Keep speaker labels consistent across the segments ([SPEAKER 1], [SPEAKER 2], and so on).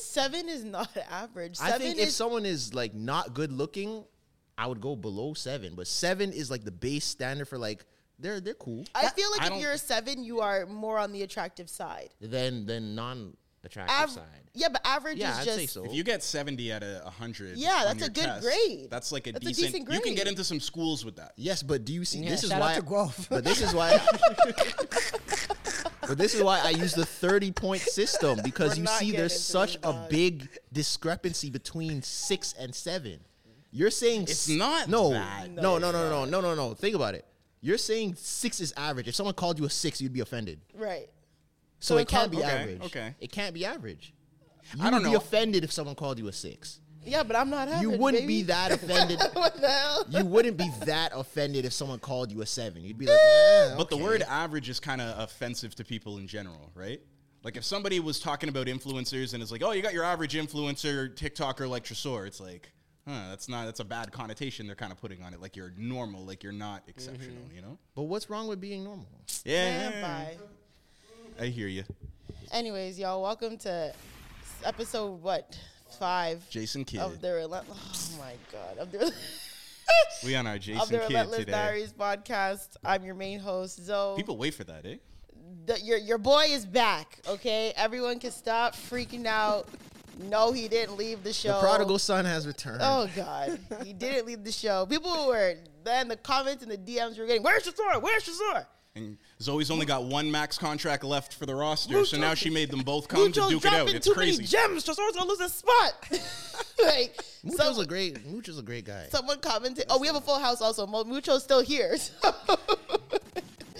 [SPEAKER 1] Seven is not average.
[SPEAKER 2] I
[SPEAKER 1] Seven
[SPEAKER 2] think if
[SPEAKER 1] is
[SPEAKER 2] someone is like not good looking, I would go below seven. But seven is like the base standard for like they're they're cool.
[SPEAKER 1] I feel like if
[SPEAKER 2] don't-
[SPEAKER 1] you're a seven, you are more on the attractive side.
[SPEAKER 2] then then non attractive
[SPEAKER 1] Av-
[SPEAKER 2] side.
[SPEAKER 1] yeah, but average
[SPEAKER 2] Yeah,
[SPEAKER 1] is
[SPEAKER 2] I'd
[SPEAKER 1] just.
[SPEAKER 2] say so.
[SPEAKER 3] If you get 70 out of 100,
[SPEAKER 1] Yeah,
[SPEAKER 3] on
[SPEAKER 1] that's
[SPEAKER 3] your
[SPEAKER 1] a good
[SPEAKER 3] test,
[SPEAKER 1] grade.
[SPEAKER 3] That's like a,
[SPEAKER 1] That's a
[SPEAKER 3] decent,
[SPEAKER 1] decent
[SPEAKER 3] You can
[SPEAKER 1] grade.
[SPEAKER 3] get into some schools with that.
[SPEAKER 2] Uh, Yes, but do you see?
[SPEAKER 4] Yeah,
[SPEAKER 2] this is
[SPEAKER 4] shout out
[SPEAKER 2] why.
[SPEAKER 4] to Guelph.
[SPEAKER 2] But this is why. but this is why I use the thirty point system because
[SPEAKER 1] We're
[SPEAKER 2] you
[SPEAKER 1] not
[SPEAKER 2] see
[SPEAKER 1] getting
[SPEAKER 2] there's
[SPEAKER 1] into
[SPEAKER 2] such
[SPEAKER 1] this,
[SPEAKER 2] a
[SPEAKER 1] dog.
[SPEAKER 2] big discrepancy between six and seven. You're saying
[SPEAKER 3] It's
[SPEAKER 2] s-
[SPEAKER 3] not
[SPEAKER 2] no,
[SPEAKER 3] bad.
[SPEAKER 2] no, no, no, no, no, no, no. Think about it. You're saying six is average. If someone called you a six, you'd be offended.
[SPEAKER 1] Right.
[SPEAKER 2] So, it can't be
[SPEAKER 3] okay,
[SPEAKER 2] average.
[SPEAKER 3] okay.
[SPEAKER 2] It can't be average. You
[SPEAKER 3] I don't
[SPEAKER 2] would be
[SPEAKER 3] know.
[SPEAKER 2] offended if someone called you a six.
[SPEAKER 1] Yeah, but I'm not
[SPEAKER 2] You
[SPEAKER 1] average.
[SPEAKER 2] wouldn't
[SPEAKER 1] baby.
[SPEAKER 2] be that offended.
[SPEAKER 1] what the hell?
[SPEAKER 2] you wouldn't be that offended if someone called you a seven. You'd be like, eh,
[SPEAKER 3] But the
[SPEAKER 2] okay.
[SPEAKER 3] word average is kind of offensive to people in general, right? Like if somebody was talking about influencers and is like, "Oh, you got your average influencer TikToker like Tresor," it's like, "Huh, that's not that's a bad connotation they're kind of putting on it. Like you're normal, like you're not exceptional, you know?"
[SPEAKER 2] But what's wrong with being normal?
[SPEAKER 3] Yeah,
[SPEAKER 1] Man, bye.
[SPEAKER 3] I hear you.
[SPEAKER 1] Anyways, y'all, welcome to episode what five
[SPEAKER 3] Jason Kidd.
[SPEAKER 1] of the relentless. Oh my god, of the
[SPEAKER 3] we on our
[SPEAKER 1] of
[SPEAKER 3] Jason
[SPEAKER 1] the
[SPEAKER 3] Kidd
[SPEAKER 1] relentless
[SPEAKER 3] today.
[SPEAKER 1] diaries podcast. I'm your main host Zoe.
[SPEAKER 3] People wait for that, eh?
[SPEAKER 1] the, your your boy is back. Okay, everyone can stop freaking out. No, he didn't leave the show.
[SPEAKER 2] The prodigal son has returned.
[SPEAKER 1] Oh God, he didn't leave the show. People were then the comments and the DMs were getting. Where's your sword? Where's your sword?
[SPEAKER 3] And Zoe's only got one max contract left for the roster, so now she made them both come to
[SPEAKER 1] Mucho's
[SPEAKER 3] duke it
[SPEAKER 1] dropping
[SPEAKER 3] out. It's
[SPEAKER 1] too
[SPEAKER 3] crazy.
[SPEAKER 1] many gems. Your sword's gonna lose his spot. like
[SPEAKER 2] Mucho's
[SPEAKER 1] some,
[SPEAKER 2] a great Mucho's a great guy.
[SPEAKER 1] someone commented. Oh, we have a full house also. Mo- Mucho's still here.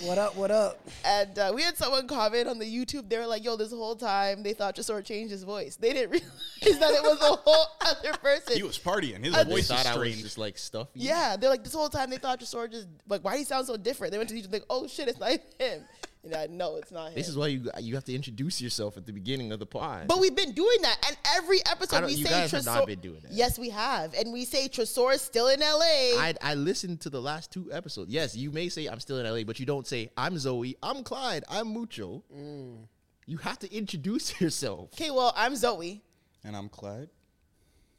[SPEAKER 4] What up? What up?
[SPEAKER 1] and uh, we had someone comment on the YouTube. They were like, "Yo, this whole time they thought Jasor changed his voice. They didn't realize that it was a whole other person."
[SPEAKER 3] He was partying. His
[SPEAKER 1] I
[SPEAKER 2] they
[SPEAKER 3] voice is
[SPEAKER 2] thought I was
[SPEAKER 3] strange.
[SPEAKER 2] just like stuffy.
[SPEAKER 1] Yeah, they're like this whole time they thought Jasor just like why do he sound so different? They went to the teacher like, oh shit, it's not him. And I know it's not him.
[SPEAKER 2] This is why you you have to introduce yourself at the beginning of the pod.
[SPEAKER 1] but we've been doing that, and every
[SPEAKER 2] I
[SPEAKER 1] episode
[SPEAKER 2] don't-
[SPEAKER 1] we
[SPEAKER 2] you
[SPEAKER 1] say
[SPEAKER 2] guys have not
[SPEAKER 1] Tresor-
[SPEAKER 2] been doing that.
[SPEAKER 1] Yes, we have, and we say Tresor is still in LA.
[SPEAKER 2] I I listened to the last two episodes. Yes, you may say I'm still in LA, but you don't say I'm Zoe, I'm Clyde, I'm Mucho. Mm. You have to introduce yourself.
[SPEAKER 1] okay, well I'm Zoe.
[SPEAKER 3] and I'm Clyde.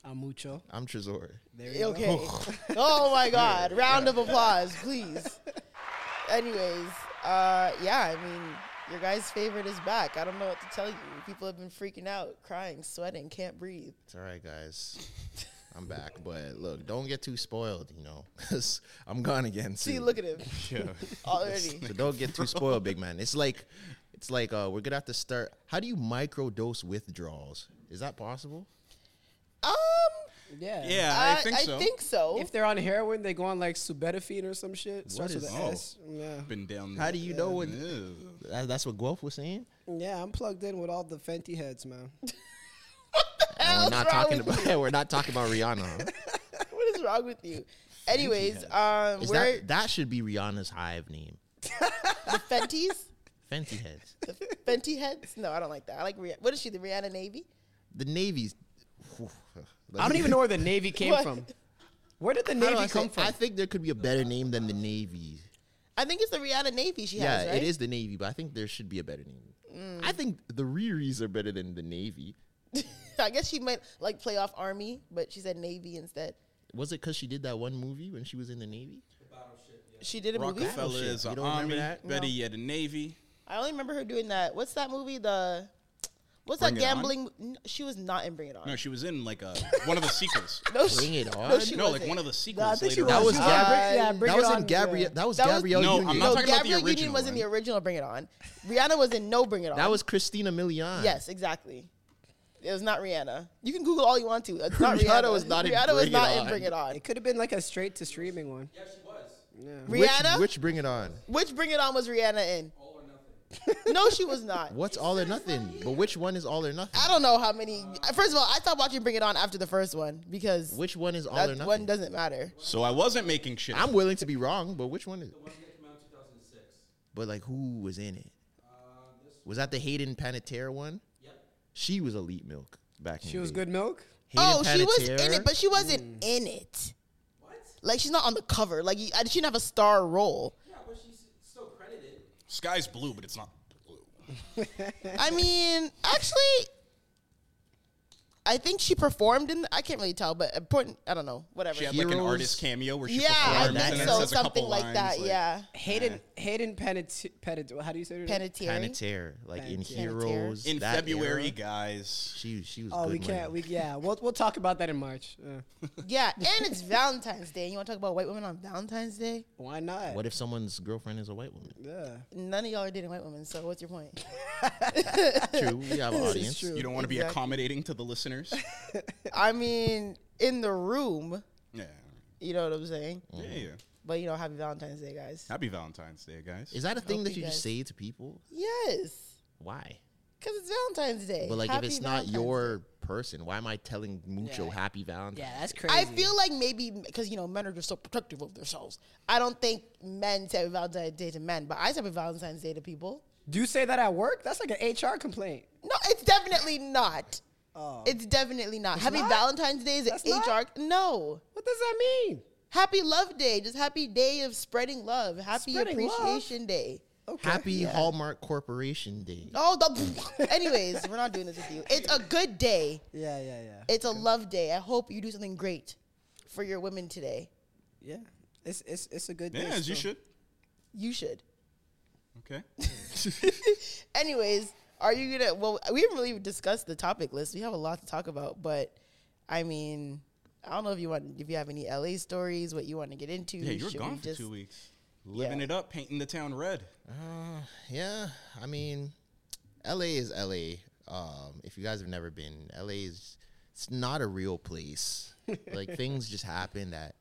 [SPEAKER 4] I'm Mucho.
[SPEAKER 2] I'm Trezor.
[SPEAKER 1] Okay. oh my God! Round of applause, please. Anyways, uh, yeah, I mean, your guys' favorite is back. I don't know what to tell you. People have been freaking out, crying, sweating, can't breathe.
[SPEAKER 2] It's all right, guys. I'm back, but look, don't get too spoiled, you know, because I'm gone again.
[SPEAKER 1] See,
[SPEAKER 2] soon.
[SPEAKER 1] look at him already.
[SPEAKER 2] So don't get too spoiled, big man. It's like, it's like uh, we're gonna have to start. How do you microdose withdrawals? Is that possible?
[SPEAKER 1] Um,
[SPEAKER 4] Yeah.
[SPEAKER 3] Yeah,
[SPEAKER 1] I,
[SPEAKER 3] I think so.
[SPEAKER 1] so.
[SPEAKER 4] If they're on heroin, they go on like Subedifine or some shit. Starts
[SPEAKER 2] is-
[SPEAKER 4] with an
[SPEAKER 3] oh.
[SPEAKER 4] S. Yeah.
[SPEAKER 3] Been down.
[SPEAKER 2] How do you know what?
[SPEAKER 3] Ew.
[SPEAKER 2] that- That's what Guelph was saying.
[SPEAKER 4] Yeah, I'm plugged in with all the Fenty heads, man.
[SPEAKER 2] And we're
[SPEAKER 1] What's
[SPEAKER 2] not
[SPEAKER 1] wrong
[SPEAKER 2] talking
[SPEAKER 1] with
[SPEAKER 2] about. We're not talking about Rihanna.
[SPEAKER 1] what is wrong with you? Anyways, um,
[SPEAKER 2] Is
[SPEAKER 1] we're
[SPEAKER 2] that that should be Rihanna's hive name?
[SPEAKER 1] Fenties.
[SPEAKER 2] Fenty heads.
[SPEAKER 1] Fenty heads? No, I don't like that. I like Rihanna. What is she? The Rihanna Navy?
[SPEAKER 2] The Navy's.
[SPEAKER 5] I don't even know where the Navy came
[SPEAKER 1] What?
[SPEAKER 5] from. Where did the
[SPEAKER 2] How do
[SPEAKER 5] Navy
[SPEAKER 2] I say-
[SPEAKER 5] come from?
[SPEAKER 2] I think there could be a better name than the Navy.
[SPEAKER 1] I think it's the Rihanna Navy she
[SPEAKER 2] yeah,
[SPEAKER 1] has, right?
[SPEAKER 2] it is the Navy, but I think there should be a better name. I think the Riris are better than the Navy.
[SPEAKER 1] I guess she meant like play off Army, but she said Navy instead.
[SPEAKER 2] Was it because she did that one movie when she was in the Navy?
[SPEAKER 1] She did a movie.
[SPEAKER 3] Rockefeller is
[SPEAKER 2] You
[SPEAKER 3] an
[SPEAKER 2] don't remember
[SPEAKER 3] army.
[SPEAKER 2] that?
[SPEAKER 3] Betty Yet a navy.
[SPEAKER 1] I only remember her doing that. What's that movie? The what's
[SPEAKER 3] Bring
[SPEAKER 1] that
[SPEAKER 3] It On?
[SPEAKER 1] gambling? mo- n- She was not in Bring It On.
[SPEAKER 3] No, she was in like a one of the sequels.
[SPEAKER 1] no,
[SPEAKER 2] Bring
[SPEAKER 1] she,
[SPEAKER 2] It On?
[SPEAKER 1] No, she
[SPEAKER 3] no, like
[SPEAKER 1] wasn't.
[SPEAKER 3] one of the sequels.
[SPEAKER 5] I think she
[SPEAKER 3] later
[SPEAKER 5] was.
[SPEAKER 3] on.
[SPEAKER 2] That was
[SPEAKER 5] She
[SPEAKER 2] Gabri-
[SPEAKER 5] on- yeah, bring
[SPEAKER 2] that
[SPEAKER 5] it
[SPEAKER 2] was
[SPEAKER 5] on,
[SPEAKER 2] in Gabrielle.
[SPEAKER 5] yeah.
[SPEAKER 2] That was
[SPEAKER 1] That was-
[SPEAKER 2] Gabrielle
[SPEAKER 3] No, I'm
[SPEAKER 2] Union.
[SPEAKER 3] not
[SPEAKER 1] No,
[SPEAKER 3] talking about the
[SPEAKER 1] Gabrielle Union
[SPEAKER 3] original
[SPEAKER 1] was in the
[SPEAKER 3] one.
[SPEAKER 1] original Bring It On. Rihanna was in No Bring It On.
[SPEAKER 2] That was Christina Milian.
[SPEAKER 1] yes, exactly. It was not Rihanna. You can Google all you want to. It's not Rihanna.
[SPEAKER 2] Rihanna was not in
[SPEAKER 1] Rihanna was
[SPEAKER 2] Bring It
[SPEAKER 1] not in
[SPEAKER 2] On.
[SPEAKER 1] Bring It On.
[SPEAKER 5] it could have been like a straight to streaming one.
[SPEAKER 2] Which,
[SPEAKER 1] Rihanna.
[SPEAKER 2] which Bring It On?
[SPEAKER 1] Which Bring It On was Rihanna in? All or nothing. no, she was not.
[SPEAKER 2] What's All or Nothing? But which one is All or Nothing?
[SPEAKER 1] I don't know how many. First of all, I stopped watching Bring It On after the first one because
[SPEAKER 2] Which one is All or
[SPEAKER 1] that
[SPEAKER 2] Nothing?
[SPEAKER 1] one doesn't matter.
[SPEAKER 3] So I wasn't making shit.
[SPEAKER 2] I'm willing to be wrong, but which one is? The one that came out in 2006. But like, who was in it? was that the Hayden Panettiere one? Uh, Yep. She was elite milk back in
[SPEAKER 5] She
[SPEAKER 2] the
[SPEAKER 5] was
[SPEAKER 2] day.
[SPEAKER 5] good milk.
[SPEAKER 2] Hayden
[SPEAKER 1] oh, she was in
[SPEAKER 2] Panettiere?
[SPEAKER 1] it, but she wasn't in it. Hmm. What? Like she's not on the cover. Like you, I- she didn't have a star role.
[SPEAKER 3] Sky's blue, but it's not blue.
[SPEAKER 1] I mean, actually, I think she performed in. I can't really tell, but important. I don't know. Whatever.
[SPEAKER 3] She had like an
[SPEAKER 2] Heroes.
[SPEAKER 3] artist cameo where she
[SPEAKER 1] yeah, I
[SPEAKER 3] performs and
[SPEAKER 1] think
[SPEAKER 3] then
[SPEAKER 1] so.
[SPEAKER 3] says a couple
[SPEAKER 1] Something like
[SPEAKER 3] lines,
[SPEAKER 1] that. yeah.
[SPEAKER 5] Hayden Hayden Panettiere. Panet, how do you say it?
[SPEAKER 1] Panettiere.
[SPEAKER 2] Panettiere, like in
[SPEAKER 5] Panettiere.
[SPEAKER 2] Heroes.
[SPEAKER 3] In
[SPEAKER 2] that
[SPEAKER 3] February,
[SPEAKER 2] era,
[SPEAKER 3] guys.
[SPEAKER 2] she she was.
[SPEAKER 5] Oh,
[SPEAKER 2] good
[SPEAKER 5] we
[SPEAKER 2] money.
[SPEAKER 5] can't. We yeah. We'll we'll talk about that in March. Uh,
[SPEAKER 1] Yeah, and it's Valentine's Day. You want to talk about white women on Valentine's Day?
[SPEAKER 5] why not?
[SPEAKER 2] What if someone's girlfriend is a white woman?
[SPEAKER 5] Yeah.
[SPEAKER 1] None of y'all are dating white women, so what's your point?
[SPEAKER 2] True, we have an audience.
[SPEAKER 3] You don't want to be accommodating to the listeners.
[SPEAKER 1] I mean, in the room,
[SPEAKER 3] yeah.
[SPEAKER 1] you know what I'm saying?
[SPEAKER 2] Mm.
[SPEAKER 3] Yeah, yeah.
[SPEAKER 1] But you know, happy Valentine's Day, guys.
[SPEAKER 3] Happy Valentine's Day, guys.
[SPEAKER 2] Is that a thing
[SPEAKER 1] Hope
[SPEAKER 2] that
[SPEAKER 1] you
[SPEAKER 2] you just
[SPEAKER 1] guys-
[SPEAKER 2] say to people?
[SPEAKER 1] Yes,
[SPEAKER 2] Why?
[SPEAKER 1] because it's Valentine's Day.
[SPEAKER 2] But like,
[SPEAKER 1] Happy
[SPEAKER 2] if it's
[SPEAKER 1] Valentine's
[SPEAKER 2] not
[SPEAKER 1] Day.
[SPEAKER 2] your person, why am I telling Mucho Happy Valentine?
[SPEAKER 5] Yeah, that's crazy.
[SPEAKER 1] I feel like maybe because you know men are just so protective of themselves. I don't think men say happy Valentine's Day to men, but I say happy Valentine's Day to people.
[SPEAKER 5] Do you say that at work? That's like an HR complaint. Oh.
[SPEAKER 1] No, it's definitely not. It's definitely not. happy
[SPEAKER 5] not?
[SPEAKER 1] Valentine's Day is an
[SPEAKER 5] That's not?
[SPEAKER 1] HR. No.
[SPEAKER 5] What does that mean?
[SPEAKER 1] Happy Love Day, just happy day of spreading love. Happy
[SPEAKER 5] Spreading love?
[SPEAKER 1] Appreciation Day.
[SPEAKER 2] Happy Hallmark Corporation Day.
[SPEAKER 1] Oh, the. Anyways, we're not doing this with you. It's a good day.
[SPEAKER 5] Yeah, yeah, yeah.
[SPEAKER 1] It's a love day. I hope you do something great for your women today.
[SPEAKER 5] Yeah. It's it's it's a good
[SPEAKER 3] yeah,
[SPEAKER 5] thing.
[SPEAKER 3] as you
[SPEAKER 5] still.
[SPEAKER 3] should.
[SPEAKER 1] You should.
[SPEAKER 3] Okay.
[SPEAKER 1] Anyways, are you gonna? Well, we haven't really discussed the topic list. We have a lot to talk about, but I mean, I don't know if you want if you have any LA stories, what you want to get into.
[SPEAKER 3] Yeah, you were
[SPEAKER 1] Should we
[SPEAKER 3] gone for
[SPEAKER 1] just-
[SPEAKER 3] two weeks. Living
[SPEAKER 1] Yeah.
[SPEAKER 3] it up, painting the town red.
[SPEAKER 2] Yeah, I mean, LA is LA. Um, if you guys have never been, LA is it's not a real place. like things just happen that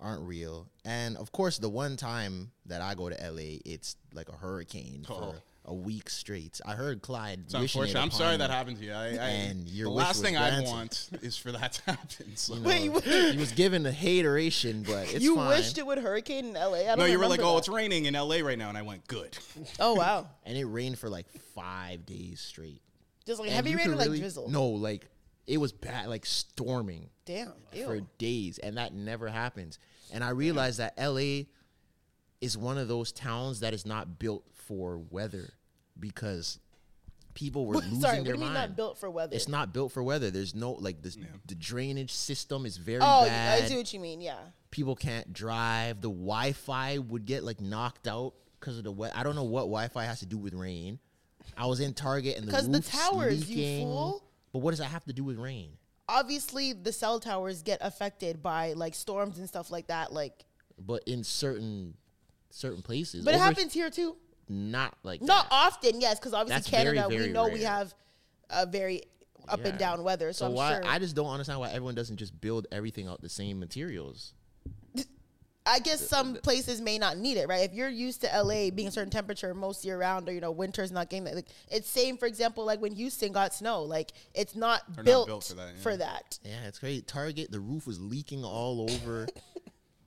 [SPEAKER 2] aren't real. And of course, the one time that I go to LA, it's like a hurricane
[SPEAKER 3] Oh.
[SPEAKER 2] for a week straight. I heard Clyde.
[SPEAKER 3] It's
[SPEAKER 2] wishing it
[SPEAKER 3] unfortunate. I'm sorry
[SPEAKER 2] upon
[SPEAKER 3] that
[SPEAKER 2] me.
[SPEAKER 3] happened to you. I, I,
[SPEAKER 2] And your
[SPEAKER 3] the
[SPEAKER 2] wish
[SPEAKER 3] last
[SPEAKER 2] was
[SPEAKER 3] thing I
[SPEAKER 2] granted.
[SPEAKER 3] want is for that to happen. So.
[SPEAKER 1] Wait, you,
[SPEAKER 2] He was given a hateration, but it's
[SPEAKER 1] you
[SPEAKER 2] fine.
[SPEAKER 1] wished it would hurricane in LA? I don't
[SPEAKER 3] no, you were like,
[SPEAKER 1] remember
[SPEAKER 3] oh,
[SPEAKER 1] that.
[SPEAKER 3] it's raining in LA right now. And I went, good.
[SPEAKER 1] oh wow,
[SPEAKER 2] and it rained for like five days straight.
[SPEAKER 1] just like
[SPEAKER 2] And
[SPEAKER 1] heavy
[SPEAKER 2] you
[SPEAKER 1] rain
[SPEAKER 2] could
[SPEAKER 1] or like
[SPEAKER 2] really-
[SPEAKER 1] drizzle.
[SPEAKER 2] No, like it was bad, like storming.
[SPEAKER 1] damn,
[SPEAKER 2] for
[SPEAKER 1] ew.
[SPEAKER 2] days, and that never happens. And I realized that LA is one of those towns that is not built for weather because people were losing
[SPEAKER 1] Sorry, what do
[SPEAKER 2] their
[SPEAKER 1] you mean
[SPEAKER 2] mind.
[SPEAKER 1] not built for weather?
[SPEAKER 2] It's not built for weather. There's no like the, the drainage system is very
[SPEAKER 1] Oh,
[SPEAKER 2] bad.
[SPEAKER 1] I see what you mean. Yeah,
[SPEAKER 2] people can't drive. The Wi-Fi would get like knocked out because of the wet. I don't know what Wi-Fi has to do with rain. I was in Target and the
[SPEAKER 1] 'Cause the
[SPEAKER 2] roof's
[SPEAKER 1] towers, you
[SPEAKER 2] leaking.
[SPEAKER 1] fool.
[SPEAKER 2] But what does that have to do with rain?
[SPEAKER 1] obviously the cell towers get affected by like storms and stuff like that. Like,
[SPEAKER 2] But in certain certain places,
[SPEAKER 1] but it
[SPEAKER 2] Over-
[SPEAKER 1] happens here too.
[SPEAKER 2] not like
[SPEAKER 1] Not
[SPEAKER 2] that.
[SPEAKER 1] often, yes, because obviously
[SPEAKER 2] That's very,
[SPEAKER 1] Canada, we
[SPEAKER 2] very
[SPEAKER 1] know we
[SPEAKER 2] rare.
[SPEAKER 1] have a very up
[SPEAKER 2] Yeah.
[SPEAKER 1] and down weather. So,
[SPEAKER 2] So
[SPEAKER 1] I'm
[SPEAKER 2] why
[SPEAKER 1] sure.
[SPEAKER 2] I just don't understand why everyone doesn't just build everything out the same materials.
[SPEAKER 1] I guess some places may not need it, right? If you're used to LA being a certain temperature most year round, or you know, winter's not getting that. Like, it's same, for example, like when Houston got snow. Like, it's not,
[SPEAKER 3] They're not
[SPEAKER 1] built,
[SPEAKER 3] built for that, yeah.
[SPEAKER 1] for that.
[SPEAKER 2] Yeah, it's crazy. Target, the roof was leaking all over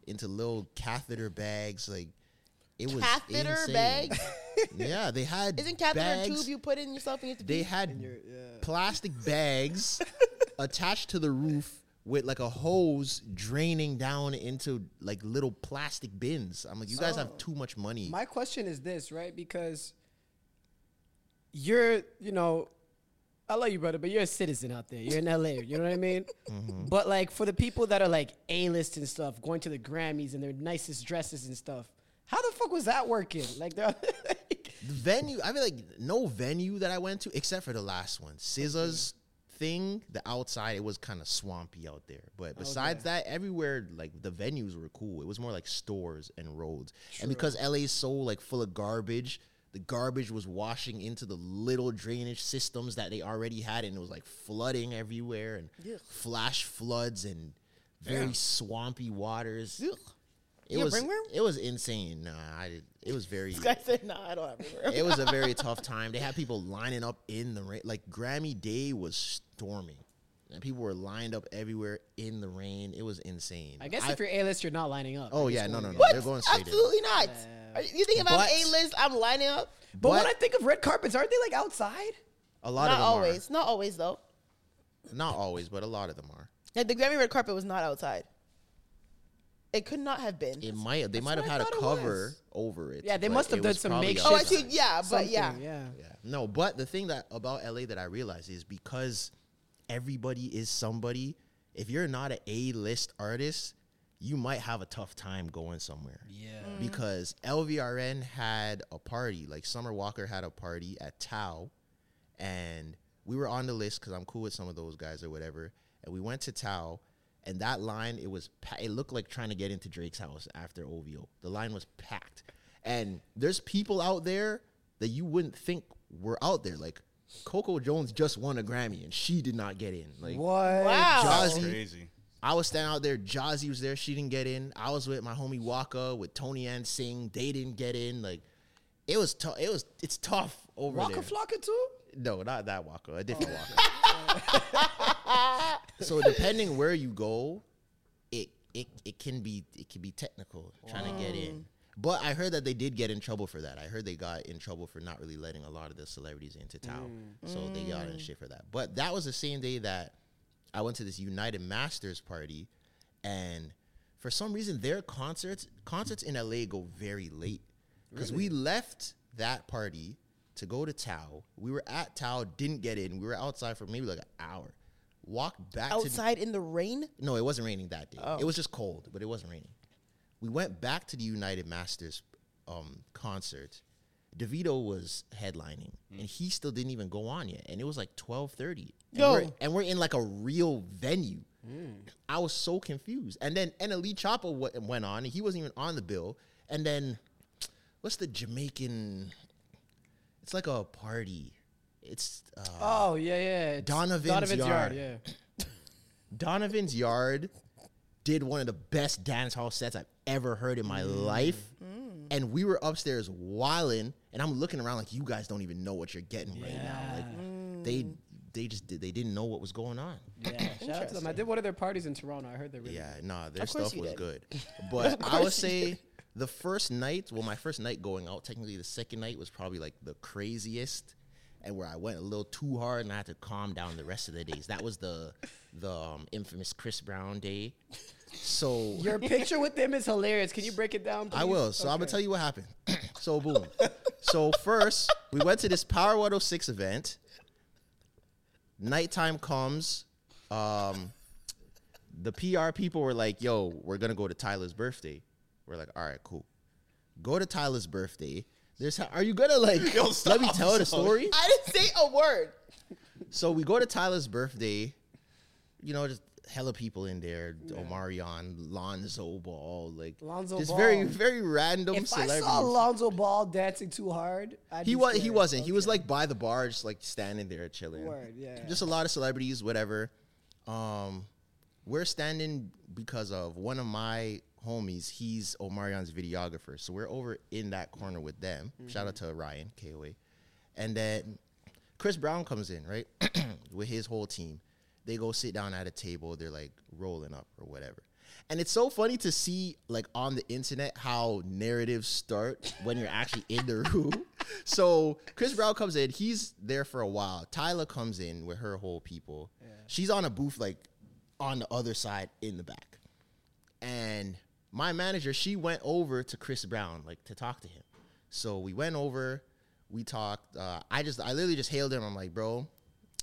[SPEAKER 2] into little catheter bags. Like it was
[SPEAKER 1] Catheter
[SPEAKER 2] insane.
[SPEAKER 1] bags?
[SPEAKER 2] yeah, they had
[SPEAKER 1] Isn't catheter a
[SPEAKER 2] bags.
[SPEAKER 1] tube you put in yourself and you have to
[SPEAKER 2] They
[SPEAKER 1] pee?
[SPEAKER 2] had plastic bags attached to the roof with like a hose draining down into like little plastic bins. I'm like, you guys
[SPEAKER 1] Oh.
[SPEAKER 2] have too much money.
[SPEAKER 5] My question is this, right? Because you're, you know, I love you, brother, but you're a citizen out there. You're in LA. You know what I mean?
[SPEAKER 2] Mm-hmm.
[SPEAKER 5] But like for the people that are like A-list and stuff, going to the Grammys and their nicest dresses and stuff, how the fuck was that working? Like, they're like
[SPEAKER 2] The venue, I mean, like no venue that I went to except for the last one, Scissors thing. The outside, it was kind of swampy out there, but besides that, everywhere like the venues were cool. It was more like stores and roads, and because LA is so like full of garbage. The garbage was washing into the little drainage systems that they already had, and it was like flooding everywhere, and flash floods, and very swampy waters. It
[SPEAKER 1] You have
[SPEAKER 2] was
[SPEAKER 1] ringworm?
[SPEAKER 2] it was insane. Nah, I, did- it was very.
[SPEAKER 1] I said, no, I don't have room.
[SPEAKER 2] It was a very tough time. They had people lining up in the rain. Like Grammy Day was storming, and people were lined up everywhere in the rain. It was insane.
[SPEAKER 5] I guess if you're A-list, you're not lining up.
[SPEAKER 2] oh
[SPEAKER 5] You're
[SPEAKER 2] yeah,
[SPEAKER 5] just
[SPEAKER 2] no,
[SPEAKER 5] going
[SPEAKER 2] no,
[SPEAKER 5] to
[SPEAKER 2] no,
[SPEAKER 5] get-
[SPEAKER 2] they're going straight in.
[SPEAKER 1] Absolutely not. Are you you think if
[SPEAKER 2] But-
[SPEAKER 1] I'm A list, I'm lining up?
[SPEAKER 5] But when
[SPEAKER 2] But-
[SPEAKER 5] I think of red carpets, aren't they like outside?
[SPEAKER 2] A lot of
[SPEAKER 1] not
[SPEAKER 2] them
[SPEAKER 1] always. Not always though.
[SPEAKER 2] are. Not always, but a lot of them are.
[SPEAKER 1] Like the Grammy red carpet was not outside. It could not have been.
[SPEAKER 2] It might. They might
[SPEAKER 5] what
[SPEAKER 2] have
[SPEAKER 5] I
[SPEAKER 2] had a
[SPEAKER 5] thought it
[SPEAKER 2] cover
[SPEAKER 5] was.
[SPEAKER 2] over it.
[SPEAKER 5] Yeah, they
[SPEAKER 2] but
[SPEAKER 5] must have
[SPEAKER 2] it
[SPEAKER 5] done
[SPEAKER 2] was
[SPEAKER 5] some
[SPEAKER 2] probably
[SPEAKER 5] makeshift
[SPEAKER 1] oh,
[SPEAKER 2] outside.
[SPEAKER 1] actually, yeah, but
[SPEAKER 5] Something,
[SPEAKER 1] yeah.
[SPEAKER 5] Yeah.
[SPEAKER 2] Yeah. No, but the thing that about LA that I realized is because everybody is somebody, if you're not an A list artist, you might have a tough time going somewhere. Yeah. Because LVRN had a party, like Summer Walker had a party at Tao, and we were on the list because I'm cool with some of those guys or whatever. And we went to Tao, and that line it was pa- it looked like trying to get into Drake's house after OVO. The line was packed, and there's people out there that you wouldn't think were out there. Like Coco Jones just won a Grammy and she did not get in. Like
[SPEAKER 5] What?
[SPEAKER 1] Wow.
[SPEAKER 2] Jazzy,
[SPEAKER 3] Crazy.
[SPEAKER 2] I was standing out there. Jazzy was there. She didn't get in. I was with my homie Waka with Tony and Singh. They didn't get in. Like it was tough. It was it's tough over
[SPEAKER 5] Waka
[SPEAKER 2] there.
[SPEAKER 5] Flocka too? Oh.
[SPEAKER 2] No, not that Waka. A different Waka. so depending where you go, it it it can be it can be technical trying to get in. But I heard that they did get in trouble for that. I heard they got in trouble for not really letting a lot of the celebrities into town. So they got in shit for that. But that was the same day that I went to this United Masters party and for some reason their concerts concerts in LA go very late. Because we left that party to go to Tao. We were at Tao, didn't get in. We were outside for maybe like an hour. Walked back to the-
[SPEAKER 1] Outside in the rain?
[SPEAKER 2] no, it wasn't raining that day. It was just cold, but it wasn't raining. We went back to the United Masters um, concert. DeVito was headlining, and he still didn't even go on yet. And it was like twelve thirty.
[SPEAKER 1] Yo.
[SPEAKER 2] and we're, and we're in like a real venue. I was so confused. And then and Lee Choppa wa- went on, and he wasn't even on the bill. And then what's the Jamaican? It's like a party. It's uh,
[SPEAKER 5] Oh yeah, yeah. It's
[SPEAKER 2] Donovan's Yard.
[SPEAKER 5] Yeah.
[SPEAKER 2] Donovan's Yard did one of the best dance hall sets I've ever heard in my life. And we were upstairs wilding, and I'm looking around like you guys don't even know what you're getting right now. Like they they just did, they didn't know what was going on.
[SPEAKER 5] Yeah. Shout out to them. I did one of their parties in Toronto. I heard they really.
[SPEAKER 2] Yeah, nah, their
[SPEAKER 1] course
[SPEAKER 2] stuff
[SPEAKER 1] you
[SPEAKER 2] was
[SPEAKER 1] did.
[SPEAKER 2] good. But I would say the first night, well, my first night going out, technically the second night was probably like the craziest and where I went a little too hard and I had to calm down the rest of the days. That was the the um, infamous Chris Brown day. So
[SPEAKER 5] Your picture with them is hilarious. Can you break it down?
[SPEAKER 2] I
[SPEAKER 5] please?
[SPEAKER 2] will. So I'm gonna tell you what happened. so boom. so first, we went to this Power 106 event. Nighttime comes. Um, the PR people were like, "Yo, we're gonna go to Tyler's birthday." We're like, "All right, cool." Go to Tyler's birthday. There's how, are you gonna like? let me
[SPEAKER 3] stop,
[SPEAKER 2] tell the
[SPEAKER 3] stop.
[SPEAKER 2] story.
[SPEAKER 1] I didn't say a word.
[SPEAKER 2] So we go to Tyler's birthday. You know, just hella people in there. Omarion, Lonzo Ball, like
[SPEAKER 5] Lonzo
[SPEAKER 2] just
[SPEAKER 5] Ball.
[SPEAKER 2] very, very random
[SPEAKER 5] If I
[SPEAKER 2] celebrities.
[SPEAKER 5] saw Alonzo Ball dancing too hard, I'd
[SPEAKER 2] he
[SPEAKER 5] be
[SPEAKER 2] was he
[SPEAKER 5] scared.
[SPEAKER 2] wasn't. He was like by the bar, just like standing there chilling.
[SPEAKER 5] Word, yeah.
[SPEAKER 2] Just a lot of celebrities, whatever. Um, we're standing because of one of my homies. He's Omarion's videographer, so we're over in that corner with them. Shout out to Ryan KOA, and then Chris Brown comes in right with his whole team. They go sit down at a table. They're like rolling up or whatever. And it's so funny to see, like, on the internet, how narratives start when you're actually in the room. so Chris Brown comes in. He's there for a while. Tyler comes in with her whole people. She's on a booth like on the other side in the back. And my manager, she went over to Chris Brown like to talk to him. So we went over. We talked. Uh, I just I literally just hailed him. I'm like, bro,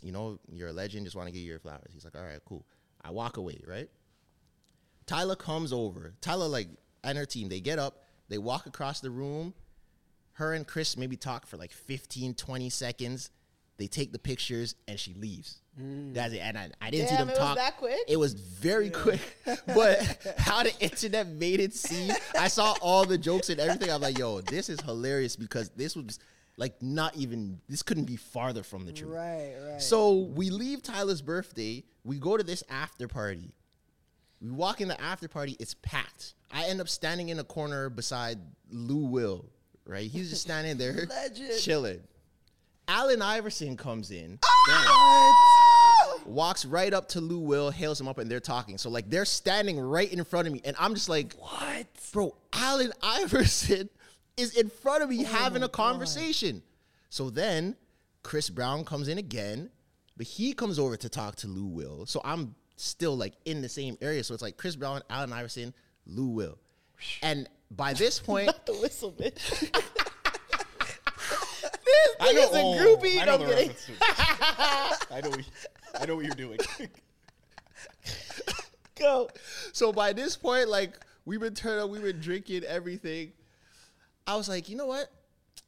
[SPEAKER 2] you know you're a legend. Just want to give you your flowers. He's like, all right, cool. I walk away. Right. Tyler comes over. Tyler, like, and her team, they get up, they walk across the room. Her and Chris maybe talk for like 15, 20 seconds. They take the pictures and she leaves. That's it. And I, I didn't see
[SPEAKER 1] Mm. Damn,
[SPEAKER 2] them
[SPEAKER 1] it was
[SPEAKER 2] talk.
[SPEAKER 1] that quick?
[SPEAKER 2] It was very quick. But how the internet made it seem, I saw all the jokes and everything. I'm like, yo, this is hilarious because this was like not even, this couldn't be farther from the truth.
[SPEAKER 5] Right, right.
[SPEAKER 2] So we leave Tyler's birthday. We go to this after party. We walk in the after party. It's packed. I end up standing in a corner beside Lou Will. Right, he's just standing there, chilling. Allen Iverson comes in, walks right up to Lou Will, hails him up, and they're talking. So like they're standing right in front of me, and I'm just like, what, bro? Allen Iverson is in front of me having a conversation. So then Chris Brown comes in again, but he comes over to talk to Lou Will. So I'm still like in the same area. So it's like Chris Brown, Allen Iverson, Lou Will. And by this point,
[SPEAKER 1] the whistle, bitch. this
[SPEAKER 3] I
[SPEAKER 1] thing
[SPEAKER 3] know
[SPEAKER 1] is a groupie.
[SPEAKER 3] I
[SPEAKER 1] You
[SPEAKER 3] know
[SPEAKER 1] don't
[SPEAKER 3] the
[SPEAKER 1] get it.
[SPEAKER 3] reference. too. I know. what- I know what you're doing.
[SPEAKER 1] Go.
[SPEAKER 2] so by this point, like we've been turned up, we've been drinking everything. I was like, you know what?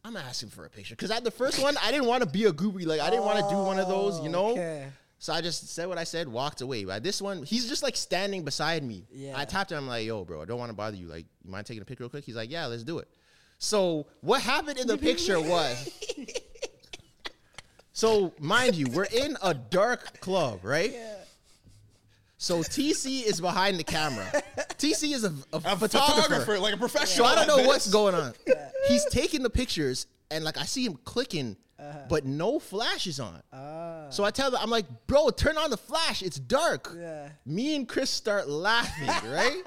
[SPEAKER 2] I'm gonna ask him for a picture because at the first one, I didn't want to be a goofy. Like I didn't want to do one of those, you know.
[SPEAKER 5] okay.
[SPEAKER 2] So I just said what I said, walked away. By this one, he's just like standing beside me.
[SPEAKER 5] Yeah.
[SPEAKER 2] I tapped him. I'm like, yo, bro, I don't want to bother you. Like, you mind taking a picture real quick? He's like, yeah, let's do it. So what happened in the picture was. So mind you, we're in a dark club, right? So TC is behind the camera. TC is a, a,
[SPEAKER 3] A
[SPEAKER 2] photographer.
[SPEAKER 3] photographer, like a
[SPEAKER 2] So
[SPEAKER 3] professional.
[SPEAKER 2] I don't
[SPEAKER 3] at
[SPEAKER 2] know
[SPEAKER 3] this.
[SPEAKER 2] what's going on. He's taking the pictures and like I see him clicking, but no flash is on. So I tell him, I'm like, bro, turn on the flash. It's dark. Me and Chris start laughing, right?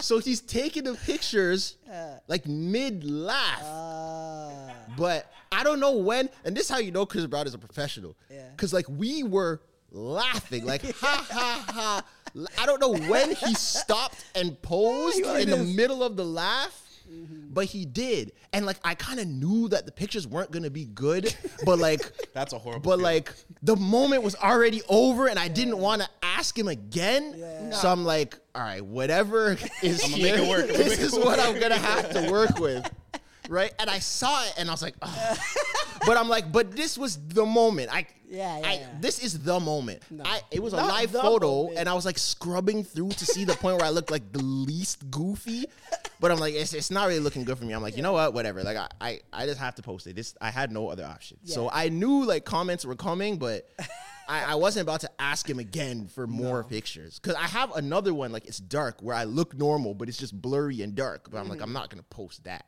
[SPEAKER 2] so he's taking the pictures like mid laugh. But I don't know when, and this is how you know Chris Brown is a professional. Yeah. Cause like we were laughing, like ha ha ha. I don't know when he stopped and posed in the middle of the laugh. But he did, and like I kind of knew that the pictures weren't gonna be good, but like
[SPEAKER 3] That's a horrible
[SPEAKER 2] But
[SPEAKER 3] feeling.
[SPEAKER 2] like the moment was already over, and I didn't want to ask him again. So I'm like, all right, whatever is
[SPEAKER 3] I'ma
[SPEAKER 2] here,
[SPEAKER 3] make it work. I'ma
[SPEAKER 2] this
[SPEAKER 3] make it
[SPEAKER 2] is what I'm gonna have to work with, right? And I saw it, and I was like, "Ugh." but I'm like, but this was the moment. I
[SPEAKER 5] Yeah, yeah,
[SPEAKER 2] I,
[SPEAKER 5] yeah.
[SPEAKER 2] This is the moment. I it was a
[SPEAKER 1] Not
[SPEAKER 2] live
[SPEAKER 1] the
[SPEAKER 2] photo,
[SPEAKER 1] moment.
[SPEAKER 2] and I was like scrubbing through to see the point where I looked like the least goofy. But I'm like, it's, it's not really looking good for me. I'm like, you know what? Whatever. Like, I, I, I just have to post it. This I had no other option. So I knew like comments were coming, but I, I wasn't about to ask him again for more pictures because I have another one like it's dark where I look normal, but it's just blurry and dark. But I'm
[SPEAKER 5] Mm-hmm.
[SPEAKER 2] like, I'm not gonna post that.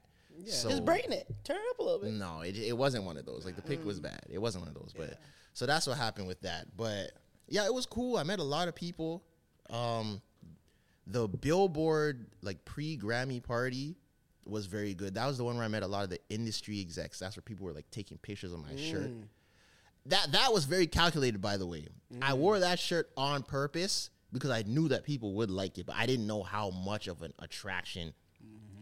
[SPEAKER 2] So
[SPEAKER 1] Just brighten it. Turn it up a little bit.
[SPEAKER 2] no, it, it wasn't one of those. Like the pick was bad. It wasn't one of those. But so that's what happened with that. But yeah, it was cool. I met a lot of people. Um, the Billboard like pre Grammy party was very good. That was the one where I met a lot of the industry execs. That's where people were like taking pictures of my shirt. That that was very calculated, by the way. I wore that shirt on purpose because I knew that people would like it, but I didn't know how much of an attraction.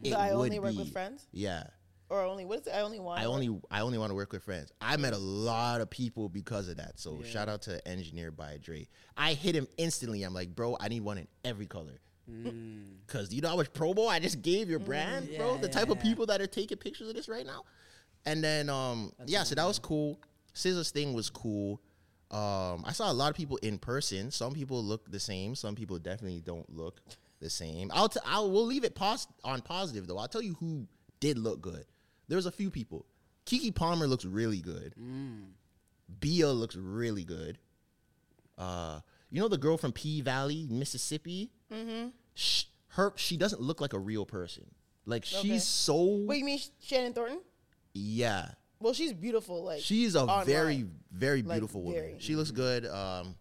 [SPEAKER 2] It
[SPEAKER 1] So I
[SPEAKER 2] would
[SPEAKER 1] only work with
[SPEAKER 2] be.
[SPEAKER 1] friends?
[SPEAKER 2] Yeah.
[SPEAKER 1] Or only what is it? I only want.
[SPEAKER 2] I only I only want to work with friends. I met a lot of people because of that. So shout out to Engineer by Dre. I hit him instantly. I'm like, bro, I need one in every color. Mm. Cause you know how much promo I just gave your brand, bro. The type of people that are taking pictures of this right now. And then um yeah, so that was cool. Scissor's thing was cool. Um, I saw a lot of people in person. Some people look the same. Some people definitely don't look the same. I'll t- I'll we'll leave it pos- on positive though. I'll tell you who did look good. There was a few people. Kiki Palmer looks really good. Bia looks really good. Uh, you know the girl from P Valley, Mississippi. Mm-hmm. Sh her she doesn't look like a real person. Like she's so
[SPEAKER 1] Wait, you mean Sh- Shannon Thornton?
[SPEAKER 2] yeah.
[SPEAKER 1] Well, she's beautiful. Like
[SPEAKER 2] She's a
[SPEAKER 1] online.
[SPEAKER 2] very, very
[SPEAKER 1] Like,
[SPEAKER 2] beautiful woman.
[SPEAKER 1] very.
[SPEAKER 2] She looks good. Um,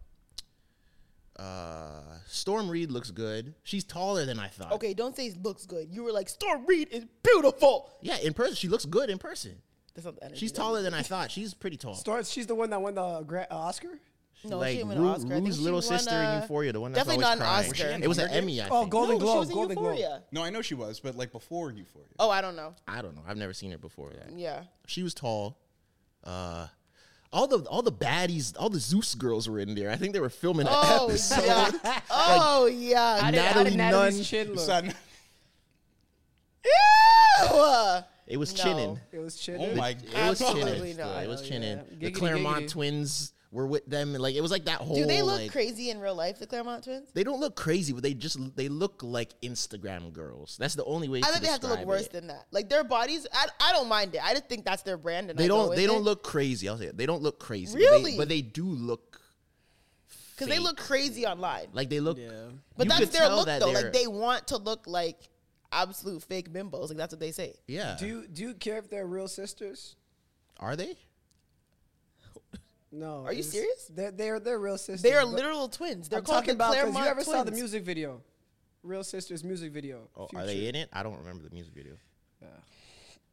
[SPEAKER 2] uh, Storm Reed looks good. She's taller than I thought.
[SPEAKER 1] Okay, don't say looks good. You were like Storm Reed is beautiful.
[SPEAKER 2] Yeah, in person, she looks good in person.
[SPEAKER 1] That's not the energy.
[SPEAKER 2] She's
[SPEAKER 1] that we-
[SPEAKER 2] taller than I thought. She's pretty tall.
[SPEAKER 5] Starts. She's the one that won the gra- uh, Oscar.
[SPEAKER 1] No,
[SPEAKER 2] like
[SPEAKER 1] she didn't win
[SPEAKER 2] Ru-
[SPEAKER 1] an Oscar. I think
[SPEAKER 2] Rue's
[SPEAKER 1] she
[SPEAKER 2] little
[SPEAKER 1] won,
[SPEAKER 2] sister in
[SPEAKER 1] uh,
[SPEAKER 2] Euphoria, the one that's
[SPEAKER 1] definitely
[SPEAKER 2] always
[SPEAKER 1] not
[SPEAKER 2] crying.
[SPEAKER 1] an Oscar.
[SPEAKER 2] It was an
[SPEAKER 3] Hunger
[SPEAKER 2] Emmy. I
[SPEAKER 5] Oh,
[SPEAKER 2] think.
[SPEAKER 5] Golden
[SPEAKER 1] no, she
[SPEAKER 5] Globe.
[SPEAKER 1] was in
[SPEAKER 5] Golden Globe.
[SPEAKER 1] Euphoria.
[SPEAKER 3] No, I know she was, but like before Euphoria.
[SPEAKER 1] Oh, I don't know.
[SPEAKER 2] I don't know. I've never seen her before. That.
[SPEAKER 1] Yeah.
[SPEAKER 2] She was tall. Uh, all the all the baddies, all the Zeus girls were in there. I think they were filming. an
[SPEAKER 1] Oh
[SPEAKER 2] episode.
[SPEAKER 1] yeah. Oh yeah.
[SPEAKER 2] did- how did Natalie Natalie's Nunn-
[SPEAKER 5] chin
[SPEAKER 3] It's not-
[SPEAKER 1] Ew!
[SPEAKER 2] It was
[SPEAKER 1] No.
[SPEAKER 2] chinning.
[SPEAKER 5] It was chin.
[SPEAKER 3] oh my
[SPEAKER 2] It was
[SPEAKER 3] god.
[SPEAKER 1] Absolutely
[SPEAKER 2] chinning.
[SPEAKER 1] not.
[SPEAKER 2] It was
[SPEAKER 1] Oh,
[SPEAKER 2] chinning.
[SPEAKER 5] yeah.
[SPEAKER 2] The
[SPEAKER 5] Giggity,
[SPEAKER 2] Claremont
[SPEAKER 5] giggity.
[SPEAKER 2] twins were with them, and like it was like that whole.
[SPEAKER 1] Do they look
[SPEAKER 2] like,
[SPEAKER 1] crazy in real life, the Claremont twins?
[SPEAKER 2] They don't look crazy, but they just they look like Instagram girls. That's the only way.
[SPEAKER 1] I think they have to look
[SPEAKER 2] describe
[SPEAKER 1] worse
[SPEAKER 2] it.
[SPEAKER 1] than that. Like their bodies, I, I don't mind it. I just think that's their brand. And
[SPEAKER 2] They
[SPEAKER 1] I go
[SPEAKER 2] don't.
[SPEAKER 1] with
[SPEAKER 2] They don't
[SPEAKER 1] it.
[SPEAKER 2] look crazy. I'll say it. They don't look crazy. but they-
[SPEAKER 1] Really?
[SPEAKER 2] but they do look
[SPEAKER 1] because they
[SPEAKER 2] fake.
[SPEAKER 1] look crazy online.
[SPEAKER 2] like they look.
[SPEAKER 1] But
[SPEAKER 2] you
[SPEAKER 1] that's
[SPEAKER 2] could
[SPEAKER 1] their
[SPEAKER 2] tell
[SPEAKER 1] look
[SPEAKER 2] that
[SPEAKER 1] though. Like
[SPEAKER 2] they're-
[SPEAKER 1] they want to look like absolute fake bimbos. Like that's what they say.
[SPEAKER 2] Yeah.
[SPEAKER 5] Do you, do you care if they're real sisters?
[SPEAKER 2] Are they?
[SPEAKER 5] No.
[SPEAKER 1] Are you
[SPEAKER 5] it's-
[SPEAKER 1] serious?
[SPEAKER 5] They're they're, they're real sisters.
[SPEAKER 1] They are
[SPEAKER 5] but
[SPEAKER 1] literal twins. They're
[SPEAKER 5] I'm
[SPEAKER 1] called
[SPEAKER 5] talking
[SPEAKER 1] the
[SPEAKER 5] about
[SPEAKER 1] Claremont
[SPEAKER 5] you ever
[SPEAKER 1] twins.
[SPEAKER 5] saw the music video, Real Sisters music video.
[SPEAKER 2] Oh,
[SPEAKER 5] Future.
[SPEAKER 2] are they in it? I don't remember the music video.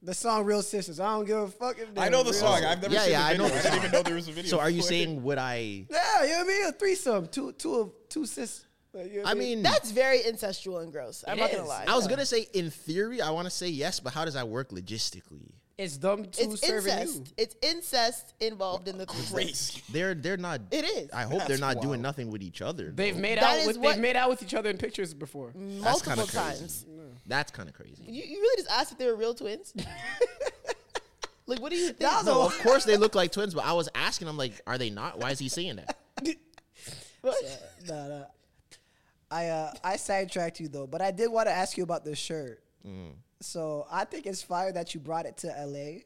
[SPEAKER 5] The song Real Sisters. I don't give a fuck if
[SPEAKER 3] I
[SPEAKER 5] they're
[SPEAKER 3] know the
[SPEAKER 5] real
[SPEAKER 3] song.
[SPEAKER 5] sisters.
[SPEAKER 3] I've never
[SPEAKER 2] Yeah,
[SPEAKER 3] seen
[SPEAKER 2] yeah, I
[SPEAKER 3] the
[SPEAKER 2] know
[SPEAKER 3] video.
[SPEAKER 2] the
[SPEAKER 3] I didn't
[SPEAKER 2] song.
[SPEAKER 3] even know there was a video.
[SPEAKER 2] So are you
[SPEAKER 3] for it.
[SPEAKER 2] saying would I?
[SPEAKER 5] Yeah, you know what I mean? A threesome. Two two of two sis. like, you know what
[SPEAKER 2] I mean,
[SPEAKER 1] That's very incestual and gross. I'm
[SPEAKER 5] It
[SPEAKER 1] not gonna
[SPEAKER 5] is.
[SPEAKER 1] lie.
[SPEAKER 2] I was gonna say in theory, I want to say yes, but how does that work logistically?
[SPEAKER 5] it's them two
[SPEAKER 1] it's
[SPEAKER 5] serving
[SPEAKER 1] incest.
[SPEAKER 5] you.
[SPEAKER 1] It's incest involved in the threesome.
[SPEAKER 3] crazy?
[SPEAKER 2] They're they're not.
[SPEAKER 1] It is.
[SPEAKER 2] I hope they're
[SPEAKER 3] That's
[SPEAKER 2] not doing
[SPEAKER 3] wild.
[SPEAKER 2] nothing with each other.
[SPEAKER 5] They've
[SPEAKER 2] though.
[SPEAKER 5] made
[SPEAKER 1] That
[SPEAKER 5] out
[SPEAKER 1] is
[SPEAKER 5] with
[SPEAKER 1] what-
[SPEAKER 5] they've made out with each other in pictures before.
[SPEAKER 2] That's
[SPEAKER 1] multiple
[SPEAKER 2] kinda crazy.
[SPEAKER 1] times.
[SPEAKER 2] That's kind of crazy.
[SPEAKER 1] You, you really just asked if they were real twins? like, what do you think?
[SPEAKER 2] No, of course they look like twins, but I was asking. I'm like, are they not? Why is he saying that?
[SPEAKER 5] Nah, nah. I uh, I sidetracked you though, but I did want to ask you about this shirt.
[SPEAKER 3] Mm.
[SPEAKER 5] So I think it's fire that you brought it to LA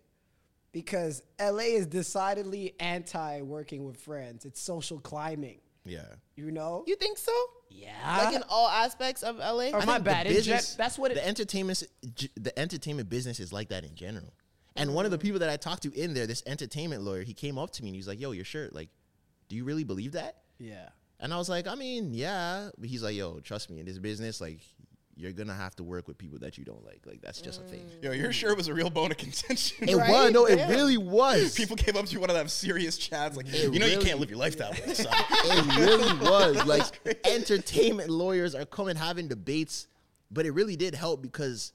[SPEAKER 5] because LA is decidedly anti working with friends. It's social climbing,
[SPEAKER 2] Yeah.
[SPEAKER 5] you know.
[SPEAKER 1] You think so?
[SPEAKER 5] yeah.
[SPEAKER 1] Like in all aspects of LA?
[SPEAKER 5] Or my
[SPEAKER 2] think the
[SPEAKER 5] bad. It's gen-
[SPEAKER 2] business-
[SPEAKER 5] that's what it.
[SPEAKER 2] the entertainment g- the entertainment business is like that in general. And one of
[SPEAKER 5] Mm.
[SPEAKER 2] the people that I talked to in there, this entertainment lawyer, he came up to me and he's like, "Yo, your shirt. Like, do you really believe that?"
[SPEAKER 5] yeah.
[SPEAKER 2] And I was like, I mean, yeah. But he's like, yo, trust me, in this business, like, you're gonna have to work with people that you don't like. Like, that's just a thing.
[SPEAKER 5] Mm.
[SPEAKER 3] Yo, your shirt was a real bone of contention.
[SPEAKER 2] It
[SPEAKER 1] Right?
[SPEAKER 2] was, no,
[SPEAKER 1] Yeah.
[SPEAKER 2] it really was.
[SPEAKER 3] People came up to you want to have serious chats, like you know you
[SPEAKER 2] really-
[SPEAKER 3] can't live your life that way. son."
[SPEAKER 2] it really was. Like, entertainment lawyers are coming having debates, but it really did help because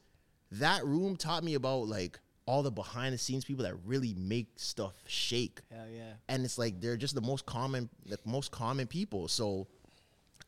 [SPEAKER 2] that room taught me about like all the behind the scenes people that really make stuff shake.
[SPEAKER 5] Hell yeah.
[SPEAKER 2] and it's like they're just the most common the most common people so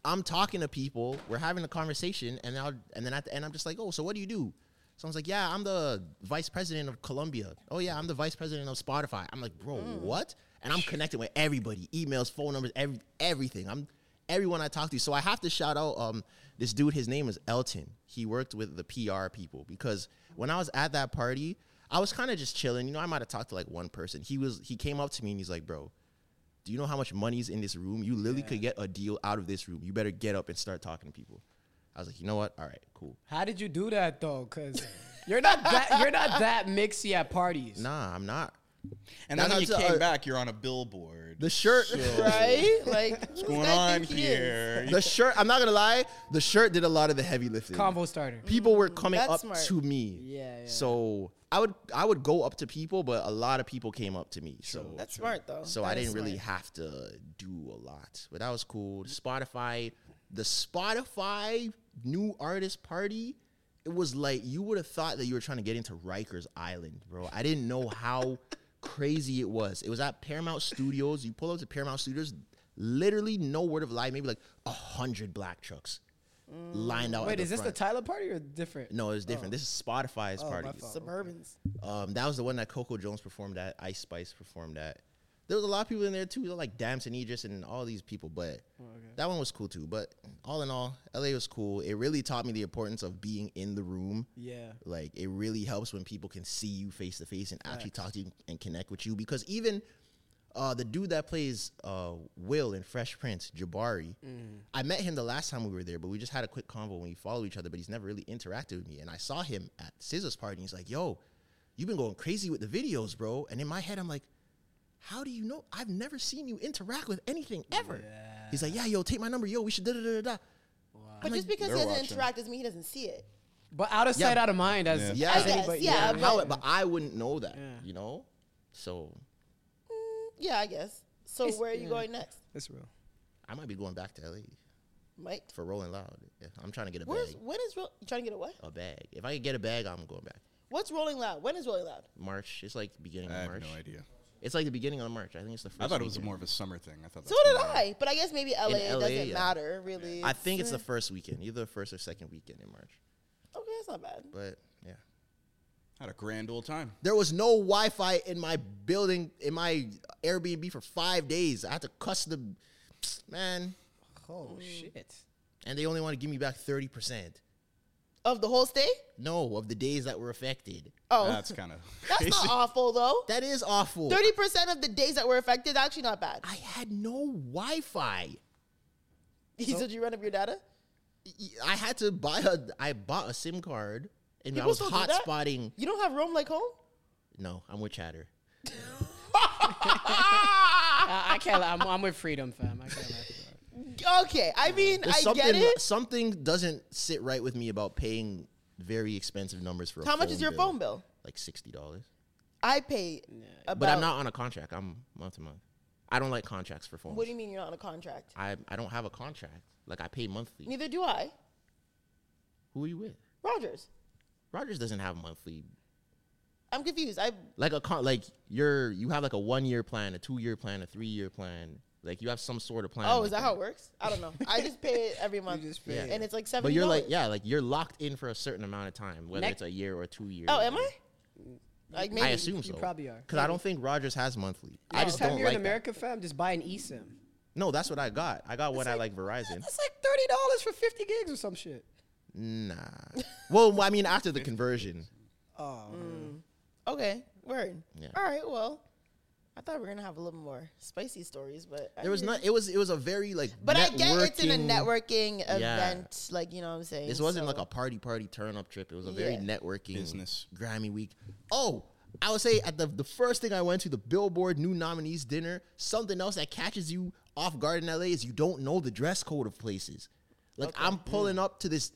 [SPEAKER 2] i'm talking to people we're having a conversation and I'll, and then at the end i'm just like oh so what do you do someone's like yeah i'm the vice president of columbia oh yeah i'm the vice president of spotify i'm like bro what and i'm connected with everybody emails phone numbers every, everything i'm everyone i talk to so i have to shout out um this dude his name is elton he worked with the pr people because when i was at that party I was kind of just chilling. You know, I might have talked to like one person. He was he came up to me and he's like, "Bro, do you know how much money's in this room? You literally could get a deal out of this room. You better get up and start talking to people." I was like, "You know what? All right, cool.
[SPEAKER 5] How did you do that though? Because you're not that you're not that mixy at parties.
[SPEAKER 2] Nah, I'm not."
[SPEAKER 3] And then
[SPEAKER 2] That's
[SPEAKER 3] when you
[SPEAKER 2] how-
[SPEAKER 3] came
[SPEAKER 2] uh,
[SPEAKER 3] back, you're on a billboard.
[SPEAKER 2] The shirt,
[SPEAKER 1] Right? Like,
[SPEAKER 3] What's
[SPEAKER 1] what's
[SPEAKER 3] going on here?
[SPEAKER 2] the shirt. I'm not gonna lie. The shirt did a lot of the heavy lifting.
[SPEAKER 5] Convo starter.
[SPEAKER 2] people were coming
[SPEAKER 1] That's
[SPEAKER 2] up
[SPEAKER 1] smart.
[SPEAKER 2] to me.
[SPEAKER 5] Yeah, yeah.
[SPEAKER 2] So I would I would go up to people, but a lot of people came up to me. So
[SPEAKER 1] That's smart, though.
[SPEAKER 2] So
[SPEAKER 1] That
[SPEAKER 2] I
[SPEAKER 1] is
[SPEAKER 2] didn't really
[SPEAKER 1] smart.
[SPEAKER 2] have to do a lot, but that was cool. Spotify, the Spotify new artist party, it was like you would have thought that you were trying to get into Rikers Island, bro. I didn't know how crazy it was. It was at Paramount Studios. You pull up to Paramount Studios, literally no word of lie, maybe like a hundred black trucks lined out.
[SPEAKER 5] Mm.
[SPEAKER 2] at
[SPEAKER 5] Wait, is this
[SPEAKER 2] front.
[SPEAKER 5] the Oh. Tyler party or different?
[SPEAKER 2] No, it's different. This is Spotify's party.
[SPEAKER 1] Suburbans.
[SPEAKER 2] Um, that was the one that Coco Jones performed at, Ice Spice performed at. There was a lot of people in there too, like Damson Idris and all these people, but that one was cool too. But all in all, LA was cool. It really taught me the importance of being in the room.
[SPEAKER 5] Yeah.
[SPEAKER 2] Like it really helps when people can see you face to face and actually talk to you and connect with you because even uh, the dude that plays uh, Will in Fresh Prince, Jabari, I met him the last time we were there, but we just had a quick convo when we follow each other, but he's never really interacted with me. And I saw him at Scissor's party and he's like, yo, you've been going crazy with the videos, bro. And in my head, I'm like, how do you know? I've never seen you interact with anything ever. He's like, yeah, yo, take my number. Yo, we should da da da da da.
[SPEAKER 1] But just because he
[SPEAKER 2] They're
[SPEAKER 1] doesn't
[SPEAKER 2] watching.
[SPEAKER 1] interact doesn't mean he doesn't see it.
[SPEAKER 5] But out of
[SPEAKER 2] Yeah.
[SPEAKER 5] sight, out of mind. As
[SPEAKER 2] Yeah,
[SPEAKER 1] I
[SPEAKER 5] as
[SPEAKER 1] guess,
[SPEAKER 5] anybody-
[SPEAKER 1] yeah,
[SPEAKER 2] And how-
[SPEAKER 1] but-
[SPEAKER 2] but I wouldn't know that,
[SPEAKER 5] Yeah.
[SPEAKER 2] you know. So
[SPEAKER 1] Yeah, I guess. So where are you going next?
[SPEAKER 5] That's real.
[SPEAKER 2] I might be going back to LA
[SPEAKER 1] Mike,
[SPEAKER 2] for Rolling Loud. Yeah, I'm trying to get a
[SPEAKER 1] where's
[SPEAKER 2] bag.
[SPEAKER 1] when is Ro- you trying to get a what?
[SPEAKER 2] A bag. If I could get a bag, I'm going back.
[SPEAKER 1] What's Rolling Loud? When is Rolling Loud?
[SPEAKER 2] March. It's like the beginning
[SPEAKER 3] I
[SPEAKER 2] of
[SPEAKER 3] have
[SPEAKER 2] March.
[SPEAKER 3] no idea.
[SPEAKER 2] It's like the beginning of March. I think it's the first.
[SPEAKER 3] I thought it was
[SPEAKER 2] weekend.
[SPEAKER 3] more of a summer thing. I thought.
[SPEAKER 1] So
[SPEAKER 3] that's
[SPEAKER 1] did
[SPEAKER 3] what it
[SPEAKER 1] I, but I guess maybe LA,
[SPEAKER 2] LA,
[SPEAKER 1] doesn't
[SPEAKER 2] yeah.
[SPEAKER 1] matter really.
[SPEAKER 2] I think it's the first weekend, either the first or second weekend in March.
[SPEAKER 1] okay, that's not bad.
[SPEAKER 2] But yeah,
[SPEAKER 3] was. Had a grand old time.
[SPEAKER 2] there was no Wi-Fi in my building in my Airbnb for five days. I had to cuss the man,
[SPEAKER 5] Oh shit.
[SPEAKER 2] and they only want to give me back thirty percent.
[SPEAKER 1] Of the whole stay?
[SPEAKER 2] No, of the days that were affected.
[SPEAKER 1] Oh,
[SPEAKER 3] That's kind of.
[SPEAKER 1] that's not awful though.
[SPEAKER 2] That is awful.
[SPEAKER 1] Thirty percent of the days that were affected, actually not bad.
[SPEAKER 2] I had no Wi-Fi.
[SPEAKER 1] So did you run up your data?
[SPEAKER 2] I had to buy a. I bought a SIM card, and I
[SPEAKER 1] People
[SPEAKER 2] was
[SPEAKER 1] still do that?
[SPEAKER 2] hotspotting. spotting.
[SPEAKER 1] You don't have roam like home?
[SPEAKER 2] No, I'm with Chatter.
[SPEAKER 5] I, I can't lie. I'm, I'm with freedom, fam. I can't lie.
[SPEAKER 1] Okay, I mean,
[SPEAKER 2] There's
[SPEAKER 1] I
[SPEAKER 2] something,
[SPEAKER 1] get it.
[SPEAKER 2] Something doesn't sit right with me about paying very expensive numbers for. A
[SPEAKER 1] How much is your
[SPEAKER 2] bill.
[SPEAKER 1] phone bill?
[SPEAKER 2] Like sixty dollars.
[SPEAKER 1] I pay about.
[SPEAKER 2] But I'm not on a contract. I'm month to month. I don't like contracts for phones.
[SPEAKER 1] What do you mean you're not on a contract?
[SPEAKER 2] I I don't have a contract. Like I pay monthly.
[SPEAKER 1] Neither do I.
[SPEAKER 2] Who are you with?
[SPEAKER 1] Rogers,
[SPEAKER 2] Rogers doesn't have monthly.
[SPEAKER 1] I'm confused. I
[SPEAKER 2] Like a con. Like you're you have like a one year plan, a two year plan, a three year plan. Like you have some sort of plan.
[SPEAKER 1] oh,
[SPEAKER 2] like
[SPEAKER 1] is that how it works? I don't know. I just pay it every month,
[SPEAKER 2] pay
[SPEAKER 1] and it's like seventy.
[SPEAKER 2] But you're like yeah, like you're locked in for a certain amount of time, whether
[SPEAKER 5] Next-
[SPEAKER 2] it's a year or two years.
[SPEAKER 1] Oh, am I? Like maybe.
[SPEAKER 2] Mm. I assume so.
[SPEAKER 5] probably are.
[SPEAKER 2] Because I don't think Rogers has monthly. I
[SPEAKER 5] Next
[SPEAKER 2] just
[SPEAKER 5] time
[SPEAKER 2] don't
[SPEAKER 5] you're
[SPEAKER 2] like
[SPEAKER 5] in
[SPEAKER 2] that.
[SPEAKER 5] America, fam, just buy an eSIM.
[SPEAKER 2] No, that's what I got. I got what I like Verizon.
[SPEAKER 5] That's like thirty dollars for fifty gigs or some shit.
[SPEAKER 2] Nah. well, I mean after the conversion.
[SPEAKER 1] Okay, word.
[SPEAKER 2] Yeah.
[SPEAKER 1] All right, well, I thought we were gonna have a little more spicy stories, but I
[SPEAKER 2] There was
[SPEAKER 1] mean-
[SPEAKER 2] not it was it was a very like
[SPEAKER 1] But I get it's in a networking
[SPEAKER 2] networking- Yeah.
[SPEAKER 1] event, like you know what I'm saying.
[SPEAKER 2] This wasn't like
[SPEAKER 1] so-
[SPEAKER 2] a party party turn up trip. It was a very
[SPEAKER 1] Yeah.
[SPEAKER 2] networking
[SPEAKER 3] Business.
[SPEAKER 2] Grammy week. Oh, I would say at the the first thing I went to the Billboard New Nominees dinner. Something else that catches you off guard in LA is you don't know the dress code of places. Like I'm
[SPEAKER 1] Hmm.
[SPEAKER 2] pulling up to this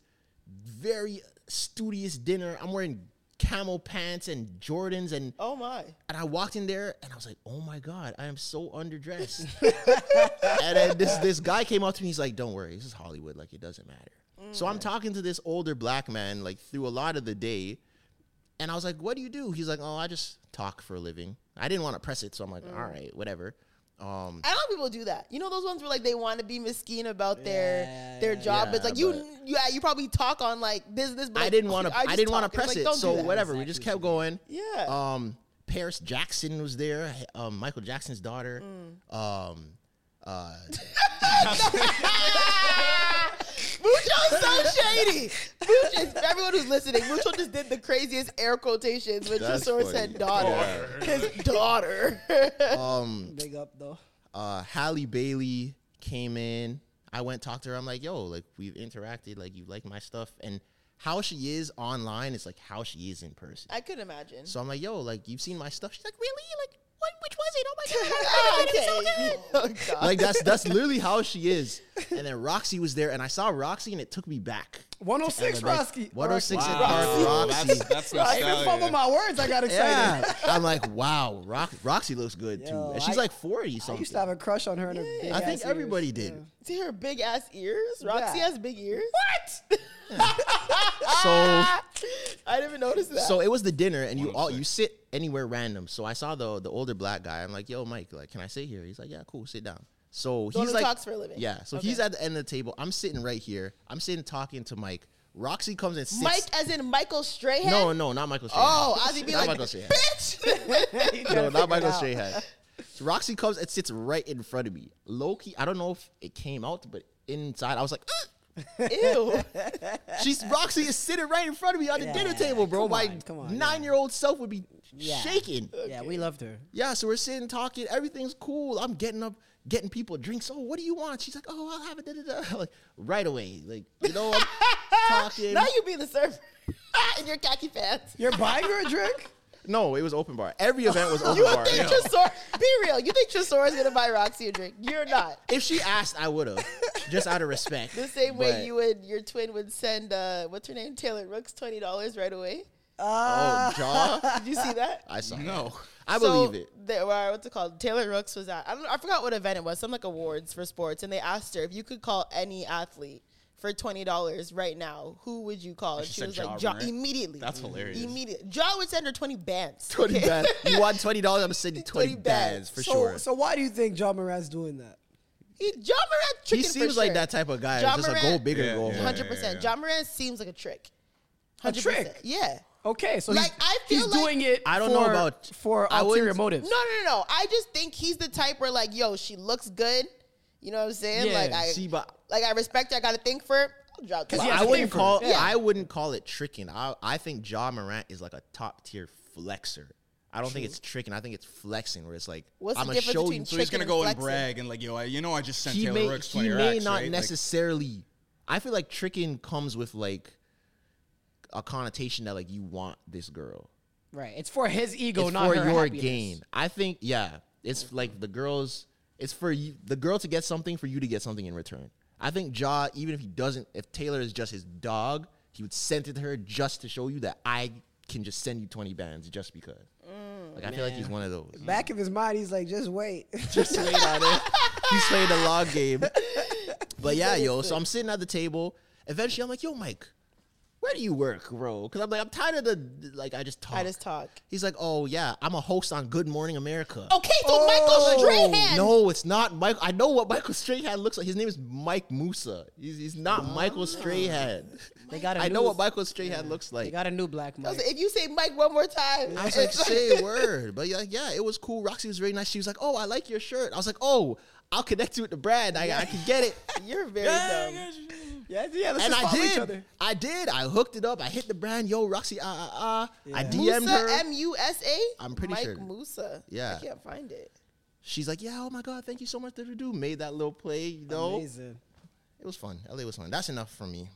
[SPEAKER 2] very studious dinner. I'm wearing camel pants and Jordans and
[SPEAKER 1] Oh my!
[SPEAKER 2] and I walked in there and I was like, oh my God, I am so underdressed. and then this, this guy came up to me, he's like, don't worry, this is Hollywood, like it doesn't matter. So
[SPEAKER 1] Mm.
[SPEAKER 2] I'm talking to this older black man like through a lot of the day. And I was like, what do you do? He's like, oh, I just talk for a living. I didn't want to press it, so I'm
[SPEAKER 1] Mm.
[SPEAKER 2] like, all right, whatever. Um,
[SPEAKER 1] A lot of people do that. You know those ones where like they want to be mesquite about their their job. it's
[SPEAKER 2] Yeah,
[SPEAKER 1] like you,
[SPEAKER 2] but-
[SPEAKER 1] yeah, you probably talk on like business. But
[SPEAKER 2] I
[SPEAKER 1] like,
[SPEAKER 2] didn't want to. I,
[SPEAKER 1] just
[SPEAKER 2] didn't want to
[SPEAKER 1] talk. It's
[SPEAKER 2] press
[SPEAKER 1] like,
[SPEAKER 2] it.
[SPEAKER 1] don't do
[SPEAKER 2] So
[SPEAKER 1] that.
[SPEAKER 2] whatever. We just kept going.
[SPEAKER 1] Yeah.
[SPEAKER 2] Um, Paris Jackson was there. Um, Michael Jackson's daughter.
[SPEAKER 1] Mm.
[SPEAKER 2] Um, uh,
[SPEAKER 1] Mucho's so shady. Mucho, is- everyone who's listening, Mucho just did the craziest air quotations when
[SPEAKER 2] That's
[SPEAKER 1] Tresor
[SPEAKER 2] funny.
[SPEAKER 1] said daughter. His daughter.
[SPEAKER 5] Big up though.
[SPEAKER 2] uh, Halle Bailey came in. I went talked to her. I'm like, yo, like we've interacted. Like you like my stuff, and how she is online is like how she is in person.
[SPEAKER 1] I could imagine.
[SPEAKER 2] So I'm like, yo, like you've seen my stuff. She's like, really? Like what? Which was it? Oh my god!
[SPEAKER 1] Ah, okay. Oh, God.
[SPEAKER 2] like that's that's literally how she is. And then Roxy was there, and I saw Roxy, and it took me back.
[SPEAKER 5] 106 Roski.
[SPEAKER 2] 106 at
[SPEAKER 3] Wow,
[SPEAKER 2] oh Park Roxy.
[SPEAKER 3] that's that's
[SPEAKER 5] I even
[SPEAKER 3] nostalgia.
[SPEAKER 5] fumbled my words. I got excited.
[SPEAKER 2] Yeah. I'm like, wow, Rock, Roxy looks good too. And she's
[SPEAKER 5] I-
[SPEAKER 2] like 40 something.
[SPEAKER 5] I used to have a crush on her. And her big
[SPEAKER 2] I think
[SPEAKER 5] ass
[SPEAKER 2] everybody
[SPEAKER 5] ears.
[SPEAKER 2] did.
[SPEAKER 1] See her big ass ears? Roxy
[SPEAKER 5] Yeah.
[SPEAKER 1] has big ears. What?
[SPEAKER 5] Ah!
[SPEAKER 1] I didn't even notice that.
[SPEAKER 2] So so it was the dinner and you all you sit anywhere random. So I saw the the older black guy. I'm like, yo, Mike, like, can I sit here? He's like, Yeah, cool, sit down. So
[SPEAKER 1] one
[SPEAKER 2] he's
[SPEAKER 1] who
[SPEAKER 2] like
[SPEAKER 1] talks for a living.
[SPEAKER 2] Yeah. So he's at the end of the table. I'm sitting right here. I'm sitting talking to Mike. Roxy comes and sits
[SPEAKER 1] Mike as in Michael Strahan?
[SPEAKER 2] No, no, not Michael Strahan.
[SPEAKER 1] Oh, Ozzy be
[SPEAKER 2] Not
[SPEAKER 1] like,
[SPEAKER 2] Michael Strahan.
[SPEAKER 1] bitch!
[SPEAKER 2] no, not Michael Strahan. So Roxy comes and sits right in front of me. Loki, I don't know if it came out, but inside I was like, "Ugh."
[SPEAKER 1] Ew.
[SPEAKER 2] she's Roxy is sitting right in front of me on the dinner table, bro.
[SPEAKER 5] come
[SPEAKER 2] My
[SPEAKER 5] on, come on, yeah.
[SPEAKER 2] nine-year-old self would be
[SPEAKER 5] Yeah.
[SPEAKER 2] shaking.
[SPEAKER 5] Yeah, we loved her.
[SPEAKER 2] Yeah, so we're sitting talking. Everything's cool. I'm getting up, getting people drinks. Oh, what do you want? She's like, oh, I'll have it. Da, da, da. Like right away, like you know, I'm talking.
[SPEAKER 1] now you be the server in your khaki pants.
[SPEAKER 5] You're buying her a drink?
[SPEAKER 2] no, it was open bar. Every event was open
[SPEAKER 1] You
[SPEAKER 2] bar.
[SPEAKER 1] think Tresor, be real, you think Tresor is going to buy Roxy a drink. You're not.
[SPEAKER 2] If she asked, I would have. just out of respect.
[SPEAKER 1] The same way
[SPEAKER 2] But-
[SPEAKER 1] you would, your twin would send, uh, what's her name, Taylor Rooks, twenty dollars right away.
[SPEAKER 2] Oh, jaw.
[SPEAKER 1] Did you see that?
[SPEAKER 2] I saw.
[SPEAKER 3] No.
[SPEAKER 2] No, I
[SPEAKER 1] So,
[SPEAKER 2] believe it.
[SPEAKER 1] There were, what's it called? Taylor Rooks was at. I don't. know- I forgot what event it was. Some like awards for sports, and they asked her if you could call any athlete for twenty dollars right now, who would you call? And
[SPEAKER 3] she
[SPEAKER 1] she
[SPEAKER 3] said
[SPEAKER 1] was
[SPEAKER 3] Ja
[SPEAKER 1] like, ja,
[SPEAKER 3] Morant.
[SPEAKER 1] immediately.
[SPEAKER 3] That's hilarious.
[SPEAKER 1] Immediately, Ja would send her twenty bands.
[SPEAKER 2] Twenty
[SPEAKER 1] okay?
[SPEAKER 2] bands. You want twenty dollars? I'm sending twenty,
[SPEAKER 1] 20
[SPEAKER 2] bands for
[SPEAKER 1] bags.
[SPEAKER 5] so,
[SPEAKER 2] sure.
[SPEAKER 5] so why do you think John Morant's doing that?
[SPEAKER 1] He, ja Morant
[SPEAKER 2] he
[SPEAKER 1] tricking for
[SPEAKER 2] seems like
[SPEAKER 1] sure.
[SPEAKER 2] that type of guy.
[SPEAKER 1] Ja
[SPEAKER 2] just a goal
[SPEAKER 1] Morant-
[SPEAKER 2] bigger,
[SPEAKER 3] Yeah,
[SPEAKER 2] goal.
[SPEAKER 3] yeah,
[SPEAKER 2] home.
[SPEAKER 1] Hundred percent. John Moran seems like a trick.
[SPEAKER 5] A
[SPEAKER 1] 100%.
[SPEAKER 5] trick?
[SPEAKER 1] Yeah.
[SPEAKER 5] Okay, so
[SPEAKER 1] Like,
[SPEAKER 5] he's,
[SPEAKER 1] I feel
[SPEAKER 5] he's
[SPEAKER 1] like-
[SPEAKER 5] doing it.
[SPEAKER 2] I don't know
[SPEAKER 5] for-
[SPEAKER 2] about-
[SPEAKER 5] for
[SPEAKER 2] I
[SPEAKER 5] ulterior
[SPEAKER 2] wouldn't-
[SPEAKER 5] motives.
[SPEAKER 1] No, no, no. I just think he's the type where like, yo, she looks good. You know what I'm saying?
[SPEAKER 5] Yeah,
[SPEAKER 1] like I
[SPEAKER 2] see, but-
[SPEAKER 1] like I respect her, I gotta think for her. I'll drop
[SPEAKER 5] he
[SPEAKER 1] the
[SPEAKER 5] has
[SPEAKER 2] I
[SPEAKER 5] a
[SPEAKER 2] wouldn't
[SPEAKER 5] for
[SPEAKER 2] call.
[SPEAKER 5] it.
[SPEAKER 2] I wouldn't call it tricking. I I think Ja Morant is like a top tier flexer. I don't think it's tricking. I think it's flexing, where it's like
[SPEAKER 1] What's the
[SPEAKER 2] I'm gonna
[SPEAKER 1] difference
[SPEAKER 2] show
[SPEAKER 1] between
[SPEAKER 2] you.
[SPEAKER 3] So he's
[SPEAKER 1] Chicken
[SPEAKER 3] gonna go and
[SPEAKER 1] flexing.
[SPEAKER 3] brag and like, yo, I, you know, I just sent
[SPEAKER 2] he
[SPEAKER 3] Taylor
[SPEAKER 2] may
[SPEAKER 3] Rooks
[SPEAKER 2] he
[SPEAKER 3] twenty
[SPEAKER 2] may
[SPEAKER 3] racks,
[SPEAKER 2] not
[SPEAKER 3] right? Like,
[SPEAKER 2] necessarily. I feel like tricking comes with like a connotation that like you want this girl.
[SPEAKER 5] Right, it's for his ego,
[SPEAKER 2] it's
[SPEAKER 5] not
[SPEAKER 2] for
[SPEAKER 5] her
[SPEAKER 2] your
[SPEAKER 5] happiness.
[SPEAKER 2] gain. I think yeah, it's like the girls. It's for you, the girl to get something for you to get something in return. I think Ja, even if he doesn't, if Taylor is just his dog, he would send it to her just to show you that I can just send you twenty bands just because. like I feel like he's one of those.
[SPEAKER 5] Mm, Back of his mind, he's like, just wait.
[SPEAKER 2] just wait on it. He's playing the long game. But yeah, yo. So I'm sitting at the table. Eventually, I'm like, yo, Mike, where do you work, bro? Because I'm like, I'm tired of the like I just talk.
[SPEAKER 1] I just talk.
[SPEAKER 2] He's like, oh yeah, I'm a host on Good Morning America.
[SPEAKER 5] Oh,
[SPEAKER 1] Okay, so Michael Strahan.
[SPEAKER 2] No, it's not Mike. I know what Michael Strahan looks like. His name is Mike Musa. He's, he's not Michael Strahan.
[SPEAKER 5] Ah. They got a
[SPEAKER 2] I know
[SPEAKER 5] new-
[SPEAKER 2] what Michael Strahan looks
[SPEAKER 5] They
[SPEAKER 2] like.
[SPEAKER 5] got a new black
[SPEAKER 1] I was
[SPEAKER 5] Mike.
[SPEAKER 1] like, if you say Mike one more time,
[SPEAKER 2] I was like, say a word. But yeah, yeah, it was cool. Roxy was very nice. She was like, oh, I like your shirt. I was like, oh, I'll connect you with the brand. I, I can get it.
[SPEAKER 1] you're very dumb.
[SPEAKER 5] Yeah, yeah, let's
[SPEAKER 2] and
[SPEAKER 5] just
[SPEAKER 2] I
[SPEAKER 5] follow each
[SPEAKER 2] did.
[SPEAKER 5] other.
[SPEAKER 2] I did. I hooked it up. I hit the brand. Yo, Roxy, ah, ah, ah. I DM'd
[SPEAKER 1] Musa
[SPEAKER 2] her.
[SPEAKER 1] M U S A.
[SPEAKER 2] I'm pretty
[SPEAKER 1] Mike
[SPEAKER 2] sure.
[SPEAKER 1] Musa.
[SPEAKER 2] Yeah.
[SPEAKER 1] I can't find it.
[SPEAKER 2] She's like, yeah, oh my God, thank you so much that you do. Made that little play, you know?
[SPEAKER 5] Amazing.
[SPEAKER 2] It was fun. LA was fun. That's enough for me.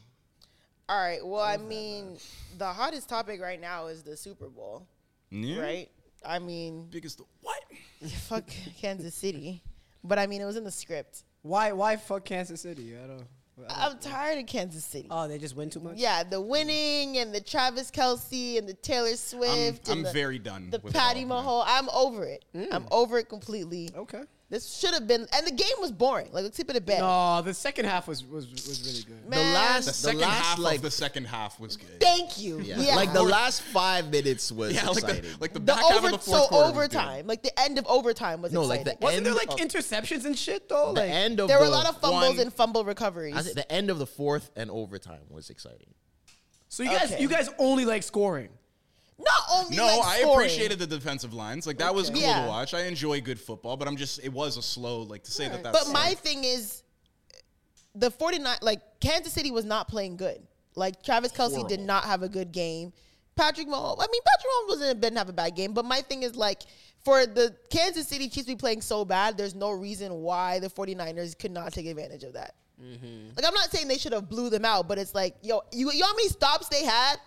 [SPEAKER 1] All right. Well, I mean, the hottest topic right now is the Super Bowl,
[SPEAKER 3] yeah.
[SPEAKER 1] right? I mean,
[SPEAKER 3] Biggest what?
[SPEAKER 1] fuck Kansas City. But I mean, it was in the script.
[SPEAKER 5] Why? Why fuck Kansas City? I don't.
[SPEAKER 1] I'm tired of Kansas City.
[SPEAKER 5] Oh, they just win too much.
[SPEAKER 1] Yeah, the winning and the Travis Kelsey and the Taylor Swift.
[SPEAKER 3] I'm
[SPEAKER 1] and the,
[SPEAKER 3] very done
[SPEAKER 1] The
[SPEAKER 3] with it
[SPEAKER 1] Patty
[SPEAKER 3] all, man. Mm.
[SPEAKER 1] Mahomes. I'm over it. I'm over it completely.
[SPEAKER 5] Okay.
[SPEAKER 1] This should have been, and the game was boring. Like, let's keep it at bed.
[SPEAKER 5] Oh, the second half was was was really good.
[SPEAKER 2] The
[SPEAKER 3] The
[SPEAKER 2] last, the,
[SPEAKER 3] second
[SPEAKER 2] last,
[SPEAKER 3] half
[SPEAKER 2] like,
[SPEAKER 3] of the second half was good.
[SPEAKER 1] Thank you.
[SPEAKER 2] yeah.
[SPEAKER 1] Yeah.
[SPEAKER 2] like the last five minutes was
[SPEAKER 3] yeah, like
[SPEAKER 2] exciting.
[SPEAKER 3] the, like the,
[SPEAKER 1] The
[SPEAKER 3] back half
[SPEAKER 1] over,
[SPEAKER 3] of the fourth
[SPEAKER 1] so
[SPEAKER 3] quarter was good.
[SPEAKER 1] overtime, like the end of overtime was
[SPEAKER 2] no, like
[SPEAKER 1] exciting.
[SPEAKER 2] the
[SPEAKER 5] Wasn't
[SPEAKER 2] end
[SPEAKER 5] there like
[SPEAKER 2] of,
[SPEAKER 5] interceptions and shit though?
[SPEAKER 2] the
[SPEAKER 5] Like
[SPEAKER 2] end of
[SPEAKER 1] there were a
[SPEAKER 2] the-
[SPEAKER 1] lot of fumbles
[SPEAKER 3] one-
[SPEAKER 1] and fumble recoveries.
[SPEAKER 2] I said the end of the fourth and overtime was exciting.
[SPEAKER 5] so you guys
[SPEAKER 1] Okay.
[SPEAKER 5] you guys only like scoring.
[SPEAKER 1] Not only
[SPEAKER 3] No,
[SPEAKER 1] like,
[SPEAKER 3] I
[SPEAKER 1] scoring.
[SPEAKER 3] appreciated the defensive lines. Like that was cool
[SPEAKER 1] Yeah.
[SPEAKER 3] to watch. I enjoy good football, but I'm just it was a slow like to say that that's
[SPEAKER 1] But my thing is the 49 like Kansas City was not playing good. Like Travis Kelsey did not have a good game. Patrick Mahomes, I mean Patrick Mahomes wasn't didn't have a bad game, but my thing is like for the Kansas City Chiefs to be playing so bad, there's no reason why the 49ers could not take advantage of that. Like I'm not saying they should have blew them out, but it's like, yo, you, you know how many stops they had?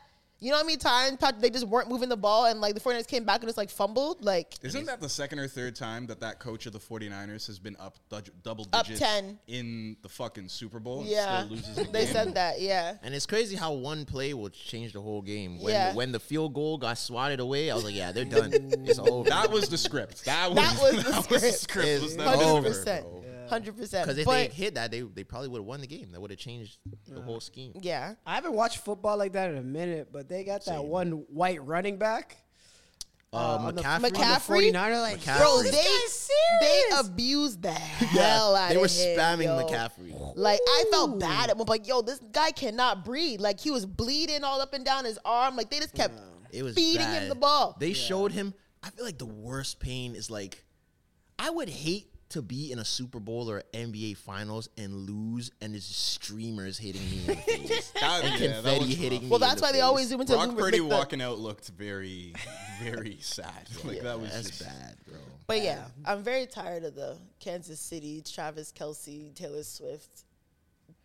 [SPEAKER 1] You know how many times Pat- they just weren't moving the ball and like the 49ers came back and just like fumbled? Like
[SPEAKER 3] Isn't that the second or third time that that coach of the 49ers has been up du- double
[SPEAKER 1] Up
[SPEAKER 3] digits
[SPEAKER 1] 10.
[SPEAKER 3] in the fucking Super Bowl and
[SPEAKER 1] yeah.
[SPEAKER 3] still loses the
[SPEAKER 1] they
[SPEAKER 3] game?
[SPEAKER 1] said that, yeah.
[SPEAKER 2] And it's crazy how one play will change the whole game. When,
[SPEAKER 1] Yeah.
[SPEAKER 2] when the field goal got swatted away, I was like, yeah, they're done. it's over.
[SPEAKER 3] That was the script. That was,
[SPEAKER 1] That was the script.
[SPEAKER 3] script. Was that
[SPEAKER 1] Hundred
[SPEAKER 3] over,
[SPEAKER 1] percent,
[SPEAKER 3] bro.
[SPEAKER 1] hundred percent.
[SPEAKER 2] Because if
[SPEAKER 1] But
[SPEAKER 2] they hit that, they, they probably would have won the game. That would have changed the whole scheme.
[SPEAKER 1] yeah,
[SPEAKER 5] I haven't watched football like that in a minute, but they got that one white running back.
[SPEAKER 2] Uh, McCaffrey.
[SPEAKER 1] McCaffrey,
[SPEAKER 5] 49er, like,
[SPEAKER 2] McCaffrey.
[SPEAKER 1] bro,
[SPEAKER 2] This
[SPEAKER 1] they they abused the hell out
[SPEAKER 2] they
[SPEAKER 1] of
[SPEAKER 2] were
[SPEAKER 1] him,
[SPEAKER 2] spamming
[SPEAKER 1] yo.
[SPEAKER 2] McCaffrey.
[SPEAKER 1] Like I felt bad at one point. Yo, this guy cannot breathe. Like he was bleeding all up and down his arm. Like they just kept
[SPEAKER 2] It was
[SPEAKER 1] feeding him
[SPEAKER 2] bad.
[SPEAKER 1] the ball.
[SPEAKER 2] They showed him. I feel like the worst pain is like, I would hate to be in a Super Bowl or NBA Finals and lose, and it's just streamers hitting me in the face,
[SPEAKER 3] That,
[SPEAKER 2] and
[SPEAKER 3] yeah, that
[SPEAKER 2] confetti
[SPEAKER 3] one's
[SPEAKER 2] hitting me.
[SPEAKER 1] well,
[SPEAKER 2] in
[SPEAKER 1] that's
[SPEAKER 2] the
[SPEAKER 1] why they
[SPEAKER 2] face.
[SPEAKER 1] always zoom into
[SPEAKER 3] Brock
[SPEAKER 1] Lumer-
[SPEAKER 3] Purdy
[SPEAKER 1] like the-
[SPEAKER 3] walking out looked very, very sad. Like that was
[SPEAKER 2] That's
[SPEAKER 3] just,
[SPEAKER 2] bad, bro.
[SPEAKER 1] But yeah, I'm very tired of the Kansas City, Travis Kelsey, Taylor Swift,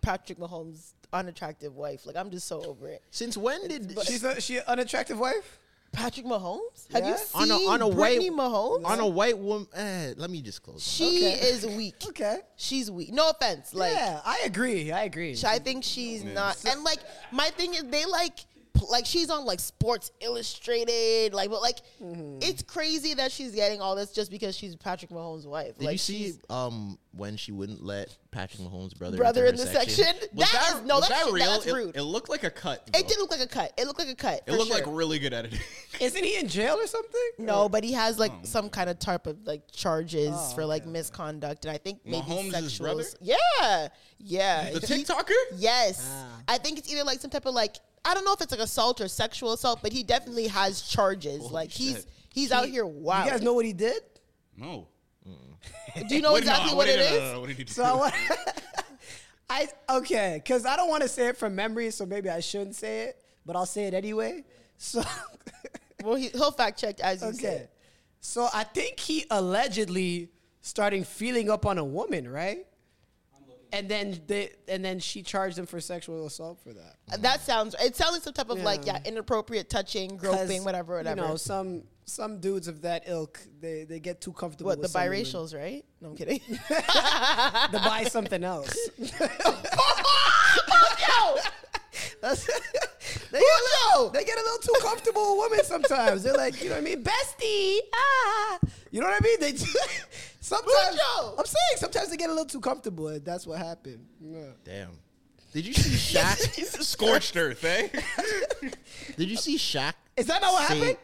[SPEAKER 1] Patrick Mahomes' unattractive wife. Like I'm just so over it.
[SPEAKER 2] Since when did
[SPEAKER 5] She's a she an unattractive wife.
[SPEAKER 1] Patrick Mahomes? Have
[SPEAKER 5] Yeah?
[SPEAKER 1] you
[SPEAKER 2] on
[SPEAKER 1] seen
[SPEAKER 2] a on a
[SPEAKER 1] Brittany
[SPEAKER 2] white
[SPEAKER 1] Mahomes?
[SPEAKER 2] on a white woman. Eh, let me just close.
[SPEAKER 1] she is weak.
[SPEAKER 5] Okay.
[SPEAKER 1] She's weak. No offense. Like
[SPEAKER 5] yeah, I agree. I agree.
[SPEAKER 1] Sh- I think she's not. And like my thing is, they like p- like she's on like Sports Illustrated, like but like
[SPEAKER 2] Mm-hmm.
[SPEAKER 1] it's crazy that she's getting all this just because she's Patrick Mahomes' wife.
[SPEAKER 2] Did
[SPEAKER 1] like
[SPEAKER 2] you see
[SPEAKER 1] she's
[SPEAKER 2] um when she wouldn't let Patrick Mahomes' brother
[SPEAKER 1] brother in
[SPEAKER 2] into
[SPEAKER 1] the
[SPEAKER 2] her
[SPEAKER 1] section?
[SPEAKER 3] Was
[SPEAKER 1] that is no,
[SPEAKER 3] was
[SPEAKER 1] that's,
[SPEAKER 3] real?
[SPEAKER 1] that's
[SPEAKER 3] It-
[SPEAKER 1] rude.
[SPEAKER 3] It,
[SPEAKER 1] It,
[SPEAKER 3] looked like a cut. though.
[SPEAKER 1] did look like a cut. It looked like a cut.
[SPEAKER 3] It
[SPEAKER 1] for
[SPEAKER 3] looked like
[SPEAKER 1] sure.
[SPEAKER 3] really good editing.
[SPEAKER 5] Isn't he in jail or something?
[SPEAKER 1] no, but he has
[SPEAKER 3] Mm.
[SPEAKER 1] like some kind of type of like charges
[SPEAKER 2] Oh,
[SPEAKER 1] for like misconduct, and I think maybe
[SPEAKER 3] Mahomes'
[SPEAKER 1] sexual.
[SPEAKER 3] brother?
[SPEAKER 1] Yeah, yeah.
[SPEAKER 3] the
[SPEAKER 1] He-
[SPEAKER 3] TikToker.
[SPEAKER 1] Yes.
[SPEAKER 5] Ah.
[SPEAKER 1] I think it's either like some type of like I don't know if it's like assault or sexual assault, but he definitely has charges. like he's
[SPEAKER 3] shit.
[SPEAKER 1] he's out here wild.
[SPEAKER 5] You guys know what he did?
[SPEAKER 3] No.
[SPEAKER 1] Do you know
[SPEAKER 3] Wait, no,
[SPEAKER 1] exactly what
[SPEAKER 3] wait, no,
[SPEAKER 1] it
[SPEAKER 3] no,
[SPEAKER 1] is?
[SPEAKER 3] no, no, what did he do?
[SPEAKER 5] So I want. I okay, because I don't want to say it from memory, so maybe I shouldn't say it, but I'll say it anyway. So
[SPEAKER 1] Well, he, he'll fact check as you
[SPEAKER 5] okay,
[SPEAKER 1] said.
[SPEAKER 5] so I think he allegedly starting feeling up on a woman, right? And then they and then she charged him for sexual assault for that.
[SPEAKER 1] Uh, That sounds. It sounds like some type of like yeah inappropriate touching,
[SPEAKER 5] 'Cause,
[SPEAKER 1] groping, whatever, whatever.
[SPEAKER 5] You know, some some dudes of that ilk, they they get too comfortable.
[SPEAKER 1] what the
[SPEAKER 5] with some women.
[SPEAKER 1] biracials, right? No, I'm kidding.
[SPEAKER 5] They buy something else. they, get a little, they get a little too comfortable with women sometimes. They're like, you know what I mean, bestie, ah, you know what I mean. They sometimes
[SPEAKER 1] Bujo!
[SPEAKER 5] I'm saying sometimes they get a little too comfortable, and that's what happened.
[SPEAKER 2] Damn. Did you see Shaq?
[SPEAKER 3] Scorched earth, eh?
[SPEAKER 2] Did you see Shaq?
[SPEAKER 5] Is that not what
[SPEAKER 2] say-
[SPEAKER 5] happened?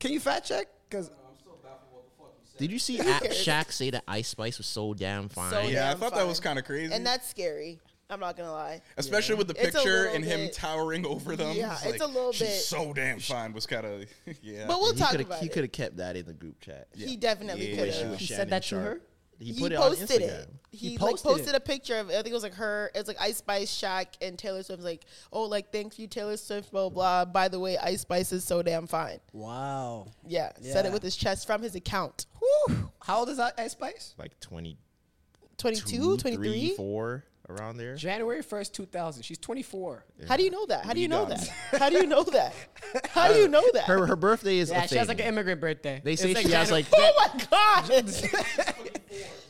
[SPEAKER 5] Can you fact check? Because
[SPEAKER 3] Uh,
[SPEAKER 2] Did you see at Shaq say that Ice Spice was so damn fine?
[SPEAKER 1] So
[SPEAKER 3] Yeah, I
[SPEAKER 1] damn
[SPEAKER 3] thought that
[SPEAKER 1] fine.
[SPEAKER 3] was kind of crazy. Uh,
[SPEAKER 1] and that's scary. I'm not gonna lie.
[SPEAKER 3] Especially with the
[SPEAKER 1] It's a
[SPEAKER 3] picture
[SPEAKER 1] little
[SPEAKER 3] and him
[SPEAKER 1] bit-
[SPEAKER 3] towering over them.
[SPEAKER 1] Yeah, it's a little
[SPEAKER 3] She's
[SPEAKER 1] bit-
[SPEAKER 3] so damn fine. Was kind of yeah.
[SPEAKER 1] But we'll
[SPEAKER 2] he
[SPEAKER 1] talk
[SPEAKER 2] coulda-
[SPEAKER 1] about
[SPEAKER 2] He
[SPEAKER 1] it.
[SPEAKER 2] could have kept that in the group chat.
[SPEAKER 1] He definitely
[SPEAKER 3] Yeah.
[SPEAKER 1] could
[SPEAKER 3] She
[SPEAKER 1] have.
[SPEAKER 3] was
[SPEAKER 2] He
[SPEAKER 3] Shannon
[SPEAKER 2] said that
[SPEAKER 3] Sharp.
[SPEAKER 2] to her. He put it on
[SPEAKER 1] posted
[SPEAKER 2] Instagram.
[SPEAKER 1] it. He,
[SPEAKER 5] posted
[SPEAKER 1] like posted
[SPEAKER 5] it.
[SPEAKER 1] a picture of I think it was like her. It's like Ice Spice, Shaq, and Taylor Swift. Like, oh, like thank you, Taylor Swift. Blah blah. blah. By the way, Ice Spice is so damn fine.
[SPEAKER 5] wow,
[SPEAKER 1] Yeah, said
[SPEAKER 5] Yeah.
[SPEAKER 1] it with his chest from his account.
[SPEAKER 5] Whew. how old is I- Ice Spice?
[SPEAKER 2] Like 22,
[SPEAKER 1] 22,
[SPEAKER 2] 23,
[SPEAKER 1] 23.
[SPEAKER 2] 4, around there.
[SPEAKER 5] January first, two thousand. She's twenty four.
[SPEAKER 1] How do you know that? How do you know
[SPEAKER 3] done.
[SPEAKER 1] that? How do you know that? How do you know that?
[SPEAKER 2] Her, her birthday is
[SPEAKER 5] Yeah,
[SPEAKER 2] a
[SPEAKER 5] she has
[SPEAKER 2] thing.
[SPEAKER 5] like an immigrant birthday.
[SPEAKER 2] They
[SPEAKER 5] It's
[SPEAKER 2] say
[SPEAKER 5] like
[SPEAKER 2] she has
[SPEAKER 5] Janu-
[SPEAKER 2] like
[SPEAKER 1] oh my god,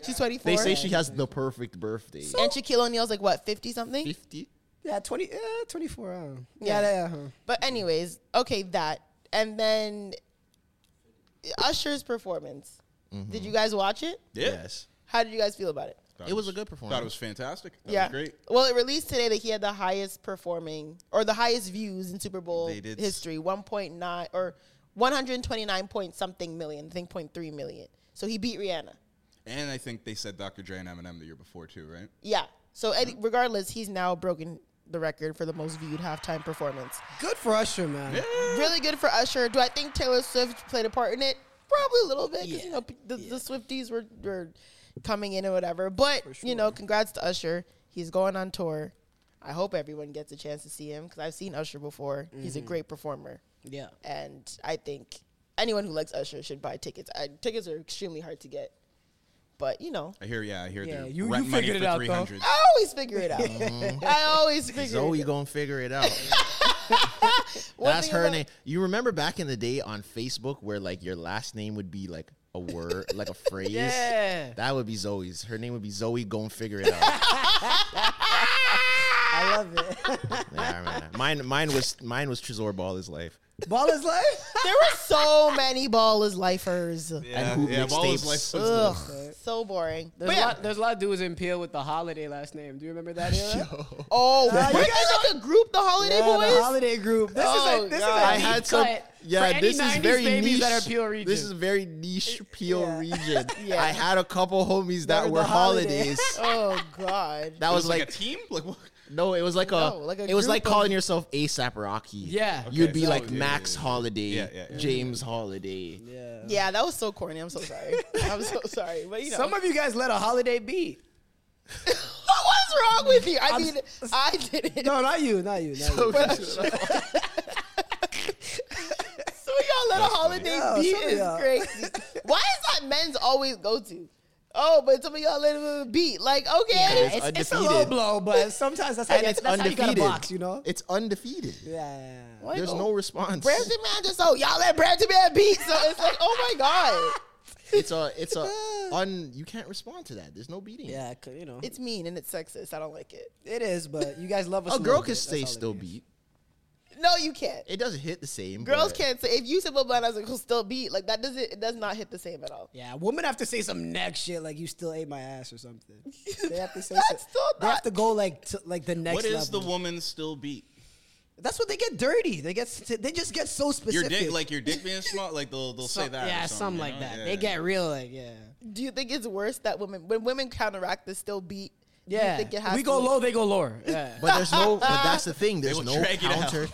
[SPEAKER 1] she's 24.
[SPEAKER 2] they say she has the perfect birthday.
[SPEAKER 1] and Shaquille O'Neal's like what 50 something.
[SPEAKER 2] 50?
[SPEAKER 5] yeah, twenty, yeah, twenty four. I don't know.
[SPEAKER 1] Yeah.
[SPEAKER 5] Yeah, yeah. huh.
[SPEAKER 1] But anyways, okay, that and then Usher's performance.
[SPEAKER 3] Mm-hmm.
[SPEAKER 1] Did you guys watch it?
[SPEAKER 3] Yeah.
[SPEAKER 2] Yes.
[SPEAKER 1] How did you guys feel about it?
[SPEAKER 3] Thought
[SPEAKER 2] It was a good performance.
[SPEAKER 3] Thought it was fantastic. That
[SPEAKER 1] yeah,
[SPEAKER 3] was great.
[SPEAKER 1] Well, it released today that he had the highest performing or the highest views in Super Bowl
[SPEAKER 3] They did s-
[SPEAKER 1] history, one point nine or one hundred twenty nine point something million, I think point three million. So he beat Rihanna.
[SPEAKER 3] And I think they said Dr. Dre and Eminem the year before too, right?
[SPEAKER 1] Yeah. So any, regardless, he's now broken the record for the most viewed halftime performance.
[SPEAKER 5] Good for Usher, man.
[SPEAKER 1] really good for Usher. Do I think Taylor Swift played a part in it? Probably a little bit because you know p- the, the Swifties were, were coming in and whatever. But you know, congrats to Usher. He's going on tour. I hope everyone gets a chance to see him because I've seen Usher before. He's a
[SPEAKER 5] Mm-hmm.
[SPEAKER 1] great performer,
[SPEAKER 5] Yeah.
[SPEAKER 1] and I think anyone who likes Usher should buy tickets. I, tickets are extremely hard to get, but you know,
[SPEAKER 3] I hear. Yeah, I hear.
[SPEAKER 5] Yeah,
[SPEAKER 3] they're
[SPEAKER 5] you- you
[SPEAKER 3] rent money
[SPEAKER 5] figured it
[SPEAKER 3] for
[SPEAKER 5] out, though.
[SPEAKER 3] 300.
[SPEAKER 1] I always figure it out. I always figure
[SPEAKER 2] Zoe
[SPEAKER 1] it out.
[SPEAKER 2] gonna figure it out.
[SPEAKER 1] One
[SPEAKER 2] That's
[SPEAKER 1] thing
[SPEAKER 2] her
[SPEAKER 1] about-
[SPEAKER 2] name. You remember back in the day on Facebook where like your last name would be like a word, like a phrase.
[SPEAKER 5] Yeah.
[SPEAKER 2] That would be Zoe's. Her name would be Zoe. Gonna figure it out.
[SPEAKER 5] I love it.
[SPEAKER 2] Yeah, I remember that. Mine, mine was mine was Tresor Ball his life.
[SPEAKER 5] Ball is life.
[SPEAKER 1] There were so many ballers lifers.
[SPEAKER 3] Yeah,
[SPEAKER 2] and who
[SPEAKER 3] yeah, Ball is
[SPEAKER 2] mixtapes.
[SPEAKER 3] Life was the-
[SPEAKER 1] Ugh, so boring.
[SPEAKER 5] There's,
[SPEAKER 1] But yeah.
[SPEAKER 5] a lot, there's a lot of dudes in Peel with the holiday last name. Do you remember that era?
[SPEAKER 1] Oh,
[SPEAKER 5] Nah, you
[SPEAKER 1] weren't
[SPEAKER 5] guys
[SPEAKER 1] they like a group, the Holiday
[SPEAKER 5] Yeah,
[SPEAKER 1] Boys?
[SPEAKER 5] the holiday group. This is
[SPEAKER 1] Oh,
[SPEAKER 5] a, this
[SPEAKER 1] God.
[SPEAKER 5] is a
[SPEAKER 2] I
[SPEAKER 5] deep
[SPEAKER 2] had some.
[SPEAKER 5] cut
[SPEAKER 2] Yeah,
[SPEAKER 5] for
[SPEAKER 2] this
[SPEAKER 5] any
[SPEAKER 2] is
[SPEAKER 5] 90s
[SPEAKER 2] very
[SPEAKER 5] babies
[SPEAKER 2] niche.
[SPEAKER 5] that are Peel region.
[SPEAKER 2] This is very niche Peel
[SPEAKER 5] Yeah.
[SPEAKER 2] region.
[SPEAKER 1] Yeah.
[SPEAKER 2] I had a couple homies
[SPEAKER 5] Were
[SPEAKER 2] that
[SPEAKER 5] the
[SPEAKER 2] were
[SPEAKER 5] holiday.
[SPEAKER 2] holidays.
[SPEAKER 1] Oh God.
[SPEAKER 2] That was like
[SPEAKER 3] a team. Like what?
[SPEAKER 2] No, it was like a,
[SPEAKER 1] No, like a
[SPEAKER 2] it was like
[SPEAKER 1] group of-
[SPEAKER 2] calling yourself ASAP Rocky.
[SPEAKER 5] Yeah. Okay,
[SPEAKER 2] You'd be
[SPEAKER 3] so-
[SPEAKER 2] like
[SPEAKER 3] yeah, yeah,
[SPEAKER 2] Max
[SPEAKER 3] yeah, yeah.
[SPEAKER 2] Holiday,
[SPEAKER 3] Yeah, yeah, yeah.
[SPEAKER 2] James Holiday.
[SPEAKER 1] yeah, that was so corny. I'm so sorry. I'm so sorry. But you know,
[SPEAKER 5] Some of you guys let a holiday be.
[SPEAKER 1] what's wrong with you? I
[SPEAKER 5] I'm-
[SPEAKER 1] mean, I did it.
[SPEAKER 5] No, not you, not you, not you.
[SPEAKER 1] So y'all let a holiday
[SPEAKER 5] Yeah,
[SPEAKER 1] be
[SPEAKER 5] some of
[SPEAKER 1] is
[SPEAKER 5] y'all.
[SPEAKER 1] crazy. Why is that men's always go to? oh, but some of y'all let him beat. Like, okay.
[SPEAKER 2] It's
[SPEAKER 5] It's a low
[SPEAKER 2] undefeated.
[SPEAKER 5] blow, but sometimes that's how, you,
[SPEAKER 2] and
[SPEAKER 5] that's
[SPEAKER 2] it's
[SPEAKER 5] how you
[SPEAKER 2] undefeated.
[SPEAKER 5] gotta box, you know?
[SPEAKER 2] It's undefeated.
[SPEAKER 5] Yeah.
[SPEAKER 1] Like,
[SPEAKER 2] There's
[SPEAKER 1] oh,
[SPEAKER 2] no response.
[SPEAKER 1] Brampton man just oh y'all let Brampton man beat. So it's like oh my god,
[SPEAKER 2] It's a it's a un. You can't respond to that. There's no beating.
[SPEAKER 5] Yeah, 'cause, you know.
[SPEAKER 1] it's mean and it's sexist. I don't like it.
[SPEAKER 5] It is, but you guys love us.
[SPEAKER 2] A girl
[SPEAKER 5] little
[SPEAKER 2] can
[SPEAKER 5] bit,
[SPEAKER 2] stay
[SPEAKER 5] that's all it
[SPEAKER 2] still
[SPEAKER 5] is.
[SPEAKER 2] beat.
[SPEAKER 1] No, you can't.
[SPEAKER 2] It doesn't hit the same.
[SPEAKER 1] Girls
[SPEAKER 2] but-
[SPEAKER 1] can't say if you said blah blah, blah, I was like, "Who'll still beat?" Like that doesn't it does not hit the same at all.
[SPEAKER 5] Yeah, women have to say some next shit like you still ate my ass or something. They have to say
[SPEAKER 1] That's
[SPEAKER 5] some-
[SPEAKER 1] still
[SPEAKER 5] They
[SPEAKER 1] not-
[SPEAKER 5] have to go like to, like the next
[SPEAKER 3] What is the
[SPEAKER 5] level.
[SPEAKER 3] woman still beat?
[SPEAKER 5] That's what they get dirty. They get s- they just get so
[SPEAKER 3] Your
[SPEAKER 5] specific.
[SPEAKER 3] dick, like your dick being small, like they'll they'll say
[SPEAKER 5] Some-
[SPEAKER 3] that. or
[SPEAKER 5] Yeah,
[SPEAKER 3] something,
[SPEAKER 5] something like
[SPEAKER 3] you know?
[SPEAKER 5] that.
[SPEAKER 3] Yeah.
[SPEAKER 5] They get real like yeah.
[SPEAKER 1] Do you think it's worse that women when women counteract the still beat? do you
[SPEAKER 5] Yeah.
[SPEAKER 1] think it has
[SPEAKER 5] we
[SPEAKER 1] to
[SPEAKER 5] go
[SPEAKER 1] be-
[SPEAKER 5] low, they go lower. Yeah.
[SPEAKER 2] But there's no. But that's the thing. There's
[SPEAKER 3] will
[SPEAKER 2] no
[SPEAKER 3] drag it out.
[SPEAKER 2] counter.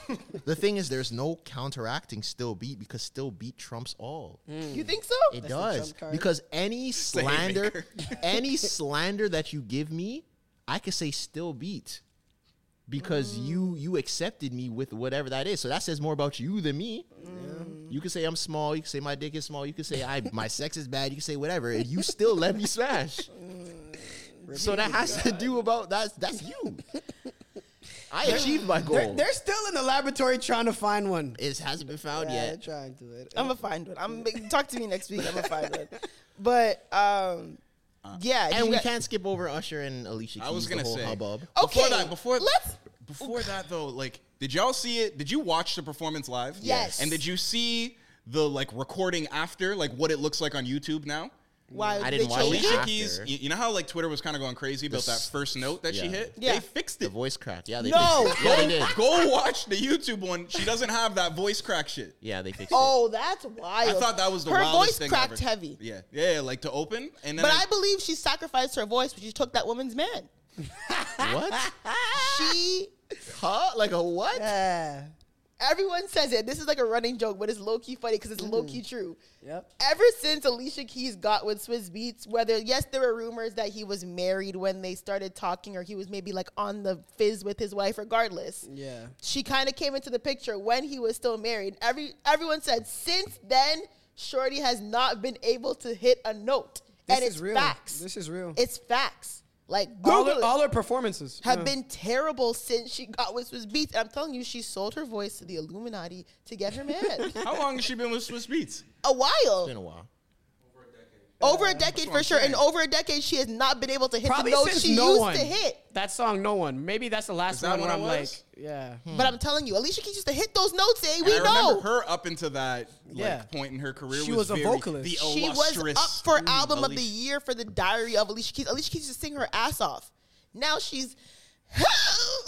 [SPEAKER 2] the thing is, there's no counteracting still beat because still beat trumps all.
[SPEAKER 1] You think so?
[SPEAKER 2] It does because any slander, any slander that you give me, I could say still beat, because
[SPEAKER 1] Mm.
[SPEAKER 2] you you accepted me with whatever that is. So that says more about you than me.
[SPEAKER 1] Mm.
[SPEAKER 2] You can say I'm small. You can say my dick is small. You can say I my sex is bad. You can say whatever, and you still let me smash.
[SPEAKER 1] Mm.
[SPEAKER 2] so that has to do about that's that's you. I achieved my
[SPEAKER 5] They're,
[SPEAKER 2] goal.
[SPEAKER 5] they're still in the laboratory trying to find one.
[SPEAKER 2] it hasn't been found
[SPEAKER 5] Yeah,
[SPEAKER 2] yet.
[SPEAKER 5] trying to it.
[SPEAKER 1] I'm gonna find one. I'm talk to me next week. I'm gonna find one. But um,
[SPEAKER 3] Uh,
[SPEAKER 1] yeah,
[SPEAKER 2] And
[SPEAKER 1] you
[SPEAKER 2] we
[SPEAKER 1] got- Oh,
[SPEAKER 2] can't skip over Usher and Alicia Keys.
[SPEAKER 3] I was
[SPEAKER 2] the
[SPEAKER 3] gonna
[SPEAKER 2] whole
[SPEAKER 3] say
[SPEAKER 2] hubbub.
[SPEAKER 3] Before
[SPEAKER 1] Okay,
[SPEAKER 3] that, before
[SPEAKER 1] let's-
[SPEAKER 3] before that though, like, did y'all see it? Did you watch the performance live?
[SPEAKER 1] Yes.
[SPEAKER 3] And did you see the like recording after, like what it looks like on YouTube now?
[SPEAKER 1] Why
[SPEAKER 2] I
[SPEAKER 1] they
[SPEAKER 2] didn't watch
[SPEAKER 1] change
[SPEAKER 2] it.
[SPEAKER 1] it?
[SPEAKER 3] Alicia Keys,
[SPEAKER 2] After.
[SPEAKER 3] you, you know how like Twitter was kind of going crazy about that
[SPEAKER 2] s-
[SPEAKER 3] first note that she
[SPEAKER 2] yeah.
[SPEAKER 3] hit?
[SPEAKER 1] Yeah.
[SPEAKER 3] They fixed
[SPEAKER 2] The
[SPEAKER 3] it.
[SPEAKER 2] voice crack. Yeah, they
[SPEAKER 1] No,
[SPEAKER 2] fixed it. Yeah, they did.
[SPEAKER 3] Go watch the YouTube one. She doesn't have that voice crack shit.
[SPEAKER 2] Yeah, they fixed
[SPEAKER 1] Oh, that's wild.
[SPEAKER 3] I thought that was the
[SPEAKER 1] her
[SPEAKER 3] wildest
[SPEAKER 1] voice
[SPEAKER 3] thing
[SPEAKER 1] cracked
[SPEAKER 3] ever.
[SPEAKER 1] heavy.
[SPEAKER 3] Yeah, yeah, like to open and then
[SPEAKER 1] But
[SPEAKER 3] I-
[SPEAKER 1] I believe she sacrificed her voice, but she took that woman's man.
[SPEAKER 2] it. What?
[SPEAKER 1] She
[SPEAKER 2] huh? Like a what?
[SPEAKER 5] yeah.
[SPEAKER 1] Everyone says it. This is like a running joke, but it's low key funny because it's low key true.
[SPEAKER 5] Mm-hmm. Yep.
[SPEAKER 1] Ever since Alicia Keys got with Swiss Beats, whether yes, there were rumors that he was married when they started talking, or he was maybe like on the fizz with his wife. Regardless,
[SPEAKER 5] Yeah.
[SPEAKER 1] she kind of came into the picture when he was still married. Every everyone said since then, Shorty has not been able to hit a note,
[SPEAKER 5] This
[SPEAKER 1] and
[SPEAKER 5] is
[SPEAKER 1] it's
[SPEAKER 5] real.
[SPEAKER 1] facts.
[SPEAKER 5] This is real.
[SPEAKER 1] It's facts. Like
[SPEAKER 5] All
[SPEAKER 1] Google
[SPEAKER 5] her,
[SPEAKER 1] it
[SPEAKER 5] all her performances
[SPEAKER 1] have
[SPEAKER 5] yeah.
[SPEAKER 1] been terrible since she got with Swiss Beats. I'm telling you, she sold her voice to the Illuminati to get her man.
[SPEAKER 3] how long has she been with Swiss Beats?
[SPEAKER 1] a while,
[SPEAKER 2] Been a while.
[SPEAKER 1] over a decade for sure, and over a decade she has not been able to hit
[SPEAKER 5] probably
[SPEAKER 1] the notes
[SPEAKER 5] since
[SPEAKER 1] she
[SPEAKER 5] no
[SPEAKER 1] used
[SPEAKER 5] one.
[SPEAKER 1] to hit.
[SPEAKER 5] That song, no one. Maybe that's the last
[SPEAKER 3] that
[SPEAKER 5] one
[SPEAKER 3] what
[SPEAKER 5] where
[SPEAKER 3] it
[SPEAKER 5] I'm like,
[SPEAKER 3] was?
[SPEAKER 5] yeah.
[SPEAKER 1] But I'm telling you, Alicia Keys used to hit those notes. Eh?
[SPEAKER 3] And
[SPEAKER 1] We
[SPEAKER 3] I
[SPEAKER 1] know
[SPEAKER 3] remember her up into that like
[SPEAKER 5] Yeah.
[SPEAKER 3] point in her career.
[SPEAKER 5] She
[SPEAKER 3] was,
[SPEAKER 5] was a
[SPEAKER 3] very,
[SPEAKER 5] vocalist.
[SPEAKER 3] The
[SPEAKER 1] she was
[SPEAKER 3] illustrious
[SPEAKER 1] up for album of the
[SPEAKER 3] Alicia-
[SPEAKER 1] year for the Diary of Alicia Keys. Alicia Keys used to sing her ass off. Now she's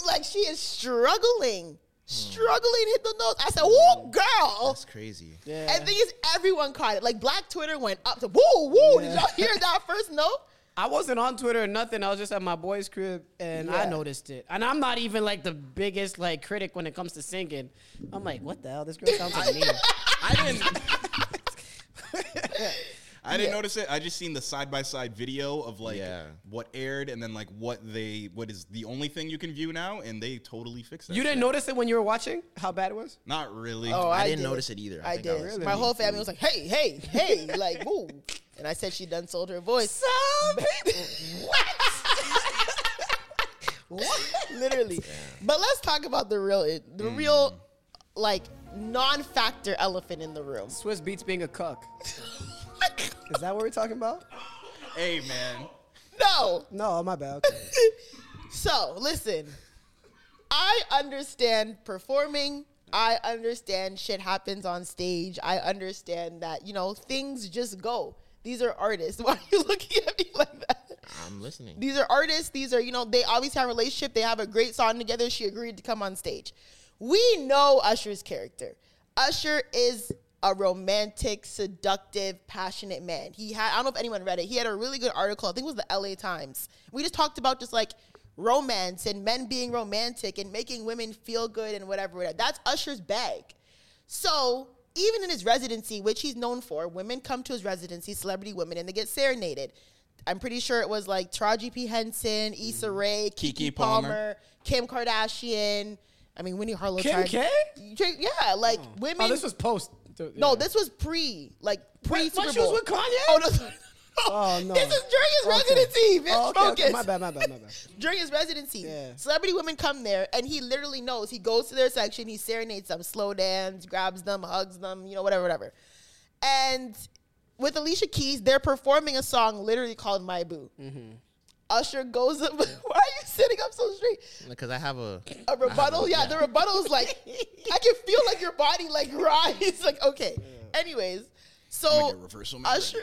[SPEAKER 1] like she is struggling, struggling to hit the notes. I said, "Whoa, girl!"
[SPEAKER 2] That's crazy.
[SPEAKER 1] And the thing is, everyone caught it. Like Black Twitter went up to woo woo. Did y'all hear that first note?
[SPEAKER 5] I wasn't on Twitter or nothing. I was just at my boy's crib and I noticed it. And I'm not even like the biggest like critic when it comes to singing. I'm like, what the hell? This girl sounds like me.
[SPEAKER 3] I didn't. I didn't notice it. I just seen the side by side video of like
[SPEAKER 2] Yeah.
[SPEAKER 3] what aired and then like what they what is the only thing you can view now, and they totally fixed that.
[SPEAKER 5] You
[SPEAKER 3] shit.
[SPEAKER 5] didn't notice it when you were watching how bad it was?
[SPEAKER 3] Not really.
[SPEAKER 2] I, didn't notice it either.
[SPEAKER 1] Oh, I,
[SPEAKER 2] think
[SPEAKER 1] did.
[SPEAKER 2] was-
[SPEAKER 1] My whole family was like, "Hey, hey, hey!" Like woo. And I said she done sold her voice. Some people. what? Literally. But let's talk about the real, the real, like non-factor elephant in the room.
[SPEAKER 5] Swiss Beats being a cuck. Is that what we're talking about?
[SPEAKER 3] Hey man,
[SPEAKER 1] No.
[SPEAKER 5] No, my bad. Okay.
[SPEAKER 1] So listen, I understand performing. I understand shit happens on stage. I understand that you know things just go. These are artists. Why are you looking at me like that?
[SPEAKER 2] I'm listening.
[SPEAKER 1] These are artists. These are you know they obviously have a relationship. They have a great song together. She agreed to come on stage. We know Usher's character. Usher is a romantic, seductive, passionate man. He had I don't know if anyone read it. He had a really good article. I think it was the LA Times. We just talked about just like romance and men being romantic and making women feel good and whatever. whatever. That's Usher's bag. So even in his residency, which he's known for, women come to his residency, celebrity women, and they get serenaded. I'm pretty sure it was like Taraji P. Henson, Issa
[SPEAKER 5] Mm-hmm.
[SPEAKER 1] Rae, Kiki,
[SPEAKER 3] Kiki
[SPEAKER 1] Palmer.
[SPEAKER 3] Palmer.
[SPEAKER 1] Kim Kardashian. I mean, Winnie Harlow.
[SPEAKER 5] Kim
[SPEAKER 1] tried-
[SPEAKER 5] K?
[SPEAKER 1] Yeah, like women.
[SPEAKER 5] Oh, this was post.
[SPEAKER 1] no, this was pre, like pre Super
[SPEAKER 5] when she
[SPEAKER 1] Bowl.
[SPEAKER 5] was with Kanye?
[SPEAKER 1] Oh no, sorry.
[SPEAKER 5] Oh, no.
[SPEAKER 1] This is during his
[SPEAKER 5] Okay.
[SPEAKER 1] residency, bitch.
[SPEAKER 5] Oh, okay, okay.
[SPEAKER 1] Focus.
[SPEAKER 5] My bad, my bad, my bad.
[SPEAKER 1] during his residency.
[SPEAKER 5] Yeah.
[SPEAKER 1] Celebrity women come there, and he literally knows. He goes to their section, he serenades them, slow dance, grabs them, hugs them, you know, whatever, whatever. And with Alicia Keys, they're performing a song literally called My Boo.
[SPEAKER 5] Mm-hmm.
[SPEAKER 1] Usher goes up. Why are you sitting up so straight?
[SPEAKER 2] Because I have a
[SPEAKER 1] A rebuttal, yeah, The rebuttal is like, I can feel like your body like rise. Like okay. Anyways, so
[SPEAKER 3] get reversal man
[SPEAKER 1] Usher,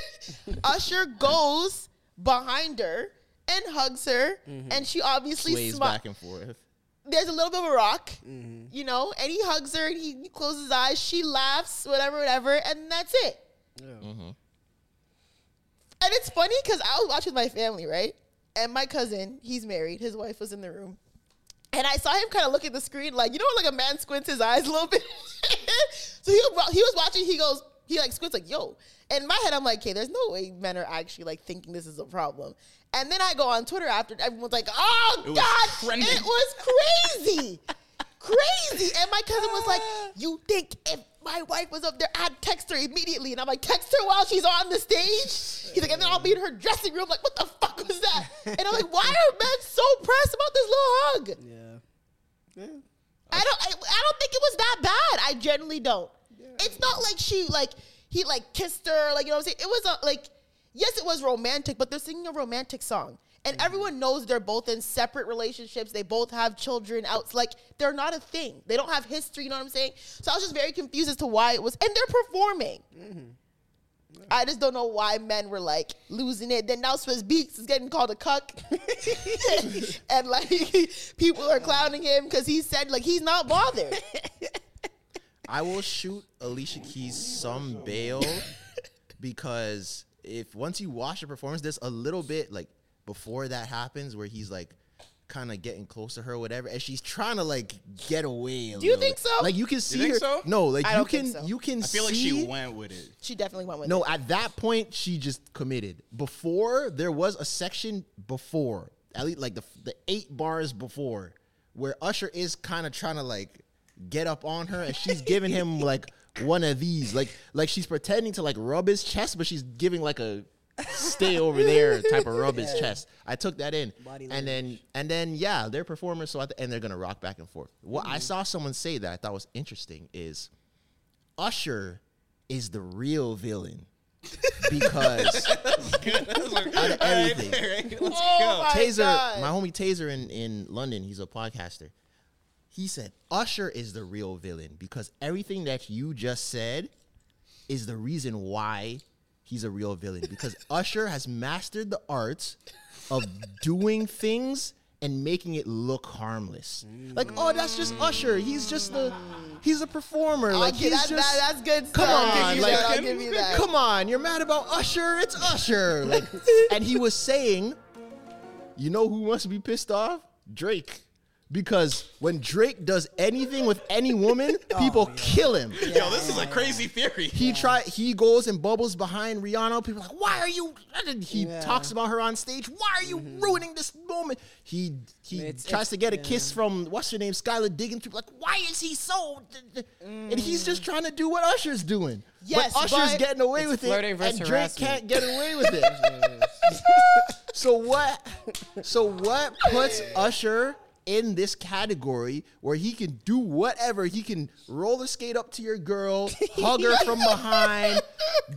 [SPEAKER 1] Usher goes behind her and hugs her, and she obviously
[SPEAKER 2] ways
[SPEAKER 1] smiles
[SPEAKER 2] Mm-hmm. back and forth. Mm-hmm.
[SPEAKER 1] there's a little bit of a rock, you know, and he hugs her and he closes his eyes. She laughs, whatever, whatever, and that's it. And it's funny because I was watching with my family, right? And my cousin, he's married, his wife was in the room. And I saw him kind of look at the screen, like, you know, when, like a man squints his eyes a little bit. so he, wa- he was watching, he goes, he like squints, like, yo. And in my head, I'm like, okay, there's no way men are actually like thinking this is a problem. And then I go on Twitter after, everyone's like, oh,
[SPEAKER 3] was
[SPEAKER 1] God,
[SPEAKER 3] trending.
[SPEAKER 1] it was crazy. crazy. And my cousin was like, you think if my wife was up there, I'd text her immediately. And I'm like, text her while she's on the stage? He's like, and then I'll be in her dressing room. Like, what the fuck was that? And I'm like, why are men so pressed about this little hug?
[SPEAKER 5] Yeah.
[SPEAKER 1] I don't. I, I don't think it was that bad. I generally don't. It's not like she like he like kissed her. Like you know what I'm saying. It was a, like yes, it was romantic, but they're singing a romantic song, and everyone knows they're both in separate relationships. They both have children out. Like they're not a thing. They don't have history. You know what I'm saying. So I was just very confused as to why it was, and they're performing. I just don't know why men were like losing it. Then now Swiss Beats is getting called a cuck, and like people are clowning him because he said like he's not bothered.
[SPEAKER 2] I will shoot Alicia Keys some bail because if once you watch the performance, there's a little bit like before that happens where he's like kind of getting close to her, or whatever, and she's trying to like get away. A
[SPEAKER 1] Do you
[SPEAKER 2] little
[SPEAKER 1] think
[SPEAKER 2] bit.
[SPEAKER 1] so?
[SPEAKER 2] Like you can see
[SPEAKER 3] think
[SPEAKER 2] her.
[SPEAKER 3] so?
[SPEAKER 2] No, like
[SPEAKER 1] I
[SPEAKER 2] you
[SPEAKER 1] don't think
[SPEAKER 2] can
[SPEAKER 1] so.
[SPEAKER 2] you can.
[SPEAKER 3] I feel like
[SPEAKER 2] see-
[SPEAKER 3] she went with it.
[SPEAKER 1] she definitely went with
[SPEAKER 2] No,
[SPEAKER 1] it.
[SPEAKER 2] at that point she just committed. Before there was a section before, at least like the the eight bars before, where Usher is kind of trying to like get up on her, and she's giving him like one of these, like like she's pretending to like rub his chest, but she's giving like a stay over there type of rub his chest. I took that in, and then and then yeah, they're performers, so at the end they're gonna rock back and forth. What
[SPEAKER 1] Mm-hmm.
[SPEAKER 2] I saw someone say that I thought was interesting is. Usher is the real villain because out of everything.
[SPEAKER 1] oh my
[SPEAKER 2] Taser,
[SPEAKER 1] god!
[SPEAKER 2] my homie Taser in, in London, he's a podcaster. He said Usher is the real villain because everything that you just said is the reason why he's a real villain because Usher has mastered the art of doing things and making it look harmless. Like, oh, that's just Usher. He's just the he's a performer. like
[SPEAKER 1] give-
[SPEAKER 2] he's
[SPEAKER 1] that-
[SPEAKER 2] just
[SPEAKER 1] that- that's good
[SPEAKER 2] Come
[SPEAKER 1] stuff. I'll
[SPEAKER 2] on,
[SPEAKER 1] give you
[SPEAKER 2] like,
[SPEAKER 1] that, I'll give you that.
[SPEAKER 2] come on. You're mad about Usher. It's Usher. Like, and he was saying, you know who must be pissed off? Drake. Because when Drake does anything with any woman,
[SPEAKER 5] Oh,
[SPEAKER 2] people kill him.
[SPEAKER 3] Yo, this is a crazy theory.
[SPEAKER 2] He try he goes and bubbles behind Rihanna. People are like, why are you? He talks about her on stage. Why are you ruining this moment? He he
[SPEAKER 5] Mm-hmm. It's-
[SPEAKER 2] tries
[SPEAKER 5] it's-
[SPEAKER 2] to get a kiss from what's her name, Skylar Diggins. People are like, why is he so? And
[SPEAKER 5] Mm.
[SPEAKER 2] he's just trying to do what Usher's doing.
[SPEAKER 1] Yes,
[SPEAKER 2] but Usher's
[SPEAKER 1] but-
[SPEAKER 2] getting away with it,
[SPEAKER 5] flirting
[SPEAKER 2] and
[SPEAKER 5] versus
[SPEAKER 2] Drake
[SPEAKER 5] harassment.
[SPEAKER 2] can't get away with it. so what? So what puts Usher? In this category, where he can do whatever, he can roller skate up to your girl, hug her from behind,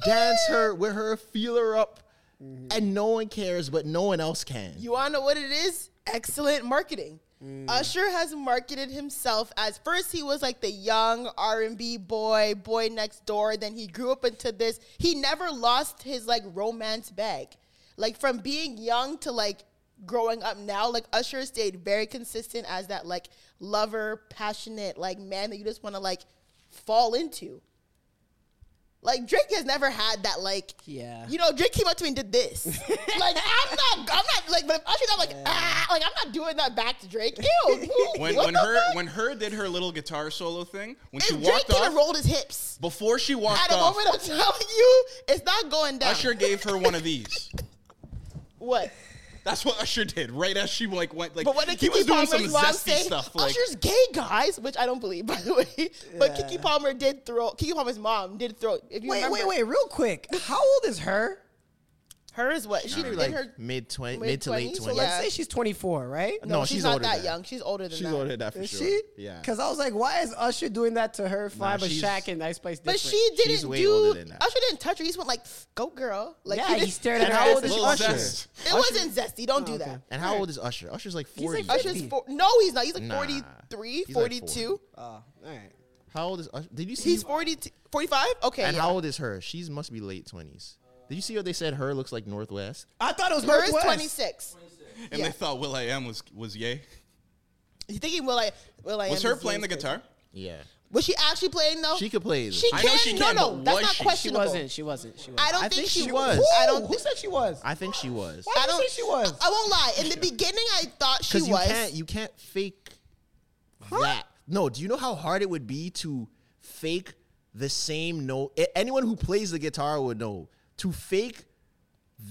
[SPEAKER 2] dance her with her, feel her up, and no one cares, but no one else can.
[SPEAKER 1] You want to know what it is? Excellent marketing.
[SPEAKER 2] Mm.
[SPEAKER 1] Usher has marketed himself as first he was like the young R&B boy, boy next door, then he grew up into this. He never lost his like romance bag. Like from being young to like growing up now, like Usher stayed very consistent as that like lover, passionate, like man that you just want to like fall into. Like Drake has never had that like
[SPEAKER 5] Yeah.
[SPEAKER 1] you know Drake came up to me and did this like I'm not I'm not like but if Usher's not like ah like I'm not doing that back to Drake ew dude,
[SPEAKER 3] When,
[SPEAKER 1] what
[SPEAKER 3] when
[SPEAKER 1] the
[SPEAKER 3] her
[SPEAKER 1] fuck?
[SPEAKER 3] when her did her little guitar solo thing, when she
[SPEAKER 1] if Drake
[SPEAKER 3] walked
[SPEAKER 1] could have
[SPEAKER 3] off
[SPEAKER 1] rolled his hips
[SPEAKER 3] before she
[SPEAKER 1] at
[SPEAKER 3] walked
[SPEAKER 1] a
[SPEAKER 3] off,
[SPEAKER 1] moment I'm telling you it's not going down
[SPEAKER 3] Usher gave her one of these.
[SPEAKER 1] what
[SPEAKER 3] That's what Usher did, right as she like went like.
[SPEAKER 1] but when
[SPEAKER 3] he
[SPEAKER 1] Kiki
[SPEAKER 3] was doing some
[SPEAKER 1] Palmer's mom
[SPEAKER 3] zesty
[SPEAKER 1] said
[SPEAKER 3] stuff. Like,
[SPEAKER 1] Usher's gay guys which I don't believe by the way but Kiki Palmer did throw Kiki Palmer's mom did throw if you
[SPEAKER 5] Wait,
[SPEAKER 1] remember,
[SPEAKER 5] wait, wait, real quick. How old is her?
[SPEAKER 1] Hers what? She
[SPEAKER 2] She'd be
[SPEAKER 1] in
[SPEAKER 2] like
[SPEAKER 1] her.
[SPEAKER 2] mid twenty,
[SPEAKER 1] mid
[SPEAKER 2] mid to late
[SPEAKER 1] 20s, so
[SPEAKER 2] twenties.
[SPEAKER 1] let's
[SPEAKER 5] Say she's 24, right?
[SPEAKER 1] No, she's, not
[SPEAKER 2] Oh, older
[SPEAKER 1] that
[SPEAKER 2] than
[SPEAKER 1] young. She's older than
[SPEAKER 2] She's
[SPEAKER 1] that.
[SPEAKER 2] older than that for
[SPEAKER 5] Is
[SPEAKER 2] sure.
[SPEAKER 5] she?
[SPEAKER 2] Yeah.
[SPEAKER 5] Because I was like, why is Usher doing that to her? Fine, but
[SPEAKER 2] she's-
[SPEAKER 5] Shaq and Ice Spice.
[SPEAKER 1] But
[SPEAKER 5] Different.
[SPEAKER 1] she didn't
[SPEAKER 2] She's way
[SPEAKER 1] do.
[SPEAKER 2] older than that.
[SPEAKER 1] Usher didn't touch her. He just went like, "Go, girl!" Like
[SPEAKER 5] Yeah,
[SPEAKER 1] didn't-
[SPEAKER 5] he stared at
[SPEAKER 2] And
[SPEAKER 5] her.
[SPEAKER 2] how
[SPEAKER 5] ass
[SPEAKER 2] old
[SPEAKER 5] and
[SPEAKER 2] is
[SPEAKER 5] she-
[SPEAKER 3] Lil
[SPEAKER 2] Usher?
[SPEAKER 3] Zest.
[SPEAKER 1] It wasn't zesty. Don't do that.
[SPEAKER 2] And how old is Usher? Usher's like forty.
[SPEAKER 5] like
[SPEAKER 1] Usher's
[SPEAKER 5] 50.
[SPEAKER 1] four, no, he's not. He's like
[SPEAKER 2] Nah.
[SPEAKER 1] 43,
[SPEAKER 2] He's like
[SPEAKER 1] 42.
[SPEAKER 5] Oh,
[SPEAKER 2] how old is Usher? Did you see?
[SPEAKER 1] He's 40, 45? Okay.
[SPEAKER 2] and
[SPEAKER 1] yeah.
[SPEAKER 2] how old is her? She's must be late twenties. Did you see what they said? Her looks like Northwest.
[SPEAKER 5] I thought it was
[SPEAKER 1] Her is
[SPEAKER 5] Northwest.
[SPEAKER 1] 26.
[SPEAKER 3] And
[SPEAKER 1] Yeah.
[SPEAKER 3] they thought Will I Am was was yay.
[SPEAKER 1] You thinking Will I? Will I?
[SPEAKER 3] Was
[SPEAKER 1] Am
[SPEAKER 3] her
[SPEAKER 1] is
[SPEAKER 3] playing the
[SPEAKER 1] Wednesday.
[SPEAKER 3] guitar?
[SPEAKER 2] Yeah.
[SPEAKER 1] Was she actually playing though?
[SPEAKER 2] She could play.
[SPEAKER 1] Oh, She
[SPEAKER 3] I
[SPEAKER 1] can.
[SPEAKER 3] know she
[SPEAKER 1] no,
[SPEAKER 3] can,
[SPEAKER 1] no,
[SPEAKER 3] but
[SPEAKER 1] that's
[SPEAKER 3] was
[SPEAKER 1] not
[SPEAKER 3] she? She
[SPEAKER 5] She
[SPEAKER 1] questionable.
[SPEAKER 5] wasn't. She wasn't. She wasn't.
[SPEAKER 1] I don't
[SPEAKER 2] I
[SPEAKER 1] think,
[SPEAKER 2] think
[SPEAKER 1] she,
[SPEAKER 2] she
[SPEAKER 1] was.
[SPEAKER 2] was.
[SPEAKER 1] I
[SPEAKER 5] Who?
[SPEAKER 1] don't.
[SPEAKER 5] Who
[SPEAKER 1] think-
[SPEAKER 5] said she was?
[SPEAKER 2] I think she was.
[SPEAKER 5] Why
[SPEAKER 1] I
[SPEAKER 5] do you
[SPEAKER 1] don't.
[SPEAKER 5] say she was?
[SPEAKER 1] I won't lie. In the beginning, I thought she
[SPEAKER 2] Because you
[SPEAKER 1] was.
[SPEAKER 2] can't. You can't fake that. No. Do you know how hard it would be to fake the same note? A- Anyone who plays the guitar would know to fake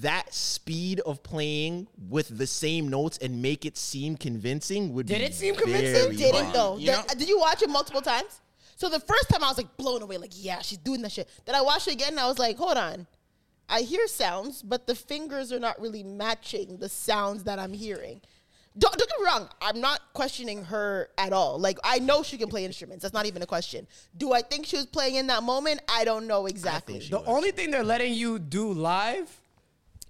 [SPEAKER 2] that speed of playing with the same notes and make it seem convincing would
[SPEAKER 5] Did
[SPEAKER 2] be
[SPEAKER 5] it seem convincing?
[SPEAKER 2] very
[SPEAKER 1] didn't
[SPEAKER 2] hard.
[SPEAKER 1] though.
[SPEAKER 3] You
[SPEAKER 1] Then-
[SPEAKER 3] know-
[SPEAKER 1] did you watch it multiple times? So the first time I was like blown away, like yeah, she's doing that shit. Then I watched it again, and I was like, hold on, I hear sounds, but the fingers are not really matching the sounds that I'm hearing. Don't, don't get me wrong, I'm not questioning her at all. Like I know she can play instruments. That's not even a question. Do I think she was playing in that moment? I don't know exactly.
[SPEAKER 2] she
[SPEAKER 5] The only thing they're letting you do live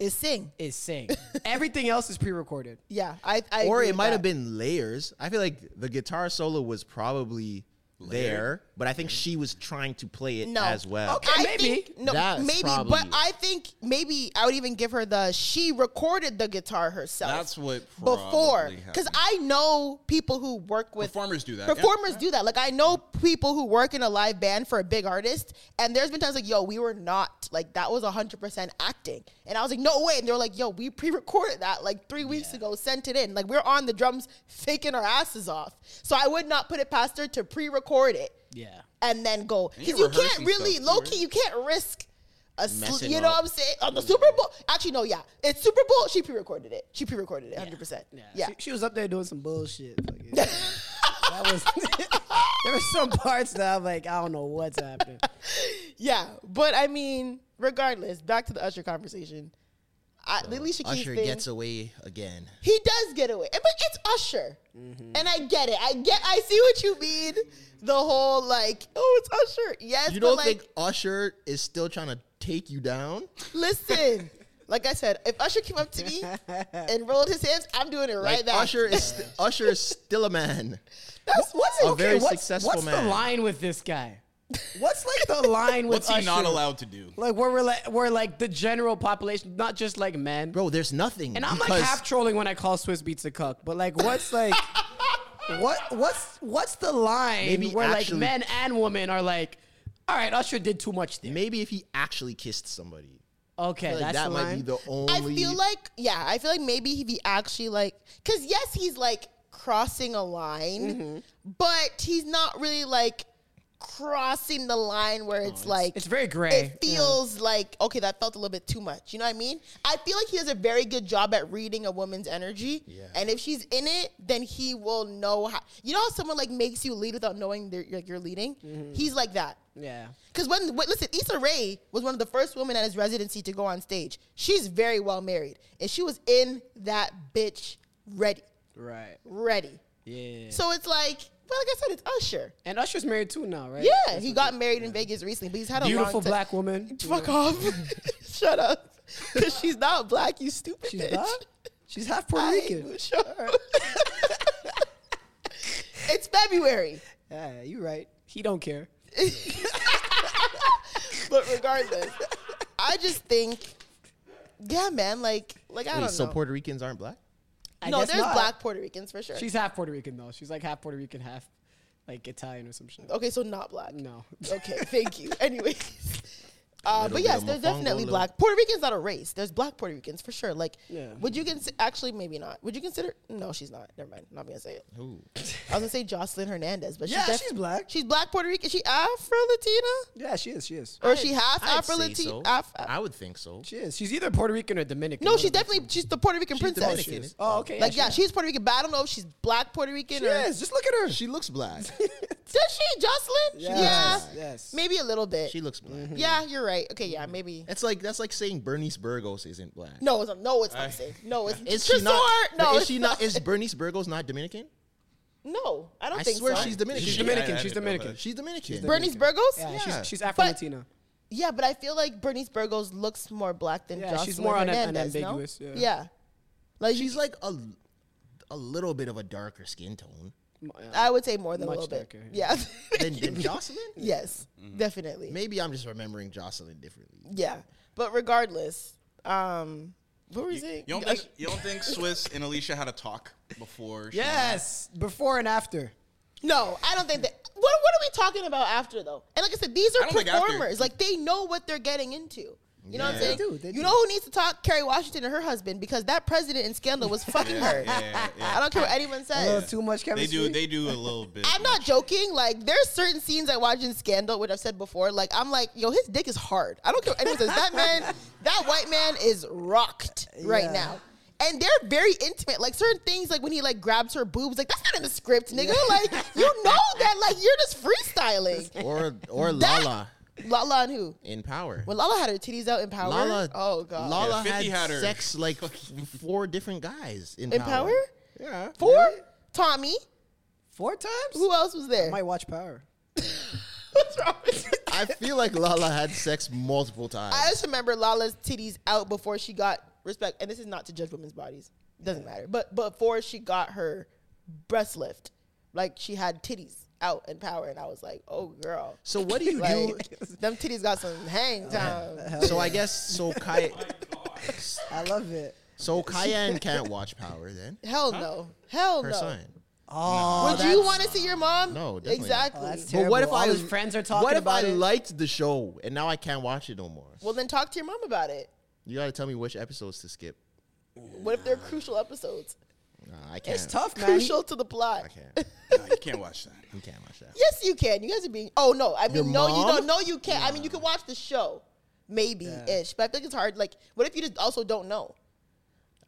[SPEAKER 1] Is sing?
[SPEAKER 5] is sing. Everything else is pre-recorded.
[SPEAKER 1] Yeah, I. I
[SPEAKER 2] or
[SPEAKER 1] agree
[SPEAKER 2] it
[SPEAKER 1] with
[SPEAKER 2] might
[SPEAKER 1] that.
[SPEAKER 2] have been layers. I feel like the guitar solo was probably there, but I think she was trying to play it
[SPEAKER 1] No.
[SPEAKER 2] as well.
[SPEAKER 5] Okay.
[SPEAKER 1] I
[SPEAKER 5] maybe.
[SPEAKER 1] Think, no,
[SPEAKER 2] That's
[SPEAKER 1] maybe,
[SPEAKER 2] probably
[SPEAKER 1] but
[SPEAKER 2] it.
[SPEAKER 1] I think maybe I would even give her the she recorded the guitar herself.
[SPEAKER 3] That's what
[SPEAKER 1] before,
[SPEAKER 3] probably
[SPEAKER 1] because
[SPEAKER 3] happened.
[SPEAKER 1] I know people who work with
[SPEAKER 3] Performers do that, yeah.
[SPEAKER 1] Performers do that. Like I know people who work in a live band for a big artist, and there's been times like, yo, we were not like that was hundred percent acting, and I was like, no way, and they were like, yo, we pre-recorded that like three weeks ago, sent it in, like we're on the drums faking our asses off. So I would not put it past her to pre-record it
[SPEAKER 5] Yeah.
[SPEAKER 1] and then go
[SPEAKER 3] And you
[SPEAKER 1] because you
[SPEAKER 3] rehearse
[SPEAKER 1] can't
[SPEAKER 3] and
[SPEAKER 1] really
[SPEAKER 3] stuff,
[SPEAKER 1] low
[SPEAKER 3] too,
[SPEAKER 1] key. You can't risk a sl-
[SPEAKER 2] Messing
[SPEAKER 1] you know
[SPEAKER 2] up.
[SPEAKER 1] what I'm saying on the Super Bowl. Actually, no, yeah, it's Super Bowl. She pre-recorded it. She pre-recorded it, hundred percent. Yeah,
[SPEAKER 5] She, she was up there doing some bullshit. fucking- that was. there were some parts that I'm like, I don't know what's happening.
[SPEAKER 1] yeah. But I mean, regardless, back to the Usher conversation. I, the Alicia Keys
[SPEAKER 2] Usher
[SPEAKER 1] thing.
[SPEAKER 2] gets away again.
[SPEAKER 1] he does get away, And- but it's Usher,
[SPEAKER 2] Mm-hmm.
[SPEAKER 1] and I get it. I get. I see what you mean. The whole like, oh, it's Usher. Yes,
[SPEAKER 2] You
[SPEAKER 1] but
[SPEAKER 2] don't
[SPEAKER 1] like,
[SPEAKER 2] think Usher is still trying to take you down?
[SPEAKER 1] Listen, like I said, if Usher came up to me and rolled his hands, I'm doing it right
[SPEAKER 2] Like,
[SPEAKER 1] back.
[SPEAKER 2] Usher is st- Usher is still a man.
[SPEAKER 5] That's what's
[SPEAKER 2] A very
[SPEAKER 5] what's,
[SPEAKER 2] successful
[SPEAKER 5] what's
[SPEAKER 2] man.
[SPEAKER 5] the line with this guy? What's like the line with
[SPEAKER 3] What's he not
[SPEAKER 5] Usher?
[SPEAKER 3] allowed to do?
[SPEAKER 5] Like where we're like we're like the general population, not just like men.
[SPEAKER 2] Bro, there's nothing.
[SPEAKER 5] And I'm like
[SPEAKER 2] because
[SPEAKER 5] half trolling when I call Swiss Beats a cuck, but like, what's like, what what's what's the line
[SPEAKER 2] Maybe
[SPEAKER 5] where
[SPEAKER 2] actually-
[SPEAKER 5] like men and women are like, all right, Usher did too much there.
[SPEAKER 2] Maybe if he actually kissed somebody, I
[SPEAKER 5] okay,
[SPEAKER 2] feel like
[SPEAKER 5] that's
[SPEAKER 2] that
[SPEAKER 5] the
[SPEAKER 2] might
[SPEAKER 5] line.
[SPEAKER 2] be the only.
[SPEAKER 1] I feel like, yeah, I feel like maybe if he actually like, because yes, he's like crossing a line, but he's not really like crossing the line where it's like
[SPEAKER 5] it's very gray,
[SPEAKER 1] It
[SPEAKER 5] yeah.
[SPEAKER 1] feels like okay, that felt a little bit too much. You know what I mean? I feel like he does a very good job at reading a woman's energy, and if she's in it, then he will know how. You know how someone like makes you lead without knowing they're, like you're leading? He's like that.
[SPEAKER 5] yeah.
[SPEAKER 1] Because when, when listen, Issa Rae was one of the first women at his residency to go on stage. She's very well married, and she was in that bitch ready,
[SPEAKER 5] Right.
[SPEAKER 1] ready.
[SPEAKER 5] Yeah.
[SPEAKER 1] So it's like, well, like I said, it's Usher.
[SPEAKER 5] And Usher's married too now, right?
[SPEAKER 1] Yeah, he got married in Vegas recently, but he's had a
[SPEAKER 5] Beautiful
[SPEAKER 1] long ti-
[SPEAKER 5] black woman.
[SPEAKER 1] Fuck off! Shut up! Because she's not black, you stupid
[SPEAKER 5] She's
[SPEAKER 1] bitch.
[SPEAKER 5] black? She's half Puerto
[SPEAKER 1] I hate
[SPEAKER 5] Rican.
[SPEAKER 1] you, sure. it's February,
[SPEAKER 5] Yeah, you right. He don't care.
[SPEAKER 1] but regardless, I just think, yeah, man, like, like I
[SPEAKER 2] Wait,
[SPEAKER 1] don't
[SPEAKER 2] so
[SPEAKER 1] know.
[SPEAKER 2] Puerto Ricans aren't black.
[SPEAKER 5] I
[SPEAKER 1] no,
[SPEAKER 5] guess
[SPEAKER 1] there's
[SPEAKER 5] not.
[SPEAKER 1] black Puerto Ricans for sure.
[SPEAKER 5] She's half Puerto Rican though. She's like half Puerto Rican, half like Italian or some shit.
[SPEAKER 1] okay, so not black.
[SPEAKER 5] No.
[SPEAKER 1] Okay, thank you. Anyways. Uh,
[SPEAKER 2] Little
[SPEAKER 1] but
[SPEAKER 2] bit
[SPEAKER 1] yes,
[SPEAKER 2] of
[SPEAKER 1] there's
[SPEAKER 2] mofongo,
[SPEAKER 1] definitely
[SPEAKER 2] little-
[SPEAKER 1] black. Puerto Rican's not a race. There's black Puerto Ricans for sure. Like,
[SPEAKER 5] Yeah.
[SPEAKER 1] would you consider? Actually, maybe not. Would you consider? No, she's not. Never mind. I'm not gonna say it. I was gonna say Jocelyn Hernandez, but
[SPEAKER 5] Yeah,
[SPEAKER 1] she's, def-
[SPEAKER 5] she's black.
[SPEAKER 1] She's black Puerto Rican. Is she Afro Latina
[SPEAKER 5] Yeah, she is. She is.
[SPEAKER 1] or is she half
[SPEAKER 2] I'd
[SPEAKER 1] Afro
[SPEAKER 2] say
[SPEAKER 1] Latina?
[SPEAKER 2] so. I would think so.
[SPEAKER 5] She is. She's either Puerto Rican or Dominican.
[SPEAKER 1] no,
[SPEAKER 5] one
[SPEAKER 1] she's
[SPEAKER 5] of the
[SPEAKER 1] definitely she's the Puerto Rican princess.
[SPEAKER 2] Dominican, isn't it?
[SPEAKER 5] Oh, okay.
[SPEAKER 1] Like yeah, she's Puerto Rican, but I don't know if she's black Puerto Rican
[SPEAKER 5] she
[SPEAKER 1] or
[SPEAKER 5] is. Just look at her.
[SPEAKER 2] She looks black.
[SPEAKER 1] Did she, Jocelyn?
[SPEAKER 5] Yes,
[SPEAKER 1] Yeah.
[SPEAKER 5] yes.
[SPEAKER 1] Maybe a little bit.
[SPEAKER 2] She looks black.
[SPEAKER 1] yeah, you're right. Okay, yeah, maybe.
[SPEAKER 2] It's like that's like saying Bernice Burgos isn't black.
[SPEAKER 1] No, it's no, it's not the same. No, it's
[SPEAKER 2] Is she
[SPEAKER 1] Tresor,
[SPEAKER 2] not?
[SPEAKER 1] No,
[SPEAKER 2] but is
[SPEAKER 1] it's
[SPEAKER 2] she not? Is Bernice Burgos not Dominican?
[SPEAKER 1] No, I don't
[SPEAKER 2] I
[SPEAKER 1] think
[SPEAKER 2] swear
[SPEAKER 1] so.
[SPEAKER 2] she's Dominican.
[SPEAKER 5] She's
[SPEAKER 2] Yeah,
[SPEAKER 5] Dominican.
[SPEAKER 3] I
[SPEAKER 5] She's
[SPEAKER 3] didn't know
[SPEAKER 5] Dominican.
[SPEAKER 2] She's Dominican.
[SPEAKER 1] Bernice Burgos.
[SPEAKER 5] Yeah, she's she's
[SPEAKER 1] But-
[SPEAKER 5] Afro Latina.
[SPEAKER 1] Yeah, but I feel like Bernice Burgos looks more black than
[SPEAKER 5] Yeah,
[SPEAKER 1] Jocelyn
[SPEAKER 5] she's more un-
[SPEAKER 1] Hernandez,
[SPEAKER 5] unambiguous,
[SPEAKER 1] No?
[SPEAKER 5] yeah.
[SPEAKER 1] like
[SPEAKER 2] She's like a a little bit of a darker skin tone
[SPEAKER 1] I would say more than a
[SPEAKER 5] Much
[SPEAKER 1] little bit.
[SPEAKER 5] darker,
[SPEAKER 1] yeah.
[SPEAKER 2] than, than Jocelyn.
[SPEAKER 1] yes, definitely.
[SPEAKER 2] Maybe I'm just remembering Jocelyn differently.
[SPEAKER 1] Yeah, but regardless, um, what were you,
[SPEAKER 3] You
[SPEAKER 1] saying?
[SPEAKER 3] don't, think, you don't think Swiss and Alicia had a talk before? she-
[SPEAKER 5] Yes, before and after.
[SPEAKER 1] No, I don't think that. What What are we talking about after though? And like I said, these
[SPEAKER 3] I
[SPEAKER 1] are
[SPEAKER 3] don't think after.
[SPEAKER 1] performers. Like they know what they're getting into. You know what I'm saying?
[SPEAKER 5] do, they
[SPEAKER 1] you
[SPEAKER 5] do.
[SPEAKER 1] know who needs to talk? Carrie Washington and her husband because that president in Scandal was fucking her. I don't care what anyone
[SPEAKER 5] A little
[SPEAKER 1] says.
[SPEAKER 5] too much
[SPEAKER 3] They
[SPEAKER 5] chemistry.
[SPEAKER 3] do, they do a little bit.
[SPEAKER 1] I'm not joking. Like there's certain scenes I watch in Scandal, which I've said before. Like I'm like, yo, his dick is hard. I don't care what anyone says. That man, that white man is rocked right
[SPEAKER 5] Yeah.
[SPEAKER 1] now. And they're very intimate. Like certain things, like when he like grabs her boobs, like that's not in the script, nigga. Like you know that, like you're just freestyling.
[SPEAKER 2] Or or
[SPEAKER 1] That-
[SPEAKER 2] Lala
[SPEAKER 1] Lala and who?
[SPEAKER 2] in Power.
[SPEAKER 1] When Lala had her titties out in power.
[SPEAKER 2] Lala.
[SPEAKER 1] oh god.
[SPEAKER 2] Lala
[SPEAKER 3] Yeah,
[SPEAKER 2] had,
[SPEAKER 3] 50 had her.
[SPEAKER 2] sex like four different guys in,
[SPEAKER 1] in
[SPEAKER 2] power.
[SPEAKER 1] power?
[SPEAKER 2] Yeah.
[SPEAKER 1] Four? Tommy.
[SPEAKER 5] Four times?
[SPEAKER 1] Who else was there?
[SPEAKER 5] might watch Power.
[SPEAKER 1] What's wrong with you?
[SPEAKER 2] I feel like Lala had sex multiple times.
[SPEAKER 1] I just remember Lala's titties out before she got respect. And this is not to judge women's bodies. It doesn't matter. But before she got her breast lift, like she had titties out in power. And I was like, oh girl.
[SPEAKER 2] so what do you do?
[SPEAKER 1] Like, them titties got some
[SPEAKER 5] Uh,
[SPEAKER 1] hang time.
[SPEAKER 2] So I guess so Kaya
[SPEAKER 5] I love it.
[SPEAKER 2] so Cayenne can't watch Power then.
[SPEAKER 1] Hell no. Hell
[SPEAKER 2] Her
[SPEAKER 1] no.
[SPEAKER 2] son.
[SPEAKER 1] Would you want to see your mom?
[SPEAKER 2] No, definitely not.
[SPEAKER 1] Exactly.
[SPEAKER 5] Oh, that's
[SPEAKER 2] But what if
[SPEAKER 5] Terrible. All
[SPEAKER 2] I
[SPEAKER 5] his friends are talking
[SPEAKER 2] What if
[SPEAKER 5] about
[SPEAKER 2] I
[SPEAKER 5] it?
[SPEAKER 2] liked the show and now I can't watch it no more?
[SPEAKER 1] well, then talk to your mom about it.
[SPEAKER 2] You gotta tell me which episodes to skip.
[SPEAKER 1] What if they're crucial episodes?
[SPEAKER 2] Nah, I can't.
[SPEAKER 5] It's tough, man.
[SPEAKER 1] Crucial to the plot.
[SPEAKER 2] I can't.
[SPEAKER 3] No, you can't watch that.
[SPEAKER 2] You can't watch that.
[SPEAKER 1] Yes, you can. You guys are being. Oh no, I mean,
[SPEAKER 2] Your
[SPEAKER 1] no, you
[SPEAKER 2] mom?
[SPEAKER 1] don't. No, you can't. I mean, you can watch the show, maybe ish, but I feel like it's hard. Like, what if you just also don't know?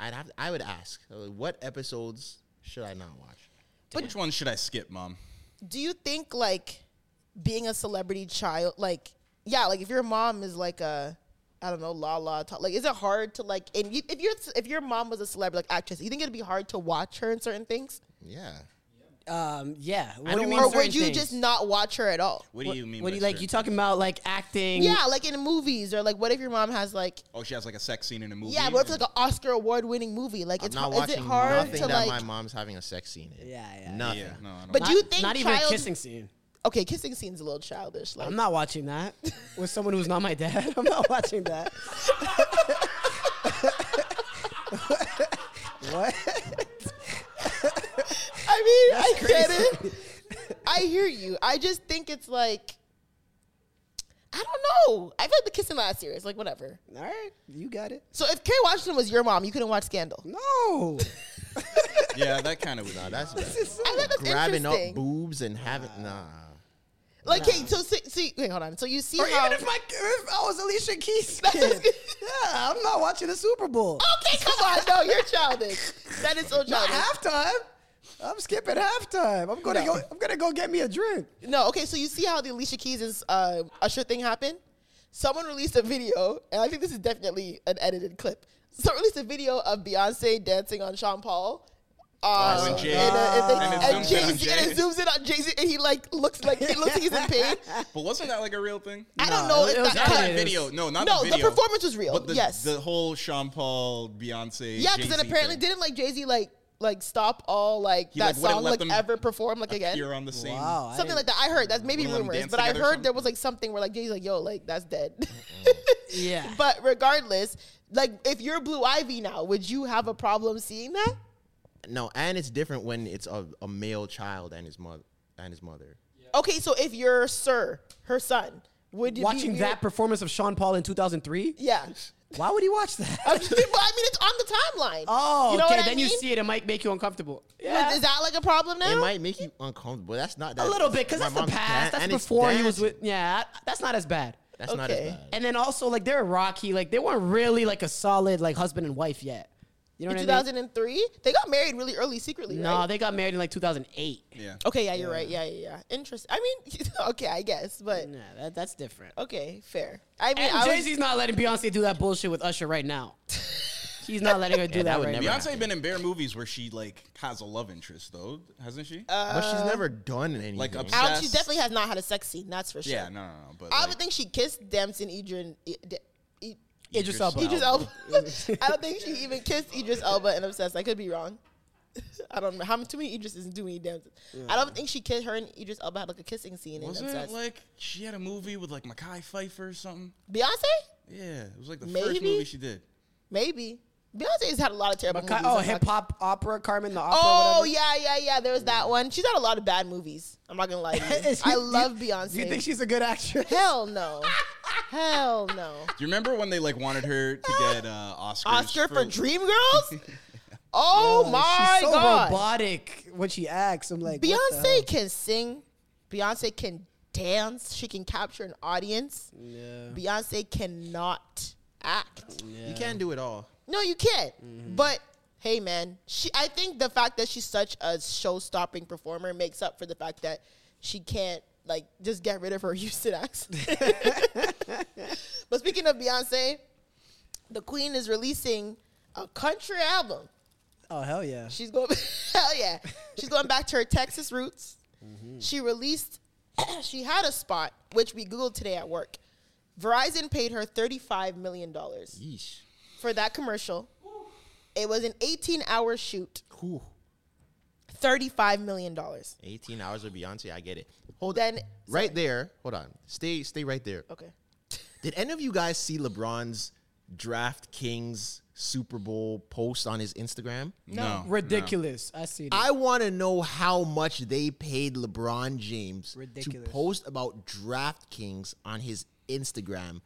[SPEAKER 2] I'd have. I would ask. uh, What episodes should I not watch?
[SPEAKER 3] Which one should I skip, Mom?
[SPEAKER 1] Do you think like being a celebrity child, like yeah, like if your mom is like a, I don't know, la la, talk, like is it hard to like? And you, if your if your mom was a celebrity like actress, you think it'd be hard to watch her in certain things,
[SPEAKER 2] Yeah.
[SPEAKER 5] Um, yeah. What do
[SPEAKER 2] don't
[SPEAKER 5] you mean
[SPEAKER 1] or
[SPEAKER 2] want-
[SPEAKER 5] certain
[SPEAKER 1] would you
[SPEAKER 5] things?
[SPEAKER 1] just not watch her at all?
[SPEAKER 3] What do you mean?
[SPEAKER 5] What do
[SPEAKER 3] by
[SPEAKER 5] you like?
[SPEAKER 3] certain-
[SPEAKER 5] You talking about like acting?
[SPEAKER 1] Yeah, like in movies, or like what if your mom has like
[SPEAKER 3] Oh, she has like a sex scene in a movie.
[SPEAKER 1] Yeah, but it's
[SPEAKER 3] and-
[SPEAKER 1] like an Oscar award winning movie. Like,
[SPEAKER 2] I'm
[SPEAKER 1] it's
[SPEAKER 2] not
[SPEAKER 1] hard, is
[SPEAKER 2] watching
[SPEAKER 1] it hard
[SPEAKER 2] nothing
[SPEAKER 1] to like?
[SPEAKER 2] that my mom's having a sex scene in.
[SPEAKER 5] Yeah, yeah, yeah.
[SPEAKER 2] Nothing.
[SPEAKER 3] Yeah, no, I don't.
[SPEAKER 1] but do you think
[SPEAKER 5] not even
[SPEAKER 1] child?
[SPEAKER 5] a kissing scene.
[SPEAKER 1] Okay, kissing scene's a little childish. Like,
[SPEAKER 5] I'm not watching that with someone who's not my dad. I'm not watching that. what?
[SPEAKER 1] I mean, I get it. I hear you. I just think it's like, I don't know. I feel like the kissing last year is like whatever.
[SPEAKER 5] All right, you got it.
[SPEAKER 1] So if Kerry Washington was your mom, you couldn't watch Scandal.
[SPEAKER 5] No,
[SPEAKER 3] yeah, that kind of would. No,
[SPEAKER 2] That's bad.
[SPEAKER 1] I think that's
[SPEAKER 2] grabbing up
[SPEAKER 1] interesting.
[SPEAKER 2] boobs and having nah.
[SPEAKER 1] like, okay, so see, see, wait, hold on. So you see
[SPEAKER 5] or
[SPEAKER 1] how?
[SPEAKER 5] even if my if I was Alicia Keys, kid, yeah, I'm not watching the Super Bowl.
[SPEAKER 1] okay, come on, no, you're childish. That is so
[SPEAKER 5] Not
[SPEAKER 1] childish.
[SPEAKER 5] halftime. I'm skipping halftime. I'm gonna go. I'm gonna go get me a drink.
[SPEAKER 1] No, okay, so you see how the Alicia Keys is uh, Usher thing happened? Someone released a video, and I think this is definitely an edited clip. Someone released a video of Beyonce dancing on Sean Paul. Uh,
[SPEAKER 3] and Jay.
[SPEAKER 1] and,
[SPEAKER 3] And it zooms in on
[SPEAKER 1] Jay Z, and it
[SPEAKER 3] Jay.
[SPEAKER 1] zooms in on Jay Z, and he like looks like he looks like he's in pain.
[SPEAKER 3] But wasn't that like a real thing?
[SPEAKER 1] I don't know.
[SPEAKER 5] it
[SPEAKER 1] if
[SPEAKER 5] was
[SPEAKER 1] that
[SPEAKER 3] Not
[SPEAKER 5] edited.
[SPEAKER 1] cut-
[SPEAKER 3] the video. No, not
[SPEAKER 1] No,
[SPEAKER 3] the
[SPEAKER 1] the
[SPEAKER 3] video.
[SPEAKER 1] performance was real,
[SPEAKER 3] But the,
[SPEAKER 1] yes.
[SPEAKER 3] the whole Sean Paul, Beyonce.
[SPEAKER 1] Yeah, because then
[SPEAKER 3] Jay-Z
[SPEAKER 1] apparently
[SPEAKER 3] thing.
[SPEAKER 1] didn't like Jay Z like like stop all like
[SPEAKER 3] He, like,
[SPEAKER 1] that
[SPEAKER 3] wouldn't
[SPEAKER 1] song
[SPEAKER 3] let
[SPEAKER 1] like
[SPEAKER 3] them
[SPEAKER 1] ever perform like again.
[SPEAKER 3] appear on the same.
[SPEAKER 5] Wow. I
[SPEAKER 1] something
[SPEAKER 5] didn't-
[SPEAKER 1] like that. I heard that's maybe
[SPEAKER 3] One of them
[SPEAKER 1] rumors,
[SPEAKER 3] dance
[SPEAKER 1] but I
[SPEAKER 3] together or
[SPEAKER 1] heard there
[SPEAKER 3] something?
[SPEAKER 1] was like something where like Jay's like, "Yo, like that's dead."
[SPEAKER 5] Yeah.
[SPEAKER 1] but regardless, like if you're Blue Ivy now, would you have a problem seeing that?
[SPEAKER 2] No, and it's different when it's a, a male child and his mother and his mother.
[SPEAKER 1] Okay, so if you're Sir, her son, would you
[SPEAKER 5] Watching that performance of Sean Paul in 2003.
[SPEAKER 1] Yeah.
[SPEAKER 5] Why would he watch that?
[SPEAKER 1] I'm just- well, I mean, it's on the timeline.
[SPEAKER 5] Oh,
[SPEAKER 1] you know
[SPEAKER 5] okay.
[SPEAKER 1] What I
[SPEAKER 5] then you
[SPEAKER 1] mean?
[SPEAKER 5] see it. It might make you uncomfortable.
[SPEAKER 1] Is- Is that like a problem now?
[SPEAKER 2] It might make you uncomfortable. That's not that
[SPEAKER 5] a little bit because
[SPEAKER 2] my
[SPEAKER 5] that's the
[SPEAKER 2] mom's
[SPEAKER 5] past.
[SPEAKER 2] dan-
[SPEAKER 5] that's
[SPEAKER 2] and it's
[SPEAKER 5] before he was with.
[SPEAKER 2] dancing.
[SPEAKER 5] Yeah, I- that's not as bad.
[SPEAKER 2] That's not as
[SPEAKER 1] Okay.
[SPEAKER 2] bad.
[SPEAKER 5] And then also like they're rocky. Like they weren't really like a solid like husband and wife yet. You know
[SPEAKER 1] in
[SPEAKER 5] what I mean?
[SPEAKER 1] 2003, they got married really early secretly.
[SPEAKER 5] No,
[SPEAKER 1] right?
[SPEAKER 5] they got married in like 2008.
[SPEAKER 3] Yeah.
[SPEAKER 1] Okay, yeah, you're right. Yeah, yeah, yeah. Interesting. I mean, okay, I guess, but
[SPEAKER 5] Nah, that, that's different.
[SPEAKER 1] okay, fair. I mean,
[SPEAKER 5] Mm. And
[SPEAKER 1] I
[SPEAKER 5] Jay
[SPEAKER 1] was,
[SPEAKER 5] Z's not letting Beyonce do that bullshit with Usher right now. He's not letting her do that,
[SPEAKER 2] that would
[SPEAKER 5] right
[SPEAKER 2] never
[SPEAKER 5] now.
[SPEAKER 3] Beyonce been in bare movies where she like has a love interest though, hasn't she?
[SPEAKER 2] but she's never done anything.
[SPEAKER 3] like
[SPEAKER 2] upset.
[SPEAKER 3] obsessed.
[SPEAKER 1] I don't, she definitely has not had a sex scene. That's for sure.
[SPEAKER 3] Yeah, no, no, no. But
[SPEAKER 1] I
[SPEAKER 3] like,
[SPEAKER 1] would think she kissed Damson Idrin. I- D- I-
[SPEAKER 5] Idris Elba.
[SPEAKER 1] Idris Elba. I don't think she even kissed Idris Elba and Obsessed. I could be wrong. I don't know. How many, too many Idris isn't too many Damsons. I don't think she kissed her and Idris Elba had like a kissing scene in
[SPEAKER 3] wasn't
[SPEAKER 1] Obsessed.
[SPEAKER 3] it like she had a movie with like Mackay Pfeiffer or something?
[SPEAKER 1] Beyonce?
[SPEAKER 3] Yeah, it was like the
[SPEAKER 1] Maybe?
[SPEAKER 3] first movie she did.
[SPEAKER 1] Maybe. Beyonce's had a lot of terrible
[SPEAKER 5] Maca-
[SPEAKER 1] movies.
[SPEAKER 5] oh,
[SPEAKER 1] I'm not-
[SPEAKER 5] hip hop opera, Carmen the opera.
[SPEAKER 1] Oh
[SPEAKER 5] whatever.
[SPEAKER 1] yeah, yeah, yeah. There was that one. She's had a lot of bad movies. I'm not gonna lie. To you.
[SPEAKER 5] Is she-
[SPEAKER 1] I
[SPEAKER 5] do you-
[SPEAKER 1] love Beyonce.
[SPEAKER 5] Do you think she's a good actress?
[SPEAKER 1] Hell no. Hell no.
[SPEAKER 3] Do you remember when they like wanted her to get uh, Oscars
[SPEAKER 1] Oscar for Dreamgirls. Oh my
[SPEAKER 5] she's so
[SPEAKER 1] god.
[SPEAKER 5] robotic when she acts. I'm like, what the hell?
[SPEAKER 1] Beyonce can sing. Beyonce can dance. She can capture an audience. Beyonce cannot act.
[SPEAKER 2] you can't do it all.
[SPEAKER 1] No, you can't. But hey, man, she. I think the fact that she's such a show-stopping performer makes up for the fact that she can't like just get rid of her Houston accent. but speaking of Beyonce, the Queen is releasing a country album.
[SPEAKER 5] Oh hell yeah!
[SPEAKER 1] She's going. hell yeah, she's going back to her Texas roots. She released. she had a spot which we googled today at work. Verizon paid her thirty-five million dollars
[SPEAKER 2] Yeesh.
[SPEAKER 1] for that commercial. It was an 18 hour shoot. $35 million.
[SPEAKER 2] 18 hours with Beyonce, I get it. Hold
[SPEAKER 1] Then-
[SPEAKER 2] on. Right there. Hold on. Stay stay right there.
[SPEAKER 1] Okay.
[SPEAKER 2] Did any of you guys see LeBron's draft Kings Super Bowl post on his Instagram?
[SPEAKER 3] No.
[SPEAKER 5] Ridiculous. I see. That.
[SPEAKER 2] I want to know how much they paid LeBron James
[SPEAKER 5] Ridiculous.
[SPEAKER 2] to post about DraftKings on his Instagram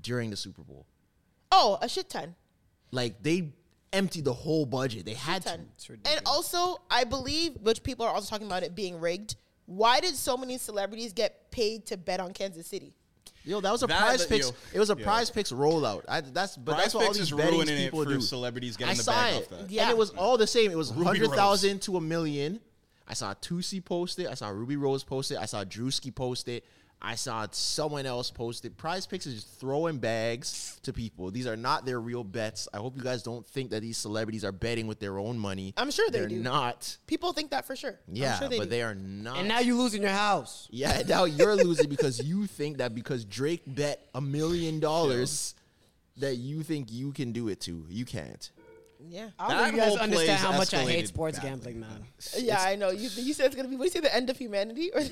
[SPEAKER 2] during the Super Bowl.
[SPEAKER 1] Oh, a shit ton.
[SPEAKER 2] Like they emptied the whole budget. They had to.
[SPEAKER 1] Ton. And
[SPEAKER 5] ridiculous.
[SPEAKER 1] also, I believe, which people are also talking about it being rigged. Why did so many celebrities get paid to bet on Kansas City?
[SPEAKER 2] Yo, that was a
[SPEAKER 3] That-
[SPEAKER 2] prize
[SPEAKER 3] that-
[SPEAKER 2] picks.
[SPEAKER 3] yo.
[SPEAKER 2] It was a
[SPEAKER 3] Yeah.
[SPEAKER 2] prize picks rollout. I, that's but
[SPEAKER 3] Prize
[SPEAKER 2] that's what all
[SPEAKER 3] Picks
[SPEAKER 2] these
[SPEAKER 3] is
[SPEAKER 2] betting
[SPEAKER 3] ruining it
[SPEAKER 2] people
[SPEAKER 3] for
[SPEAKER 2] do.
[SPEAKER 3] celebrities
[SPEAKER 2] I
[SPEAKER 3] getting the
[SPEAKER 2] saw
[SPEAKER 3] bag
[SPEAKER 2] it,
[SPEAKER 3] off that.
[SPEAKER 1] Yeah.
[SPEAKER 2] and it was all the same. It was
[SPEAKER 3] Ruby
[SPEAKER 2] hundred thousand to a million. I saw Tusi post it. I saw Ruby Rose post it. I saw Drewski post it. I saw someone else post it. Prize Picks is just throwing bags to people. These are not their real bets. I hope you guys don't think that these celebrities are betting with their own money.
[SPEAKER 1] I'm sure they
[SPEAKER 2] are
[SPEAKER 1] do.
[SPEAKER 2] not.
[SPEAKER 1] People think that for sure. I'm
[SPEAKER 2] Yeah,
[SPEAKER 1] sure they
[SPEAKER 2] but
[SPEAKER 1] do.
[SPEAKER 2] they are not.
[SPEAKER 5] and now you losing your house.
[SPEAKER 2] Yeah, now you're losing because you think that because Drake bet a million dollars that you think you can do it too. You can't.
[SPEAKER 1] Yeah.
[SPEAKER 5] I don't
[SPEAKER 3] That
[SPEAKER 5] think you guys
[SPEAKER 3] whole
[SPEAKER 5] understand
[SPEAKER 3] play's
[SPEAKER 5] how much I hate
[SPEAKER 3] escalated
[SPEAKER 5] sports
[SPEAKER 3] badly.
[SPEAKER 5] gambling, man.
[SPEAKER 1] yeah, I know. You, you said it's going to be, what do you say, the end of humanity? Or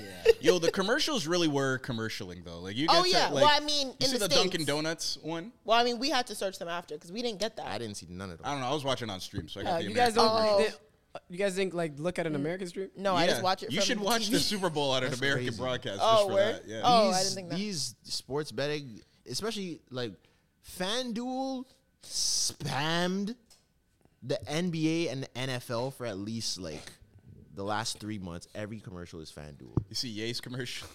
[SPEAKER 3] Yo, the commercials really were commercialing though. Like you. Get
[SPEAKER 1] Oh,
[SPEAKER 3] to,
[SPEAKER 1] yeah.
[SPEAKER 3] Like,
[SPEAKER 1] Well, I mean,
[SPEAKER 3] you
[SPEAKER 1] in
[SPEAKER 3] see
[SPEAKER 1] the
[SPEAKER 3] the,
[SPEAKER 1] States.
[SPEAKER 3] Dunkin' Donuts one.
[SPEAKER 1] Well, I mean, we had to search them after because we didn't get that.
[SPEAKER 2] I didn't see none of
[SPEAKER 3] I
[SPEAKER 2] them.
[SPEAKER 3] don't know. I was watching on stream, so I got
[SPEAKER 5] Yeah,
[SPEAKER 3] the
[SPEAKER 5] you guys
[SPEAKER 3] American
[SPEAKER 5] don't.
[SPEAKER 3] version.
[SPEAKER 5] you did- You guys think like look at an American stream?
[SPEAKER 1] No, I just
[SPEAKER 3] Yeah.
[SPEAKER 1] watch it.
[SPEAKER 3] You
[SPEAKER 1] from
[SPEAKER 3] should
[SPEAKER 1] the
[SPEAKER 3] watch the
[SPEAKER 1] TV.
[SPEAKER 3] Super Bowl at an American
[SPEAKER 2] crazy.
[SPEAKER 3] broadcast
[SPEAKER 1] Oh,
[SPEAKER 3] just for
[SPEAKER 1] word?
[SPEAKER 3] that. Yeah.
[SPEAKER 1] Oh, I
[SPEAKER 2] these,
[SPEAKER 1] didn't think that.
[SPEAKER 2] These sports betting, especially like FanDuel, spammed the NBA and the NFL for at least like the last three months. Every commercial is FanDuel.
[SPEAKER 3] You see Ye's commercial?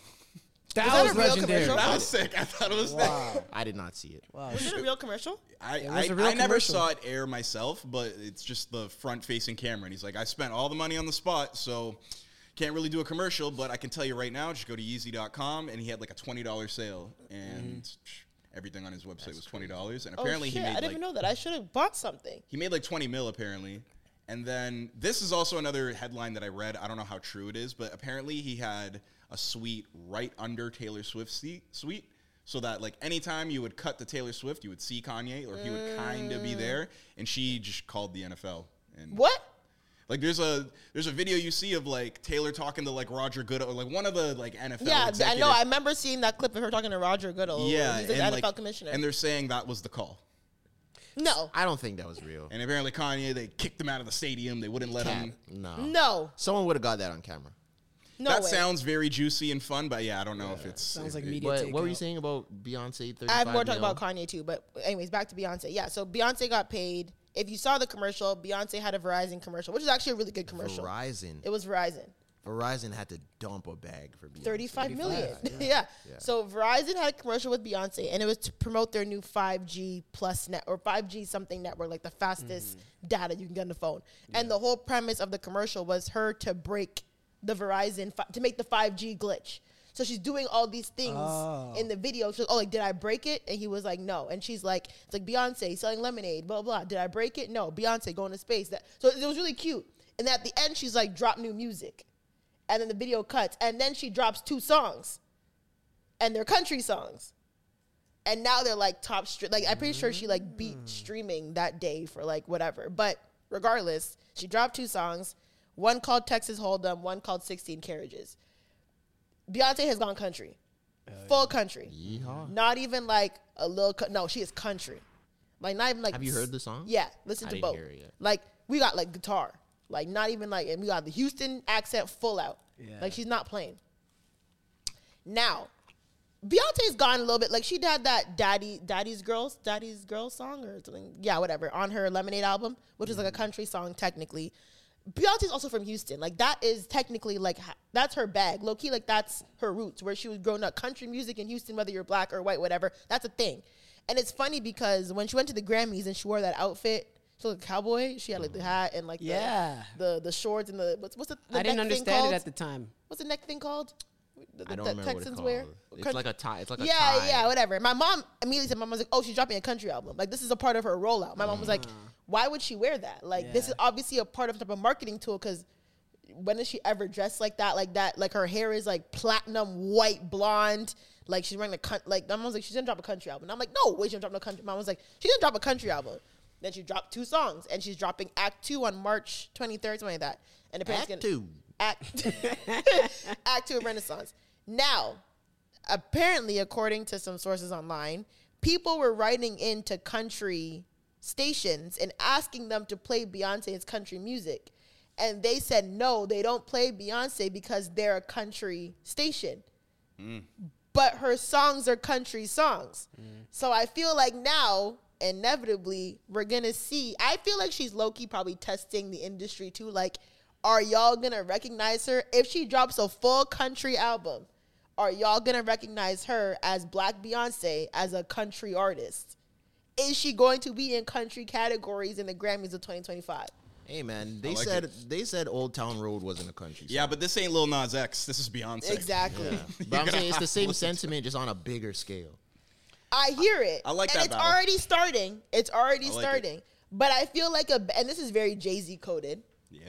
[SPEAKER 5] That
[SPEAKER 1] that
[SPEAKER 5] was,
[SPEAKER 1] a real
[SPEAKER 5] legendary.
[SPEAKER 1] commercial?
[SPEAKER 3] that was sick. I thought it was sick.
[SPEAKER 2] I did not see it.
[SPEAKER 1] Was it a real commercial?
[SPEAKER 3] I,
[SPEAKER 5] It
[SPEAKER 3] I,
[SPEAKER 5] was a real
[SPEAKER 3] I never
[SPEAKER 5] commercial.
[SPEAKER 3] saw it air myself, but it's just the front facing camera. And he's like, I spent all the money on the spot, so can't really do a commercial, but I can tell you right now, just go to Yeezy.com. And he had like a $20 sale, and everything on his website was $20. And apparently
[SPEAKER 1] oh, shit.
[SPEAKER 3] he
[SPEAKER 1] I
[SPEAKER 3] made
[SPEAKER 1] didn't
[SPEAKER 3] like,
[SPEAKER 1] even know that. I should have bought something.
[SPEAKER 3] He made like 20 mil apparently. And then this is also another headline that I read. I don't know how true it is, but apparently he had a suite right under Taylor Swift's seat, suite. So that like anytime you would cut to Taylor Swift, you would see Kanye, or he would kind of be
[SPEAKER 1] Mm.
[SPEAKER 3] there. And she just called the NFL. And
[SPEAKER 1] What?
[SPEAKER 3] like there's a there's a video you see of like Taylor talking to like Roger Goodell, or like one of the like NFL.
[SPEAKER 1] yeah, th- I know.
[SPEAKER 3] executives.
[SPEAKER 1] I remember seeing that clip of her talking to Roger Goodell.
[SPEAKER 3] yeah,
[SPEAKER 1] he's like
[SPEAKER 3] and,
[SPEAKER 1] the NFL
[SPEAKER 3] like,
[SPEAKER 1] commissioner.
[SPEAKER 3] and they're saying that was the call.
[SPEAKER 1] no,
[SPEAKER 2] I don't think that was real.
[SPEAKER 3] And apparently Kanye, they kicked him out of the stadium. They wouldn't let him.
[SPEAKER 2] No.
[SPEAKER 1] no,
[SPEAKER 2] Someone would have got that on camera.
[SPEAKER 1] no
[SPEAKER 3] that
[SPEAKER 1] way.
[SPEAKER 3] sounds very juicy and fun, but yeah, I don't know if it's
[SPEAKER 5] Sounds
[SPEAKER 3] if
[SPEAKER 5] like
[SPEAKER 3] it-
[SPEAKER 5] media.
[SPEAKER 2] But what were you
[SPEAKER 5] takeout.
[SPEAKER 2] saying about Beyonce? 35
[SPEAKER 1] I have more to
[SPEAKER 2] mil?
[SPEAKER 1] talk about Kanye too, but anyways, back to Beyonce. Yeah, so Beyonce got paid. If you saw the commercial, Beyonce had a Verizon commercial, which is actually a really good commercial.
[SPEAKER 2] Verizon.
[SPEAKER 1] It was Verizon.
[SPEAKER 2] Verizon had to dump a bag for Beyonce.
[SPEAKER 1] 35 million. Yeah. So Verizon had a commercial with Beyonce and it was to promote their new 5G plus net or 5G something network, like the fastest data you can get on the phone. And the whole premise of the commercial was her to break the Verizon, fi- to make the 5G glitch. So she's doing all these things in the video. She's like, oh, like, did I break it? And he was like, no. And she's like, it's like Beyonce selling lemonade, blah, blah. Did I break it? No. Beyonce going to space. That So it was really cute. And at the end, she's like, drop new music and then the video cuts and then she drops two songs and they're country songs and now they're like top stri- like i'm pretty sure she like beat
[SPEAKER 2] Mm.
[SPEAKER 1] streaming that day for like whatever but regardless she dropped two songs one called texas hold'em one called 16 carriages beyonce has gone country full country not even like a little co- no she is country like not even like
[SPEAKER 2] Have you heard
[SPEAKER 1] s-
[SPEAKER 2] the song?
[SPEAKER 1] yeah listen
[SPEAKER 2] I
[SPEAKER 1] to
[SPEAKER 2] didn't
[SPEAKER 1] both
[SPEAKER 2] hear it yet.
[SPEAKER 1] like we got like guitar like not even like and we got the houston accent full out like she's not playing now, Beyonce's gone a little bit. Like she had that daddy, daddy's girls, daddy's girl song or something. Yeah, whatever. On her Lemonade album, which is like a
[SPEAKER 5] Mm-hmm.
[SPEAKER 1] country song technically. Beyonce's also from Houston. Like that is technically like ha- that's her bag. Low key, like that's her roots where she was growing up. Country music in Houston, whether you're black or white, whatever, that's a thing. And it's funny because when she went to the Grammys and she wore that outfit, she looked like a cowboy. She had like the hat and like the-
[SPEAKER 5] Mm. Yeah.
[SPEAKER 1] the the, shorts and the what's what's the, the
[SPEAKER 5] I didn't
[SPEAKER 1] neck thing
[SPEAKER 5] understand
[SPEAKER 1] called?
[SPEAKER 5] it at the time.
[SPEAKER 1] what's the neck thing called? The,
[SPEAKER 2] I don't
[SPEAKER 1] the
[SPEAKER 2] remember what it's
[SPEAKER 1] Texans
[SPEAKER 2] called.
[SPEAKER 1] wear.
[SPEAKER 2] It's
[SPEAKER 1] Country-
[SPEAKER 2] like a tie- it's like a
[SPEAKER 1] yeah,
[SPEAKER 2] tie.
[SPEAKER 1] yeah, whatever. My mom immediately said, "My mom's like, oh, she's dropping a country album. Like this is a part of her rollout." My mom was
[SPEAKER 2] Mm.
[SPEAKER 1] like, "Why would she wear that? Like this is obviously a part of type of marketing tool because." When is she ever dressed like that? Like that? Like her hair is like platinum white blonde. Like she's wearing a cunt. Like my mom's like she's gonna drop a country album. And I'm like, no, wait, she didn't drop no country. My mom was like, she didn't drop a country album. Then she dropped two songs, and she's dropping Act Two on March 23rd, something like that. And apparently
[SPEAKER 2] Act
[SPEAKER 1] it's gonna-
[SPEAKER 2] Two.
[SPEAKER 1] Act Act Two of Renaissance. Now, apparently, according to some sources online, people were writing into country stations and asking them to play Beyonce's country music. And they said no, they don't play Beyonce because they're a country station. But her songs are country songs. So I feel like now, inevitably, we're gonna see. I feel like she's low key probably testing the industry too. Like, are y'all gonna recognize her if she drops a full country album? Are y'all gonna recognize her as Black Beyonce as a country artist? Is she going to be in country categories in the Grammys of 2025?
[SPEAKER 2] Hey man, they
[SPEAKER 3] like
[SPEAKER 2] said they said Old Town Road wasn't a country.
[SPEAKER 3] Yeah, but this ain't Lil Nas X. This is Beyonce.
[SPEAKER 1] Exactly.
[SPEAKER 2] song. but I'm saying it's the same sentiment, just on a bigger scale.
[SPEAKER 1] I hear it.
[SPEAKER 3] I like
[SPEAKER 1] and
[SPEAKER 3] that
[SPEAKER 1] it's
[SPEAKER 3] battle.
[SPEAKER 1] already starting. It's already
[SPEAKER 3] I like it.
[SPEAKER 1] starting. But I feel like a and this is very Jay Z coded.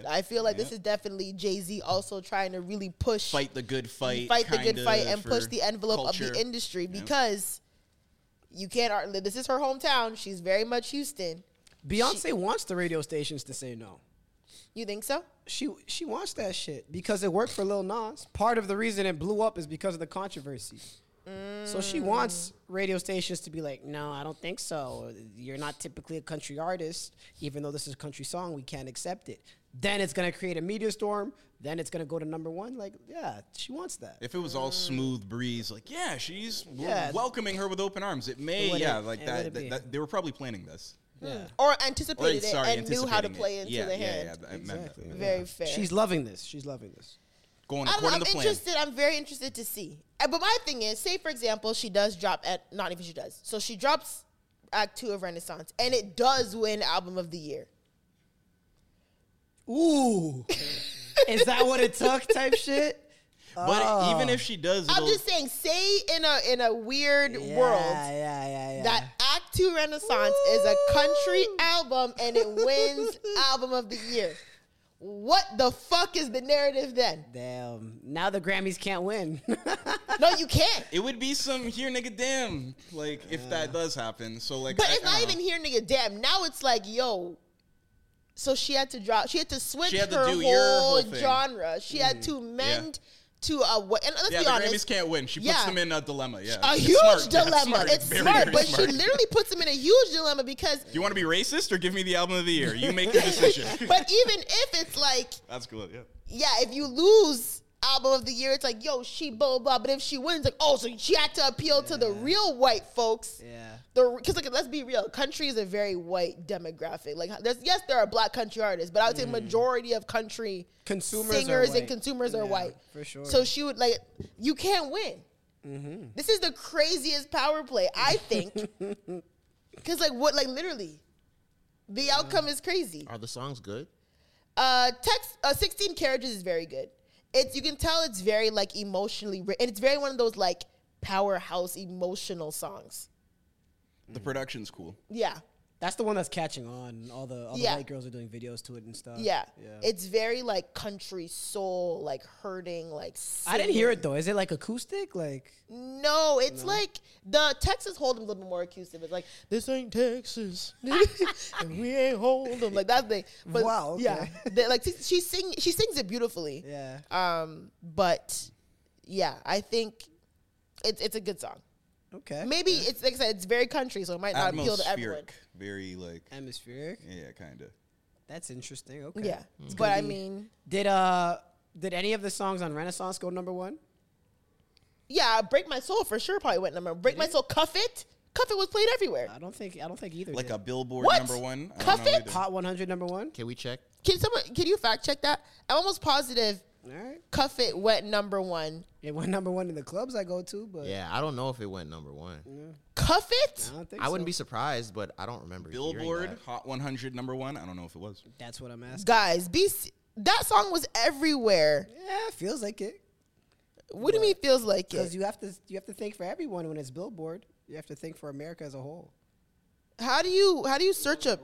[SPEAKER 1] I feel like this is definitely Jay Z also trying to really push
[SPEAKER 3] Fight the good fight.
[SPEAKER 1] fight the good
[SPEAKER 3] kinda,
[SPEAKER 1] fight and
[SPEAKER 3] for
[SPEAKER 1] push the envelope of
[SPEAKER 3] culture.
[SPEAKER 1] the industry because you can't. ar- This is her hometown. She's very much Houston.
[SPEAKER 5] Beyonce wants the radio stations to say no.
[SPEAKER 1] You think so?
[SPEAKER 5] She she wants that shit because it worked for Lil Nas. Part of the reason it blew up is because of the controversy. So she wants radio stations to be like, no, I don't think so. You're not typically a country artist, even though this is a country song. We can't accept it. Then it's gonna create a media storm. Then it's gonna go to number one. Like, yeah, she wants that.
[SPEAKER 3] If it was
[SPEAKER 1] Mm.
[SPEAKER 3] all smooth breeze, like yeah, she's we're
[SPEAKER 5] Yeah.
[SPEAKER 3] welcoming her with open arms. It may,
[SPEAKER 5] would've-
[SPEAKER 3] yeah, like
[SPEAKER 5] it
[SPEAKER 3] that,
[SPEAKER 5] would've
[SPEAKER 3] that,
[SPEAKER 5] been.
[SPEAKER 3] that- They were probably planning this.
[SPEAKER 1] Or
[SPEAKER 3] Or,
[SPEAKER 1] anticipated it
[SPEAKER 3] sorry,
[SPEAKER 1] and knew how to
[SPEAKER 3] anticipating it.
[SPEAKER 1] play into
[SPEAKER 3] yeah,
[SPEAKER 1] the
[SPEAKER 3] yeah,
[SPEAKER 1] hand.
[SPEAKER 3] Yeah, I meant that.
[SPEAKER 1] Very fair.
[SPEAKER 5] She's loving this. She's loving this.
[SPEAKER 3] Going
[SPEAKER 1] I'm,
[SPEAKER 3] according
[SPEAKER 1] I'm
[SPEAKER 3] to plan.
[SPEAKER 1] interested. I'm very interested to see. Uh, But my thing is, say for example, she does drop at not even she does. So she drops Act Two of Renaissance, and it does win Album of the Year.
[SPEAKER 5] Ooh. Is that what it took type shit?
[SPEAKER 3] But even if she does,
[SPEAKER 1] uh, I'm
[SPEAKER 3] it'll-
[SPEAKER 1] just saying, say in a in a weird
[SPEAKER 5] Yeah,
[SPEAKER 1] world
[SPEAKER 5] yeah, yeah, yeah.
[SPEAKER 1] that Act Two Renaissance is a country album and it wins Album of the Year. What the fuck is the narrative then?
[SPEAKER 5] Damn. Now the Grammys can't win.
[SPEAKER 1] No, you can't.
[SPEAKER 3] it would be some here, nigga, damn. Like if that does happen, so like,
[SPEAKER 1] But
[SPEAKER 3] I-
[SPEAKER 1] it's
[SPEAKER 3] I
[SPEAKER 1] not
[SPEAKER 3] don't
[SPEAKER 1] even
[SPEAKER 3] know.
[SPEAKER 1] here, nigga. Damn. Now it's like, yo. So she had to drop. She had to switch
[SPEAKER 3] She had to
[SPEAKER 1] her
[SPEAKER 3] do
[SPEAKER 1] whole,
[SPEAKER 3] your whole thing. Mm-hmm.
[SPEAKER 1] genre. She had to mend to a what? And let's
[SPEAKER 3] Yeah,
[SPEAKER 1] be
[SPEAKER 3] the
[SPEAKER 1] honest,
[SPEAKER 3] Grammys can't win. She puts
[SPEAKER 1] Yeah.
[SPEAKER 3] them in a dilemma. Yeah,
[SPEAKER 1] A
[SPEAKER 3] It's
[SPEAKER 1] huge
[SPEAKER 3] smart. Yeah,
[SPEAKER 1] dilemma. It's
[SPEAKER 3] Very,
[SPEAKER 1] smart,
[SPEAKER 3] very
[SPEAKER 1] but
[SPEAKER 3] smart.
[SPEAKER 1] she literally puts him in a huge dilemma because.
[SPEAKER 3] Do you want to be racist or give me the album of the year? You make the decision.
[SPEAKER 1] but even if it's like,
[SPEAKER 3] That's cool. Yeah.
[SPEAKER 1] yeah, if you lose album of the year, it's like, yo, she blah blah. But if she wins, like, oh, so she had to appeal to the real white folks.
[SPEAKER 5] Yeah.
[SPEAKER 1] The because like let's be real, country is a very white demographic. Like there's yes, there are black country artists, but I would
[SPEAKER 5] Mm.
[SPEAKER 1] say majority of country
[SPEAKER 5] Consumers are
[SPEAKER 1] singers
[SPEAKER 5] white.
[SPEAKER 1] and consumers are white
[SPEAKER 5] for sure. Mm-hmm.
[SPEAKER 1] So she would like you can't win. This is the craziest power play I think, because like what like literally, the outcome is crazy.
[SPEAKER 2] Are the songs good?
[SPEAKER 1] Uh, text uh, 16 carriages is very good. It's you can tell it's very like emotionally ri- and it's very one of those like powerhouse emotional songs.
[SPEAKER 3] The production's cool.
[SPEAKER 1] Yeah.
[SPEAKER 5] That's the one that's catching on. All the all the
[SPEAKER 1] Yeah.
[SPEAKER 5] white girls are doing videos to it and stuff.
[SPEAKER 1] Yeah. It's very like country soul, like hurting, like
[SPEAKER 5] I didn't hear
[SPEAKER 1] singing.
[SPEAKER 5] it though. Is it like acoustic? Like
[SPEAKER 1] No, it's like the Texas Hold'em a little bit more acoustic. It's like this ain't Texas, and we ain't Hold'em like that thing. But
[SPEAKER 5] Wow, okay.
[SPEAKER 1] yeah, they- like she, she sing she sings it beautifully.
[SPEAKER 5] Yeah.
[SPEAKER 1] Um, but yeah, I think it's it's a good song.
[SPEAKER 5] okay.
[SPEAKER 1] Maybe it's like I said, it's very country, so it might not appeal to everyone.
[SPEAKER 3] Atmospheric. Very like
[SPEAKER 5] Atmospheric.
[SPEAKER 3] yeah, kind of.
[SPEAKER 5] That's interesting. Okay.
[SPEAKER 1] Yeah, but I mean,
[SPEAKER 5] Did uh did any of the songs on Renaissance go number one?
[SPEAKER 1] yeah, break my soul for sure. Probably went number. Break my soul, cuff it, cuff it was played everywhere.
[SPEAKER 5] I don't think I don't think either.
[SPEAKER 3] Like
[SPEAKER 5] did.
[SPEAKER 3] a Billboard
[SPEAKER 1] What?
[SPEAKER 3] number one. I
[SPEAKER 1] Cuff
[SPEAKER 3] don't know
[SPEAKER 1] it?
[SPEAKER 3] either.
[SPEAKER 5] Hot 100 number one.
[SPEAKER 2] Can we check?
[SPEAKER 1] Can someone can you fact check that? I'm almost positive
[SPEAKER 5] All right.
[SPEAKER 1] cuff it went number one.
[SPEAKER 5] It went number one in the clubs I go to, but
[SPEAKER 2] Yeah, I don't know if it went number one.
[SPEAKER 1] Cuff it?
[SPEAKER 5] I don't think
[SPEAKER 2] I wouldn't be
[SPEAKER 5] so.
[SPEAKER 2] surprised, but I don't remember. hearing
[SPEAKER 3] Billboard
[SPEAKER 2] that.
[SPEAKER 3] Hot 100 number one. I don't know if it was.
[SPEAKER 5] That's what I'm asking.
[SPEAKER 1] Guys, be s- that song was everywhere.
[SPEAKER 5] Yeah, feels like it.
[SPEAKER 1] What do you mean feels like
[SPEAKER 5] Because
[SPEAKER 1] it?
[SPEAKER 5] you have to you have to think for everyone when it's Billboard. You have to think for America as a whole.
[SPEAKER 1] How do you how do you search a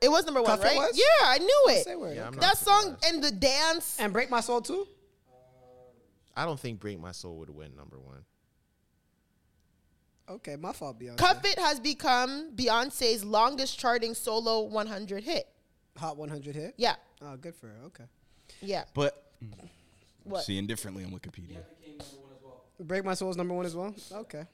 [SPEAKER 1] It was number one,
[SPEAKER 5] Cuff It
[SPEAKER 1] right?
[SPEAKER 5] was?
[SPEAKER 1] Yeah, I knew it.
[SPEAKER 5] Say word.
[SPEAKER 2] I'm
[SPEAKER 1] that
[SPEAKER 2] not
[SPEAKER 1] song and the dance.
[SPEAKER 5] And break my soul too.
[SPEAKER 2] I don't think Break My Soul would win number one.
[SPEAKER 5] Okay, my fault, Beyonce.
[SPEAKER 1] Cuff It has become Beyonce's longest charting solo 100 hit.
[SPEAKER 5] Hot 100 hit.
[SPEAKER 1] Yeah.
[SPEAKER 5] Oh, good for her. Okay.
[SPEAKER 1] Yeah.
[SPEAKER 3] But
[SPEAKER 1] What?
[SPEAKER 3] seeing differently on Wikipedia.
[SPEAKER 5] Break my soul's number one as well. Okay.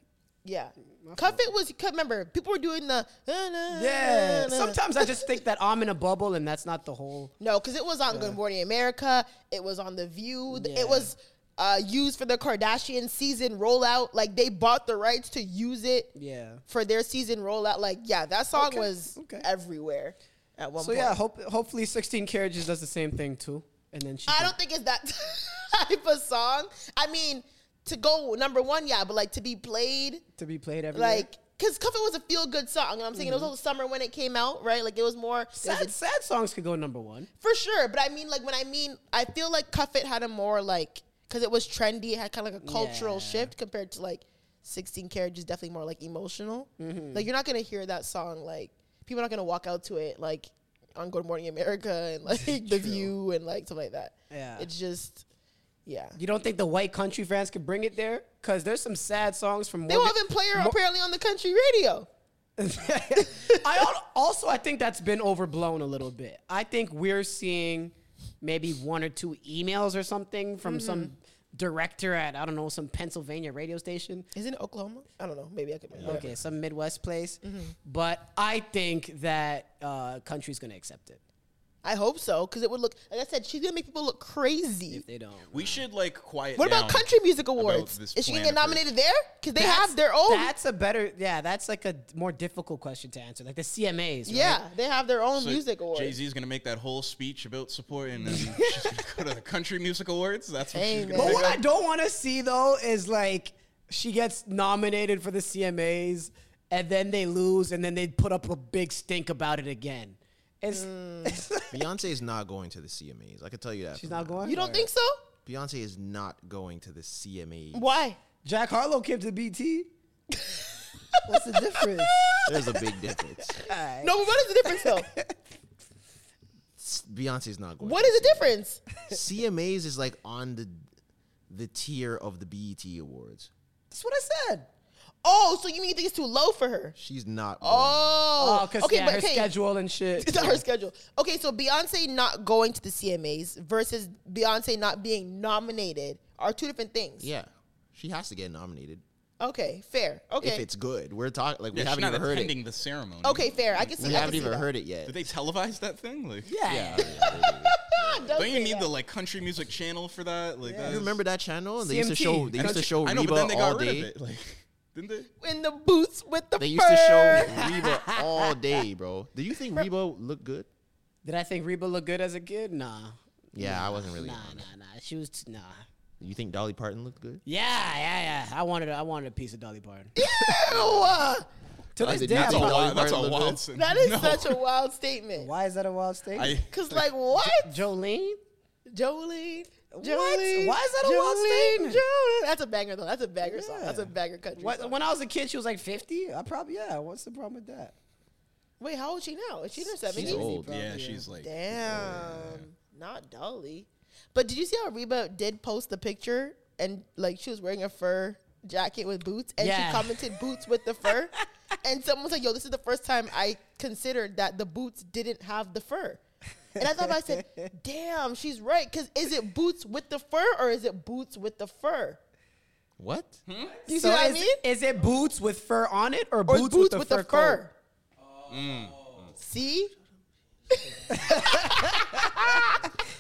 [SPEAKER 1] Yeah.
[SPEAKER 5] Mm,
[SPEAKER 1] Cuff It was remember, people were doing the
[SPEAKER 5] Yeah. Sometimes I just think that I'm in a bubble and that's not the whole.
[SPEAKER 1] No, because it was on Good Morning America. It was on The View. th- It was uh, used for the Kardashian season rollout. Like they bought the rights to use it
[SPEAKER 5] Yeah.
[SPEAKER 1] for their season rollout. Like yeah, that song
[SPEAKER 5] Okay,
[SPEAKER 1] was
[SPEAKER 5] okay.
[SPEAKER 1] everywhere at one
[SPEAKER 5] So
[SPEAKER 1] point.
[SPEAKER 5] yeah, hope hopefully 16 carriages does the same thing too, and then she.
[SPEAKER 1] I
[SPEAKER 5] can-
[SPEAKER 1] don't think it's that type of song. I mean, to go number one, yeah, but like to be played,
[SPEAKER 5] to be played everywhere.
[SPEAKER 1] like. Cause Cuff It was a feel good song. You know what I'm saying it was all summer when it came out, right? Like it was more it was a
[SPEAKER 5] sad, sad songs could go number one.
[SPEAKER 1] For sure, but I mean, like when I mean, I feel like Cuff It had a more like because it was trendy, it had kind of like a cultural
[SPEAKER 5] Yeah.
[SPEAKER 1] shift compared to like Sixteen Carriage is definitely more like emotional.
[SPEAKER 5] Mm-hmm.
[SPEAKER 1] Like you're not gonna hear that song like people are not gonna walk out to it like on Good Morning America and like The View and like stuff like that.
[SPEAKER 5] Yeah.
[SPEAKER 1] it's just yeah.
[SPEAKER 5] You don't think the white country fans could bring it there? Cause there's some sad songs from.
[SPEAKER 1] They
[SPEAKER 5] Morgan-
[SPEAKER 1] won't even play her apparently on the country radio.
[SPEAKER 5] I al- also I think that's been overblown a little bit. I think we're seeing maybe one or two emails or something from
[SPEAKER 1] Mm-hmm.
[SPEAKER 5] some director at I don't know some Pennsylvania radio station.
[SPEAKER 1] Is it Oklahoma? I don't know. Maybe I could.
[SPEAKER 5] Okay, some Midwest place.
[SPEAKER 1] Mm-hmm.
[SPEAKER 5] But I think that uh, country's gonna accept it
[SPEAKER 1] I hope so because it would look like I said she's gonna make people look crazy.
[SPEAKER 5] if they don't.
[SPEAKER 3] We should like quiet.
[SPEAKER 1] What about
[SPEAKER 3] down
[SPEAKER 1] Country Music
[SPEAKER 3] about
[SPEAKER 1] Awards?
[SPEAKER 3] this
[SPEAKER 1] Is she gonna
[SPEAKER 3] plan
[SPEAKER 1] get
[SPEAKER 3] of hers.
[SPEAKER 1] nominated there? Because they
[SPEAKER 5] That's-
[SPEAKER 1] have their own.
[SPEAKER 5] That's a better. Yeah, that's like a d- more difficult question to answer. Like the CMAs. right?
[SPEAKER 1] Yeah, they have their own
[SPEAKER 3] So
[SPEAKER 1] music awards.
[SPEAKER 3] Jay Z's gonna make that whole speech about supporting them. she's gonna go to the country music awards. That's what she's gonna.
[SPEAKER 5] But
[SPEAKER 3] pick
[SPEAKER 5] what
[SPEAKER 3] up.
[SPEAKER 5] I don't want to see though is like she gets nominated for the CMAs and then they lose and then they put up a big stink about it again. It's,
[SPEAKER 1] Mm.
[SPEAKER 5] it's like-
[SPEAKER 2] Beyonce is not going to the CMAs. I can tell you that.
[SPEAKER 5] she's
[SPEAKER 2] for
[SPEAKER 5] not
[SPEAKER 2] now.
[SPEAKER 5] going.
[SPEAKER 1] you don't think so?
[SPEAKER 2] Beyonce is not going to the CMAs.
[SPEAKER 1] Why?
[SPEAKER 5] Jack Harlow came to BT? What's the difference?
[SPEAKER 2] There's a big difference.
[SPEAKER 1] No, but what is the difference though?
[SPEAKER 2] S- Beyonce's not going.
[SPEAKER 1] what
[SPEAKER 2] to
[SPEAKER 1] is the difference?
[SPEAKER 2] CMAs is like on the the tier of the BET awards.
[SPEAKER 5] That's what I said.
[SPEAKER 1] Oh, so you mean you think it's too low for her?
[SPEAKER 2] She's not.
[SPEAKER 1] Oh,
[SPEAKER 5] Oh, because
[SPEAKER 1] okay,
[SPEAKER 5] yeah,
[SPEAKER 1] but
[SPEAKER 5] her
[SPEAKER 1] okay.
[SPEAKER 5] schedule and shit.
[SPEAKER 1] It's on her schedule. Okay, so Beyonce not going to the CMAs versus Beyonce not being nominated are two different things.
[SPEAKER 2] Going. Yeah, she has to get nominated
[SPEAKER 1] Okay, fair. Okay.
[SPEAKER 2] if it's good. We're talking like we
[SPEAKER 3] Yeah, she's
[SPEAKER 2] haven't
[SPEAKER 3] not
[SPEAKER 2] even heard
[SPEAKER 3] attending
[SPEAKER 2] it.
[SPEAKER 3] the ceremony.
[SPEAKER 1] okay, fair. I can see.
[SPEAKER 2] We
[SPEAKER 1] I can
[SPEAKER 2] haven't
[SPEAKER 1] see
[SPEAKER 2] even
[SPEAKER 1] that.
[SPEAKER 2] heard it
[SPEAKER 3] Did
[SPEAKER 2] yet.
[SPEAKER 3] they televise that thing? Like,
[SPEAKER 5] Yeah.
[SPEAKER 2] Yeah, yeah, yeah, yeah.
[SPEAKER 1] Ah,
[SPEAKER 3] Don't you
[SPEAKER 1] okay,
[SPEAKER 3] need
[SPEAKER 1] yeah.
[SPEAKER 3] the like country music channel for that? Like, that is-
[SPEAKER 2] You remember that channel? They used to
[SPEAKER 5] CMT.
[SPEAKER 2] show. They used to
[SPEAKER 3] Country-
[SPEAKER 2] show
[SPEAKER 3] I know,
[SPEAKER 2] Reba
[SPEAKER 3] but then they got
[SPEAKER 2] all
[SPEAKER 3] rid
[SPEAKER 2] day.
[SPEAKER 3] of it. Like, didn't they?
[SPEAKER 1] in the boots with the
[SPEAKER 2] They used
[SPEAKER 1] fur.
[SPEAKER 2] to show Reba all day, bro. Do you think Reba looked good?
[SPEAKER 5] Did I think Reba looked good as a kid? Nah.
[SPEAKER 2] Yeah, I wasn't really.
[SPEAKER 5] Nah,
[SPEAKER 2] on it.
[SPEAKER 5] nah, nah. She was t- nah.
[SPEAKER 2] You think Dolly Parton looked good?
[SPEAKER 5] Yeah, yeah, yeah. I wanted, I wanted a piece of Dolly Parton. to
[SPEAKER 2] I
[SPEAKER 5] this
[SPEAKER 2] did
[SPEAKER 5] day,
[SPEAKER 2] not
[SPEAKER 3] That's
[SPEAKER 5] I'm
[SPEAKER 3] a
[SPEAKER 2] think
[SPEAKER 5] like,
[SPEAKER 2] Dolly
[SPEAKER 3] wild. That's a
[SPEAKER 2] Parton looked
[SPEAKER 3] wild.
[SPEAKER 2] good?
[SPEAKER 3] sen-
[SPEAKER 1] That is
[SPEAKER 3] no.
[SPEAKER 1] such a wild statement.
[SPEAKER 5] why is that a wild statement?
[SPEAKER 3] I-
[SPEAKER 1] Cause like what?
[SPEAKER 5] Jolene.
[SPEAKER 1] Jolene. Jolene.
[SPEAKER 5] Why is that a wild statement?
[SPEAKER 1] Jolene. That's a banger though. That's a banger song. That's a banger country
[SPEAKER 5] What,
[SPEAKER 1] song.
[SPEAKER 5] when I was a kid, she was like 50. I probably yeah. What's the problem with that?
[SPEAKER 1] Wait, how old she now? Is she in her
[SPEAKER 2] She's
[SPEAKER 1] seventies?
[SPEAKER 2] old.
[SPEAKER 3] Yeah, she's like.
[SPEAKER 1] Damn. Not Dolly. But did you see how Reba did post the picture and like she was wearing a fur jacket with boots and
[SPEAKER 5] Yeah.
[SPEAKER 1] she commented boots with the fur? And someone was like, yo, this is the first time I considered that the boots didn't have the fur. And I thought about it, I said, damn, she's right. Cause is it boots with the fur or is it boots with the fur?
[SPEAKER 2] What?
[SPEAKER 3] Hmm?
[SPEAKER 1] You see what I
[SPEAKER 5] is,
[SPEAKER 1] mean?
[SPEAKER 5] is it boots with fur on it or,
[SPEAKER 1] Or
[SPEAKER 5] boots, with the fur? coat?
[SPEAKER 1] See?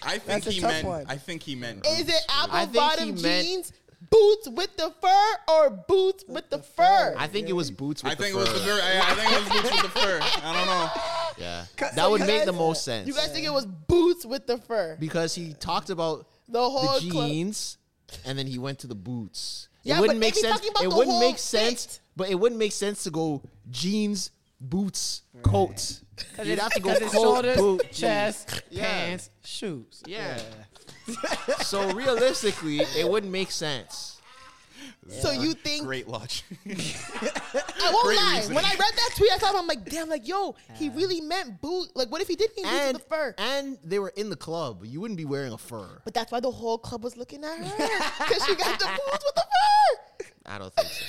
[SPEAKER 3] I think
[SPEAKER 5] a
[SPEAKER 3] he
[SPEAKER 5] tough
[SPEAKER 3] meant.
[SPEAKER 5] one.
[SPEAKER 3] I think he meant.
[SPEAKER 1] Is it
[SPEAKER 2] I
[SPEAKER 1] apple
[SPEAKER 2] think he
[SPEAKER 1] bottom
[SPEAKER 2] meant-
[SPEAKER 1] jeans, boots with the fur, or boots with the fur?
[SPEAKER 2] I think it was boots with
[SPEAKER 3] I
[SPEAKER 2] the
[SPEAKER 3] think it was
[SPEAKER 2] fur.
[SPEAKER 3] the fur. I, I think it was boots with the fur. I don't know.
[SPEAKER 2] Yeah,
[SPEAKER 5] so
[SPEAKER 2] that would
[SPEAKER 5] you
[SPEAKER 2] make the
[SPEAKER 5] guys-
[SPEAKER 2] most sense
[SPEAKER 1] You guys think it was boots with the fur?
[SPEAKER 2] because he talked about
[SPEAKER 1] The whole
[SPEAKER 2] the
[SPEAKER 1] clo-
[SPEAKER 2] jeans, and then he went to the boots.
[SPEAKER 1] Yeah,
[SPEAKER 2] it
[SPEAKER 1] but
[SPEAKER 2] wouldn't
[SPEAKER 1] they
[SPEAKER 2] make
[SPEAKER 1] be
[SPEAKER 2] sense.
[SPEAKER 1] talking about
[SPEAKER 2] It
[SPEAKER 1] the
[SPEAKER 2] wouldn't
[SPEAKER 1] whole
[SPEAKER 2] make sense.
[SPEAKER 1] fit.
[SPEAKER 2] But it wouldn't make sense to go jeans, boots, coat. You'd have to go
[SPEAKER 5] His
[SPEAKER 2] coat,
[SPEAKER 5] shoulders,
[SPEAKER 2] boot, jeans.
[SPEAKER 5] chest,
[SPEAKER 2] Yeah.
[SPEAKER 5] pants, shoes.
[SPEAKER 2] Yeah. so realistically, it wouldn't make sense.
[SPEAKER 1] So you think?
[SPEAKER 3] Great logic.
[SPEAKER 1] I won't
[SPEAKER 3] Great
[SPEAKER 1] lie.
[SPEAKER 3] reason.
[SPEAKER 1] When I read that tweet, I thought I'm like, damn, like yo, he really meant boot. Like, what if he did mean boots
[SPEAKER 2] And
[SPEAKER 1] with the fur?
[SPEAKER 2] and they were in the club. You wouldn't be wearing a fur.
[SPEAKER 1] but that's why the whole club was looking at her because she got the boots with the fur.
[SPEAKER 2] I don't think so.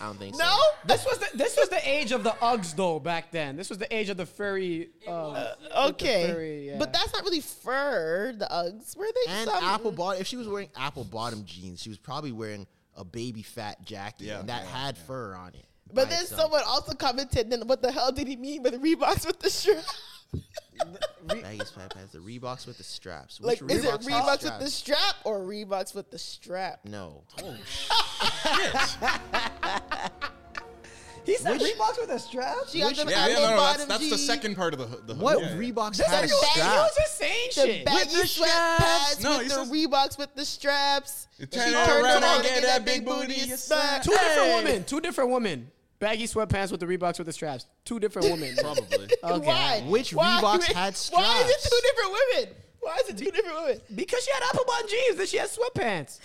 [SPEAKER 2] I don't think so.
[SPEAKER 1] No,
[SPEAKER 5] This was the this was the age of the Uggs though back then. This was the age of the furry. Uh,
[SPEAKER 1] okay,
[SPEAKER 5] furry, yeah.
[SPEAKER 1] but that's not really fur. The Uggs were they?
[SPEAKER 2] And
[SPEAKER 1] some-
[SPEAKER 2] apple bottom. If she was wearing apple bottom jeans, she was probably wearing a baby fat jacket,
[SPEAKER 3] Yeah,
[SPEAKER 2] and that
[SPEAKER 3] yeah,
[SPEAKER 2] had fur on it.
[SPEAKER 1] But
[SPEAKER 2] by
[SPEAKER 1] then
[SPEAKER 2] itself.
[SPEAKER 1] someone also commented, then what the hell did he mean with Reeboks with the strap?
[SPEAKER 2] baggy fat pants, the Reeboks with the straps.
[SPEAKER 1] like,
[SPEAKER 2] Which
[SPEAKER 1] is it Reeboks with the
[SPEAKER 2] straps?
[SPEAKER 1] strap or Reeboks with the strap?
[SPEAKER 2] No.
[SPEAKER 5] he said Reeboks with a strap.
[SPEAKER 1] She got them
[SPEAKER 3] Yeah, yeah,
[SPEAKER 1] apple
[SPEAKER 3] no, no, that's,
[SPEAKER 1] bottom
[SPEAKER 3] that's the
[SPEAKER 1] jeans,
[SPEAKER 3] second part of the hook. The hook.
[SPEAKER 2] What
[SPEAKER 3] Yeah, yeah.
[SPEAKER 2] Reeboks
[SPEAKER 1] That's
[SPEAKER 2] had a
[SPEAKER 1] like baggy-
[SPEAKER 5] He
[SPEAKER 2] strap?
[SPEAKER 5] was just saying
[SPEAKER 1] the
[SPEAKER 5] shit.
[SPEAKER 1] baggy sweatpants
[SPEAKER 3] No,
[SPEAKER 1] with
[SPEAKER 3] he
[SPEAKER 1] the
[SPEAKER 3] says-
[SPEAKER 1] Reeboks with the straps.
[SPEAKER 3] You
[SPEAKER 1] She
[SPEAKER 3] turn
[SPEAKER 1] turned
[SPEAKER 3] around
[SPEAKER 1] around
[SPEAKER 3] and get that big booty you
[SPEAKER 1] smack.
[SPEAKER 5] Two different
[SPEAKER 1] Hey.
[SPEAKER 5] women. Two different women. Baggy sweatpants with the Reeboks with the straps. Two different women.
[SPEAKER 3] Probably.
[SPEAKER 5] Okay.
[SPEAKER 1] Why?
[SPEAKER 2] Which
[SPEAKER 1] Why?
[SPEAKER 2] Reeboks had
[SPEAKER 1] Why is it
[SPEAKER 2] straps?
[SPEAKER 1] two different women? Why is it two different women?
[SPEAKER 5] Because she had apple bottom jeans, then she had sweatpants.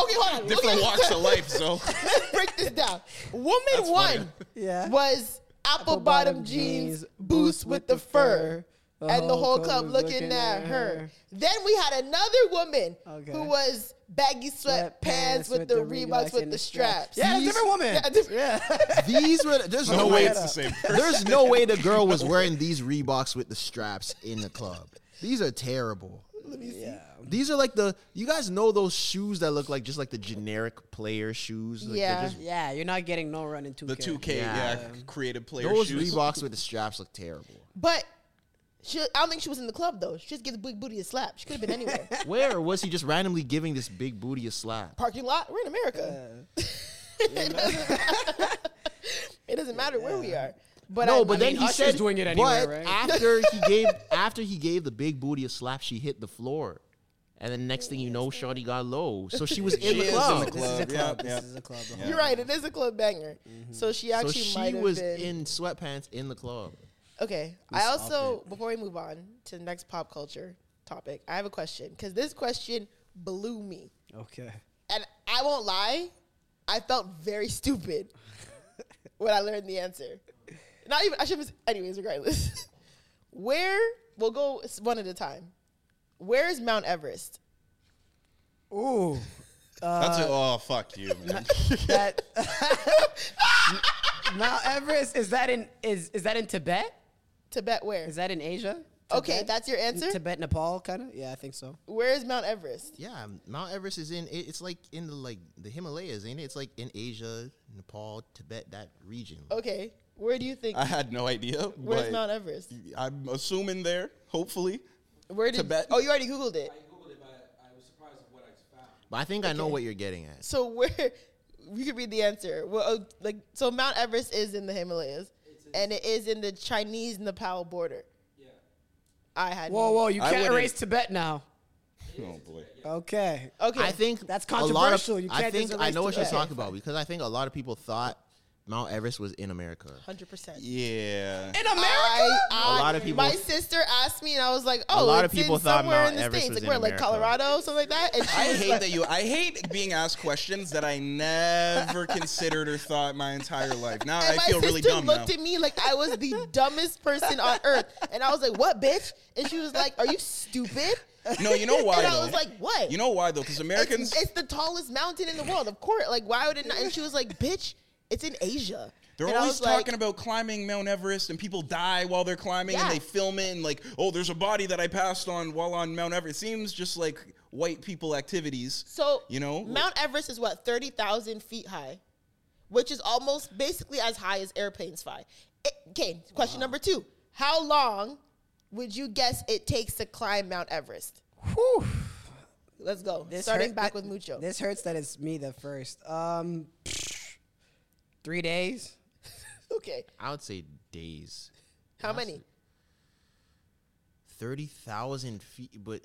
[SPEAKER 1] Okay, hold on.
[SPEAKER 3] Different
[SPEAKER 1] okay.
[SPEAKER 3] walks of life, so.
[SPEAKER 1] Let's break this down. Woman
[SPEAKER 3] That's funny.
[SPEAKER 1] one
[SPEAKER 5] Yeah.
[SPEAKER 1] was apple bottom jeans, boots with the fur,
[SPEAKER 5] The
[SPEAKER 1] and the whole club looking at her. Then we had another woman
[SPEAKER 5] Okay.
[SPEAKER 1] who was baggy sweatpants with the Reeboks with the straps.
[SPEAKER 5] Yeah, a different woman.
[SPEAKER 1] Yeah, different-
[SPEAKER 2] These were there's no,
[SPEAKER 3] No
[SPEAKER 2] way
[SPEAKER 3] way it's the same.
[SPEAKER 2] There's no way the girl was wearing these Reeboks with the straps in the club. These are terrible. These are like the you guys know those shoes that look like just like the generic player shoes. Like they're
[SPEAKER 1] Yeah.
[SPEAKER 2] just-
[SPEAKER 5] Yeah, you're not getting no run in 2K.
[SPEAKER 3] The 2K, yeah, creative player
[SPEAKER 2] those
[SPEAKER 3] shoes.
[SPEAKER 2] Reeboks with the straps look terrible.
[SPEAKER 1] But she, I don't think she was in the club though. She just gives Big Booty a slap. She could have been anywhere.
[SPEAKER 2] Where was he just randomly giving this big booty a slap?
[SPEAKER 1] Parking lot. We're in America. it doesn't, it doesn't matter where we are. But
[SPEAKER 2] no,
[SPEAKER 1] I-
[SPEAKER 2] but
[SPEAKER 1] I
[SPEAKER 2] then
[SPEAKER 1] mean,
[SPEAKER 2] he
[SPEAKER 5] Usher's
[SPEAKER 2] said
[SPEAKER 5] doing it anyway,
[SPEAKER 2] but
[SPEAKER 5] right?
[SPEAKER 2] after he gave after he gave the big booty a slap, she hit the floor. And then next thing you know, Shawty got low. So she was in the club.
[SPEAKER 3] This is a club. Yeah,
[SPEAKER 5] This is a club.
[SPEAKER 1] You're right. It is a club banger. So she
[SPEAKER 2] Mm-hmm. So
[SPEAKER 1] actually
[SPEAKER 2] she
[SPEAKER 1] might have
[SPEAKER 2] was
[SPEAKER 1] been.
[SPEAKER 2] in sweatpants in the club.
[SPEAKER 1] okay. I also before we move on to the next pop culture topic, I have a question because this question blew me,
[SPEAKER 5] Okay.
[SPEAKER 1] and I won't lie, I felt very stupid when I learned the answer. Not even I should. have- Anyways, regardless, where we'll go s- one at a time. Where is Mount Everest?
[SPEAKER 5] Ooh,
[SPEAKER 3] That's a,
[SPEAKER 1] Uh,
[SPEAKER 3] oh, fuck you, man.
[SPEAKER 5] that Mount Everest is that in is is that in Tibet?
[SPEAKER 1] Tibet, where?
[SPEAKER 5] Is that in Asia?
[SPEAKER 1] Okay,
[SPEAKER 5] Tibet?
[SPEAKER 1] that's your answer?
[SPEAKER 5] Tibet, Nepal, kind of. Yeah, I think so.
[SPEAKER 1] where is Mount Everest?
[SPEAKER 2] Yeah, Mount Everest is in. it- It's like in the like the Himalayas, ain't it? It's like in Asia, Nepal, Tibet, that region.
[SPEAKER 1] Okay, where do you think?
[SPEAKER 3] I had no idea.
[SPEAKER 1] where's
[SPEAKER 3] but
[SPEAKER 1] Mount Everest?
[SPEAKER 3] I'm assuming there, hopefully.
[SPEAKER 1] Where did?
[SPEAKER 3] Tibet?
[SPEAKER 1] Oh, you already googled it.
[SPEAKER 2] But I think I know what you're getting at.
[SPEAKER 1] So where? We could read the answer. Well, oh, like so, Mount Everest is in the Himalayas, and it is in the Chinese Nepal border. Yeah. I had.
[SPEAKER 5] Whoa,
[SPEAKER 1] no-
[SPEAKER 5] whoa! You
[SPEAKER 3] I
[SPEAKER 5] can't
[SPEAKER 3] wouldn't-
[SPEAKER 5] erase Tibet now.
[SPEAKER 3] Oh boy.
[SPEAKER 5] Okay.
[SPEAKER 1] Okay.
[SPEAKER 2] I think
[SPEAKER 5] That's
[SPEAKER 2] A lot
[SPEAKER 5] controversial.
[SPEAKER 2] of,
[SPEAKER 5] You
[SPEAKER 2] I
[SPEAKER 5] can't
[SPEAKER 2] think
[SPEAKER 5] just
[SPEAKER 2] I
[SPEAKER 5] erase
[SPEAKER 2] know what you're
[SPEAKER 5] Tibet.
[SPEAKER 2] talking about because I think a lot of people thought Mount Everest was in America.
[SPEAKER 1] Hundred percent.
[SPEAKER 3] Yeah.
[SPEAKER 5] In America,
[SPEAKER 1] I, I,
[SPEAKER 2] A lot of people-
[SPEAKER 1] My sister asked me, and I was like, "Oh,
[SPEAKER 2] lot of
[SPEAKER 1] it's in
[SPEAKER 2] people thought
[SPEAKER 1] somewhere
[SPEAKER 2] Mount
[SPEAKER 1] in the
[SPEAKER 2] Everest
[SPEAKER 1] states, like
[SPEAKER 2] was in
[SPEAKER 1] where, like
[SPEAKER 2] America.
[SPEAKER 1] Colorado, something like that." And she
[SPEAKER 3] I
[SPEAKER 1] was
[SPEAKER 3] hate
[SPEAKER 1] like,
[SPEAKER 3] that you. I hate being asked questions that I never considered or thought my entire life. Now
[SPEAKER 1] And
[SPEAKER 3] I
[SPEAKER 1] my
[SPEAKER 3] feel
[SPEAKER 1] sister
[SPEAKER 3] really dumb now.
[SPEAKER 1] looked at me like I was the dumbest person on earth, and I was like, "What, bitch?" And she was like, "Are you stupid?"
[SPEAKER 3] No, you know why?
[SPEAKER 1] And I
[SPEAKER 3] though?
[SPEAKER 1] was like, "What?"
[SPEAKER 3] You know why though? Because Americans.
[SPEAKER 1] it's, it's the tallest mountain in the world, of course. Like, why would it not? And she was like, "Bitch, it's in Asia."
[SPEAKER 3] They're
[SPEAKER 1] and I
[SPEAKER 3] always
[SPEAKER 1] was like,
[SPEAKER 3] talking about climbing Mount Everest and people die while they're climbing and
[SPEAKER 1] Yeah.
[SPEAKER 3] they film it and like, oh, there's a body that I passed on while on Mount Everest. It seems just like white people activities.
[SPEAKER 1] So
[SPEAKER 3] you know,
[SPEAKER 1] Mount Everest is what thirty thousand feet high, which is almost basically as high as airplanes fly. It, okay, question number two: How long would you guess it takes to climb Mount Everest?
[SPEAKER 5] Whew.
[SPEAKER 1] Let's go.
[SPEAKER 5] This
[SPEAKER 1] Starting
[SPEAKER 5] hurt-
[SPEAKER 1] back
[SPEAKER 5] thi-
[SPEAKER 1] with Mucho.
[SPEAKER 5] This hurts that it's me the first. Um, three days.
[SPEAKER 1] okay,
[SPEAKER 2] I would say days,
[SPEAKER 1] how many?
[SPEAKER 2] thirty thousand feet. But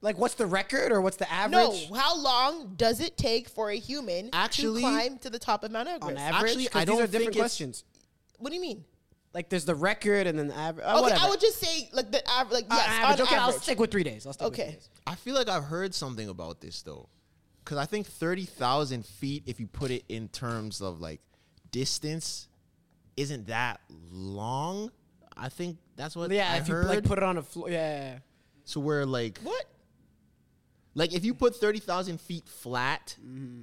[SPEAKER 5] Like, what's the record or what's the
[SPEAKER 1] No,
[SPEAKER 5] average?
[SPEAKER 1] how long does it take for a human
[SPEAKER 2] Actually-
[SPEAKER 1] to climb to the top of Mount Everest?
[SPEAKER 5] on average,
[SPEAKER 2] Actually,
[SPEAKER 5] 'Cause
[SPEAKER 2] I
[SPEAKER 5] these
[SPEAKER 2] don't
[SPEAKER 5] are different
[SPEAKER 2] think it's-
[SPEAKER 5] questions.
[SPEAKER 1] What do you mean?
[SPEAKER 5] Like, there's the record and then the average.
[SPEAKER 1] Okay, I would just say like the average. Like yes,
[SPEAKER 5] Uh, average.
[SPEAKER 1] on
[SPEAKER 5] Okay, I'll
[SPEAKER 1] average.
[SPEAKER 5] stick with three days. I'll stick
[SPEAKER 1] Okay.
[SPEAKER 5] with three days.
[SPEAKER 2] I feel like I've heard something about this though, because I think thirty thousand feet, if you put it in terms of like distance, isn't that long? I think that's what
[SPEAKER 5] Yeah,
[SPEAKER 2] I
[SPEAKER 5] if
[SPEAKER 2] heard.
[SPEAKER 5] you like put it on a floor. Yeah.
[SPEAKER 2] so we're like
[SPEAKER 1] what?
[SPEAKER 2] like if you put thirty thousand feet flat,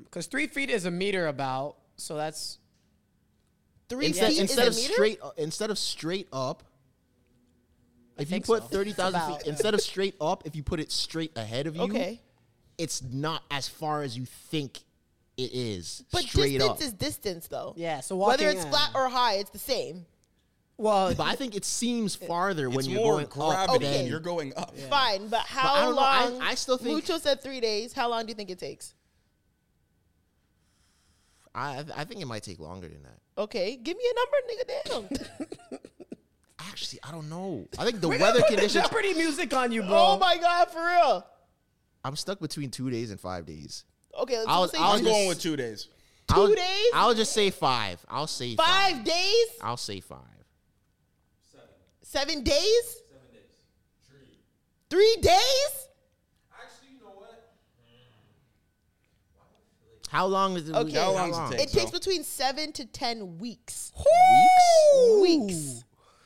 [SPEAKER 5] Because three feet is a meter about. So that's
[SPEAKER 1] Three
[SPEAKER 2] instead,
[SPEAKER 1] feet
[SPEAKER 2] instead of
[SPEAKER 1] is a meter.
[SPEAKER 2] straight uh, instead of straight up if you put 30,000 feet instead of straight up if you put it straight ahead of you
[SPEAKER 1] Okay.
[SPEAKER 2] it's not as far as you think it is
[SPEAKER 1] But
[SPEAKER 2] straight
[SPEAKER 1] distance
[SPEAKER 2] up
[SPEAKER 1] is distance, though.
[SPEAKER 5] Yeah, so
[SPEAKER 1] whether
[SPEAKER 5] walking,
[SPEAKER 1] it's
[SPEAKER 5] uh,
[SPEAKER 1] flat or high, it's the same. Oh,
[SPEAKER 5] well.
[SPEAKER 2] but i think it seems farther when
[SPEAKER 3] it's
[SPEAKER 2] you're
[SPEAKER 3] more
[SPEAKER 2] going up
[SPEAKER 3] gravity.
[SPEAKER 2] than
[SPEAKER 3] You're going up.
[SPEAKER 1] Fine, but
[SPEAKER 2] I
[SPEAKER 1] how
[SPEAKER 2] don't know, I-
[SPEAKER 1] long?
[SPEAKER 2] I still think-
[SPEAKER 1] Mucho said three days. How long do you think it takes?
[SPEAKER 2] I, I think it might take longer than that
[SPEAKER 1] Okay, give me a number, nigga. Damn.
[SPEAKER 2] actually i don't know i think the weather conditions
[SPEAKER 5] Jeopardy music on you, bro.
[SPEAKER 1] oh my god, for real.
[SPEAKER 2] i'm stuck between two days and five days
[SPEAKER 1] Okay, let's
[SPEAKER 2] I'll-
[SPEAKER 1] say
[SPEAKER 2] I'll
[SPEAKER 3] I'm
[SPEAKER 1] two-
[SPEAKER 2] just-
[SPEAKER 3] going with two days.
[SPEAKER 2] I'll,
[SPEAKER 1] Two days?
[SPEAKER 2] i'll just say five i'll say five,
[SPEAKER 1] five days,
[SPEAKER 2] i'll say five
[SPEAKER 1] seven days, seven days, three, three days.
[SPEAKER 2] how long is it
[SPEAKER 1] Okay.
[SPEAKER 2] how
[SPEAKER 1] How
[SPEAKER 2] long,
[SPEAKER 1] long
[SPEAKER 3] does it take?
[SPEAKER 1] It takes
[SPEAKER 3] So-
[SPEAKER 1] between seven to ten weeks.
[SPEAKER 2] weeks
[SPEAKER 1] Weeks.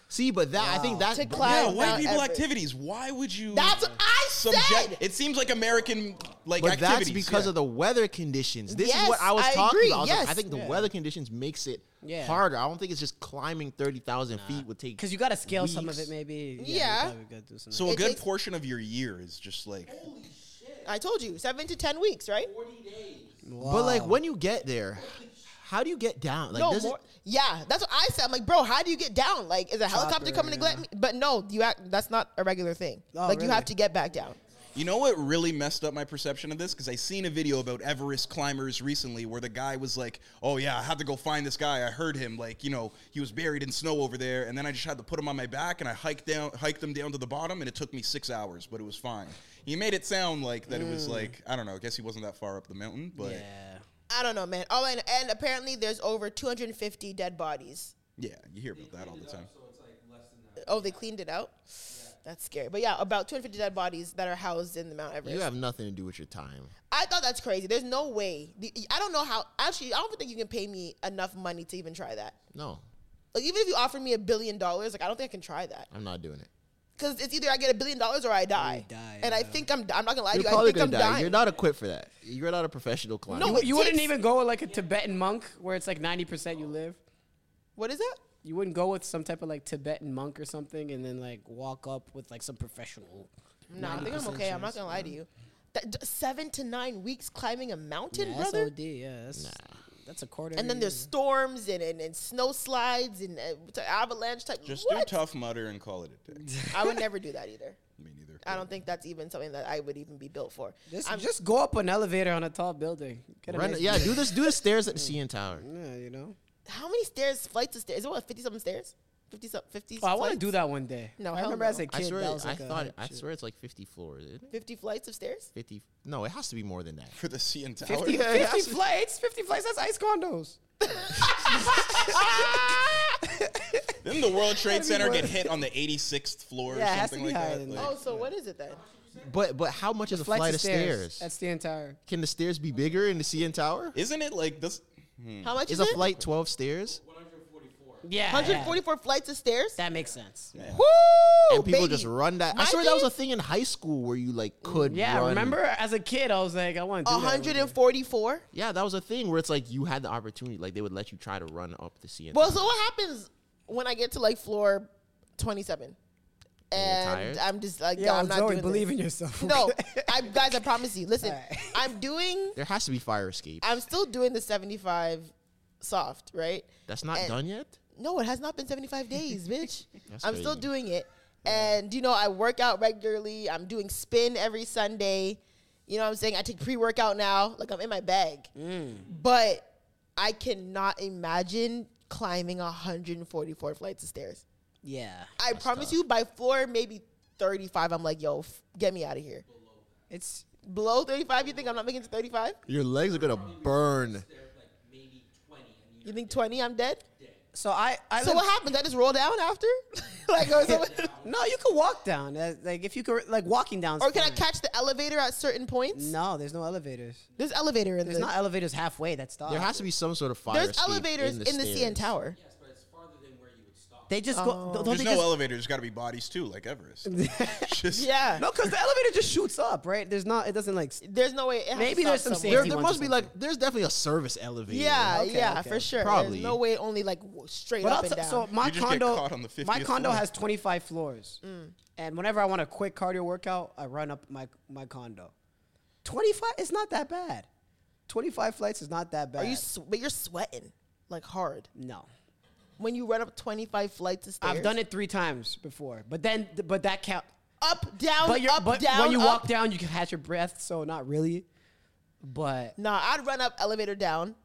[SPEAKER 2] See, but that I think that's
[SPEAKER 1] To
[SPEAKER 2] but-
[SPEAKER 1] climb
[SPEAKER 3] Yeah, white
[SPEAKER 1] Mount
[SPEAKER 3] people
[SPEAKER 1] Everest.
[SPEAKER 3] activities. Why would you?
[SPEAKER 1] That's
[SPEAKER 5] Mm.
[SPEAKER 1] what I said.
[SPEAKER 3] It seems like American like
[SPEAKER 2] but that's
[SPEAKER 3] activities.
[SPEAKER 2] because
[SPEAKER 3] yeah.
[SPEAKER 2] of the weather conditions. This is
[SPEAKER 1] Yes,
[SPEAKER 2] what I was
[SPEAKER 1] I
[SPEAKER 2] talking
[SPEAKER 1] agree,
[SPEAKER 2] about. I, was like, I
[SPEAKER 1] yes.
[SPEAKER 2] think the weather conditions makes it
[SPEAKER 5] Yeah.
[SPEAKER 2] harder. I don't think it's just climbing thirty thousand feet would take
[SPEAKER 5] Because you got to scale some of
[SPEAKER 2] weeks.
[SPEAKER 5] it, maybe.
[SPEAKER 1] Yeah.
[SPEAKER 5] we gotta do some-
[SPEAKER 3] So a
[SPEAKER 1] It
[SPEAKER 3] good
[SPEAKER 1] takes-
[SPEAKER 3] portion of your year is just like
[SPEAKER 1] I told you, seven to ten weeks, right?
[SPEAKER 2] But like when you get there, how do you get down? Like
[SPEAKER 1] no
[SPEAKER 2] does it-
[SPEAKER 1] more. Yeah, that's what I said. I'm like, bro, how do you get down? Like, is a helicopter coming to get me? But no, you act, that's not a regular thing.
[SPEAKER 5] Oh,
[SPEAKER 1] like, you
[SPEAKER 5] really?
[SPEAKER 1] have to get back down.
[SPEAKER 3] You know what really messed up my perception of this? Because I seen a video about Everest climbers recently where the guy was like, oh yeah, I had to go find this guy. I heard him. Like, you know, he was buried in snow over there. And then I just had to put him on my back and I hiked down, hiked him down to the bottom and it took me six hours, but it was fine. He made it sound like that it was like, I don't know, I guess he wasn't that far up the mountain, but
[SPEAKER 5] Yeah.
[SPEAKER 1] I don't know, man. Oh, and, and apparently there's over 250 dead bodies.
[SPEAKER 3] yeah, you hear about that all the time.
[SPEAKER 1] Oh, they cleaned it out? That's scary. But yeah, about 250 dead bodies that are housed in the Mount Everest.
[SPEAKER 2] you have nothing to do with your time.
[SPEAKER 1] I thought that's crazy. There's no way. The- I don't know how. Actually, I don't think you can pay me enough money to even try that.
[SPEAKER 2] No,
[SPEAKER 1] Like, even if you offer me a billion dollars, like, I don't think I can try that.
[SPEAKER 2] I'm not doing it.
[SPEAKER 1] Because it's either I get a billion dollars or I die.
[SPEAKER 5] die,
[SPEAKER 1] and I think I'm, I'm not going to lie to
[SPEAKER 2] You're
[SPEAKER 1] you. I
[SPEAKER 2] probably
[SPEAKER 1] think
[SPEAKER 2] gonna
[SPEAKER 1] I'm
[SPEAKER 2] die.
[SPEAKER 1] dying.
[SPEAKER 2] You're not equipped for that. You're not a professional climber.
[SPEAKER 1] No,
[SPEAKER 5] You,
[SPEAKER 1] it
[SPEAKER 5] you wouldn't
[SPEAKER 1] takes-
[SPEAKER 5] even go with like a Tibetan monk where it's like 90% you live.
[SPEAKER 1] what is that?
[SPEAKER 5] You wouldn't go with some type of like Tibetan monk or something and then like walk up with like some professional.
[SPEAKER 1] No, I think I'm okay. I'm not gonna lie to you. That, d- seven to nine weeks climbing a mountain,
[SPEAKER 5] Yeah,
[SPEAKER 1] brother,
[SPEAKER 5] SOD, yeah. That's, that's a quarter.
[SPEAKER 1] and then there's storms and and, and snow slides and uh, t- avalanche type.
[SPEAKER 3] Just
[SPEAKER 1] what?
[SPEAKER 3] do tough mutter and call it a day.
[SPEAKER 1] I would never do that either.
[SPEAKER 3] Me neither.
[SPEAKER 1] I don't think that's even something that I would even be built for.
[SPEAKER 5] Just,
[SPEAKER 1] I'm
[SPEAKER 5] just go up an elevator on a tall building. Get a
[SPEAKER 2] Run,
[SPEAKER 5] nice
[SPEAKER 2] yeah,
[SPEAKER 5] view.
[SPEAKER 2] do this. Do the stairs at the CN Tower.
[SPEAKER 5] Yeah, you know.
[SPEAKER 1] how many stairs, flights of stairs? Is it what fifty something stairs? Fifty some fifty.
[SPEAKER 5] Oh, I want to
[SPEAKER 1] flights?
[SPEAKER 5] do that one day.
[SPEAKER 1] No,
[SPEAKER 5] I
[SPEAKER 1] hell
[SPEAKER 5] remember
[SPEAKER 1] no.
[SPEAKER 5] as a
[SPEAKER 2] I
[SPEAKER 5] kid,
[SPEAKER 2] swear,
[SPEAKER 5] that was
[SPEAKER 2] I
[SPEAKER 5] like a
[SPEAKER 2] thought,
[SPEAKER 5] hype
[SPEAKER 2] I
[SPEAKER 5] shit.
[SPEAKER 2] swear, it's like fifty floors. Isn't it?
[SPEAKER 1] Fifty flights of stairs.
[SPEAKER 2] Fifty? No, it has to be more than that.
[SPEAKER 3] for the CN Tower.
[SPEAKER 5] 50, 50 flights, 50 flights, that's ice condos.
[SPEAKER 3] Didn't the World Trade
[SPEAKER 5] be
[SPEAKER 3] Center get
[SPEAKER 5] worse.
[SPEAKER 3] hit on the 86th floor
[SPEAKER 5] Yeah, it
[SPEAKER 3] or
[SPEAKER 5] has to
[SPEAKER 3] something
[SPEAKER 5] be
[SPEAKER 3] like
[SPEAKER 5] higher
[SPEAKER 3] that?
[SPEAKER 5] than
[SPEAKER 3] Like,
[SPEAKER 5] that.
[SPEAKER 1] Oh, so what is it then?
[SPEAKER 2] But but how much is a
[SPEAKER 5] Flights
[SPEAKER 2] flight of stairs?
[SPEAKER 5] That's the entire.
[SPEAKER 2] Can the stairs be bigger in the CN Tower?
[SPEAKER 3] Isn't it like this?
[SPEAKER 1] How much
[SPEAKER 2] Is
[SPEAKER 1] is,
[SPEAKER 2] a
[SPEAKER 1] it?
[SPEAKER 2] flight twelve stairs?
[SPEAKER 5] Yeah.
[SPEAKER 1] Hundred forty-four flights of stairs.
[SPEAKER 5] That makes sense.
[SPEAKER 1] Woo!
[SPEAKER 2] and people
[SPEAKER 1] Oh, baby.
[SPEAKER 2] just run that. I
[SPEAKER 1] My
[SPEAKER 2] swear that was
[SPEAKER 1] thing
[SPEAKER 2] a thing in high school where you like could.
[SPEAKER 5] Yeah,
[SPEAKER 2] run.
[SPEAKER 5] remember as a kid, I was like, I want to do that one day.
[SPEAKER 1] 144.
[SPEAKER 2] Yeah, that was a thing where it's like you had the opportunity, like they would let you try to run up the CN.
[SPEAKER 1] Well, so what happens when I get to like floor 27?
[SPEAKER 2] tired?
[SPEAKER 1] And I'm just like,
[SPEAKER 5] Yeah,
[SPEAKER 1] yo, I'm
[SPEAKER 5] I'm
[SPEAKER 1] not
[SPEAKER 5] Joey,
[SPEAKER 1] doing
[SPEAKER 5] believe
[SPEAKER 1] this.
[SPEAKER 5] in yourself.
[SPEAKER 1] No, I, guys, I promise you. Listen, I'm doing,
[SPEAKER 2] there has to be fire escape.
[SPEAKER 1] I'm still doing the 75 soft, right?
[SPEAKER 2] That's not
[SPEAKER 1] and-
[SPEAKER 2] done yet.
[SPEAKER 1] No, it has not been 75 days, bitch.
[SPEAKER 2] That's
[SPEAKER 1] I'm still
[SPEAKER 2] crazy.
[SPEAKER 1] doing it. And, you know, I work out regularly. I'm doing spin every Sunday. You know what I'm saying? I take pre workout now. Like, I'm in my bag.
[SPEAKER 2] Mm.
[SPEAKER 1] But I cannot imagine climbing 144 flights of stairs.
[SPEAKER 5] Yeah.
[SPEAKER 1] I promise you, by floor maybe 35, I'm like, yo, f- get me out of here.
[SPEAKER 5] It's
[SPEAKER 1] Below 35, you think I'm not making it to 35?
[SPEAKER 2] Your legs are gonna burn.
[SPEAKER 1] You think 20, I'm dead?
[SPEAKER 5] so I. I
[SPEAKER 1] So
[SPEAKER 5] live-
[SPEAKER 1] what happens? I just roll down after? like, or, so-
[SPEAKER 5] No, you can walk down. That- Like if you could, like walking down.
[SPEAKER 1] or can I catch the elevator at certain points?
[SPEAKER 5] No, there's no elevators.
[SPEAKER 1] There's elevator in
[SPEAKER 5] There's
[SPEAKER 1] the-
[SPEAKER 5] not elevators halfway. That stop.
[SPEAKER 2] There has to be some sort of fire.
[SPEAKER 1] There's
[SPEAKER 2] escape
[SPEAKER 1] elevators in the,
[SPEAKER 2] stairs.
[SPEAKER 1] CN Tower.
[SPEAKER 5] They just go. Don't
[SPEAKER 3] There's
[SPEAKER 5] they
[SPEAKER 3] no
[SPEAKER 5] just,
[SPEAKER 3] elevator. There's got to be bodies too, like Everest. Just-
[SPEAKER 1] Yeah.
[SPEAKER 5] No, because the elevator just shoots up, right? There's not. It doesn't like.
[SPEAKER 1] There's no way. It has
[SPEAKER 5] Maybe
[SPEAKER 1] to
[SPEAKER 5] there's
[SPEAKER 1] stop
[SPEAKER 5] some
[SPEAKER 1] somewhere.
[SPEAKER 2] There,
[SPEAKER 5] He
[SPEAKER 2] there
[SPEAKER 5] wants
[SPEAKER 2] must
[SPEAKER 5] to
[SPEAKER 2] be like there's definitely a service elevator.
[SPEAKER 1] Yeah,
[SPEAKER 5] Okay,
[SPEAKER 1] yeah,
[SPEAKER 5] okay.
[SPEAKER 1] for sure.
[SPEAKER 2] Probably.
[SPEAKER 1] There's no way it only like w- straight
[SPEAKER 5] But
[SPEAKER 1] up
[SPEAKER 5] I'll
[SPEAKER 1] and
[SPEAKER 5] t-
[SPEAKER 1] down.
[SPEAKER 5] so my
[SPEAKER 3] You just get
[SPEAKER 5] condo,
[SPEAKER 3] caught on the
[SPEAKER 5] my
[SPEAKER 3] 50th
[SPEAKER 5] condo
[SPEAKER 3] floor.
[SPEAKER 5] has 25 floors,
[SPEAKER 1] Mm.
[SPEAKER 5] and whenever I want a quick cardio workout, I run up my my condo. 25, it's not that bad. 25 flights is not that bad.
[SPEAKER 1] Are you? Sw- but you're sweating like hard
[SPEAKER 5] no.
[SPEAKER 1] when you run up 25 flights of stairs.
[SPEAKER 5] I've done it three times before, but then but that count.
[SPEAKER 1] up, down,
[SPEAKER 5] But, you're,
[SPEAKER 1] up,
[SPEAKER 5] but
[SPEAKER 1] down.
[SPEAKER 5] when you
[SPEAKER 1] up.
[SPEAKER 5] walk down, you can catch your breath, so not really. But
[SPEAKER 1] Nah, I'd run up, elevator down.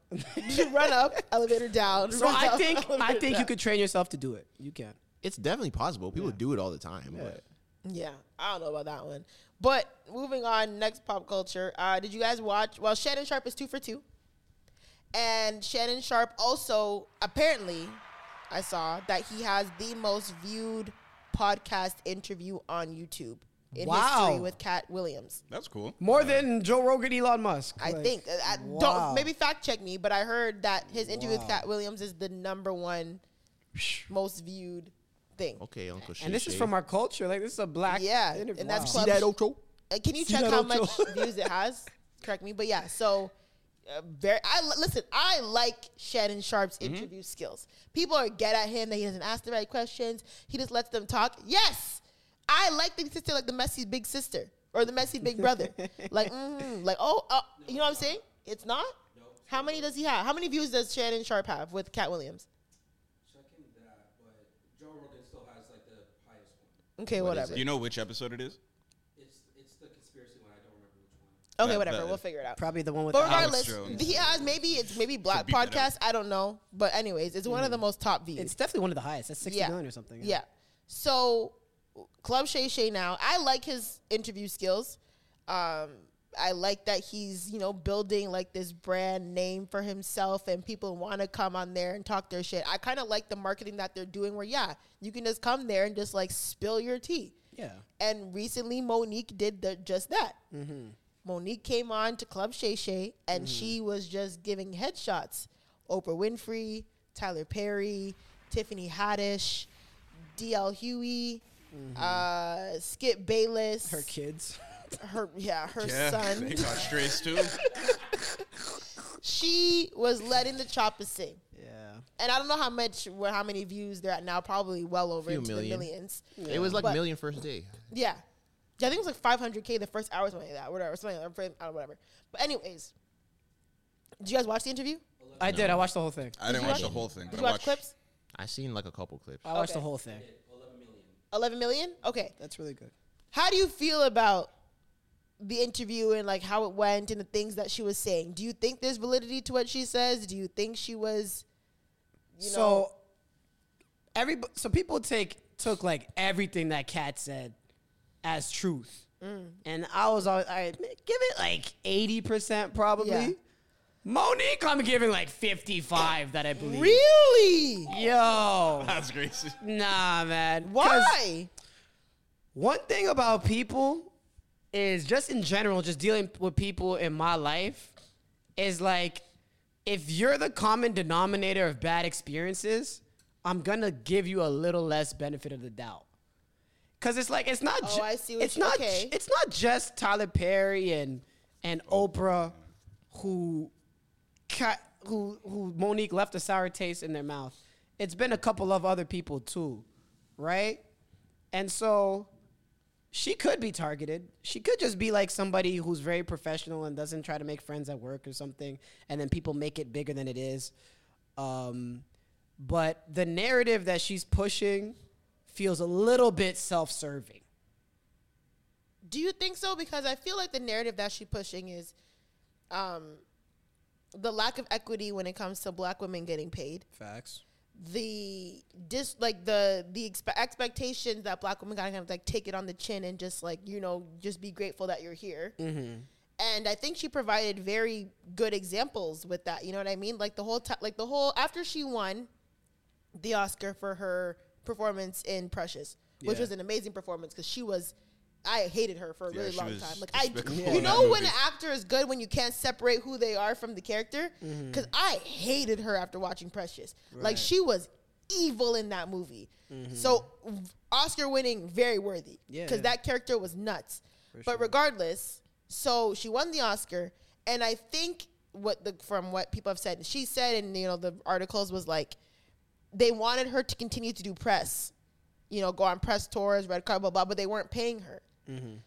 [SPEAKER 1] you run up, elevator down.
[SPEAKER 5] so
[SPEAKER 1] run
[SPEAKER 5] I
[SPEAKER 1] up,
[SPEAKER 5] think I
[SPEAKER 1] elevator
[SPEAKER 5] think you
[SPEAKER 1] down.
[SPEAKER 5] could train yourself to do it. You can.
[SPEAKER 2] It's definitely possible. People do it all the time. But
[SPEAKER 1] Yeah, I don't know about that one. But moving on, next pop culture. Uh, did you guys watch? Well, Shannon Sharp is two for two, and Shannon Sharp also apparently, I saw that he has the most viewed podcast interview on YouTube in
[SPEAKER 5] Wow.
[SPEAKER 1] history with Cat Williams.
[SPEAKER 3] that's cool.
[SPEAKER 5] More than Joe Rogan, Elon Musk.
[SPEAKER 1] I
[SPEAKER 5] Like,
[SPEAKER 1] think. uh, I, I
[SPEAKER 5] wow.
[SPEAKER 1] Don't maybe fact check me, but I heard that his interview with Cat Williams is the number one most viewed thing.
[SPEAKER 2] okay, Uncle Shay.
[SPEAKER 5] And this is from our culture. Like this is a black
[SPEAKER 1] Yeah,
[SPEAKER 5] interview.
[SPEAKER 1] and that's
[SPEAKER 5] Wow.
[SPEAKER 1] club-
[SPEAKER 2] that Ocho?
[SPEAKER 1] Uh, can you
[SPEAKER 5] See
[SPEAKER 1] check
[SPEAKER 5] that
[SPEAKER 1] how
[SPEAKER 5] outro?
[SPEAKER 1] much views it has? Correct me, but yeah. So, uh, very. I li- listen. I like Shannon Sharp's
[SPEAKER 3] Mm-hmm.
[SPEAKER 1] interview skills. People are get at him that he doesn't ask the right questions. He just lets them talk. Yes, I like the sister, like the messy big sister or the messy big brother. like, mm, like oh, uh, you know what I'm saying? It's not. How many does he have? How many views does Shannon Sharp have with Cat Williams? Okay, whatever.
[SPEAKER 3] Do you know which episode it is?
[SPEAKER 1] okay,
[SPEAKER 3] that-
[SPEAKER 1] whatever.
[SPEAKER 3] that-
[SPEAKER 1] we'll figure it out.
[SPEAKER 5] probably the one with
[SPEAKER 1] But
[SPEAKER 5] the
[SPEAKER 1] regardless,
[SPEAKER 3] Jones.
[SPEAKER 1] he has maybe it's maybe black
[SPEAKER 3] beep it
[SPEAKER 1] podcast. I don't know, but anyways, it's one of the most top views.
[SPEAKER 5] Mm. It's definitely one of the highest. That's sixty million or something.
[SPEAKER 1] Yeah. So Club Shay Shay now. I like his interview skills. Um, I like that he's you know building like this brand name for himself, and people want to come on there and talk their shit. I kind of like the marketing that they're doing, where yeah, you can just come there and just like spill your tea.
[SPEAKER 5] Yeah.
[SPEAKER 1] And recently, Monique did the, just that. Monique came on to Club Shay Shay, and she was just giving headshots. Oprah Winfrey, Tyler Perry, Tiffany Haddish, DL Huey, uh, Skip Bayless,
[SPEAKER 5] Her kids.
[SPEAKER 1] her- yeah, her
[SPEAKER 3] Yeah,
[SPEAKER 1] son.
[SPEAKER 3] they got strays too.
[SPEAKER 1] She was letting the chopper sing.
[SPEAKER 5] Yeah.
[SPEAKER 1] And I don't know how much, well, how many views they're at now. Probably well over
[SPEAKER 2] Few
[SPEAKER 1] into
[SPEAKER 2] million.
[SPEAKER 1] the millions.
[SPEAKER 2] It was like
[SPEAKER 1] But-
[SPEAKER 2] million first day.
[SPEAKER 1] Yeah. Yeah, I think it was like 500K the first hour or something like that, whatever, something like that, or whatever. But, anyways, did you guys watch the interview?
[SPEAKER 5] I did. I watched the whole thing.
[SPEAKER 3] I didn't watch the whole thing, Uh,
[SPEAKER 1] Did
[SPEAKER 3] but
[SPEAKER 1] you
[SPEAKER 3] I
[SPEAKER 1] watch
[SPEAKER 3] watched.
[SPEAKER 1] clips?
[SPEAKER 2] I seen like a couple clips.
[SPEAKER 5] I watched
[SPEAKER 1] Okay.
[SPEAKER 5] the whole thing.
[SPEAKER 1] 11 million? Okay.
[SPEAKER 5] That's really good.
[SPEAKER 1] How do you feel about the interview and like how it went and the things that she was saying? Do you think there's validity to what she says? Do you think she was, you
[SPEAKER 5] so
[SPEAKER 1] know,
[SPEAKER 5] every so people take took like everything that Kat said as truth,
[SPEAKER 1] Mm.
[SPEAKER 5] and I was always I give it like eighty percent probably.
[SPEAKER 1] Yeah.
[SPEAKER 5] Monique, I'm giving like fifty five that I believe.
[SPEAKER 1] really?
[SPEAKER 5] Yo,
[SPEAKER 3] That's crazy.
[SPEAKER 5] nah, man. 'Cause
[SPEAKER 1] Why?
[SPEAKER 5] One thing about people is just in general, just dealing with people in my life is like if you're the common denominator of bad experiences, I'm gonna give you a little less benefit of the doubt. Cause it's like it's not.
[SPEAKER 1] Oh,
[SPEAKER 5] ju-
[SPEAKER 1] I see what
[SPEAKER 5] it's
[SPEAKER 1] you-
[SPEAKER 5] not.
[SPEAKER 1] okay.
[SPEAKER 5] ju- It's not just Tyler Perry and and Oprah, who, ca- who who Monique left a sour taste in their mouth. It's been a couple of other people too, right? And so, she could be targeted. She could just be like somebody who's very professional and doesn't try to make friends at work or something, and then people make it bigger than it is. Um, but the narrative that she's pushing feels a little bit self-serving.
[SPEAKER 1] Do you think so? Because I feel like the narrative that she's pushing is um, the lack of equity when it comes to black women getting paid.
[SPEAKER 3] Facts.
[SPEAKER 1] The dis like the the expe- expectations that black women gotta kind of like take it on the chin and just like you know just be grateful that you're here. And I think she provided very good examples with that. You know what I mean? Like the whole time, like the whole after she won the Oscar for her performance in Precious, which was an amazing performance because she was. I hated her for a really
[SPEAKER 3] she
[SPEAKER 1] long
[SPEAKER 3] was
[SPEAKER 1] time. Like I,
[SPEAKER 3] despicable
[SPEAKER 1] you
[SPEAKER 3] in that
[SPEAKER 1] know, when an
[SPEAKER 3] movie.
[SPEAKER 1] actor is good, when you can't separate who they are from the character.
[SPEAKER 3] Mm-hmm.
[SPEAKER 1] Because I hated her after watching Precious. Like she was evil in that movie.
[SPEAKER 3] Mm-hmm.
[SPEAKER 1] So Oscar winning very worthy. Because that character was nuts. but regardless, so she won the Oscar, and I think what the from what people have said, she said in you know the articles was like they wanted her to continue to do press, you know, go on press tours, red carpet, blah, blah, but they weren't paying her.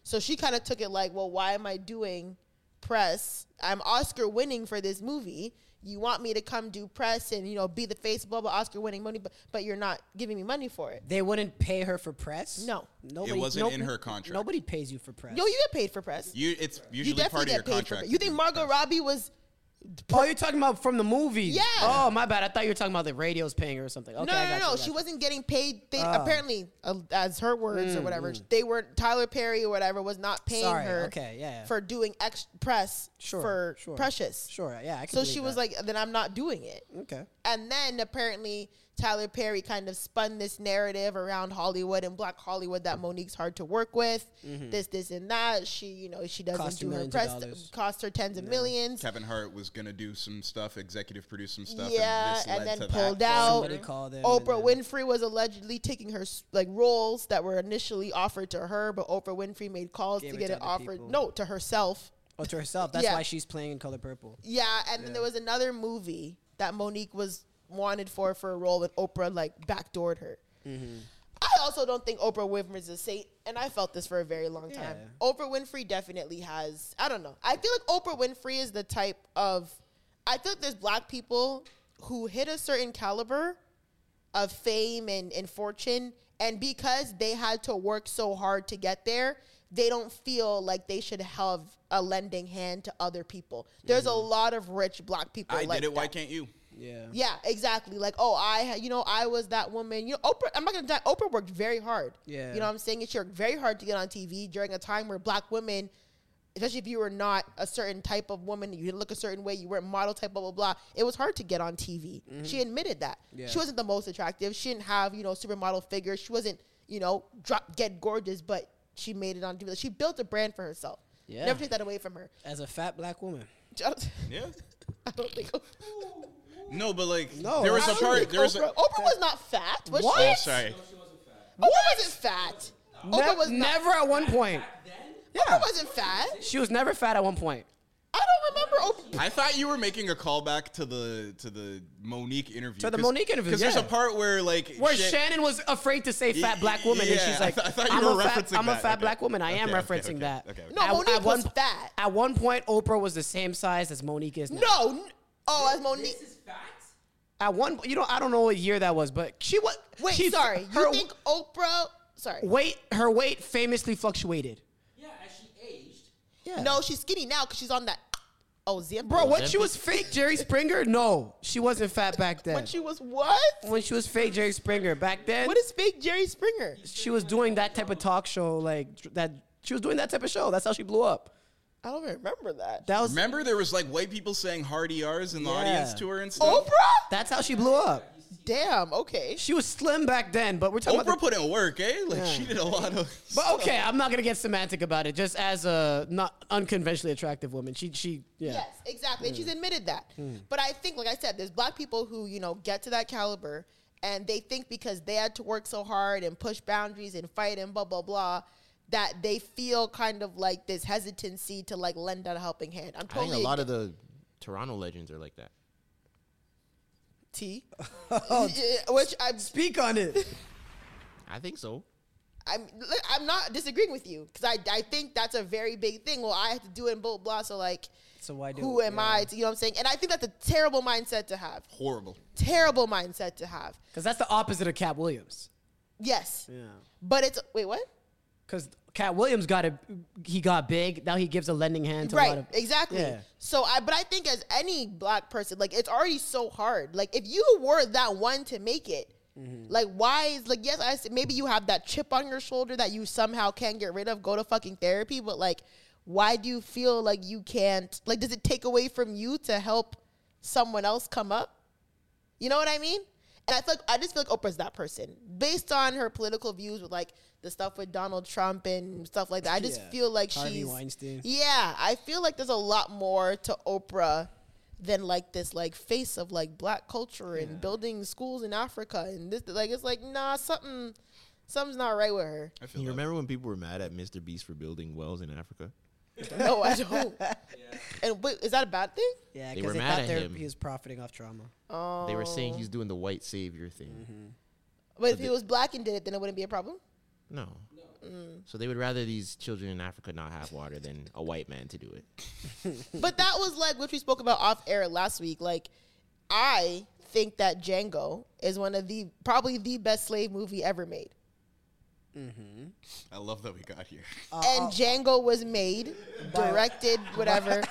[SPEAKER 1] So she kind of took it like, well, why am I doing press? I'm Oscar winning for this movie. You want me to come do press and, you know, be the face, blah, blah, Oscar winning money, but, but you're not giving me money for it.
[SPEAKER 5] They wouldn't pay her for press.
[SPEAKER 1] No.
[SPEAKER 5] nobody.
[SPEAKER 3] wasn't
[SPEAKER 5] nope-
[SPEAKER 3] in her contract.
[SPEAKER 5] Nobody pays you for press.
[SPEAKER 1] No, you get paid for press.
[SPEAKER 3] You it's usually part of your contract.
[SPEAKER 1] for
[SPEAKER 3] to
[SPEAKER 1] You think
[SPEAKER 3] do
[SPEAKER 1] Margot
[SPEAKER 3] press.
[SPEAKER 1] Robbie was.
[SPEAKER 5] oh, you're talking about from the movie.
[SPEAKER 1] Yeah.
[SPEAKER 5] Oh, my bad. I thought you were talking about the radio's paying her or something. Okay,
[SPEAKER 1] No,
[SPEAKER 5] I
[SPEAKER 1] no, no,
[SPEAKER 5] got
[SPEAKER 1] no.
[SPEAKER 5] you, got
[SPEAKER 1] She
[SPEAKER 5] you. Ah.
[SPEAKER 1] wasn't getting paid. They, Apparently, uh, as her words or whatever, they were Tyler Perry or whatever was not paying
[SPEAKER 5] Hmm, Sorry,
[SPEAKER 1] her.
[SPEAKER 5] okay, yeah, yeah.
[SPEAKER 1] For doing ex- press
[SPEAKER 5] Sure,
[SPEAKER 1] for
[SPEAKER 5] sure.
[SPEAKER 1] Precious.
[SPEAKER 5] Sure. Yeah. I can
[SPEAKER 1] So
[SPEAKER 5] believe
[SPEAKER 1] she was
[SPEAKER 5] that.
[SPEAKER 1] like, "Then I'm not doing it."
[SPEAKER 5] okay.
[SPEAKER 1] And then apparently Tyler Perry kind of spun this narrative around Hollywood and Black Hollywood that Monique's hard to work with, this, this, and that. She, you know, she doesn't
[SPEAKER 5] Cost her
[SPEAKER 1] do her
[SPEAKER 5] millions of
[SPEAKER 1] press,
[SPEAKER 5] dollars.
[SPEAKER 1] cost her tens of millions.
[SPEAKER 3] Kevin Hart was gonna do some stuff, executive produce some stuff,
[SPEAKER 1] yeah,
[SPEAKER 3] and, this
[SPEAKER 1] and
[SPEAKER 3] led
[SPEAKER 1] then
[SPEAKER 3] to that.
[SPEAKER 1] pulled out.
[SPEAKER 5] Somebody called him
[SPEAKER 1] Oprah
[SPEAKER 5] and then-
[SPEAKER 1] Winfrey was allegedly taking her s- like roles that were initially offered to her, but Oprah Winfrey made calls
[SPEAKER 5] Gave
[SPEAKER 1] to
[SPEAKER 5] it
[SPEAKER 1] get
[SPEAKER 5] to
[SPEAKER 1] it
[SPEAKER 5] other
[SPEAKER 1] offered.
[SPEAKER 5] people.
[SPEAKER 1] No, to herself.
[SPEAKER 5] Oh, to herself. That's
[SPEAKER 1] Yeah.
[SPEAKER 5] why she's playing in Color Purple.
[SPEAKER 1] Yeah, and then there was another movie that Monique was wanted for for a role that Oprah like backdoored her. I also don't think Oprah Winfrey is a saint, and I felt this for a very long time. Oprah Winfrey definitely has. I don't know. I feel like Oprah Winfrey is the type of. I feel like there's black people who hit a certain caliber of fame and, and fortune. And because they had to work so hard to get there, they don't feel like they should have a lending hand to other people. There's a lot of rich black people.
[SPEAKER 3] Mm-hmm. I
[SPEAKER 1] like
[SPEAKER 3] did it. Why
[SPEAKER 1] that.
[SPEAKER 3] can't you?
[SPEAKER 5] Yeah.
[SPEAKER 1] Yeah, exactly. Like, oh, I, ha- you know, I was that woman. You know, Oprah. I'm not gonna die. Oprah worked very hard.
[SPEAKER 5] Yeah.
[SPEAKER 1] You know what I'm saying? She worked very hard to get on TV during a time where black women, especially if you were not a certain type of woman, you didn't look a certain way, you weren't model type, blah blah blah. It was hard to get on TV.
[SPEAKER 5] Mm-hmm.
[SPEAKER 1] She admitted that. She wasn't the most attractive. She didn't have you know supermodel figure. She wasn't you know drop dead gorgeous, but she made it on TV. She built a brand for herself.
[SPEAKER 5] Yeah.
[SPEAKER 1] Never take that away from her.
[SPEAKER 5] As a fat black woman.
[SPEAKER 1] I don't,
[SPEAKER 3] Yeah.
[SPEAKER 1] I don't think.
[SPEAKER 3] No, but like
[SPEAKER 5] No,
[SPEAKER 3] there was
[SPEAKER 1] I
[SPEAKER 3] a
[SPEAKER 1] don't
[SPEAKER 3] part.
[SPEAKER 1] think
[SPEAKER 3] There was a.
[SPEAKER 1] Oprah, Oprah was not fat. Was
[SPEAKER 5] What?
[SPEAKER 1] She?
[SPEAKER 3] Oh, sorry.
[SPEAKER 1] Oprah wasn't fat. Oprah
[SPEAKER 5] Nev-
[SPEAKER 1] was not,
[SPEAKER 5] never at one point.
[SPEAKER 1] Oprah wasn't fat.
[SPEAKER 5] She was never fat at one point.
[SPEAKER 1] I don't remember Oprah.
[SPEAKER 3] I thought you were making a callback to the to the Monique interview.
[SPEAKER 5] To the Monique interview,
[SPEAKER 3] Because
[SPEAKER 5] yeah.
[SPEAKER 3] there's a part where like
[SPEAKER 5] Where
[SPEAKER 3] Shan-
[SPEAKER 5] Shannon was afraid to say fat black woman, and
[SPEAKER 3] Yeah,
[SPEAKER 5] she's
[SPEAKER 3] I
[SPEAKER 5] like,
[SPEAKER 3] th- I thought you
[SPEAKER 5] "I'm
[SPEAKER 3] were
[SPEAKER 5] a fat,
[SPEAKER 3] referencing
[SPEAKER 5] I'm a
[SPEAKER 3] that.
[SPEAKER 5] fat
[SPEAKER 3] Okay.
[SPEAKER 5] black woman. I am
[SPEAKER 3] Okay, okay,
[SPEAKER 5] referencing
[SPEAKER 3] okay,
[SPEAKER 5] that."
[SPEAKER 3] okay, okay.
[SPEAKER 1] No, Monique was
[SPEAKER 5] po-
[SPEAKER 1] fat.
[SPEAKER 5] At one point, Oprah was the same size as Monique is now.
[SPEAKER 1] No. n- Oh, as Monique.
[SPEAKER 5] At one, you know, I don't know what year that was, but she was.
[SPEAKER 1] Wait,
[SPEAKER 5] she-
[SPEAKER 1] sorry. You
[SPEAKER 5] her-
[SPEAKER 1] think Oprah Sorry.
[SPEAKER 5] Weight, her weight famously fluctuated.
[SPEAKER 1] No, she's skinny now because she's on that. Oh, Zip.
[SPEAKER 5] Bro, what she was fake Jerry Springer? No, she wasn't fat back then.
[SPEAKER 1] When she was what?
[SPEAKER 5] when she was fake Jerry Springer back then,
[SPEAKER 1] What is fake Jerry Springer?
[SPEAKER 5] she was doing that type of talk show, like dr- that. She was doing that type of show. That's how she blew up.
[SPEAKER 1] I don't even remember that.
[SPEAKER 5] That was
[SPEAKER 3] Remember, there was like white people saying hard ERs in the audience
[SPEAKER 5] Yeah.
[SPEAKER 3] to her and stuff.
[SPEAKER 1] Oprah?
[SPEAKER 5] that's how she blew up.
[SPEAKER 1] Damn. Okay.
[SPEAKER 5] She was slim back then, but we're talking
[SPEAKER 3] Oprah
[SPEAKER 5] about. The,
[SPEAKER 3] put in work, eh? Like she did a lot of.
[SPEAKER 5] but okay, I'm not gonna get semantic about it. Just as a not unconventionally attractive woman, she she yeah.
[SPEAKER 1] Yes, exactly. And she's admitted that. But I think, like I said, there's black people who, you know, get to that caliber and they think because they had to work so hard and push boundaries and fight and blah, blah, blah, that they feel kind of like this hesitancy to like lend out a helping hand. I'm
[SPEAKER 2] I think
[SPEAKER 1] totally
[SPEAKER 2] a lot of the Toronto legends are like that.
[SPEAKER 1] tea. Which I'm,
[SPEAKER 5] Speak on it.
[SPEAKER 2] I think so.
[SPEAKER 1] I'm, look, I'm not disagreeing with you because I, I think that's a very big thing. Well, I have to do it and blah, blah, so like,
[SPEAKER 5] So why do
[SPEAKER 1] who
[SPEAKER 5] it?
[SPEAKER 1] am I? To, you know what I'm saying? And I think that's a terrible mindset to have.
[SPEAKER 3] Horrible.
[SPEAKER 1] Terrible mindset to have.
[SPEAKER 5] Because that's the opposite of Cat Williams.
[SPEAKER 1] Yes. But it's, wait, what?
[SPEAKER 5] Because Cat Williams got a he got big. Now he gives a lending hand to a lot
[SPEAKER 1] right
[SPEAKER 5] of
[SPEAKER 1] exactly
[SPEAKER 5] Yeah.
[SPEAKER 1] so i but i think as any black person like it's already so hard like if you were that one to make it like why is like yes i s- maybe you have that chip on your shoulder that you somehow can't get rid of go to fucking therapy but like why do you feel like you can't like does it take away from you to help someone else come up you know what I mean? And I feel like I just feel like Oprah's that person based on her political views with like the stuff with Donald Trump and stuff like that. I just
[SPEAKER 5] Yeah.
[SPEAKER 1] feel like
[SPEAKER 5] Harvey
[SPEAKER 1] she's
[SPEAKER 5] Weinstein.
[SPEAKER 1] Yeah, I feel like there's a lot more to Oprah than like this like face of like black culture and building schools in Africa and this like it's like nah something something's not right with her.
[SPEAKER 3] I feel
[SPEAKER 2] You
[SPEAKER 3] that.
[SPEAKER 2] remember when people were mad at Mr. Beast for building wells in Africa?
[SPEAKER 1] no, I don't. And wait, is that a bad thing?
[SPEAKER 5] Yeah,
[SPEAKER 2] They
[SPEAKER 5] because
[SPEAKER 2] were
[SPEAKER 5] they,
[SPEAKER 2] mad
[SPEAKER 5] thought
[SPEAKER 2] at
[SPEAKER 5] they're,
[SPEAKER 2] him.
[SPEAKER 5] he was profiting off trauma.
[SPEAKER 2] They were saying he's doing the white savior thing.
[SPEAKER 1] But if he was black and did it, then it wouldn't be a problem.
[SPEAKER 2] No. So they would rather these children in Africa not have water than a white man to do it.
[SPEAKER 1] but that was like what we spoke about off air last week. Like, I think that Django is one of the probably the best slave movie ever made.
[SPEAKER 3] Mm-hmm. I love that we got here.
[SPEAKER 1] and Django was made, directed, whatever,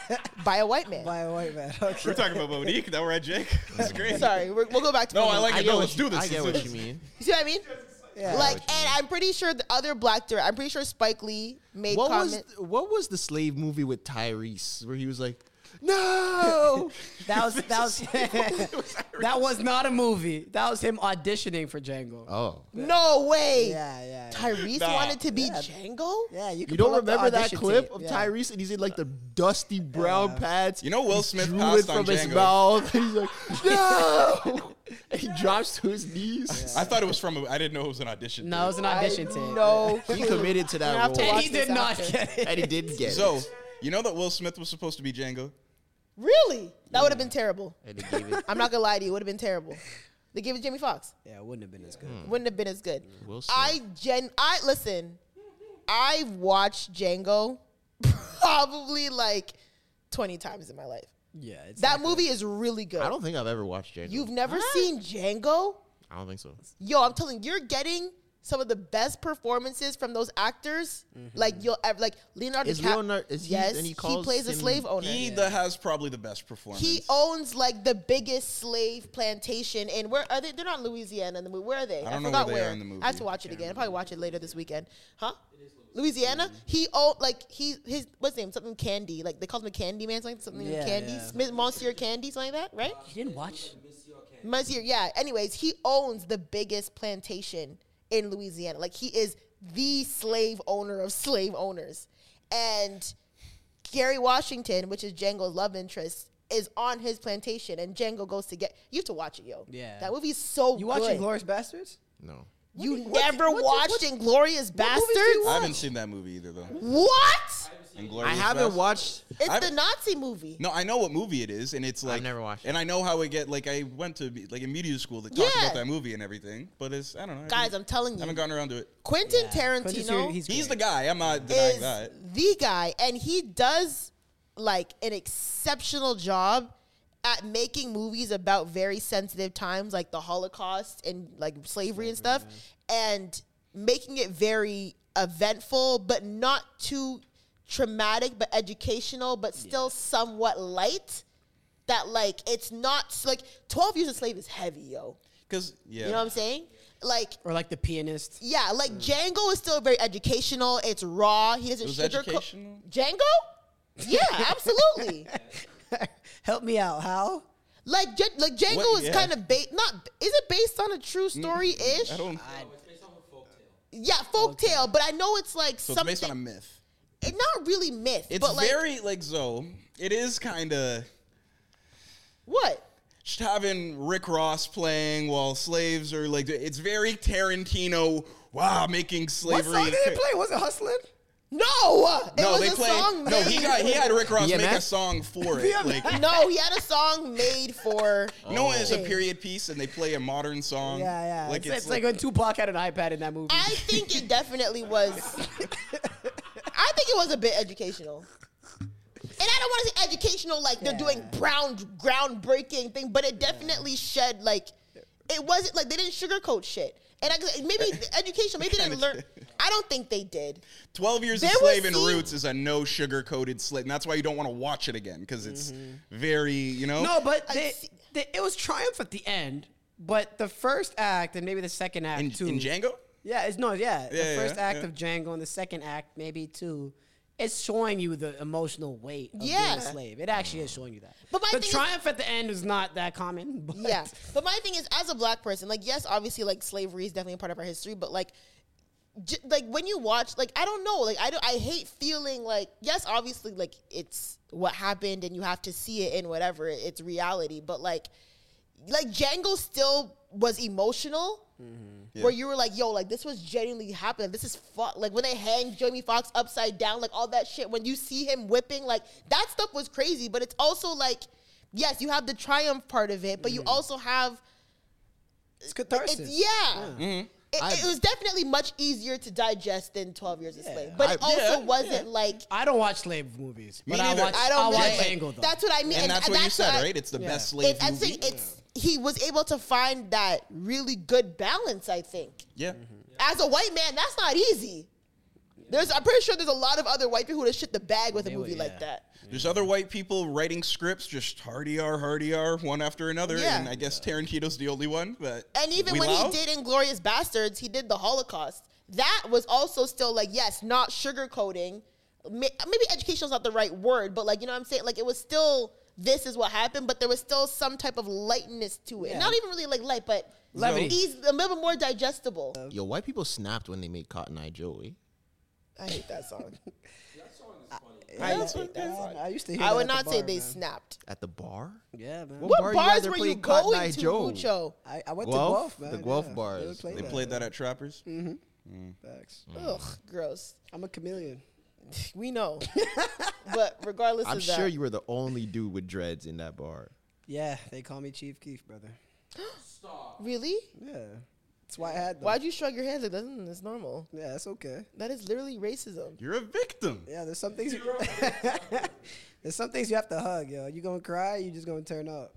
[SPEAKER 1] by a white man.
[SPEAKER 5] a white man.
[SPEAKER 3] we're talking about Monique. Now we're at Jake. That's great.
[SPEAKER 1] Sorry, we're, we'll go back to
[SPEAKER 3] No,
[SPEAKER 1] Monique.
[SPEAKER 3] I like it.
[SPEAKER 2] get
[SPEAKER 3] No,
[SPEAKER 2] what
[SPEAKER 3] let's
[SPEAKER 2] you-
[SPEAKER 3] do this.
[SPEAKER 2] Mm-hmm. I get
[SPEAKER 3] Let's do
[SPEAKER 2] what you
[SPEAKER 3] this.
[SPEAKER 2] mean.
[SPEAKER 1] You see what I mean? Like, and I'm pretty sure the other black director. I'm pretty sure Spike Lee made
[SPEAKER 2] What was
[SPEAKER 1] comments.
[SPEAKER 2] th- what was the slave movie with Tyrese where he was like, "No,
[SPEAKER 5] That was that was that was not a movie. That was him auditioning for Django.
[SPEAKER 2] oh,
[SPEAKER 1] no way.
[SPEAKER 5] yeah.
[SPEAKER 1] Tyrese wanted to be Django.
[SPEAKER 5] Yeah, you,
[SPEAKER 2] you
[SPEAKER 5] can
[SPEAKER 2] don't
[SPEAKER 5] pull up the
[SPEAKER 2] remember that
[SPEAKER 5] audition
[SPEAKER 2] clip
[SPEAKER 5] tape.
[SPEAKER 2] of
[SPEAKER 5] Yeah.
[SPEAKER 2] Tyrese and he's in like the dusty brown pads.
[SPEAKER 3] You know Will
[SPEAKER 2] He
[SPEAKER 3] Smith
[SPEAKER 2] drew
[SPEAKER 3] passed
[SPEAKER 2] it
[SPEAKER 3] on
[SPEAKER 2] from his
[SPEAKER 3] Django.
[SPEAKER 2] mouth. And he's like, "No," and he drops to his knees.
[SPEAKER 3] I thought it was from. A, I didn't know it was an audition.
[SPEAKER 5] No, it was an audition tape.
[SPEAKER 1] No,
[SPEAKER 2] He committed to
[SPEAKER 1] You
[SPEAKER 2] that
[SPEAKER 1] have to
[SPEAKER 2] role,
[SPEAKER 5] and
[SPEAKER 1] watch
[SPEAKER 5] he
[SPEAKER 1] this
[SPEAKER 5] did not
[SPEAKER 1] after.
[SPEAKER 5] get it.
[SPEAKER 2] and he didn't get
[SPEAKER 3] So
[SPEAKER 2] it.
[SPEAKER 3] you know that Will Smith was supposed to be Django.
[SPEAKER 1] Really? That would have been terrible.
[SPEAKER 2] And he gave it.
[SPEAKER 1] I'm not gonna lie to you, it would have been terrible. They gave it to Jamie Foxx.
[SPEAKER 5] Yeah, it wouldn't have been as good.
[SPEAKER 1] Wouldn't have been as good.
[SPEAKER 2] Mm. Will Smith.
[SPEAKER 1] I gen I listen, I've watched Django probably like 20 times in my life.
[SPEAKER 5] Yeah, it's
[SPEAKER 1] That movie is really good.
[SPEAKER 2] I don't think I've ever watched Django.
[SPEAKER 1] You've never seen Django?
[SPEAKER 2] I don't think so.
[SPEAKER 1] Yo, I'm telling you, you're getting some of the best performances from those actors. Like you'll ever like Leonardo
[SPEAKER 2] Mm-hmm. Is
[SPEAKER 1] DiCaprio.
[SPEAKER 2] Leonardo- is he-
[SPEAKER 1] yes,
[SPEAKER 2] and he
[SPEAKER 1] he,
[SPEAKER 2] calls
[SPEAKER 1] plays a
[SPEAKER 2] him-
[SPEAKER 1] slave owner.
[SPEAKER 3] He that has probably the best performance.
[SPEAKER 1] He owns like the biggest slave plantation, and where are they? They're not in Louisiana in the movie. Where are they?
[SPEAKER 3] I don't know
[SPEAKER 1] forgot
[SPEAKER 3] where they are in the movie.
[SPEAKER 1] I have to watch it again. I'll probably watch it later this weekend. Huh? Louisiana. He owned like he his what's his name something Candy. Like they called him a Candy Man something something
[SPEAKER 5] Yeah,
[SPEAKER 1] Candy
[SPEAKER 5] yeah.
[SPEAKER 1] Smith Monsieur Candy something like that, right?
[SPEAKER 5] You didn't watch?
[SPEAKER 1] Monsieur. Yeah. Anyways, he owns the biggest plantation in Louisiana. Like he is the slave owner of slave owners, and Gary Washington, which is Django's love interest, is on his plantation, and Django goes to get. You have to watch it, yo.
[SPEAKER 5] Yeah.
[SPEAKER 1] that movie's so
[SPEAKER 5] You
[SPEAKER 1] good.
[SPEAKER 5] watching Glorious Bastards?
[SPEAKER 2] No.
[SPEAKER 1] You never watched
[SPEAKER 5] movies
[SPEAKER 1] Inglorious
[SPEAKER 5] do you
[SPEAKER 3] I
[SPEAKER 1] Bastards?
[SPEAKER 3] haven't seen that movie either though.
[SPEAKER 1] What?
[SPEAKER 2] I
[SPEAKER 3] Inglourious
[SPEAKER 2] haven't
[SPEAKER 3] Basterds.
[SPEAKER 2] watched.
[SPEAKER 1] It's
[SPEAKER 3] I've-
[SPEAKER 1] the Nazi movie.
[SPEAKER 3] No, I know what movie it is, and it's like
[SPEAKER 2] never watched it.
[SPEAKER 3] And I know how it get. Like I went to be- like a media school that talked
[SPEAKER 1] Yeah.
[SPEAKER 3] about that movie and everything, but it's I don't know. I
[SPEAKER 1] Guys,
[SPEAKER 3] haven't-
[SPEAKER 1] I'm telling
[SPEAKER 3] I
[SPEAKER 1] you,
[SPEAKER 3] haven't gotten around to it.
[SPEAKER 1] Quentin
[SPEAKER 5] Quentin
[SPEAKER 1] Tarantino.
[SPEAKER 5] Tarantino, he's
[SPEAKER 3] He's
[SPEAKER 5] great.
[SPEAKER 3] the guy. I'm not
[SPEAKER 1] is
[SPEAKER 3] denying that.
[SPEAKER 1] the guy, and he does like an exceptional job at making movies about very sensitive times, like the Holocaust and like slavery and stuff. And making it very eventful, but not too traumatic, but educational, but still somewhat light. That like it's not s- like twelve years a slave is heavy, yo.
[SPEAKER 3] Because yeah,
[SPEAKER 1] You know what I'm saying? Like
[SPEAKER 5] Or like the pianist.
[SPEAKER 1] yeah, like Django is still very educational. It's raw. He doesn't
[SPEAKER 3] Mm. It was
[SPEAKER 1] sugarcoat.
[SPEAKER 3] educational?
[SPEAKER 1] Django? Yeah, absolutely.
[SPEAKER 5] Help me out, Hal.
[SPEAKER 1] Like, J- like Django
[SPEAKER 3] What-
[SPEAKER 1] is
[SPEAKER 3] yeah. Mm,
[SPEAKER 1] kind of based. Not is it based on a true story ish?
[SPEAKER 3] I don't.
[SPEAKER 1] Yeah, folktale. But I know it's like
[SPEAKER 3] so it's
[SPEAKER 1] something.
[SPEAKER 3] based on a myth.
[SPEAKER 1] it's not really myth.
[SPEAKER 3] It's
[SPEAKER 1] but like,
[SPEAKER 3] very like so. It is kind of
[SPEAKER 1] what?
[SPEAKER 3] just having Rick Ross playing while slaves are like. It's very Tarantino. Wow, making
[SPEAKER 5] What
[SPEAKER 3] slavery.
[SPEAKER 5] song did they play? Was it Hustling?
[SPEAKER 1] No, it
[SPEAKER 3] No,
[SPEAKER 1] was
[SPEAKER 3] they
[SPEAKER 1] a
[SPEAKER 3] played.
[SPEAKER 1] song.
[SPEAKER 3] no, he
[SPEAKER 1] made-
[SPEAKER 3] got he had Rick Ross make a
[SPEAKER 6] EMF?
[SPEAKER 3] song for it. Like,
[SPEAKER 1] no, he had a song made for.
[SPEAKER 3] no one is a period piece, and they play a modern song.
[SPEAKER 5] Yeah, yeah.
[SPEAKER 3] Like it's, like,
[SPEAKER 5] when Tupac had an iPad in that movie.
[SPEAKER 1] I think it definitely was. I think it was a bit educational. And I don't want to say educational, like they're doing brown, groundbreaking thing, but it definitely shed like it wasn't like they didn't sugarcoat shit. And I, maybe the educational, maybe they didn't learn. I don't think they did.
[SPEAKER 3] twelve years
[SPEAKER 1] There
[SPEAKER 3] a slave in
[SPEAKER 1] was scene-
[SPEAKER 3] Roots is a no sugar coated slave, and that's why you don't want to watch it again because it's very you know.
[SPEAKER 5] no, but they, they, it was triumph at the end. But the first act and maybe the second act
[SPEAKER 3] in,
[SPEAKER 5] too.
[SPEAKER 3] in Django.
[SPEAKER 5] Yeah, it's no, yeah.
[SPEAKER 3] Yeah,
[SPEAKER 5] the first
[SPEAKER 3] yeah,
[SPEAKER 5] act
[SPEAKER 3] yeah.
[SPEAKER 5] of Django and the second act, maybe too. It's showing you the emotional weight of
[SPEAKER 1] Yeah.
[SPEAKER 5] being a slave. It actually is showing you that.
[SPEAKER 1] But my
[SPEAKER 5] the
[SPEAKER 1] thing is-
[SPEAKER 5] triumph at the end is not that common. But
[SPEAKER 1] Yeah. But my thing is, as a black person, like, yes, obviously, like, slavery is definitely a part of our history, but, like, j- like when you watch, like, I don't know, like, I don't, I hate feeling like, yes, obviously, like, it's what happened and you have to see it in whatever, it's reality, but, like, like, Django still was emotional. Where you were like, yo, like this was genuinely happening. This is fuck. Like when they hang Jamie Foxx upside down, like all that shit. When you see him whipping, like that stuff was crazy. But it's also like, yes, you have the triumph part of it, but
[SPEAKER 3] Mm-hmm.
[SPEAKER 1] you also have,
[SPEAKER 5] It's
[SPEAKER 1] it's,
[SPEAKER 5] catharsis.
[SPEAKER 1] yeah. It, it was definitely much easier to digest than Twelve Years a Slave, but it also wasn't like.
[SPEAKER 5] I don't watch slave movies.
[SPEAKER 3] Me
[SPEAKER 5] But I
[SPEAKER 3] neither.
[SPEAKER 5] watch,
[SPEAKER 1] I don't
[SPEAKER 5] I watch
[SPEAKER 1] want it.
[SPEAKER 5] Django though.
[SPEAKER 1] That's what I mean,
[SPEAKER 3] And, that's what you said,
[SPEAKER 1] I-
[SPEAKER 3] right? It's the
[SPEAKER 5] Yeah.
[SPEAKER 3] best slave
[SPEAKER 1] It, I
[SPEAKER 3] movie.
[SPEAKER 1] think it's he was able to find that really good balance. I think.
[SPEAKER 3] yeah.
[SPEAKER 1] as a white man, that's not easy. There's, I'm pretty sure there's a lot of other white people that shit the bag with a movie like that.
[SPEAKER 3] There's other white people writing scripts, just hardy R, hardy R, one after another,
[SPEAKER 1] Yeah.
[SPEAKER 3] and I guess Tarantino's the only one. But
[SPEAKER 1] And even
[SPEAKER 3] we
[SPEAKER 1] when
[SPEAKER 3] allow?
[SPEAKER 1] he did Inglorious Bastards, he did the Holocaust. That was also still like, yes, not sugarcoating. May- Maybe educational's not the right word, but like, you know what I'm saying? Like, it was still, this is what happened, but there was still some type of lightness to it. Not even really like light, but
[SPEAKER 5] Levity.
[SPEAKER 1] eas- a little bit more digestible.
[SPEAKER 2] Yo, white people snapped when they made Cotton Eye Joey.
[SPEAKER 1] I hate that song.
[SPEAKER 5] I, used to hear
[SPEAKER 1] I
[SPEAKER 5] that
[SPEAKER 1] would
[SPEAKER 5] at the
[SPEAKER 1] not say
[SPEAKER 5] bar,
[SPEAKER 1] they
[SPEAKER 5] man.
[SPEAKER 1] snapped.
[SPEAKER 2] At the bar?
[SPEAKER 5] Yeah, man.
[SPEAKER 1] What
[SPEAKER 2] bar you guys
[SPEAKER 1] bars
[SPEAKER 2] are
[SPEAKER 1] were you
[SPEAKER 2] playing Cotton
[SPEAKER 1] going
[SPEAKER 2] Eye
[SPEAKER 1] to,
[SPEAKER 2] Joe?
[SPEAKER 1] Mucho?
[SPEAKER 5] I, I went
[SPEAKER 2] Guelph?
[SPEAKER 5] to Guelph, man.
[SPEAKER 2] The Guelph
[SPEAKER 5] yeah.
[SPEAKER 2] bars.
[SPEAKER 5] They played
[SPEAKER 3] They
[SPEAKER 5] that.
[SPEAKER 3] played Mm. that at Trappers.
[SPEAKER 5] Facts.
[SPEAKER 1] Ugh, gross.
[SPEAKER 5] I'm a chameleon.
[SPEAKER 1] We know. but regardless
[SPEAKER 2] I'm
[SPEAKER 1] of that,
[SPEAKER 2] sure you were the only dude with dreads in that bar.
[SPEAKER 5] Yeah, they call me Chief Keef, brother.
[SPEAKER 1] really?
[SPEAKER 5] Yeah, that's why I had. Them.
[SPEAKER 1] Why'd you shrug your hands like that's, that's normal?
[SPEAKER 5] Yeah, that's okay.
[SPEAKER 1] That is literally racism.
[SPEAKER 3] You're a victim.
[SPEAKER 5] Yeah, there's some things. You, there's some things you have to hug, yo. You gonna cry? You just gonna turn up.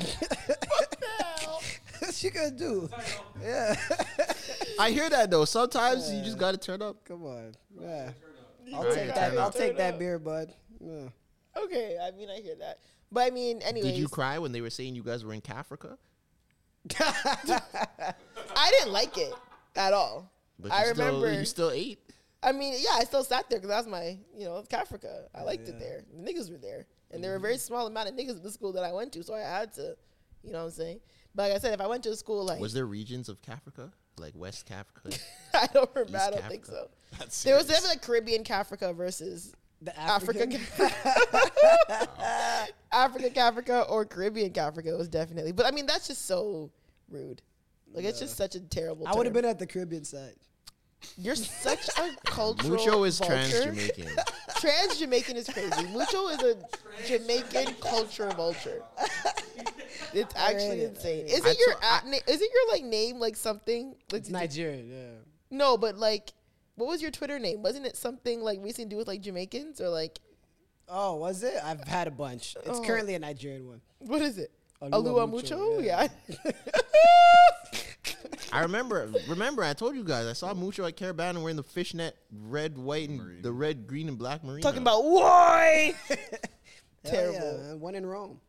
[SPEAKER 5] what you gonna do?
[SPEAKER 2] I hear that though. Sometimes you just gotta turn up.
[SPEAKER 5] Come on, yeah.
[SPEAKER 1] I'll
[SPEAKER 5] Take that, I'll take that beer, bud. Yeah.
[SPEAKER 1] Okay, I mean I hear that. But I mean, anyways,
[SPEAKER 2] Did you cry when they were saying you guys were in Africa?
[SPEAKER 1] I didn't like it at all.
[SPEAKER 2] But
[SPEAKER 1] I
[SPEAKER 2] you still-
[SPEAKER 1] remember.
[SPEAKER 2] you still ate.
[SPEAKER 1] I mean, yeah, I still sat there because that was my, you know, Africa. I liked it there. The niggas were there, and there were a
[SPEAKER 2] Mm-hmm.
[SPEAKER 1] very small amount of niggas at the school that I went to, so I had to, you know, what I'm saying. But like I said, if I went to a school like
[SPEAKER 2] Was there regions of Africa like West Africa?
[SPEAKER 1] I don't remember, I
[SPEAKER 2] East
[SPEAKER 1] don't think so.
[SPEAKER 2] Africa?
[SPEAKER 1] There was definitely like Caribbean Africa versus
[SPEAKER 5] The
[SPEAKER 1] Africa,
[SPEAKER 5] African.
[SPEAKER 1] Africa, Africa, or Caribbean Africa was definitely. But I mean, that's just so rude. Like it's just such a terrible.
[SPEAKER 5] I would have
[SPEAKER 1] term.
[SPEAKER 5] been at the Caribbean side.
[SPEAKER 1] You're such a cultural.
[SPEAKER 2] Mucho is trans
[SPEAKER 1] vulture.
[SPEAKER 2] Jamaican.
[SPEAKER 1] Trans Jamaican is crazy. Mucho is a Jamaican culture vulture. It's actually insane. Is it your at na- is it your like name like something? Like, did you-
[SPEAKER 5] Nigerian, yeah.
[SPEAKER 1] no, but like, what was your Twitter name? Wasn't it something like recently to do with like Jamaicans or like
[SPEAKER 5] Oh, was it? I've had a bunch. It's currently a Nigerian one.
[SPEAKER 1] what is it?
[SPEAKER 5] Alua
[SPEAKER 1] Alua
[SPEAKER 5] Mucho,
[SPEAKER 1] Mucho, yeah.
[SPEAKER 2] I remember, remember, I told you guys, I saw Mucho at Carabana wearing the fishnet red, white, and the red, green, and black marine.
[SPEAKER 1] Talking about why?
[SPEAKER 5] Hell
[SPEAKER 1] Terrible.
[SPEAKER 5] Yeah, man. One in Rome.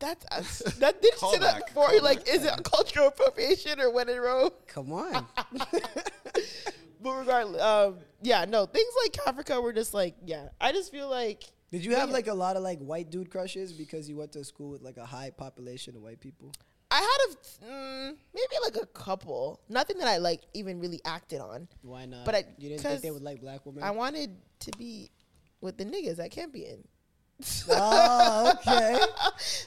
[SPEAKER 1] That's I, that did you say that
[SPEAKER 3] Callback,
[SPEAKER 1] before? Like, is it cultural appropriation or when in Rome?
[SPEAKER 5] Come on.
[SPEAKER 1] But regardless, um, yeah, no, things like Africa were just like, yeah. I just feel like
[SPEAKER 7] Did you have like a lot of like white dude crushes because you went to a school with like a high population of white people?
[SPEAKER 1] I had a mm, maybe like a couple, nothing that I like even really acted on.
[SPEAKER 5] Why not?
[SPEAKER 1] But I,
[SPEAKER 5] you didn't think they
[SPEAKER 1] 'cause
[SPEAKER 5] would like black women?
[SPEAKER 1] I wanted to be with the niggas I can't be in.
[SPEAKER 7] Oh, okay.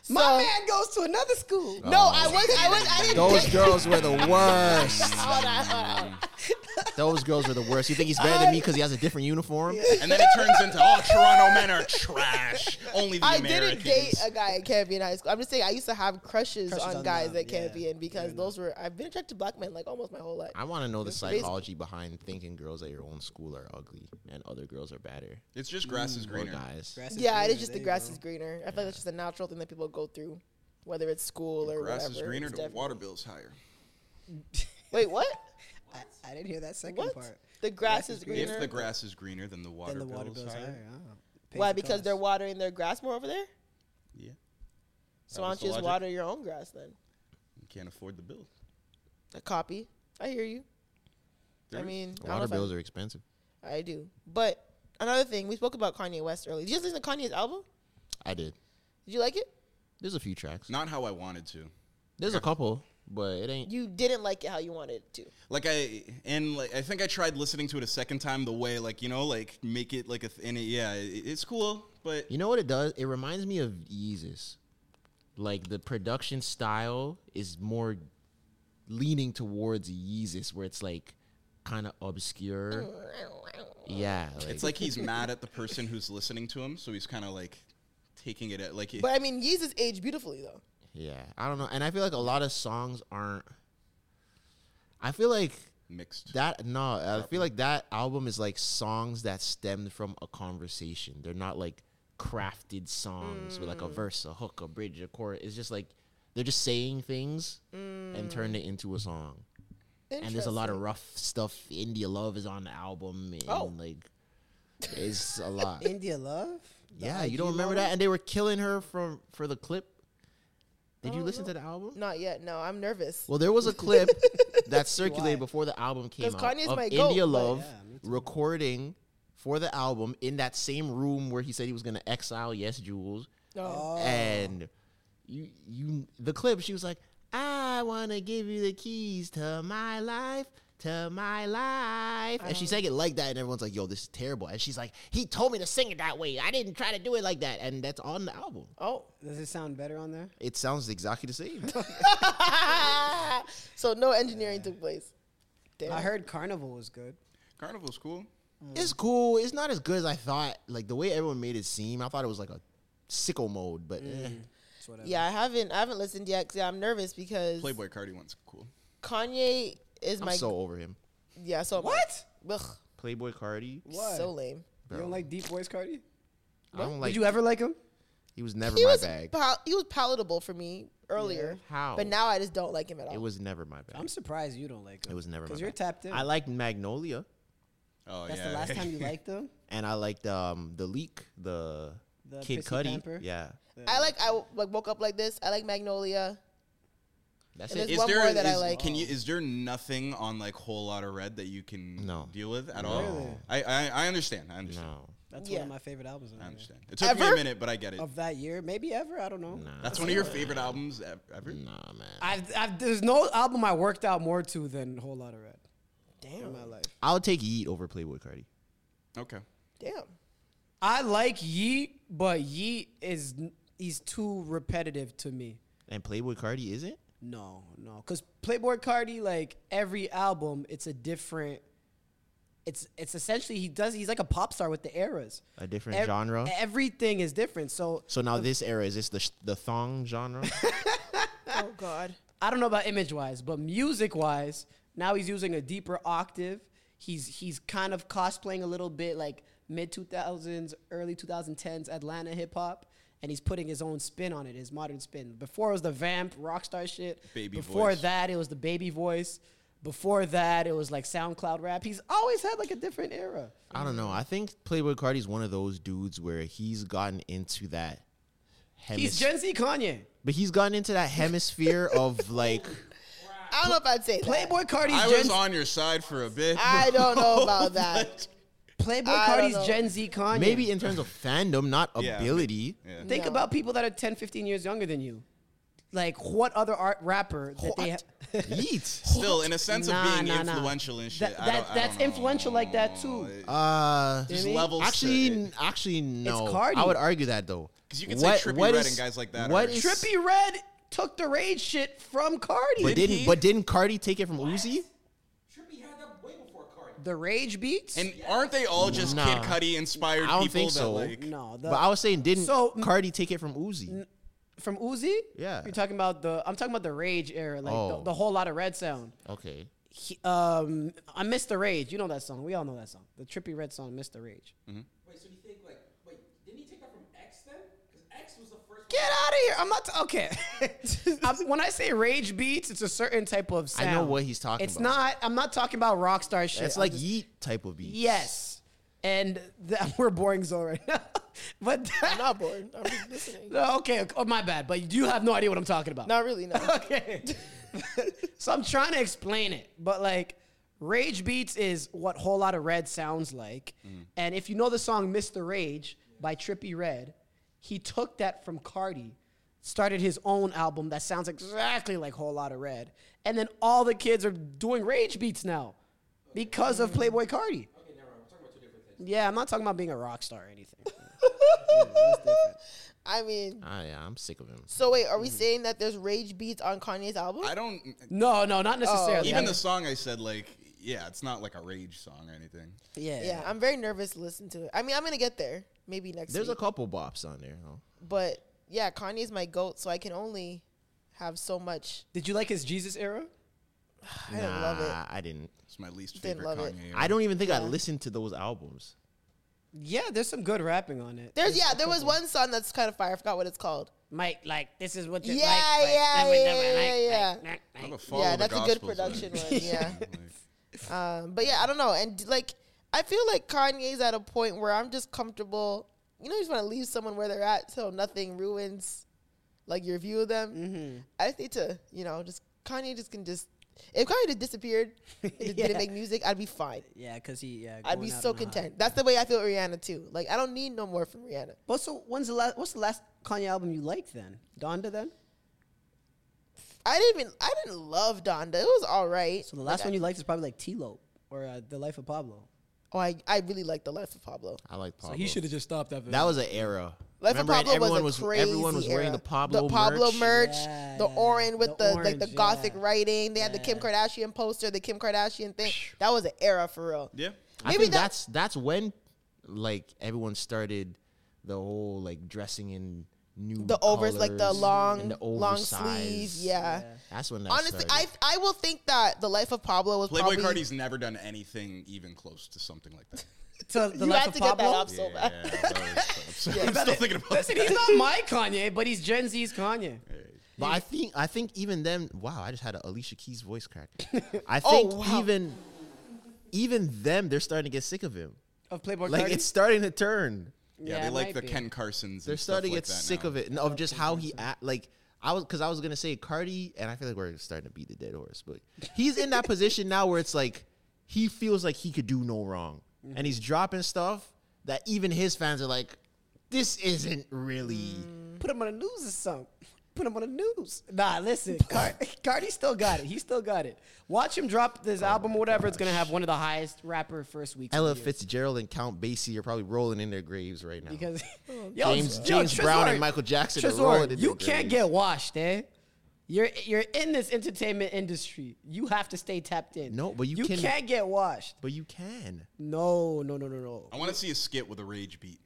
[SPEAKER 5] My man goes to another school.
[SPEAKER 1] No, I was, I was, I didn't.
[SPEAKER 2] Those
[SPEAKER 1] think-
[SPEAKER 2] girls were the worst.
[SPEAKER 1] Hold on, hold on.
[SPEAKER 2] Those girls were the worst. You think he's better than me because he has a different uniform?
[SPEAKER 3] And then it turns into, oh, Toronto men are trash. Only the
[SPEAKER 1] I
[SPEAKER 3] Americans.
[SPEAKER 1] didn't date a guy at Campion High School. I'm just saying I used to have crushes,
[SPEAKER 5] Crushes
[SPEAKER 1] on,
[SPEAKER 5] on
[SPEAKER 1] guys
[SPEAKER 5] them,
[SPEAKER 1] at
[SPEAKER 5] yeah,
[SPEAKER 1] Campion because those were I've been attracted to black men like almost my whole life.
[SPEAKER 2] I want to know the
[SPEAKER 1] crazy.
[SPEAKER 2] psychology behind thinking girls at your own school are ugly and other girls are better.
[SPEAKER 3] It's just grass is
[SPEAKER 2] Or
[SPEAKER 3] greener.
[SPEAKER 2] guys.
[SPEAKER 5] Grass is
[SPEAKER 1] yeah, it
[SPEAKER 5] greener,
[SPEAKER 1] is just
[SPEAKER 5] there
[SPEAKER 1] the
[SPEAKER 5] you
[SPEAKER 1] grass
[SPEAKER 5] go.
[SPEAKER 1] is greener. I feel like that's just a natural thing that people go through, whether it's school or
[SPEAKER 3] Grass
[SPEAKER 1] whatever.
[SPEAKER 3] is greener,
[SPEAKER 1] it's
[SPEAKER 3] the
[SPEAKER 1] definitely-
[SPEAKER 3] water bill's higher.
[SPEAKER 1] Wait, what?
[SPEAKER 5] I didn't hear that second
[SPEAKER 1] What?
[SPEAKER 5] part.
[SPEAKER 1] The grass is greener.
[SPEAKER 3] If the grass is greener, then the water,
[SPEAKER 5] Then the water
[SPEAKER 3] bill's
[SPEAKER 5] bills
[SPEAKER 3] higher.
[SPEAKER 5] higher. ah. Pay
[SPEAKER 1] Why?
[SPEAKER 5] for
[SPEAKER 1] Because they're
[SPEAKER 5] cars.
[SPEAKER 1] watering their grass more over there.
[SPEAKER 3] Yeah.
[SPEAKER 1] So
[SPEAKER 3] That
[SPEAKER 1] why
[SPEAKER 3] was
[SPEAKER 1] don't
[SPEAKER 3] the
[SPEAKER 1] you just
[SPEAKER 3] logic.
[SPEAKER 1] water your own grass then?
[SPEAKER 3] You can't afford the bill.
[SPEAKER 1] A copy. I hear you. I
[SPEAKER 3] is-
[SPEAKER 1] mean, I don't know
[SPEAKER 2] Water
[SPEAKER 1] if I-
[SPEAKER 2] bills are expensive.
[SPEAKER 1] I do. But another thing, we spoke about Kanye West earlier. Did you guys listen to Kanye's album?
[SPEAKER 2] I did.
[SPEAKER 1] Did you like it?
[SPEAKER 2] There's a few tracks.
[SPEAKER 3] Not how I wanted to.
[SPEAKER 2] There's a couple, but it ain't.
[SPEAKER 1] You didn't like it how you wanted it to.
[SPEAKER 3] Like I and like I think I tried listening to it a second time the way like you know like make it like a th- and it, yeah it, it's cool but
[SPEAKER 2] You know what it does? It reminds me of Yeezus. Like the production style is more leaning towards Yeezus, where it's like kind of obscure. Yeah,
[SPEAKER 3] it's like he's mad at the person who's listening to him so he's kind of like taking it at like
[SPEAKER 1] But I mean, Yeezus aged beautifully though.
[SPEAKER 2] yeah. I don't know, and I feel like a lot of songs aren't. I feel like
[SPEAKER 3] mixed
[SPEAKER 2] that no, I feel like that album is like songs that stemmed from a conversation. They're not like crafted songs with like a verse, a hook, a bridge, a chorus. It's just like they're just saying things and turned it into a song. and there's a lot of rough stuff. India Love is on the album, and
[SPEAKER 1] Oh.
[SPEAKER 2] like it's a lot.
[SPEAKER 5] India Love? The
[SPEAKER 2] yeah, you
[SPEAKER 5] IG
[SPEAKER 2] don't remember
[SPEAKER 5] model?
[SPEAKER 2] that? And they were killing her from for the clip. Did you listen to the album?
[SPEAKER 1] Not yet. No, I'm nervous.
[SPEAKER 2] Well, there was a clip that circulated before the album came
[SPEAKER 1] 'Cause
[SPEAKER 2] out
[SPEAKER 1] Kanye's
[SPEAKER 2] of
[SPEAKER 1] my goat,
[SPEAKER 2] India
[SPEAKER 1] but-
[SPEAKER 2] Love recording for the album in that same room where he said he was going to exile Yes Jules.
[SPEAKER 1] Oh.
[SPEAKER 2] And you, you, the clip, she was like, "I want to give you the keys to my life." To my life,
[SPEAKER 1] Oh.
[SPEAKER 2] and she sang it like that, and everyone's like, "Yo, this is terrible." And she's like, "He told me to sing it that way. I didn't try to do it like that." And that's on the album.
[SPEAKER 1] oh,
[SPEAKER 5] Does it sound better on there?
[SPEAKER 2] It sounds exactly the same.
[SPEAKER 1] so no engineering took place. Damn.
[SPEAKER 5] I heard Carnival was good.
[SPEAKER 3] carnival's cool
[SPEAKER 2] It's cool. It's not as good as I thought. Like the way everyone made it seem, I thought it was like a sicko mode, but eh.
[SPEAKER 1] Yeah, I haven't. I haven't listened yet because I'm nervous because
[SPEAKER 3] Playboy Cardi one's cool
[SPEAKER 1] Kanye is
[SPEAKER 2] I'm
[SPEAKER 1] my
[SPEAKER 2] so over him.
[SPEAKER 1] yeah. So what? Ugh,
[SPEAKER 2] Playboy Cardi.
[SPEAKER 5] What?
[SPEAKER 1] so lame.
[SPEAKER 5] You don't like deep voice, Cardi?
[SPEAKER 2] I don't like.
[SPEAKER 5] Did you ever like him?
[SPEAKER 2] he was never
[SPEAKER 1] He
[SPEAKER 2] my
[SPEAKER 1] was
[SPEAKER 2] bag.
[SPEAKER 1] pal- he was palatable for me earlier.
[SPEAKER 2] How?
[SPEAKER 1] But now I just don't like him at all.
[SPEAKER 2] it was never my bag.
[SPEAKER 5] I'm surprised you don't like him.
[SPEAKER 2] it was never my.
[SPEAKER 5] Because you're
[SPEAKER 2] bag.
[SPEAKER 5] tapped in.
[SPEAKER 2] I liked Magnolia,
[SPEAKER 3] oh
[SPEAKER 5] That's
[SPEAKER 3] yeah
[SPEAKER 5] the last time you liked him?
[SPEAKER 2] and I liked um the leak the.
[SPEAKER 5] The
[SPEAKER 2] Kid
[SPEAKER 5] Pissy Pamper?
[SPEAKER 2] Cudi, yeah,
[SPEAKER 1] I like. I like woke up like this. I like Magnolia.
[SPEAKER 2] that's
[SPEAKER 1] And
[SPEAKER 2] it.
[SPEAKER 1] there's
[SPEAKER 3] is
[SPEAKER 1] one
[SPEAKER 3] there
[SPEAKER 1] more that I
[SPEAKER 3] is-
[SPEAKER 1] like.
[SPEAKER 3] Can you is there nothing on like whole lot of red that you can
[SPEAKER 2] No.
[SPEAKER 3] deal with at all? I, I I understand. I understand.
[SPEAKER 2] No,
[SPEAKER 5] That's
[SPEAKER 1] Yeah.
[SPEAKER 5] one of my favorite albums.
[SPEAKER 3] I
[SPEAKER 5] on there.
[SPEAKER 3] understand. It took me a
[SPEAKER 1] Ever?
[SPEAKER 3] minute, but I get it.
[SPEAKER 5] Of that year, maybe ever. I don't know.
[SPEAKER 3] That's one of your favorite albums
[SPEAKER 2] e-,
[SPEAKER 3] ev- ever.
[SPEAKER 2] nah, man.
[SPEAKER 5] I've, I've, there's no album I worked out more to than Whole Lotta Red. Damn. In my life.
[SPEAKER 2] I'll take Yeet over Playboy Cardi.
[SPEAKER 3] Okay.
[SPEAKER 1] Damn.
[SPEAKER 5] I like Yeet, but Yeet is he's too repetitive to me.
[SPEAKER 2] And Playboy Cardi isn't.
[SPEAKER 5] No, no, because Playboy Cardi, like every album, it's a different. It's it's essentially he does he's like a pop star with the eras.
[SPEAKER 2] A different genre?
[SPEAKER 5] Everything is different. So
[SPEAKER 2] So now this era is this the sh- the thong genre?
[SPEAKER 1] Oh God.
[SPEAKER 5] I don't know about image wise, but music wise, now he's using a deeper octave. He's he's kind of cosplaying a little bit like mid 2000s, early 2010s Atlanta hip hop. And he's putting his own spin on it, his modern spin. Before it was the vamp, rockstar shit.
[SPEAKER 3] Baby
[SPEAKER 5] Before
[SPEAKER 3] voice.
[SPEAKER 5] that, it was the baby voice. Before that, it was like SoundCloud rap. He's always had like a different era.
[SPEAKER 2] I don't know. I think Playboy Cardi's one of those dudes where he's gotten into that.
[SPEAKER 5] He's
[SPEAKER 2] hemis-
[SPEAKER 5] Gen Z Kanye.
[SPEAKER 2] but he's gotten into that hemisphere of like
[SPEAKER 1] I don't know if I'd say that.
[SPEAKER 5] Playboy Cardi's
[SPEAKER 3] I
[SPEAKER 5] Gen
[SPEAKER 3] was
[SPEAKER 5] Z.
[SPEAKER 3] on your side for a bit.
[SPEAKER 1] I don't know about that.
[SPEAKER 5] Playboy
[SPEAKER 1] I don't
[SPEAKER 5] Cardi's
[SPEAKER 1] know.
[SPEAKER 5] Gen Z Kanye.
[SPEAKER 2] maybe in terms of fandom, not
[SPEAKER 3] Yeah,
[SPEAKER 2] ability.
[SPEAKER 3] Yeah.
[SPEAKER 5] Think about people that are 10, 15 years younger than you. Like, what other art rapper that they
[SPEAKER 2] What?
[SPEAKER 5] ha-
[SPEAKER 2] Yeet.
[SPEAKER 3] Still, in a sense
[SPEAKER 5] Nah,
[SPEAKER 3] of being
[SPEAKER 5] nah, nah.
[SPEAKER 3] influential and shit.
[SPEAKER 5] That,
[SPEAKER 3] I
[SPEAKER 5] that-
[SPEAKER 3] don't- I
[SPEAKER 5] that's
[SPEAKER 3] don't know.
[SPEAKER 5] influential like that too.
[SPEAKER 2] Uh,
[SPEAKER 3] There's
[SPEAKER 5] I mean,
[SPEAKER 3] levels. to
[SPEAKER 2] actually,
[SPEAKER 3] it.
[SPEAKER 2] n- actually no.
[SPEAKER 5] Cardi.
[SPEAKER 2] I would argue that though.
[SPEAKER 3] 'Cause you can say Trippie Redd and guys like that
[SPEAKER 2] What
[SPEAKER 3] are-
[SPEAKER 2] is,
[SPEAKER 5] Trippy Red took the rage shit from Cardi.
[SPEAKER 2] But didn't but didn't Cardi take it from Uzi?
[SPEAKER 5] the rage beats?
[SPEAKER 3] And aren't they all just
[SPEAKER 2] Nah.
[SPEAKER 3] Kid Cudi inspired
[SPEAKER 2] I don't
[SPEAKER 3] people
[SPEAKER 2] think
[SPEAKER 3] that
[SPEAKER 2] so.
[SPEAKER 3] like?
[SPEAKER 5] no, the,
[SPEAKER 2] But I was saying, didn't
[SPEAKER 5] So, m-
[SPEAKER 2] Cardi take it from Uzi?
[SPEAKER 5] from Uzi.
[SPEAKER 2] Yeah.
[SPEAKER 5] you're talking about the. I'm talking about the rage era, like
[SPEAKER 2] Oh.
[SPEAKER 5] the, the whole lot of red sound.
[SPEAKER 2] Okay.
[SPEAKER 5] He, um, I miss the rage. You know that song. We all know that song. The trippy red song, miss the rage. Get out of here! I'm not t- okay. I'm- when I say rage beats, it's a certain type of sound.
[SPEAKER 2] know what he's talking
[SPEAKER 5] It's
[SPEAKER 2] about.
[SPEAKER 5] not. I'm not talking about rock star shit.
[SPEAKER 2] It's
[SPEAKER 5] I'm
[SPEAKER 2] like
[SPEAKER 5] just-
[SPEAKER 2] Yeet type of beat.
[SPEAKER 5] Yes. And that, we're boring zone right now. but that,
[SPEAKER 1] I'm not bored. I'm just listening.
[SPEAKER 5] No, okay, oh, my bad. But you have no idea what I'm talking about.
[SPEAKER 1] Not really, no.
[SPEAKER 5] Okay. so I'm trying to explain it, but like Rage Beats is what Whole Lot of Red sounds like.
[SPEAKER 3] Mm.
[SPEAKER 5] And if you know the song Mr. Rage by Trippy Red, he took that from Cardi, started his own album that sounds exactly like Whole Lot of Red. And then all the kids are doing Rage Beats now because of Playboy Cardi. Okay, never mind. We're talking about two different things. Yeah, I'm not talking about being a rock star or anything.
[SPEAKER 1] I mean,
[SPEAKER 2] Ah, yeah, I'm sick of him.
[SPEAKER 1] so wait, are we saying that there's rage beats on Kanye's album?
[SPEAKER 3] Mm-hmm. I don't.
[SPEAKER 5] No, no, not necessarily.
[SPEAKER 3] Oh, Even
[SPEAKER 5] I-
[SPEAKER 3] the song I said, like, yeah, it's not like a rage song or anything.
[SPEAKER 5] yeah.
[SPEAKER 1] yeah, I'm very nervous to listen to it. I mean, I'm gonna get there maybe next
[SPEAKER 2] There's a
[SPEAKER 1] week.
[SPEAKER 2] couple bops on there. Huh?
[SPEAKER 1] but yeah, Kanye's my goat, so I can only have so much.
[SPEAKER 5] Did you like his Jesus era?
[SPEAKER 1] I don't love it.
[SPEAKER 2] I didn't.
[SPEAKER 3] It's my least
[SPEAKER 1] Didn't
[SPEAKER 3] favorite
[SPEAKER 1] love it.
[SPEAKER 3] Kanye.
[SPEAKER 2] I don't even think I listened to those albums.
[SPEAKER 5] Yeah, there's some good rapping on it.
[SPEAKER 1] There's yeah, there was one song that's kind of fire. I forgot what it's called.
[SPEAKER 5] Mike, like this is what
[SPEAKER 1] you Yeah, like, like, yeah, never, never, yeah, like, yeah, like, yeah.
[SPEAKER 3] I'm a follow
[SPEAKER 5] Oh,
[SPEAKER 1] Yeah,
[SPEAKER 3] the
[SPEAKER 1] that's a good
[SPEAKER 3] gospels, like-
[SPEAKER 1] production one. Yeah,
[SPEAKER 3] like,
[SPEAKER 1] um, but yeah, I don't know. And d- like, I feel like Kanye's at a point where I'm just comfortable. You know, you just want to leave someone where they're at, so nothing ruins like your view of them.
[SPEAKER 5] Mm-hmm.
[SPEAKER 1] I just need to, you know, just Kanye just can just. If Kanye had disappeared, and just
[SPEAKER 5] Yeah.
[SPEAKER 1] didn't make music, I'd be fine.
[SPEAKER 5] Yeah, cause he. Yeah,
[SPEAKER 1] I'd
[SPEAKER 5] going
[SPEAKER 1] be
[SPEAKER 5] out
[SPEAKER 1] so
[SPEAKER 5] on a high.
[SPEAKER 1] content. That's the way I feel with Rihanna too. Like I don't need no more from Rihanna.
[SPEAKER 5] But so, when's the last? What's the last Kanye album you liked then? Donda then?
[SPEAKER 1] I didn't even I didn't love Donda. It was all right.
[SPEAKER 5] So the last one you liked is probably like T-Lope or uh, The Life of Pablo.
[SPEAKER 1] Oh, I, I really like the life of Pablo.
[SPEAKER 2] I like Pablo.
[SPEAKER 5] have just stopped after
[SPEAKER 2] That was an era.
[SPEAKER 1] Life
[SPEAKER 2] Remember,
[SPEAKER 1] of
[SPEAKER 2] and
[SPEAKER 1] Pablo
[SPEAKER 2] everyone
[SPEAKER 1] was a crazy
[SPEAKER 2] everyone was wearing
[SPEAKER 1] era.
[SPEAKER 2] the Pablo,
[SPEAKER 1] the Pablo merch,
[SPEAKER 5] Yeah,
[SPEAKER 1] the
[SPEAKER 5] yeah,
[SPEAKER 1] orange with
[SPEAKER 5] the
[SPEAKER 1] the, like the
[SPEAKER 5] orange,
[SPEAKER 1] gothic
[SPEAKER 5] yeah.
[SPEAKER 1] writing. They had the Kim Kardashian poster, the Kim Kardashian thing. That was an era for real.
[SPEAKER 3] yeah.
[SPEAKER 2] I
[SPEAKER 1] Maybe
[SPEAKER 2] think
[SPEAKER 1] that's
[SPEAKER 2] that's that's when like everyone started the whole like dressing in new
[SPEAKER 1] the overs, like the
[SPEAKER 2] colors
[SPEAKER 1] long,
[SPEAKER 2] and the
[SPEAKER 1] long
[SPEAKER 2] oversized.
[SPEAKER 1] sleeves. Yeah.
[SPEAKER 2] That's when that
[SPEAKER 1] Honestly, I
[SPEAKER 2] started.
[SPEAKER 1] I will think that the life of Pablo was
[SPEAKER 3] Playboy
[SPEAKER 1] probably.
[SPEAKER 3] Cardi's never done anything even close to something like that.
[SPEAKER 5] So the
[SPEAKER 1] you
[SPEAKER 5] Life
[SPEAKER 1] had
[SPEAKER 5] of
[SPEAKER 1] to get that Uh,
[SPEAKER 5] Pablo.
[SPEAKER 1] up so bad.
[SPEAKER 3] Yeah, that was- I'm still thinking about
[SPEAKER 5] Listen,
[SPEAKER 3] that.
[SPEAKER 5] he's not my Kanye, but he's Gen Z's Kanye.
[SPEAKER 2] But I think I think even then, wow, I just had a Alicia Keys voice crack. I
[SPEAKER 1] Oh,
[SPEAKER 2] think
[SPEAKER 1] wow.
[SPEAKER 2] even even them, they're starting to get sick of him.
[SPEAKER 5] Of Playboy
[SPEAKER 2] Like
[SPEAKER 5] Cardi.
[SPEAKER 2] it's starting to turn.
[SPEAKER 3] Yeah,
[SPEAKER 5] Yeah,
[SPEAKER 3] they
[SPEAKER 5] it
[SPEAKER 3] like
[SPEAKER 5] might
[SPEAKER 3] the
[SPEAKER 5] be.
[SPEAKER 3] Ken Carsons.
[SPEAKER 2] They're
[SPEAKER 3] and stuff
[SPEAKER 2] starting to
[SPEAKER 3] like
[SPEAKER 2] get
[SPEAKER 3] that
[SPEAKER 2] sick
[SPEAKER 3] now.
[SPEAKER 2] of it, and of just how he act. Like I was, because I was gonna say Cardi, and I feel like we're starting to beat the dead horse, but he's in that position now where it's like he feels like he could do no wrong,
[SPEAKER 5] Mm-hmm.
[SPEAKER 2] and he's dropping stuff that even his fans are like, this isn't really.
[SPEAKER 5] Put him on the news or something. Put him on the news. Nah, listen, Car- Cardi still got it. He still got it. Watch him drop this album, whatever. It's gonna have one of the highest rapper first weeks. of
[SPEAKER 2] Ella
[SPEAKER 5] the year.
[SPEAKER 2] Fitzgerald and Count Basie are probably rolling in their graves right now.
[SPEAKER 5] because
[SPEAKER 2] Oh, James- James Brown and Michael Jackson are rolling in
[SPEAKER 5] Trezor, you
[SPEAKER 2] their
[SPEAKER 5] can't
[SPEAKER 2] graves.
[SPEAKER 5] get washed, eh? You're you're in this entertainment industry. You have to stay tapped in.
[SPEAKER 2] No, but you can-
[SPEAKER 5] not get washed.
[SPEAKER 2] but you can.
[SPEAKER 5] No, no, no, no, no.
[SPEAKER 3] I want to see a skit with a rage beat.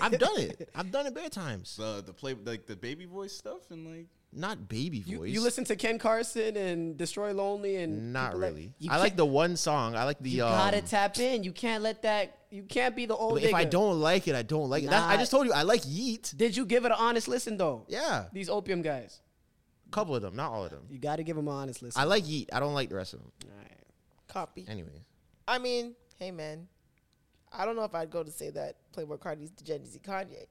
[SPEAKER 2] I've done it. I've done it bare times.
[SPEAKER 3] The the play like the baby voice stuff and like
[SPEAKER 2] Not baby voice.
[SPEAKER 5] You, you listen to Ken Carson and Destroy Lonely and
[SPEAKER 2] Not
[SPEAKER 5] people like-
[SPEAKER 2] really.
[SPEAKER 5] you
[SPEAKER 2] I like
[SPEAKER 5] can't-
[SPEAKER 2] the one song. I like the.
[SPEAKER 5] You
[SPEAKER 2] um,
[SPEAKER 5] gotta tap in. You can't let that. You can't be the old.
[SPEAKER 2] But if I
[SPEAKER 5] nigga.
[SPEAKER 2] don't like it, I don't like it. That's, I
[SPEAKER 5] Nah.
[SPEAKER 2] just told you I like Yeet.
[SPEAKER 5] did you give it an honest listen though?
[SPEAKER 2] Yeah.
[SPEAKER 5] These opium guys.
[SPEAKER 2] couple of them, not all of them.
[SPEAKER 5] You got to give him an honest listen.
[SPEAKER 2] I like Yeet. I don't like the rest of them.
[SPEAKER 1] Copy.
[SPEAKER 2] Anyways,
[SPEAKER 1] I mean, hey man, I don't know if I'd go to say that Playboy Cardi's the Gen Z Kanye.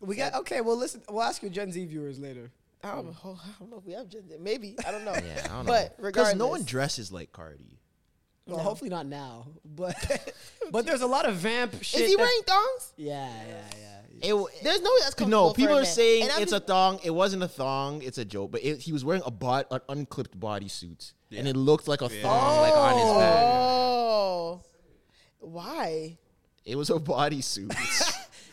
[SPEAKER 7] We got okay. Well, listen. We'll ask your Gen Z viewers later.
[SPEAKER 1] I don't,
[SPEAKER 2] Hmm.
[SPEAKER 1] know, I don't know if we have Gen Z. Maybe I don't know.
[SPEAKER 2] yeah, I don't know.
[SPEAKER 1] but regardless,
[SPEAKER 2] no one dresses like Cardi.
[SPEAKER 5] well, hopefully not now, but but there's a lot of vamp shit.
[SPEAKER 1] is he
[SPEAKER 5] that-
[SPEAKER 1] wearing thongs?
[SPEAKER 5] Yeah, yeah, yeah.
[SPEAKER 2] It, w-
[SPEAKER 1] There's no way that's comfortable
[SPEAKER 2] no,
[SPEAKER 1] for
[SPEAKER 2] people
[SPEAKER 1] a
[SPEAKER 2] are
[SPEAKER 1] man.
[SPEAKER 2] saying
[SPEAKER 1] And I'm
[SPEAKER 2] it's a
[SPEAKER 1] just-
[SPEAKER 2] thong. It wasn't a thong. It's a joke. But it, he was wearing a bod, an unclipped bodysuit, and it looked like a thong, like on his back.
[SPEAKER 1] Oh, why?
[SPEAKER 2] It was a bodysuit.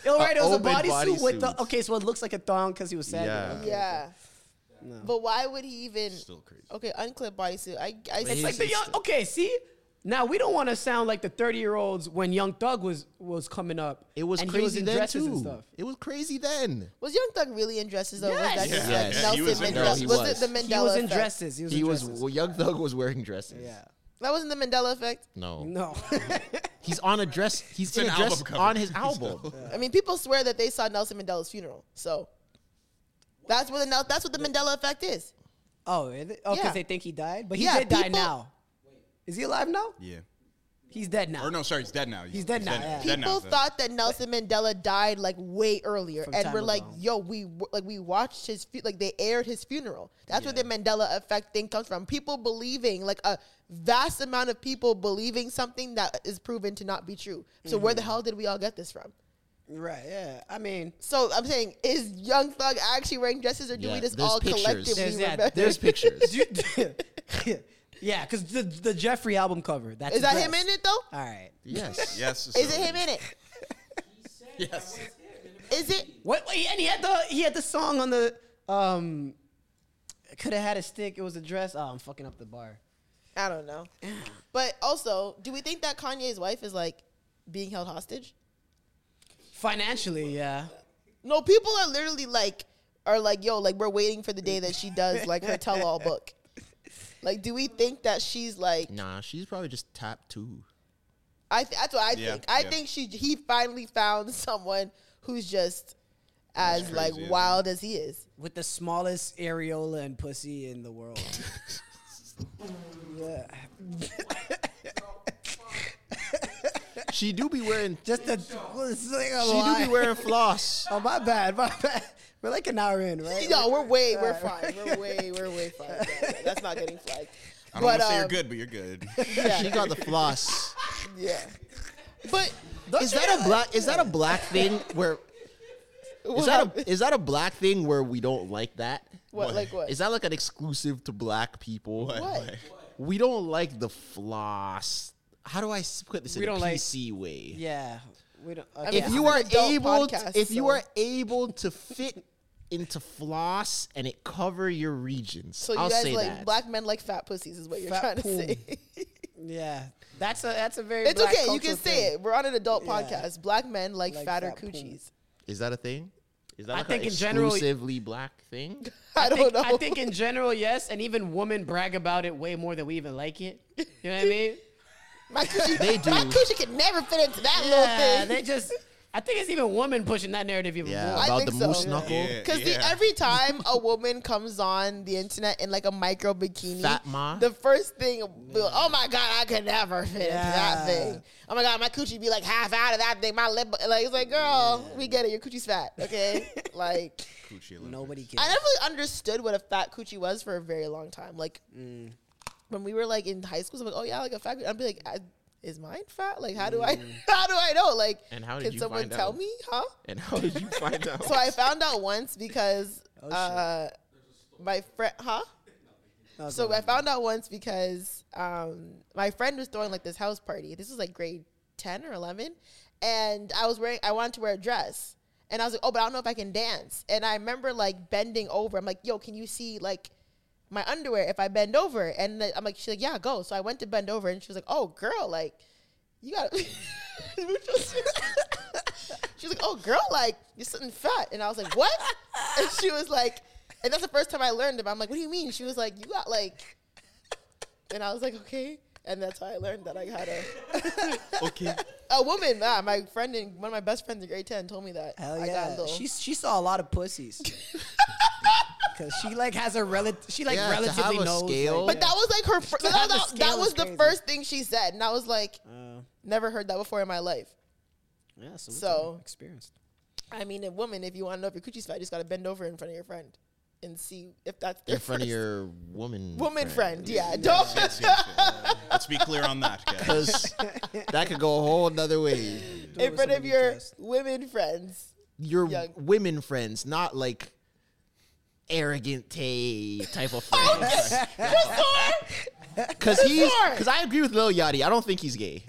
[SPEAKER 5] All right, it was a
[SPEAKER 2] open
[SPEAKER 5] bodysuit with the
[SPEAKER 2] bodysuit.
[SPEAKER 5] okay. So it looks like a thong because he was sad.
[SPEAKER 2] Yeah.
[SPEAKER 5] Okay.
[SPEAKER 1] Yeah. But why would he even?
[SPEAKER 3] Still crazy.
[SPEAKER 1] Okay, unclipped bodysuit. I, I
[SPEAKER 5] It's like the young. Okay, see. Now we don't want to sound like the thirty-year-olds when Young Thug was was coming up.
[SPEAKER 2] it was
[SPEAKER 5] and he
[SPEAKER 2] crazy
[SPEAKER 5] in
[SPEAKER 2] then
[SPEAKER 5] dresses
[SPEAKER 2] too.
[SPEAKER 5] and stuff.
[SPEAKER 2] It was crazy then.
[SPEAKER 1] Was Young Thug really in dresses though?
[SPEAKER 5] Yes.
[SPEAKER 1] Was that just
[SPEAKER 2] Yeah.
[SPEAKER 1] like
[SPEAKER 2] Yeah,
[SPEAKER 3] he
[SPEAKER 1] Nelson
[SPEAKER 3] was in
[SPEAKER 1] Mandela?
[SPEAKER 3] dresses.
[SPEAKER 1] Was,
[SPEAKER 3] He
[SPEAKER 1] it
[SPEAKER 2] was.
[SPEAKER 1] the Mandela
[SPEAKER 5] He was in
[SPEAKER 1] effect?
[SPEAKER 5] dresses. He was.
[SPEAKER 2] He
[SPEAKER 5] in
[SPEAKER 2] was
[SPEAKER 5] dresses.
[SPEAKER 2] well, Young Thug was wearing dresses.
[SPEAKER 5] Yeah.
[SPEAKER 1] That wasn't the Mandela effect.
[SPEAKER 2] No.
[SPEAKER 5] No.
[SPEAKER 2] He's on a dress. He's
[SPEAKER 3] It's
[SPEAKER 2] in
[SPEAKER 3] an
[SPEAKER 2] a dress
[SPEAKER 3] album cover.
[SPEAKER 2] on his album.
[SPEAKER 1] I mean, people swear that they saw Nelson Mandela's funeral. So that's what the Nel- that's what the Mandela effect is.
[SPEAKER 5] oh, is it? oh, because
[SPEAKER 1] Yeah.
[SPEAKER 5] they think he died, but he
[SPEAKER 1] Yeah,
[SPEAKER 5] did die
[SPEAKER 1] people-
[SPEAKER 5] now. Is he alive now?
[SPEAKER 3] Yeah.
[SPEAKER 5] He's dead now.
[SPEAKER 3] Or no, sorry, he's dead now.
[SPEAKER 5] He's dead now, yeah.
[SPEAKER 3] dead now,
[SPEAKER 1] People
[SPEAKER 3] so-
[SPEAKER 1] thought that Nelson Mandela died like way earlier,
[SPEAKER 5] From
[SPEAKER 1] and
[SPEAKER 5] time
[SPEAKER 1] we're like,
[SPEAKER 5] ago.
[SPEAKER 1] "Yo, we w- like we watched his fu- like they aired his funeral." That's where the Mandela effect thing comes from. People believing like a vast amount of people believing something that is proven to not be true. So where
[SPEAKER 5] Mm-hmm.
[SPEAKER 1] the hell did we all get this from?
[SPEAKER 5] Right. Yeah. I mean,
[SPEAKER 1] So I'm saying, is Young Thug actually wearing dresses, or do we
[SPEAKER 2] Yeah,
[SPEAKER 1] just
[SPEAKER 2] there's
[SPEAKER 1] all
[SPEAKER 2] pictures.
[SPEAKER 1] collectively
[SPEAKER 5] There's that-
[SPEAKER 1] remember?
[SPEAKER 2] There's pictures.
[SPEAKER 5] yeah, because the the Jeffrey album cover. That's
[SPEAKER 1] is
[SPEAKER 5] a
[SPEAKER 1] that
[SPEAKER 5] dress.
[SPEAKER 1] him in it though?
[SPEAKER 5] All right.
[SPEAKER 2] yes.
[SPEAKER 3] Yes.
[SPEAKER 1] Is it him in it?
[SPEAKER 3] Yes.
[SPEAKER 1] Is it?
[SPEAKER 5] What? wait, And he had the he had the song on the um. Could have had a stick. It was a dress. Oh, I'm fucking up the bar.
[SPEAKER 1] I don't know. But also, do we think that Kanye's wife is like being held hostage?
[SPEAKER 5] Financially, yeah.
[SPEAKER 1] No, people are literally like, are like, yo, like we're waiting for the day that she does like her tell-all book. Like, do we think that she's like?
[SPEAKER 2] Nah, she's probably just top two.
[SPEAKER 1] I th- that's what I
[SPEAKER 3] Yeah,
[SPEAKER 1] think. I
[SPEAKER 3] yeah.
[SPEAKER 1] think she he finally found someone who's just as like
[SPEAKER 3] crazy, isn't
[SPEAKER 1] wild as he is.
[SPEAKER 5] With the smallest areola and pussy in the world.
[SPEAKER 2] She do be wearing.
[SPEAKER 5] Just the. well, it's like a
[SPEAKER 2] she do
[SPEAKER 5] lie.
[SPEAKER 2] be wearing floss.
[SPEAKER 5] Oh my bad, my bad. We're like an hour in, right?
[SPEAKER 1] No, we're way, we're fine. We're way, we're way fine. Yeah, yeah, That's not getting flagged.
[SPEAKER 3] I don't want to say
[SPEAKER 1] um,
[SPEAKER 3] you're good, but you're good.
[SPEAKER 2] She got the floss.
[SPEAKER 1] Yeah. But
[SPEAKER 2] Is that a black? Is that a black thing where? Is that a is that a black thing where we don't like that?
[SPEAKER 1] what, like what?
[SPEAKER 2] Is that like an exclusive to black people?
[SPEAKER 1] what?
[SPEAKER 2] We don't like the floss. How do I s- put this
[SPEAKER 5] We
[SPEAKER 2] in a
[SPEAKER 5] don't like-
[SPEAKER 2] PC way?
[SPEAKER 5] Yeah. We don't. Okay.
[SPEAKER 1] mean,
[SPEAKER 2] if
[SPEAKER 1] Yeah.
[SPEAKER 2] you
[SPEAKER 1] It's an
[SPEAKER 2] are
[SPEAKER 1] adult
[SPEAKER 2] able
[SPEAKER 1] podcast,
[SPEAKER 2] to, if you
[SPEAKER 1] so-
[SPEAKER 2] are able to fit into floss and it cover your regions
[SPEAKER 1] So you
[SPEAKER 2] i'll
[SPEAKER 1] guys
[SPEAKER 2] say
[SPEAKER 1] like
[SPEAKER 2] that
[SPEAKER 1] black men like fat pussies is what you're
[SPEAKER 5] Fat
[SPEAKER 1] trying
[SPEAKER 5] poom.
[SPEAKER 1] to say.
[SPEAKER 5] yeah. That's a that's a very.
[SPEAKER 1] it's
[SPEAKER 5] black
[SPEAKER 1] okay, you
[SPEAKER 5] cultural
[SPEAKER 1] can say
[SPEAKER 5] thing.
[SPEAKER 1] it. We're on an adult podcast. Black men like,
[SPEAKER 5] Like
[SPEAKER 1] fatter
[SPEAKER 5] fat poom.
[SPEAKER 1] coochies.
[SPEAKER 2] is that a thing is that
[SPEAKER 5] I
[SPEAKER 2] like
[SPEAKER 5] think
[SPEAKER 2] an
[SPEAKER 5] in general-
[SPEAKER 2] exclusively black thing
[SPEAKER 1] I don't
[SPEAKER 5] think-
[SPEAKER 1] know.
[SPEAKER 5] I think in general, yes, and even women brag about it way more than we even like it. You know what I mean?
[SPEAKER 1] my coochie,
[SPEAKER 2] They do.
[SPEAKER 1] my coochie could never fit into that
[SPEAKER 5] yeah,
[SPEAKER 1] little
[SPEAKER 5] they
[SPEAKER 1] thing.
[SPEAKER 5] just. I think it's even women pushing that narrative even
[SPEAKER 2] yeah
[SPEAKER 5] more.
[SPEAKER 1] I
[SPEAKER 2] about the
[SPEAKER 1] think so.
[SPEAKER 2] moose
[SPEAKER 1] Yeah.
[SPEAKER 2] knuckle
[SPEAKER 3] Yeah.
[SPEAKER 1] Because
[SPEAKER 3] Yeah.
[SPEAKER 1] every time a woman comes on the internet in like a micro bikini,
[SPEAKER 2] Fat ma.
[SPEAKER 1] the first thing, be like, oh my god, I could never fit into that thing. Oh my god, my coochie be like half out of that thing. My lip, like it's like, girl, we get it. Your coochie's fat, okay? like,
[SPEAKER 5] Nobody cares.
[SPEAKER 1] I never really understood what a fat coochie was for a very long time. Like, when we were like in high school, so I'm like, oh yeah, like a fat. Coochie. I'd be like, I, is mine fat? Like, how do I, how do I know? Like,
[SPEAKER 2] And how did
[SPEAKER 1] can
[SPEAKER 2] you
[SPEAKER 1] someone
[SPEAKER 2] find
[SPEAKER 1] tell
[SPEAKER 2] out?
[SPEAKER 1] me, huh?
[SPEAKER 2] and how did you find out
[SPEAKER 1] So I found out once because uh, my friend, huh? So I found out once because um, my friend was throwing like this house party. This was like grade ten or eleven, and I was wearing. I wanted to wear a dress, and I was like, "Oh, but I don't know if I can dance." And I remember like bending over. I'm like, "Yo, can you see like my underwear if I bend over?" And then I'm like, "She's like, yeah, go." So I went to bend over, and she was like, "Oh, girl, like you gotta." she was like, "Oh, girl, like you're sitting fat," and I was like, "What?" and she was like, and that's the first time I learned about. it. I'm like, "What do you mean?" She was like, "You got like," and I was like, "Okay," and that's how I learned that I had a
[SPEAKER 3] Okay.
[SPEAKER 1] a woman. Ah, my friend and one of my best friends in grade ten told me that.
[SPEAKER 7] Hell
[SPEAKER 1] I got a
[SPEAKER 7] yeah,
[SPEAKER 1] little.
[SPEAKER 7] she she saw a lot of pussies.
[SPEAKER 5] Cause she like has a relative. She like
[SPEAKER 2] Yeah, to have
[SPEAKER 5] relatively
[SPEAKER 2] a
[SPEAKER 5] knows.
[SPEAKER 2] scale.
[SPEAKER 5] Like,
[SPEAKER 1] But that was like her. Fir-
[SPEAKER 5] To
[SPEAKER 1] that,
[SPEAKER 5] have the
[SPEAKER 1] that,
[SPEAKER 5] scale
[SPEAKER 1] that was
[SPEAKER 5] is
[SPEAKER 1] the
[SPEAKER 5] crazy.
[SPEAKER 1] first thing she said, and I was like, never heard that before in my life.
[SPEAKER 5] yeah, so, it's,
[SPEAKER 1] So-
[SPEAKER 5] uh, experienced.
[SPEAKER 1] I mean, a woman, if you want to know if your coochie's fat, you just gotta bend over in front of your friend and see if that's their
[SPEAKER 2] in front of
[SPEAKER 1] first-
[SPEAKER 2] your woman
[SPEAKER 1] woman friend. Yeah, don't.
[SPEAKER 3] Yes, yes, yes. Let's be clear on that, guys.
[SPEAKER 2] because that could go a whole another way.
[SPEAKER 1] in front of your women friends.
[SPEAKER 2] Your
[SPEAKER 1] Yeah.
[SPEAKER 2] women friends, not like arrogant Tay type of friends. Because he's because I agree with Lil Yachty. I don't think he's gay.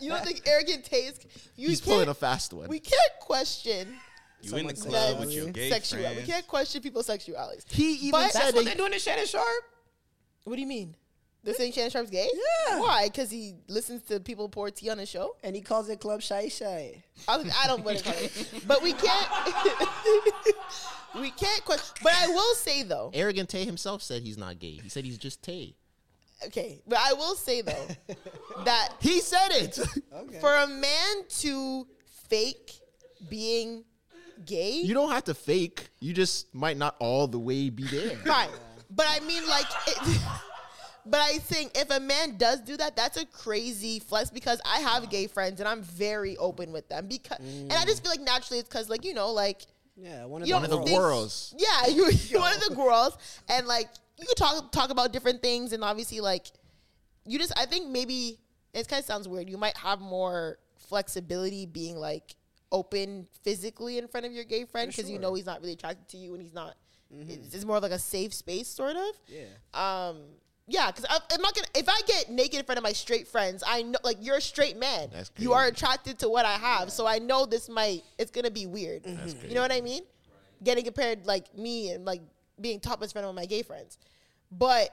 [SPEAKER 1] You don't think arrogant taste? You
[SPEAKER 2] He's
[SPEAKER 1] can't-
[SPEAKER 2] pulling a fast one.
[SPEAKER 1] We can't question
[SPEAKER 3] You in the
[SPEAKER 1] men's
[SPEAKER 3] club with your gay
[SPEAKER 1] sexuality. We
[SPEAKER 3] friends.
[SPEAKER 1] can't question people's sexualities.
[SPEAKER 2] he even
[SPEAKER 1] But-
[SPEAKER 2] said
[SPEAKER 1] That's what
[SPEAKER 2] that-
[SPEAKER 5] They're doing the Shannon Sharp.
[SPEAKER 1] What do you mean? They're saying Shannon Sharp's gay? Yeah. Why? Because he listens to people pour tea on his show?
[SPEAKER 7] And he calls it Club Shy Shy.
[SPEAKER 1] I, was- I don't want to call it. But we can't. we can't question. But I will say, though.
[SPEAKER 2] arrogant Tay himself said he's not gay. He said he's just Tay.
[SPEAKER 1] Okay. But I will say, though, that
[SPEAKER 2] He said it.
[SPEAKER 1] for a man to fake being gay.
[SPEAKER 2] you don't have to fake. You just might not all the way be there.
[SPEAKER 1] Right. But I mean, like, it, but I think if a man does do that, that's a crazy flex because I have gay friends and I'm very open with them because, and I just feel like naturally it's because, like, you know, like,
[SPEAKER 7] Yeah, one of
[SPEAKER 1] you
[SPEAKER 7] the
[SPEAKER 1] don't
[SPEAKER 2] the
[SPEAKER 1] think-
[SPEAKER 2] girls.
[SPEAKER 1] Yeah, you you're one of the girls, and like you could talk talk about different things, and obviously, like, you just I think maybe it kind of sounds weird. You might have more flexibility being like open physically in front of your gay friend because you know he's not really attracted to you and he's not. It's, it's more of like a safe space, sort of. Yeah. Um. Yeah, because I'm not gonna. If I get naked in front of my straight friends, I know like you're a straight man.
[SPEAKER 2] That's
[SPEAKER 1] you are
[SPEAKER 2] crazy.
[SPEAKER 1] attracted to what I have, so I know this might. It's gonna be weird. You know what I mean? Getting compared like me and like being topless in front of my gay friends, but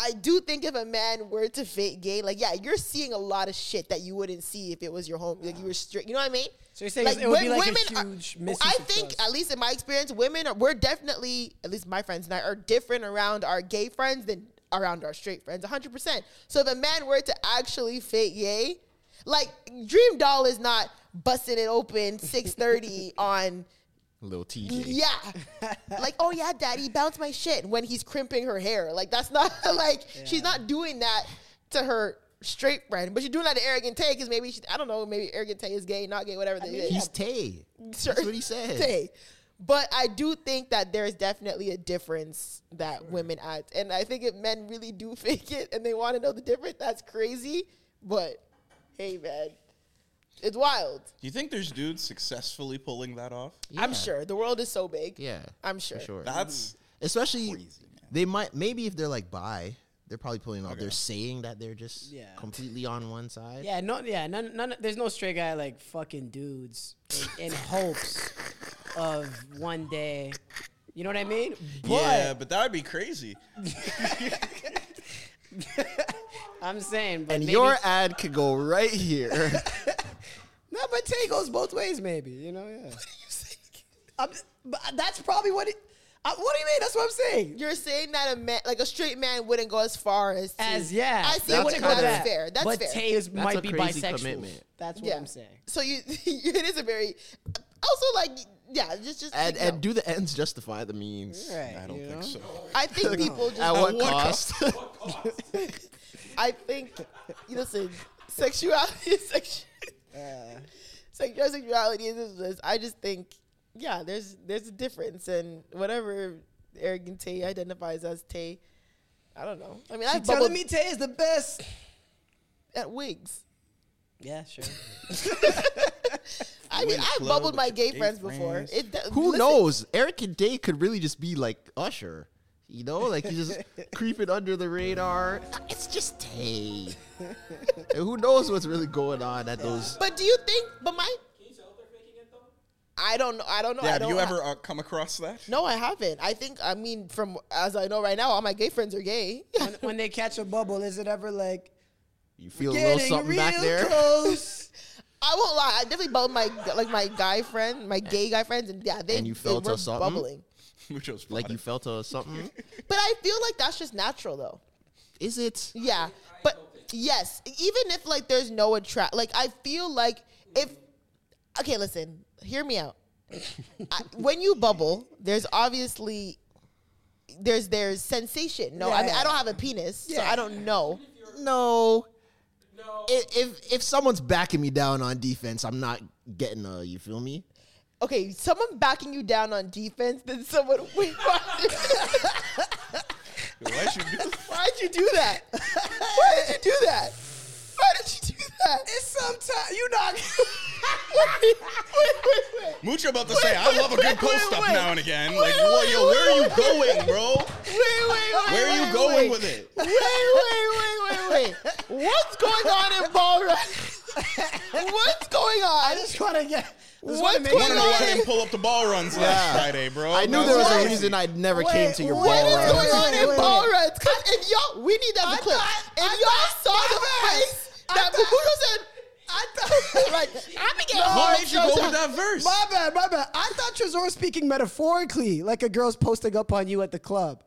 [SPEAKER 1] I do think if a man were to fake gay, like yeah, you're seeing a lot of shit that you wouldn't see if it was your home, like you were straight. You know what I mean?
[SPEAKER 5] So you're saying it would be like a huge
[SPEAKER 1] are,
[SPEAKER 5] misuse
[SPEAKER 1] I
[SPEAKER 5] of
[SPEAKER 1] think,
[SPEAKER 5] trust.
[SPEAKER 1] at least in my experience, women are we're definitely, at least my friends and I are different around our gay friends than around our straight friends, 100. percent So if a man were to actually fake gay, like Dream Doll is not busting it open 6:30 on.
[SPEAKER 2] Little TJ.
[SPEAKER 1] Yeah. like, oh yeah, daddy, bounce my shit when he's crimping her hair. Like that's not like she's not doing that to her straight friend, but she's doing that to arrogant Tay because maybe she, I don't know, maybe arrogant Tay is gay, not gay, whatever they is.
[SPEAKER 2] He's Tay. That's what he said.
[SPEAKER 1] Tay. But I do think that there is definitely a difference that women act. And I think if men really do fake it and they want to know the difference, that's crazy. But hey man. It's wild.
[SPEAKER 3] Do you think there's dudes successfully pulling that off?
[SPEAKER 1] I'm sure. The world is so big.
[SPEAKER 2] Yeah,
[SPEAKER 1] I'm
[SPEAKER 2] for
[SPEAKER 1] sure.
[SPEAKER 2] sure.
[SPEAKER 3] That's
[SPEAKER 2] Especially they might maybe if they're like bi, they're probably pulling off. They're saying that they're just
[SPEAKER 7] Yeah.
[SPEAKER 2] completely on one side.
[SPEAKER 5] Yeah, no, yeah, none, none. There's no straight guy like fucking dudes in, in hopes of one day. You know what I mean? But
[SPEAKER 3] yeah, but that would be crazy.
[SPEAKER 5] I'm saying, but
[SPEAKER 2] And
[SPEAKER 5] maybe,
[SPEAKER 2] your ad could go right here.
[SPEAKER 5] no, but Tay goes both ways. Maybe you know, yeah. I'm, but that's probably what it. I, what do you mean? That's what I'm saying.
[SPEAKER 1] You're saying that a man, like a straight man, wouldn't go as far as to-
[SPEAKER 5] As yeah,
[SPEAKER 1] I see.
[SPEAKER 2] That's
[SPEAKER 1] what you-
[SPEAKER 2] kinda-
[SPEAKER 1] That's fair. That's
[SPEAKER 5] but
[SPEAKER 1] fair.
[SPEAKER 5] Tay is,
[SPEAKER 2] That's
[SPEAKER 5] might
[SPEAKER 2] a
[SPEAKER 5] be
[SPEAKER 2] crazy
[SPEAKER 5] bisexual.
[SPEAKER 2] commitment.
[SPEAKER 5] That's what
[SPEAKER 1] yeah.
[SPEAKER 5] I'm saying.
[SPEAKER 1] So you, it is a very, also like yeah, just just.
[SPEAKER 2] and
[SPEAKER 1] like,
[SPEAKER 2] and
[SPEAKER 1] no.
[SPEAKER 2] do the ends justify the means.
[SPEAKER 3] I don't think so.
[SPEAKER 1] I think people just.
[SPEAKER 2] At what cost?
[SPEAKER 1] I think, listen, sexuality is sexu- Uh, sexual sexuality is this, this. I just think, yeah, there's there's a difference, and whatever arrogant Tay identifies as Tay, I don't know. I mean, I've
[SPEAKER 5] Telling
[SPEAKER 1] bubbled
[SPEAKER 5] me Tay is the best.
[SPEAKER 1] at wigs.
[SPEAKER 5] Yeah, sure.
[SPEAKER 1] I mean, I
[SPEAKER 3] club
[SPEAKER 1] bubbled
[SPEAKER 3] with
[SPEAKER 1] my
[SPEAKER 3] your
[SPEAKER 1] gay
[SPEAKER 3] gay
[SPEAKER 1] friends before.
[SPEAKER 3] friends.
[SPEAKER 1] It, do-
[SPEAKER 2] Who
[SPEAKER 1] listen,
[SPEAKER 2] knows? Eric and Day could really just be like Usher. You know, like he's just creeping under the radar. It's just Tay. and who knows what's really going on at those?
[SPEAKER 1] But do you think? But my. I don't know. I don't know.
[SPEAKER 3] Yeah,
[SPEAKER 1] I
[SPEAKER 3] have
[SPEAKER 1] don't
[SPEAKER 3] you
[SPEAKER 1] I-
[SPEAKER 3] ever uh, come across that?
[SPEAKER 1] no, I haven't. I think. I mean, from as I know right now, all my gay friends are gay.
[SPEAKER 7] When, when they catch a bubble, is it ever like
[SPEAKER 2] You feel a little
[SPEAKER 7] getting
[SPEAKER 2] something
[SPEAKER 7] real
[SPEAKER 2] back there.
[SPEAKER 7] close?
[SPEAKER 1] I won't lie. I definitely bubbled my like my guy friend, my gay guy friends, and yeah, they
[SPEAKER 2] And you
[SPEAKER 1] they
[SPEAKER 2] felt
[SPEAKER 1] were
[SPEAKER 2] us something?
[SPEAKER 1] bubbling.
[SPEAKER 3] Which was
[SPEAKER 2] Like you felt a something.
[SPEAKER 1] But I feel like that's just natural, though.
[SPEAKER 2] Is it?
[SPEAKER 1] Yeah, but yes, even if like there's no attract, like I feel like if okay, listen, hear me out. I, when you bubble, there's obviously there's there's sensation. No, I mean I don't have a penis, so I don't know.
[SPEAKER 2] No. No. If, if if someone's backing me down on defense, I'm not getting a. You feel me?
[SPEAKER 1] Okay, someone backing you down on defense, then someone wait.
[SPEAKER 3] Why should you?
[SPEAKER 1] Why'd you do that? Why did you do that? Why did you do that? It's sometimes you not. wait, wait, wait, wait.
[SPEAKER 3] Mucho about to say, I love a good
[SPEAKER 1] wait, wait,
[SPEAKER 3] post up
[SPEAKER 1] wait.
[SPEAKER 3] now and again.
[SPEAKER 1] Wait,
[SPEAKER 3] like,
[SPEAKER 1] wait,
[SPEAKER 3] whoa, yo, where
[SPEAKER 1] wait,
[SPEAKER 3] are you going, bro?
[SPEAKER 1] Wait, wait, wait.
[SPEAKER 3] Where are you
[SPEAKER 1] wait,
[SPEAKER 3] going
[SPEAKER 1] wait.
[SPEAKER 3] with it?
[SPEAKER 1] Wait, wait, wait, wait, wait. What's going on in ball run? What's going on?
[SPEAKER 5] just want to get.
[SPEAKER 1] What's
[SPEAKER 5] just wanna make
[SPEAKER 3] I
[SPEAKER 1] going
[SPEAKER 3] want to know why I
[SPEAKER 1] on?
[SPEAKER 3] didn't pull up the ball runs last Friday, bro.
[SPEAKER 2] I knew
[SPEAKER 3] That
[SPEAKER 2] there was
[SPEAKER 1] Wait.
[SPEAKER 2] a reason I never
[SPEAKER 5] Wait,
[SPEAKER 2] came to your
[SPEAKER 5] what
[SPEAKER 2] ball
[SPEAKER 5] is
[SPEAKER 2] runs.
[SPEAKER 1] What's going
[SPEAKER 5] Wait,
[SPEAKER 1] on
[SPEAKER 5] wait,
[SPEAKER 1] in ball
[SPEAKER 5] wait.
[SPEAKER 1] runs? Cause if y'all, we need that
[SPEAKER 5] I
[SPEAKER 1] to clip.
[SPEAKER 5] thought-
[SPEAKER 1] If
[SPEAKER 5] I
[SPEAKER 1] y'all
[SPEAKER 5] thought-
[SPEAKER 1] saw the
[SPEAKER 5] I
[SPEAKER 1] face
[SPEAKER 5] thought-
[SPEAKER 1] that Bubudo said, I thought, right, I began.
[SPEAKER 3] What made you go with that verse?
[SPEAKER 5] My bad, my bad. I thought Trezor was speaking metaphorically, like a girl's posting up on you at the club,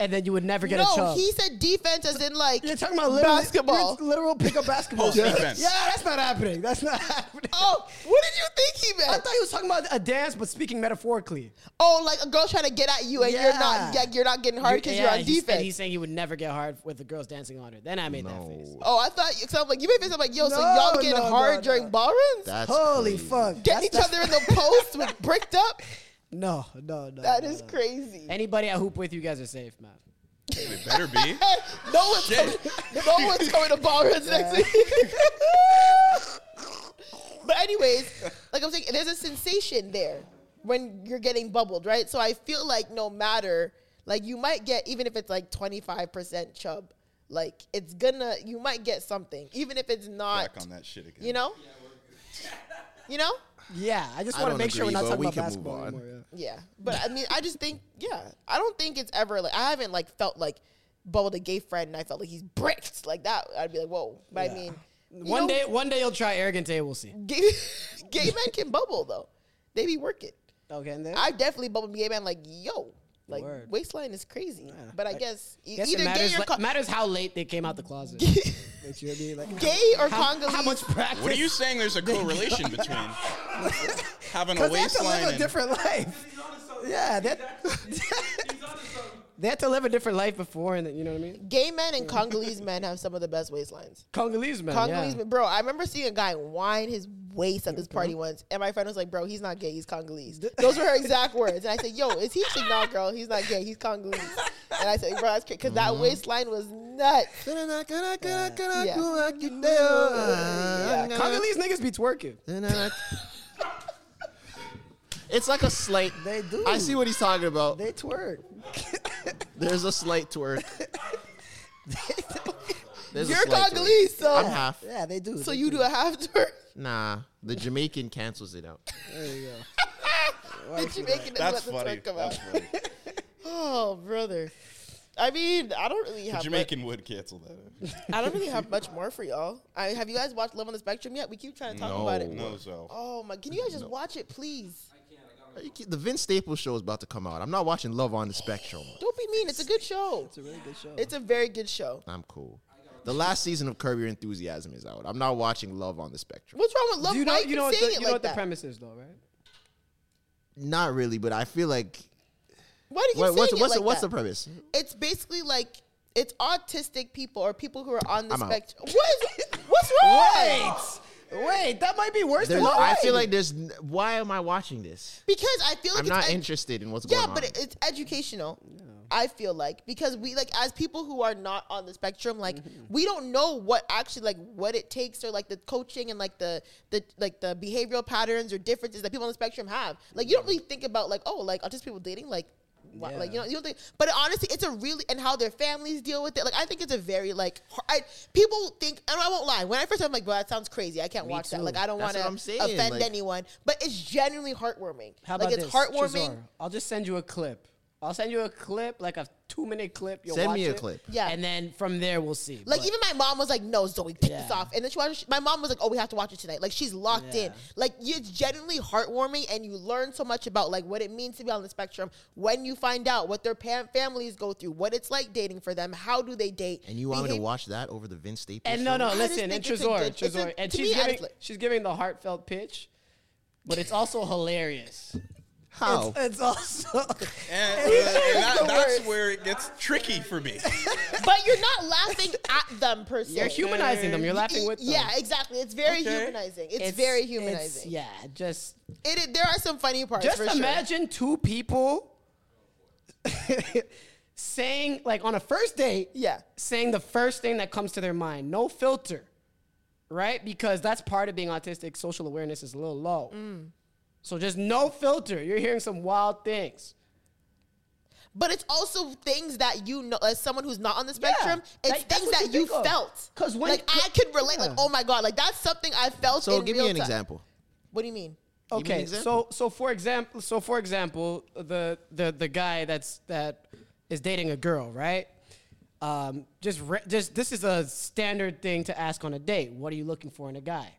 [SPEAKER 5] and then you would never get a
[SPEAKER 1] No,
[SPEAKER 5] chub.
[SPEAKER 1] he said defense as in like
[SPEAKER 5] You're talking about literal,
[SPEAKER 1] basketball.
[SPEAKER 5] you're Literal pickup basketball.
[SPEAKER 3] Post defense.
[SPEAKER 5] Yeah, that's not happening. That's not happening.
[SPEAKER 1] Oh, what did you think he
[SPEAKER 5] I
[SPEAKER 1] meant?
[SPEAKER 5] thought he was talking about a dance, but speaking metaphorically.
[SPEAKER 1] oh, like a girl trying to get at you and you're not
[SPEAKER 5] Yeah.
[SPEAKER 1] like you're not getting hard because
[SPEAKER 5] Yeah,
[SPEAKER 1] you're on
[SPEAKER 5] he's- and
[SPEAKER 1] defense.
[SPEAKER 5] he's saying you would never get hard with the girls dancing on her. Then I made that face.
[SPEAKER 1] oh, I thought so I'm like you made me sound like yo, so
[SPEAKER 5] No,
[SPEAKER 1] y'all getting
[SPEAKER 5] no,
[SPEAKER 1] hard
[SPEAKER 5] no,
[SPEAKER 1] during
[SPEAKER 5] no.
[SPEAKER 1] ball runs?
[SPEAKER 2] That's
[SPEAKER 5] Holy
[SPEAKER 2] crazy.
[SPEAKER 5] fuck.
[SPEAKER 1] Getting each
[SPEAKER 5] That's-
[SPEAKER 1] other in the post with bricked up?
[SPEAKER 5] No, no, no.
[SPEAKER 1] That
[SPEAKER 5] no,
[SPEAKER 1] is
[SPEAKER 5] no.
[SPEAKER 1] crazy.
[SPEAKER 5] Anybody I hoop with, you guys are safe, man.
[SPEAKER 3] It better be.
[SPEAKER 1] Hey, no one's coming, no one's coming to ball runs next week. but anyways, like I'm saying, there's a sensation there when you're getting bubbled, right? So I feel like no matter, like you might get even if it's like 25% chub, like it's gonna you might get something, even if it's not.
[SPEAKER 3] Back on that shit again.
[SPEAKER 1] You know. you know.
[SPEAKER 5] Yeah, I just
[SPEAKER 2] I
[SPEAKER 5] want to
[SPEAKER 2] don't
[SPEAKER 5] make sure we're
[SPEAKER 2] agree,
[SPEAKER 5] not
[SPEAKER 2] but
[SPEAKER 5] talking
[SPEAKER 2] we
[SPEAKER 5] about
[SPEAKER 2] can move
[SPEAKER 5] basketball
[SPEAKER 2] on.
[SPEAKER 5] anymore. Yeah.
[SPEAKER 1] Yeah, but I mean, I just think, yeah, I don't think it's ever like I haven't like felt like bubbled a gay friend and I felt like he's bricked like that. I'd be like, whoa. But I mean, you
[SPEAKER 5] One
[SPEAKER 1] know,
[SPEAKER 5] day, one day you'll try arrogant day. We'll see.
[SPEAKER 1] gay, gay men can bubble though. They be working.
[SPEAKER 5] Okay, and then
[SPEAKER 1] I definitely bubbled a gay man like yo, like
[SPEAKER 5] Word.
[SPEAKER 1] waistline is crazy. But I guess, e-
[SPEAKER 5] guess
[SPEAKER 1] either
[SPEAKER 5] it
[SPEAKER 1] gay
[SPEAKER 5] matters,
[SPEAKER 1] or
[SPEAKER 5] like-
[SPEAKER 1] co-
[SPEAKER 5] matters how late they came out the closet.
[SPEAKER 7] Like, you know what I mean? Like,
[SPEAKER 1] gay or
[SPEAKER 5] how,
[SPEAKER 1] Congolese.
[SPEAKER 5] how much practice?
[SPEAKER 3] What are you saying there's a correlation between having a
[SPEAKER 5] Because they have to
[SPEAKER 3] waistline
[SPEAKER 5] live a
[SPEAKER 3] and
[SPEAKER 5] different life. Yeah, that. They had to live a different life before, and then- you know what I mean.
[SPEAKER 1] gay men and Congolese men have some of the best waistlines.
[SPEAKER 5] Congolese man.
[SPEAKER 1] Congolese,
[SPEAKER 5] yeah.
[SPEAKER 1] man- bro. I remember seeing a guy whine his waist at this party once, and my friend was like, "Bro, he's not gay. He's Congolese." Those were her exact words, and I said, "Yo, is he?" She's "No, girl. He's not gay. He's Congolese." And I said, "Bro, that's crazy because that waistline was nuts."
[SPEAKER 5] Yeah, Congolese niggas be twerking.
[SPEAKER 2] It's like a slight.
[SPEAKER 5] They do.
[SPEAKER 2] I see what he's talking about.
[SPEAKER 5] They twerk.
[SPEAKER 2] There's a slight twerk. There's a
[SPEAKER 1] You're
[SPEAKER 2] slight twerk.
[SPEAKER 1] Congolese, so
[SPEAKER 2] I'm half.
[SPEAKER 5] Yeah, they do.
[SPEAKER 1] so
[SPEAKER 5] They
[SPEAKER 1] you
[SPEAKER 5] do.
[SPEAKER 1] do a half turn.
[SPEAKER 2] Nah, the Jamaican cancels it out.
[SPEAKER 1] Did you make it?
[SPEAKER 3] That's
[SPEAKER 1] That's let
[SPEAKER 3] funny.
[SPEAKER 1] The twerk come
[SPEAKER 3] That's
[SPEAKER 1] out.
[SPEAKER 3] funny.
[SPEAKER 1] Oh, brother. I mean, I don't really
[SPEAKER 3] The
[SPEAKER 1] have. Much,
[SPEAKER 3] Jamaican would cancel that.
[SPEAKER 1] I don't really have much more for y'all. I, have you guys watched Love on the Spectrum yet? We keep trying to talk about it.
[SPEAKER 3] No, so.
[SPEAKER 1] Oh my! Can you guys just watch it, please?
[SPEAKER 2] Are you kid- The Vince Staples show is about to come out. I'm not watching Love on the Spectrum.
[SPEAKER 1] Don't be mean. It's a good show. It's a really good show. It's a very good show.
[SPEAKER 2] I'm cool. The last season of Curb Your Enthusiasm is out. I'm not watching Love on the Spectrum.
[SPEAKER 1] What's wrong with love?
[SPEAKER 5] Do you
[SPEAKER 1] Why
[SPEAKER 5] know,
[SPEAKER 1] you
[SPEAKER 5] you know, what
[SPEAKER 1] saying
[SPEAKER 5] the,
[SPEAKER 1] it
[SPEAKER 5] you
[SPEAKER 1] like
[SPEAKER 5] know what the
[SPEAKER 1] that?
[SPEAKER 5] premise is, though, right?
[SPEAKER 2] Not really, but I feel like.
[SPEAKER 1] Why do you keep
[SPEAKER 2] What-
[SPEAKER 1] saying
[SPEAKER 2] what's
[SPEAKER 1] it
[SPEAKER 2] what's,
[SPEAKER 1] like
[SPEAKER 2] what's
[SPEAKER 1] that?
[SPEAKER 2] the premise?
[SPEAKER 1] It's basically like it's autistic people or people who are on the
[SPEAKER 2] I'm out.
[SPEAKER 1] spectrum. What is what's wrong?
[SPEAKER 5] Wait, wait, that might be worse
[SPEAKER 2] There's-
[SPEAKER 5] than
[SPEAKER 2] I
[SPEAKER 5] mine.
[SPEAKER 2] feel like there's. n- Why am I watching this?
[SPEAKER 1] Because I feel like
[SPEAKER 2] I'm
[SPEAKER 1] it's
[SPEAKER 2] not
[SPEAKER 1] ed-
[SPEAKER 2] interested in what's
[SPEAKER 1] Yeah,
[SPEAKER 2] going on.
[SPEAKER 1] but it- it's educational. I feel like because we like as people who are not on the spectrum, like
[SPEAKER 5] Mm-hmm.
[SPEAKER 1] we don't know what actually like what it takes or like the coaching and like the the like the behavioral patterns or differences that people on the spectrum have. Like you don't really think about like oh like autistic people dating like. wha- Like you know, you don't think, but honestly, it's a really and how their families deal with it. Like I think it's a very like har- I, people think, and I won't lie. When I first heard, I'm like, "Well, that sounds crazy. I can't watch that.
[SPEAKER 5] too.
[SPEAKER 1] Like I don't want
[SPEAKER 2] That's
[SPEAKER 1] to
[SPEAKER 2] what I'm saying,
[SPEAKER 1] offend
[SPEAKER 2] like-
[SPEAKER 1] anyone." But it's genuinely heartwarming.
[SPEAKER 5] How
[SPEAKER 1] like
[SPEAKER 5] about
[SPEAKER 1] it's
[SPEAKER 5] this?
[SPEAKER 1] heartwarming.
[SPEAKER 5] Trezor, I'll just send you a clip. I'll send you a clip, like a two-minute clip. You'll
[SPEAKER 2] Send
[SPEAKER 5] watch
[SPEAKER 2] me a
[SPEAKER 5] it,
[SPEAKER 2] clip.
[SPEAKER 1] Yeah.
[SPEAKER 5] and then from there we'll see.
[SPEAKER 1] Like
[SPEAKER 5] But-
[SPEAKER 1] even my mom was like, "No, Zoe, take this
[SPEAKER 5] Yeah.
[SPEAKER 1] off." And then she watched. My mom was like, "Oh, we have to watch it tonight." Like she's locked in.
[SPEAKER 5] Yeah.
[SPEAKER 1] Like it's genuinely heartwarming, and you learn so much about like what it means to be on the spectrum when you find out what their pa- families go through, what it's like dating for them, how do they date,
[SPEAKER 2] And you want me to
[SPEAKER 1] behave-
[SPEAKER 2] watch that over the Vince Staples?
[SPEAKER 5] And
[SPEAKER 2] show?
[SPEAKER 5] no, no,
[SPEAKER 1] I just
[SPEAKER 5] listen,
[SPEAKER 1] think
[SPEAKER 5] and
[SPEAKER 1] it's a
[SPEAKER 5] Trezor,
[SPEAKER 1] good- it's a-
[SPEAKER 5] Trezor, and
[SPEAKER 1] to
[SPEAKER 5] she's
[SPEAKER 1] me, I
[SPEAKER 5] giving,
[SPEAKER 1] just like-
[SPEAKER 5] she's giving the heartfelt pitch. but it's also hilarious.
[SPEAKER 2] How?
[SPEAKER 1] Oh.
[SPEAKER 7] It's, it's also
[SPEAKER 3] And, uh, and that- that's where it gets tricky for me.
[SPEAKER 1] But you're not laughing at them per se.
[SPEAKER 5] You're humanizing them. You're laughing with them.
[SPEAKER 1] Yeah, exactly. It's very
[SPEAKER 3] Okay.
[SPEAKER 1] humanizing. It's, very humanizing.
[SPEAKER 5] yeah, just
[SPEAKER 1] It, i- there are some funny parts.
[SPEAKER 5] just
[SPEAKER 1] for sure.
[SPEAKER 5] imagine two people saying like on a first date,
[SPEAKER 1] Yeah.
[SPEAKER 5] saying the first thing that comes to their mind, no filter, right? Because that's part of being autistic. Social awareness is a little low, so just no filter. You're hearing some wild things.
[SPEAKER 1] But it's also things that you know, as someone who's not on the spectrum,
[SPEAKER 5] Yeah,
[SPEAKER 1] it's
[SPEAKER 5] like, that's
[SPEAKER 1] things
[SPEAKER 5] what
[SPEAKER 1] that
[SPEAKER 5] you
[SPEAKER 1] you
[SPEAKER 5] think of.
[SPEAKER 1] felt.
[SPEAKER 5] 'Cause when-
[SPEAKER 1] like I could relate, like
[SPEAKER 5] yeah.
[SPEAKER 1] oh my god, like that's something I felt.
[SPEAKER 2] So
[SPEAKER 1] in
[SPEAKER 2] give
[SPEAKER 1] real
[SPEAKER 2] me an
[SPEAKER 1] time.
[SPEAKER 2] example.
[SPEAKER 1] What do you mean?
[SPEAKER 2] Give me an
[SPEAKER 5] Okay, so
[SPEAKER 2] example.
[SPEAKER 5] so for example, so for example, the the the guy that's that is dating a girl, right? Um, just re- just this is a standard thing to ask on a date. What are you looking for in a guy,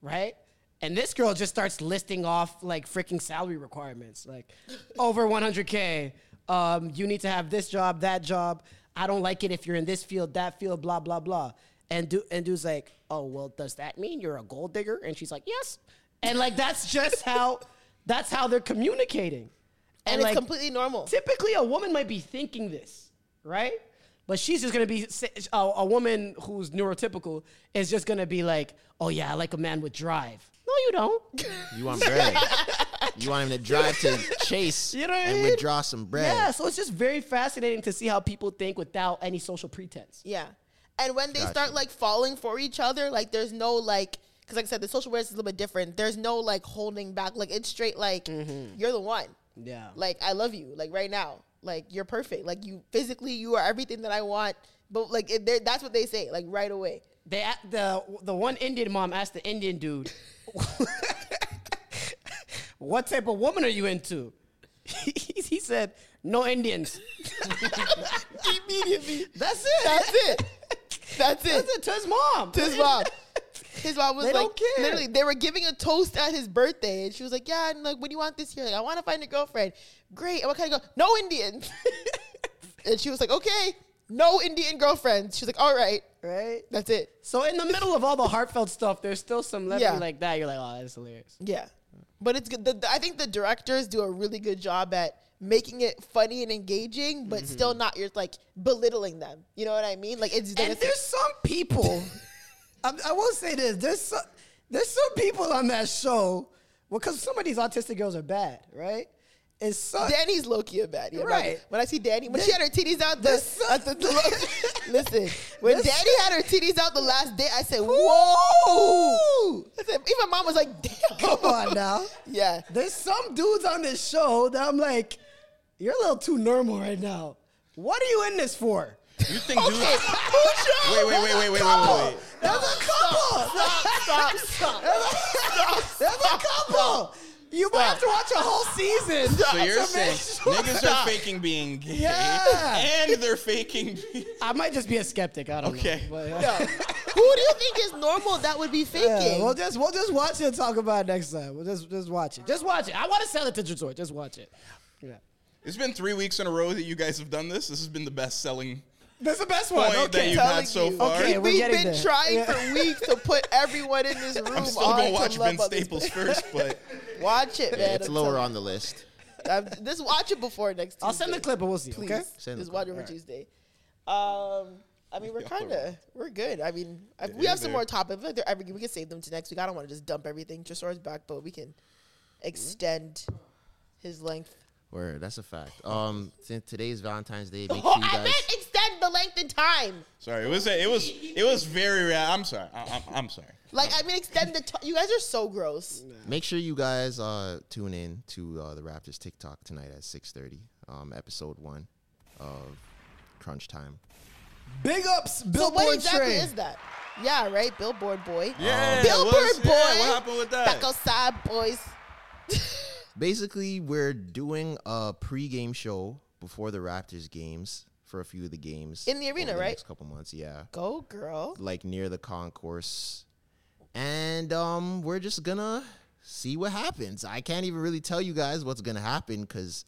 [SPEAKER 5] right? And this girl just starts listing off like freaking salary requirements, like over 100k. Um, you need to have this job, that job. I don't like it if you're in this field, that field, blah blah blah. And do and dude's like, oh well, does that mean you're a gold digger? And she's like, yes. And like that's just how that's how they're communicating.
[SPEAKER 1] And, it's completely normal.
[SPEAKER 5] Typically, a woman might be thinking this, right? But she's just gonna be sa- a, a woman who's neurotypical is just gonna be like, "Oh yeah, I like a man with drive." No, you don't.
[SPEAKER 2] You want bread. you want him to drive to Chase
[SPEAKER 5] You know what I
[SPEAKER 2] and
[SPEAKER 5] mean?
[SPEAKER 2] withdraw some bread.
[SPEAKER 5] Yeah, so it's just very fascinating to see how people think without any social pretense.
[SPEAKER 1] Yeah. And when they start like falling for each other, like there's no like, because like I said, the social awareness is a little bit different. There's no like holding back. Like it's straight like you're the one.
[SPEAKER 5] Mm-hmm. Yeah.
[SPEAKER 1] Like I love you. Like right now. Like you're perfect. Like you physically, you are everything that I want. But like it, they're- that's what they say. Like right away.
[SPEAKER 5] They a- the the one Indian mom asked the Indian dude, "What type of woman are you into?" He, he said, "No Indians." Immediately. That's it.
[SPEAKER 1] That's it. That's it.
[SPEAKER 5] That's it to his mom.
[SPEAKER 1] To his mom. His mom was
[SPEAKER 5] They
[SPEAKER 1] like,
[SPEAKER 5] don't care.
[SPEAKER 1] literally, they were giving a toast at his birthday, and she was like, "Yeah, and like, what do you want this year? Like, I want to find a girlfriend. Great. And what kind of girl? No Indian." and she was like, "Okay, no Indian girlfriends." She was like, "All right,
[SPEAKER 5] Right.
[SPEAKER 1] that's it."
[SPEAKER 5] So in the middle of all the heartfelt stuff, there's still some left
[SPEAKER 1] Yeah.
[SPEAKER 5] like that. You're like, oh, that's hilarious.
[SPEAKER 1] Yeah, but it's good. The, the- I think the directors do a really good job at making it funny and engaging, but
[SPEAKER 5] Mm-hmm.
[SPEAKER 1] still not you're like belittling them. You know what I mean? Like it's like
[SPEAKER 7] and
[SPEAKER 1] it's-
[SPEAKER 7] there's some people. I, I will say this: there's some, there's some people on that show. Well, because some of these autistic girls are bad, right? And some
[SPEAKER 1] Danny's low key a baddie. I'm not-
[SPEAKER 7] Right.
[SPEAKER 1] When I see Danny, when she had her titties out, the,
[SPEAKER 7] this-
[SPEAKER 1] at the- the- listen, when
[SPEAKER 7] this-
[SPEAKER 1] Danny had her titties out the last day, I said, whoa. I said, even mom was like, damn.
[SPEAKER 7] come on now.
[SPEAKER 1] Yeah.
[SPEAKER 7] There's some dudes on this show that I'm like, you're a little too normal right now. What are you in this for?
[SPEAKER 3] You think dudes?
[SPEAKER 7] Wait,
[SPEAKER 3] Wait, wait, wait, wait, wait, wait, wait.
[SPEAKER 7] There's a couple.
[SPEAKER 1] Stop, stop.
[SPEAKER 7] There's a couple. You might have to watch a whole season.
[SPEAKER 3] So you're
[SPEAKER 7] to
[SPEAKER 3] saying
[SPEAKER 7] make sure
[SPEAKER 3] niggas are
[SPEAKER 7] that-
[SPEAKER 3] faking being gay,
[SPEAKER 7] Yeah.
[SPEAKER 3] and they're faking. Being,
[SPEAKER 5] I might just be a skeptic. I don't
[SPEAKER 3] Okay.
[SPEAKER 5] know.
[SPEAKER 7] uh,
[SPEAKER 5] But,
[SPEAKER 1] No. Who do you think is normal that would be faking?
[SPEAKER 7] Yeah, we'll just we'll just watch it and talk about it next time. We'll just just watch it.
[SPEAKER 5] Just watch it. I want to sell it to Jazor. Just watch it. Yeah.
[SPEAKER 3] it's been three weeks in a row that you guys have done this. This has been the best selling
[SPEAKER 5] That's the best
[SPEAKER 3] point that you've
[SPEAKER 1] telling
[SPEAKER 3] had so
[SPEAKER 1] you.
[SPEAKER 3] far.
[SPEAKER 7] Okay, we're
[SPEAKER 1] We've
[SPEAKER 7] getting
[SPEAKER 1] been
[SPEAKER 7] there.
[SPEAKER 1] trying
[SPEAKER 7] Yeah.
[SPEAKER 1] for weeks to put everyone in this room
[SPEAKER 3] I'm still
[SPEAKER 1] on
[SPEAKER 3] gonna
[SPEAKER 1] Oh, to
[SPEAKER 3] watch
[SPEAKER 1] love
[SPEAKER 3] Ben
[SPEAKER 1] on this-
[SPEAKER 3] Staples first, but
[SPEAKER 1] Watch it, man.
[SPEAKER 2] It's
[SPEAKER 1] I'm
[SPEAKER 2] lower
[SPEAKER 1] telling
[SPEAKER 2] on the list.
[SPEAKER 1] you. I'm- Just watch it before next Tuesday.
[SPEAKER 5] I'll send the clip and we'll see.
[SPEAKER 1] please.
[SPEAKER 5] Okay.
[SPEAKER 2] Send
[SPEAKER 1] Just
[SPEAKER 2] it.
[SPEAKER 1] watch it for Tuesday. Um, I mean, we're kind of we're good. I mean, I, we have some more topics. Like they're every, we can save them to next week. I don't want to just dump everything. Tresor's back, but we can
[SPEAKER 2] Mm-hmm.
[SPEAKER 1] extend his length.
[SPEAKER 2] Word, that's a fact. Um, since today's Valentine's Day, make sure
[SPEAKER 1] Oh,
[SPEAKER 2] you
[SPEAKER 1] I
[SPEAKER 2] guys.
[SPEAKER 1] meant extend the length in time.
[SPEAKER 3] sorry, it was a, it was it was very. ra- I'm sorry. I, I'm, I'm sorry.
[SPEAKER 1] Like I mean, extend the. T- you guys are so gross.
[SPEAKER 2] Make sure you guys uh, tune in to uh, the Raptors TikTok tonight at 6:30. Um, episode one of Crunch Time.
[SPEAKER 7] Big ups,
[SPEAKER 1] So
[SPEAKER 7] Billboard
[SPEAKER 1] what exactly
[SPEAKER 7] Train.
[SPEAKER 1] is that? Yeah, right. Billboard boy.
[SPEAKER 3] Yeah,
[SPEAKER 1] Billboard
[SPEAKER 3] what's-
[SPEAKER 1] boy.
[SPEAKER 3] yeah, what happened with that?
[SPEAKER 1] Back outside, boys.
[SPEAKER 2] Basically, we're doing a pregame show before the Raptors games for a few of the games
[SPEAKER 1] In the arena,
[SPEAKER 2] over
[SPEAKER 1] right?
[SPEAKER 2] Next couple months, yeah.
[SPEAKER 1] Go, girl.
[SPEAKER 2] like near the concourse. And um we're just gonna see what happens. I can't even really tell you guys what's gonna happen because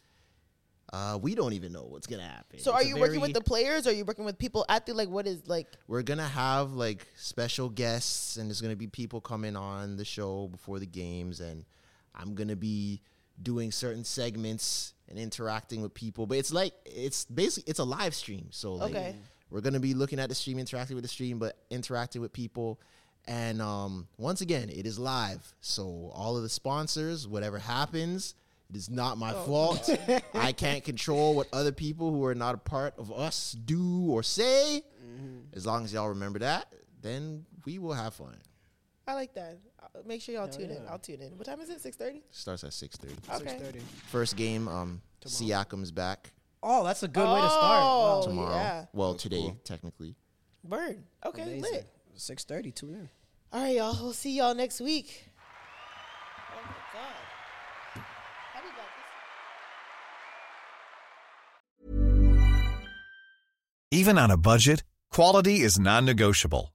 [SPEAKER 2] uh we don't even know what's gonna happen.
[SPEAKER 1] So are
[SPEAKER 2] It's a
[SPEAKER 1] you working
[SPEAKER 2] very-
[SPEAKER 1] with the players? Or are you working with people at the like? What is like?
[SPEAKER 2] we're gonna have like special guests and there's gonna be people coming on the show before the games and I'm gonna be doing certain segments and interacting with people. But it's like it's basically it's a live stream. So like
[SPEAKER 1] Okay.
[SPEAKER 2] we're gonna be looking at the stream, interacting with the stream, but interacting with people. And um, once again, it is live. So all of the sponsors, whatever happens, it is not my fault. I can't control what other people who are not a part of us do or say. As long as y'all remember that, then we will have fun.
[SPEAKER 1] I like that. Uh, Make sure y'all tune in. I'll tune in. What time is it? Six thirty.
[SPEAKER 2] Starts at six thirty.
[SPEAKER 1] Okay.
[SPEAKER 2] First game, um, Siakam's back
[SPEAKER 5] Oh, that's a good way to start. Wow.
[SPEAKER 1] Oh,
[SPEAKER 2] tomorrow.
[SPEAKER 1] yeah.
[SPEAKER 2] Well, today technically.
[SPEAKER 1] Bird. Okay, lit.
[SPEAKER 5] Six thirty. Tune in.
[SPEAKER 1] All right, y'all. We'll see y'all next week. Oh my God. Happy Black History.
[SPEAKER 8] Even on a budget, quality is non-negotiable.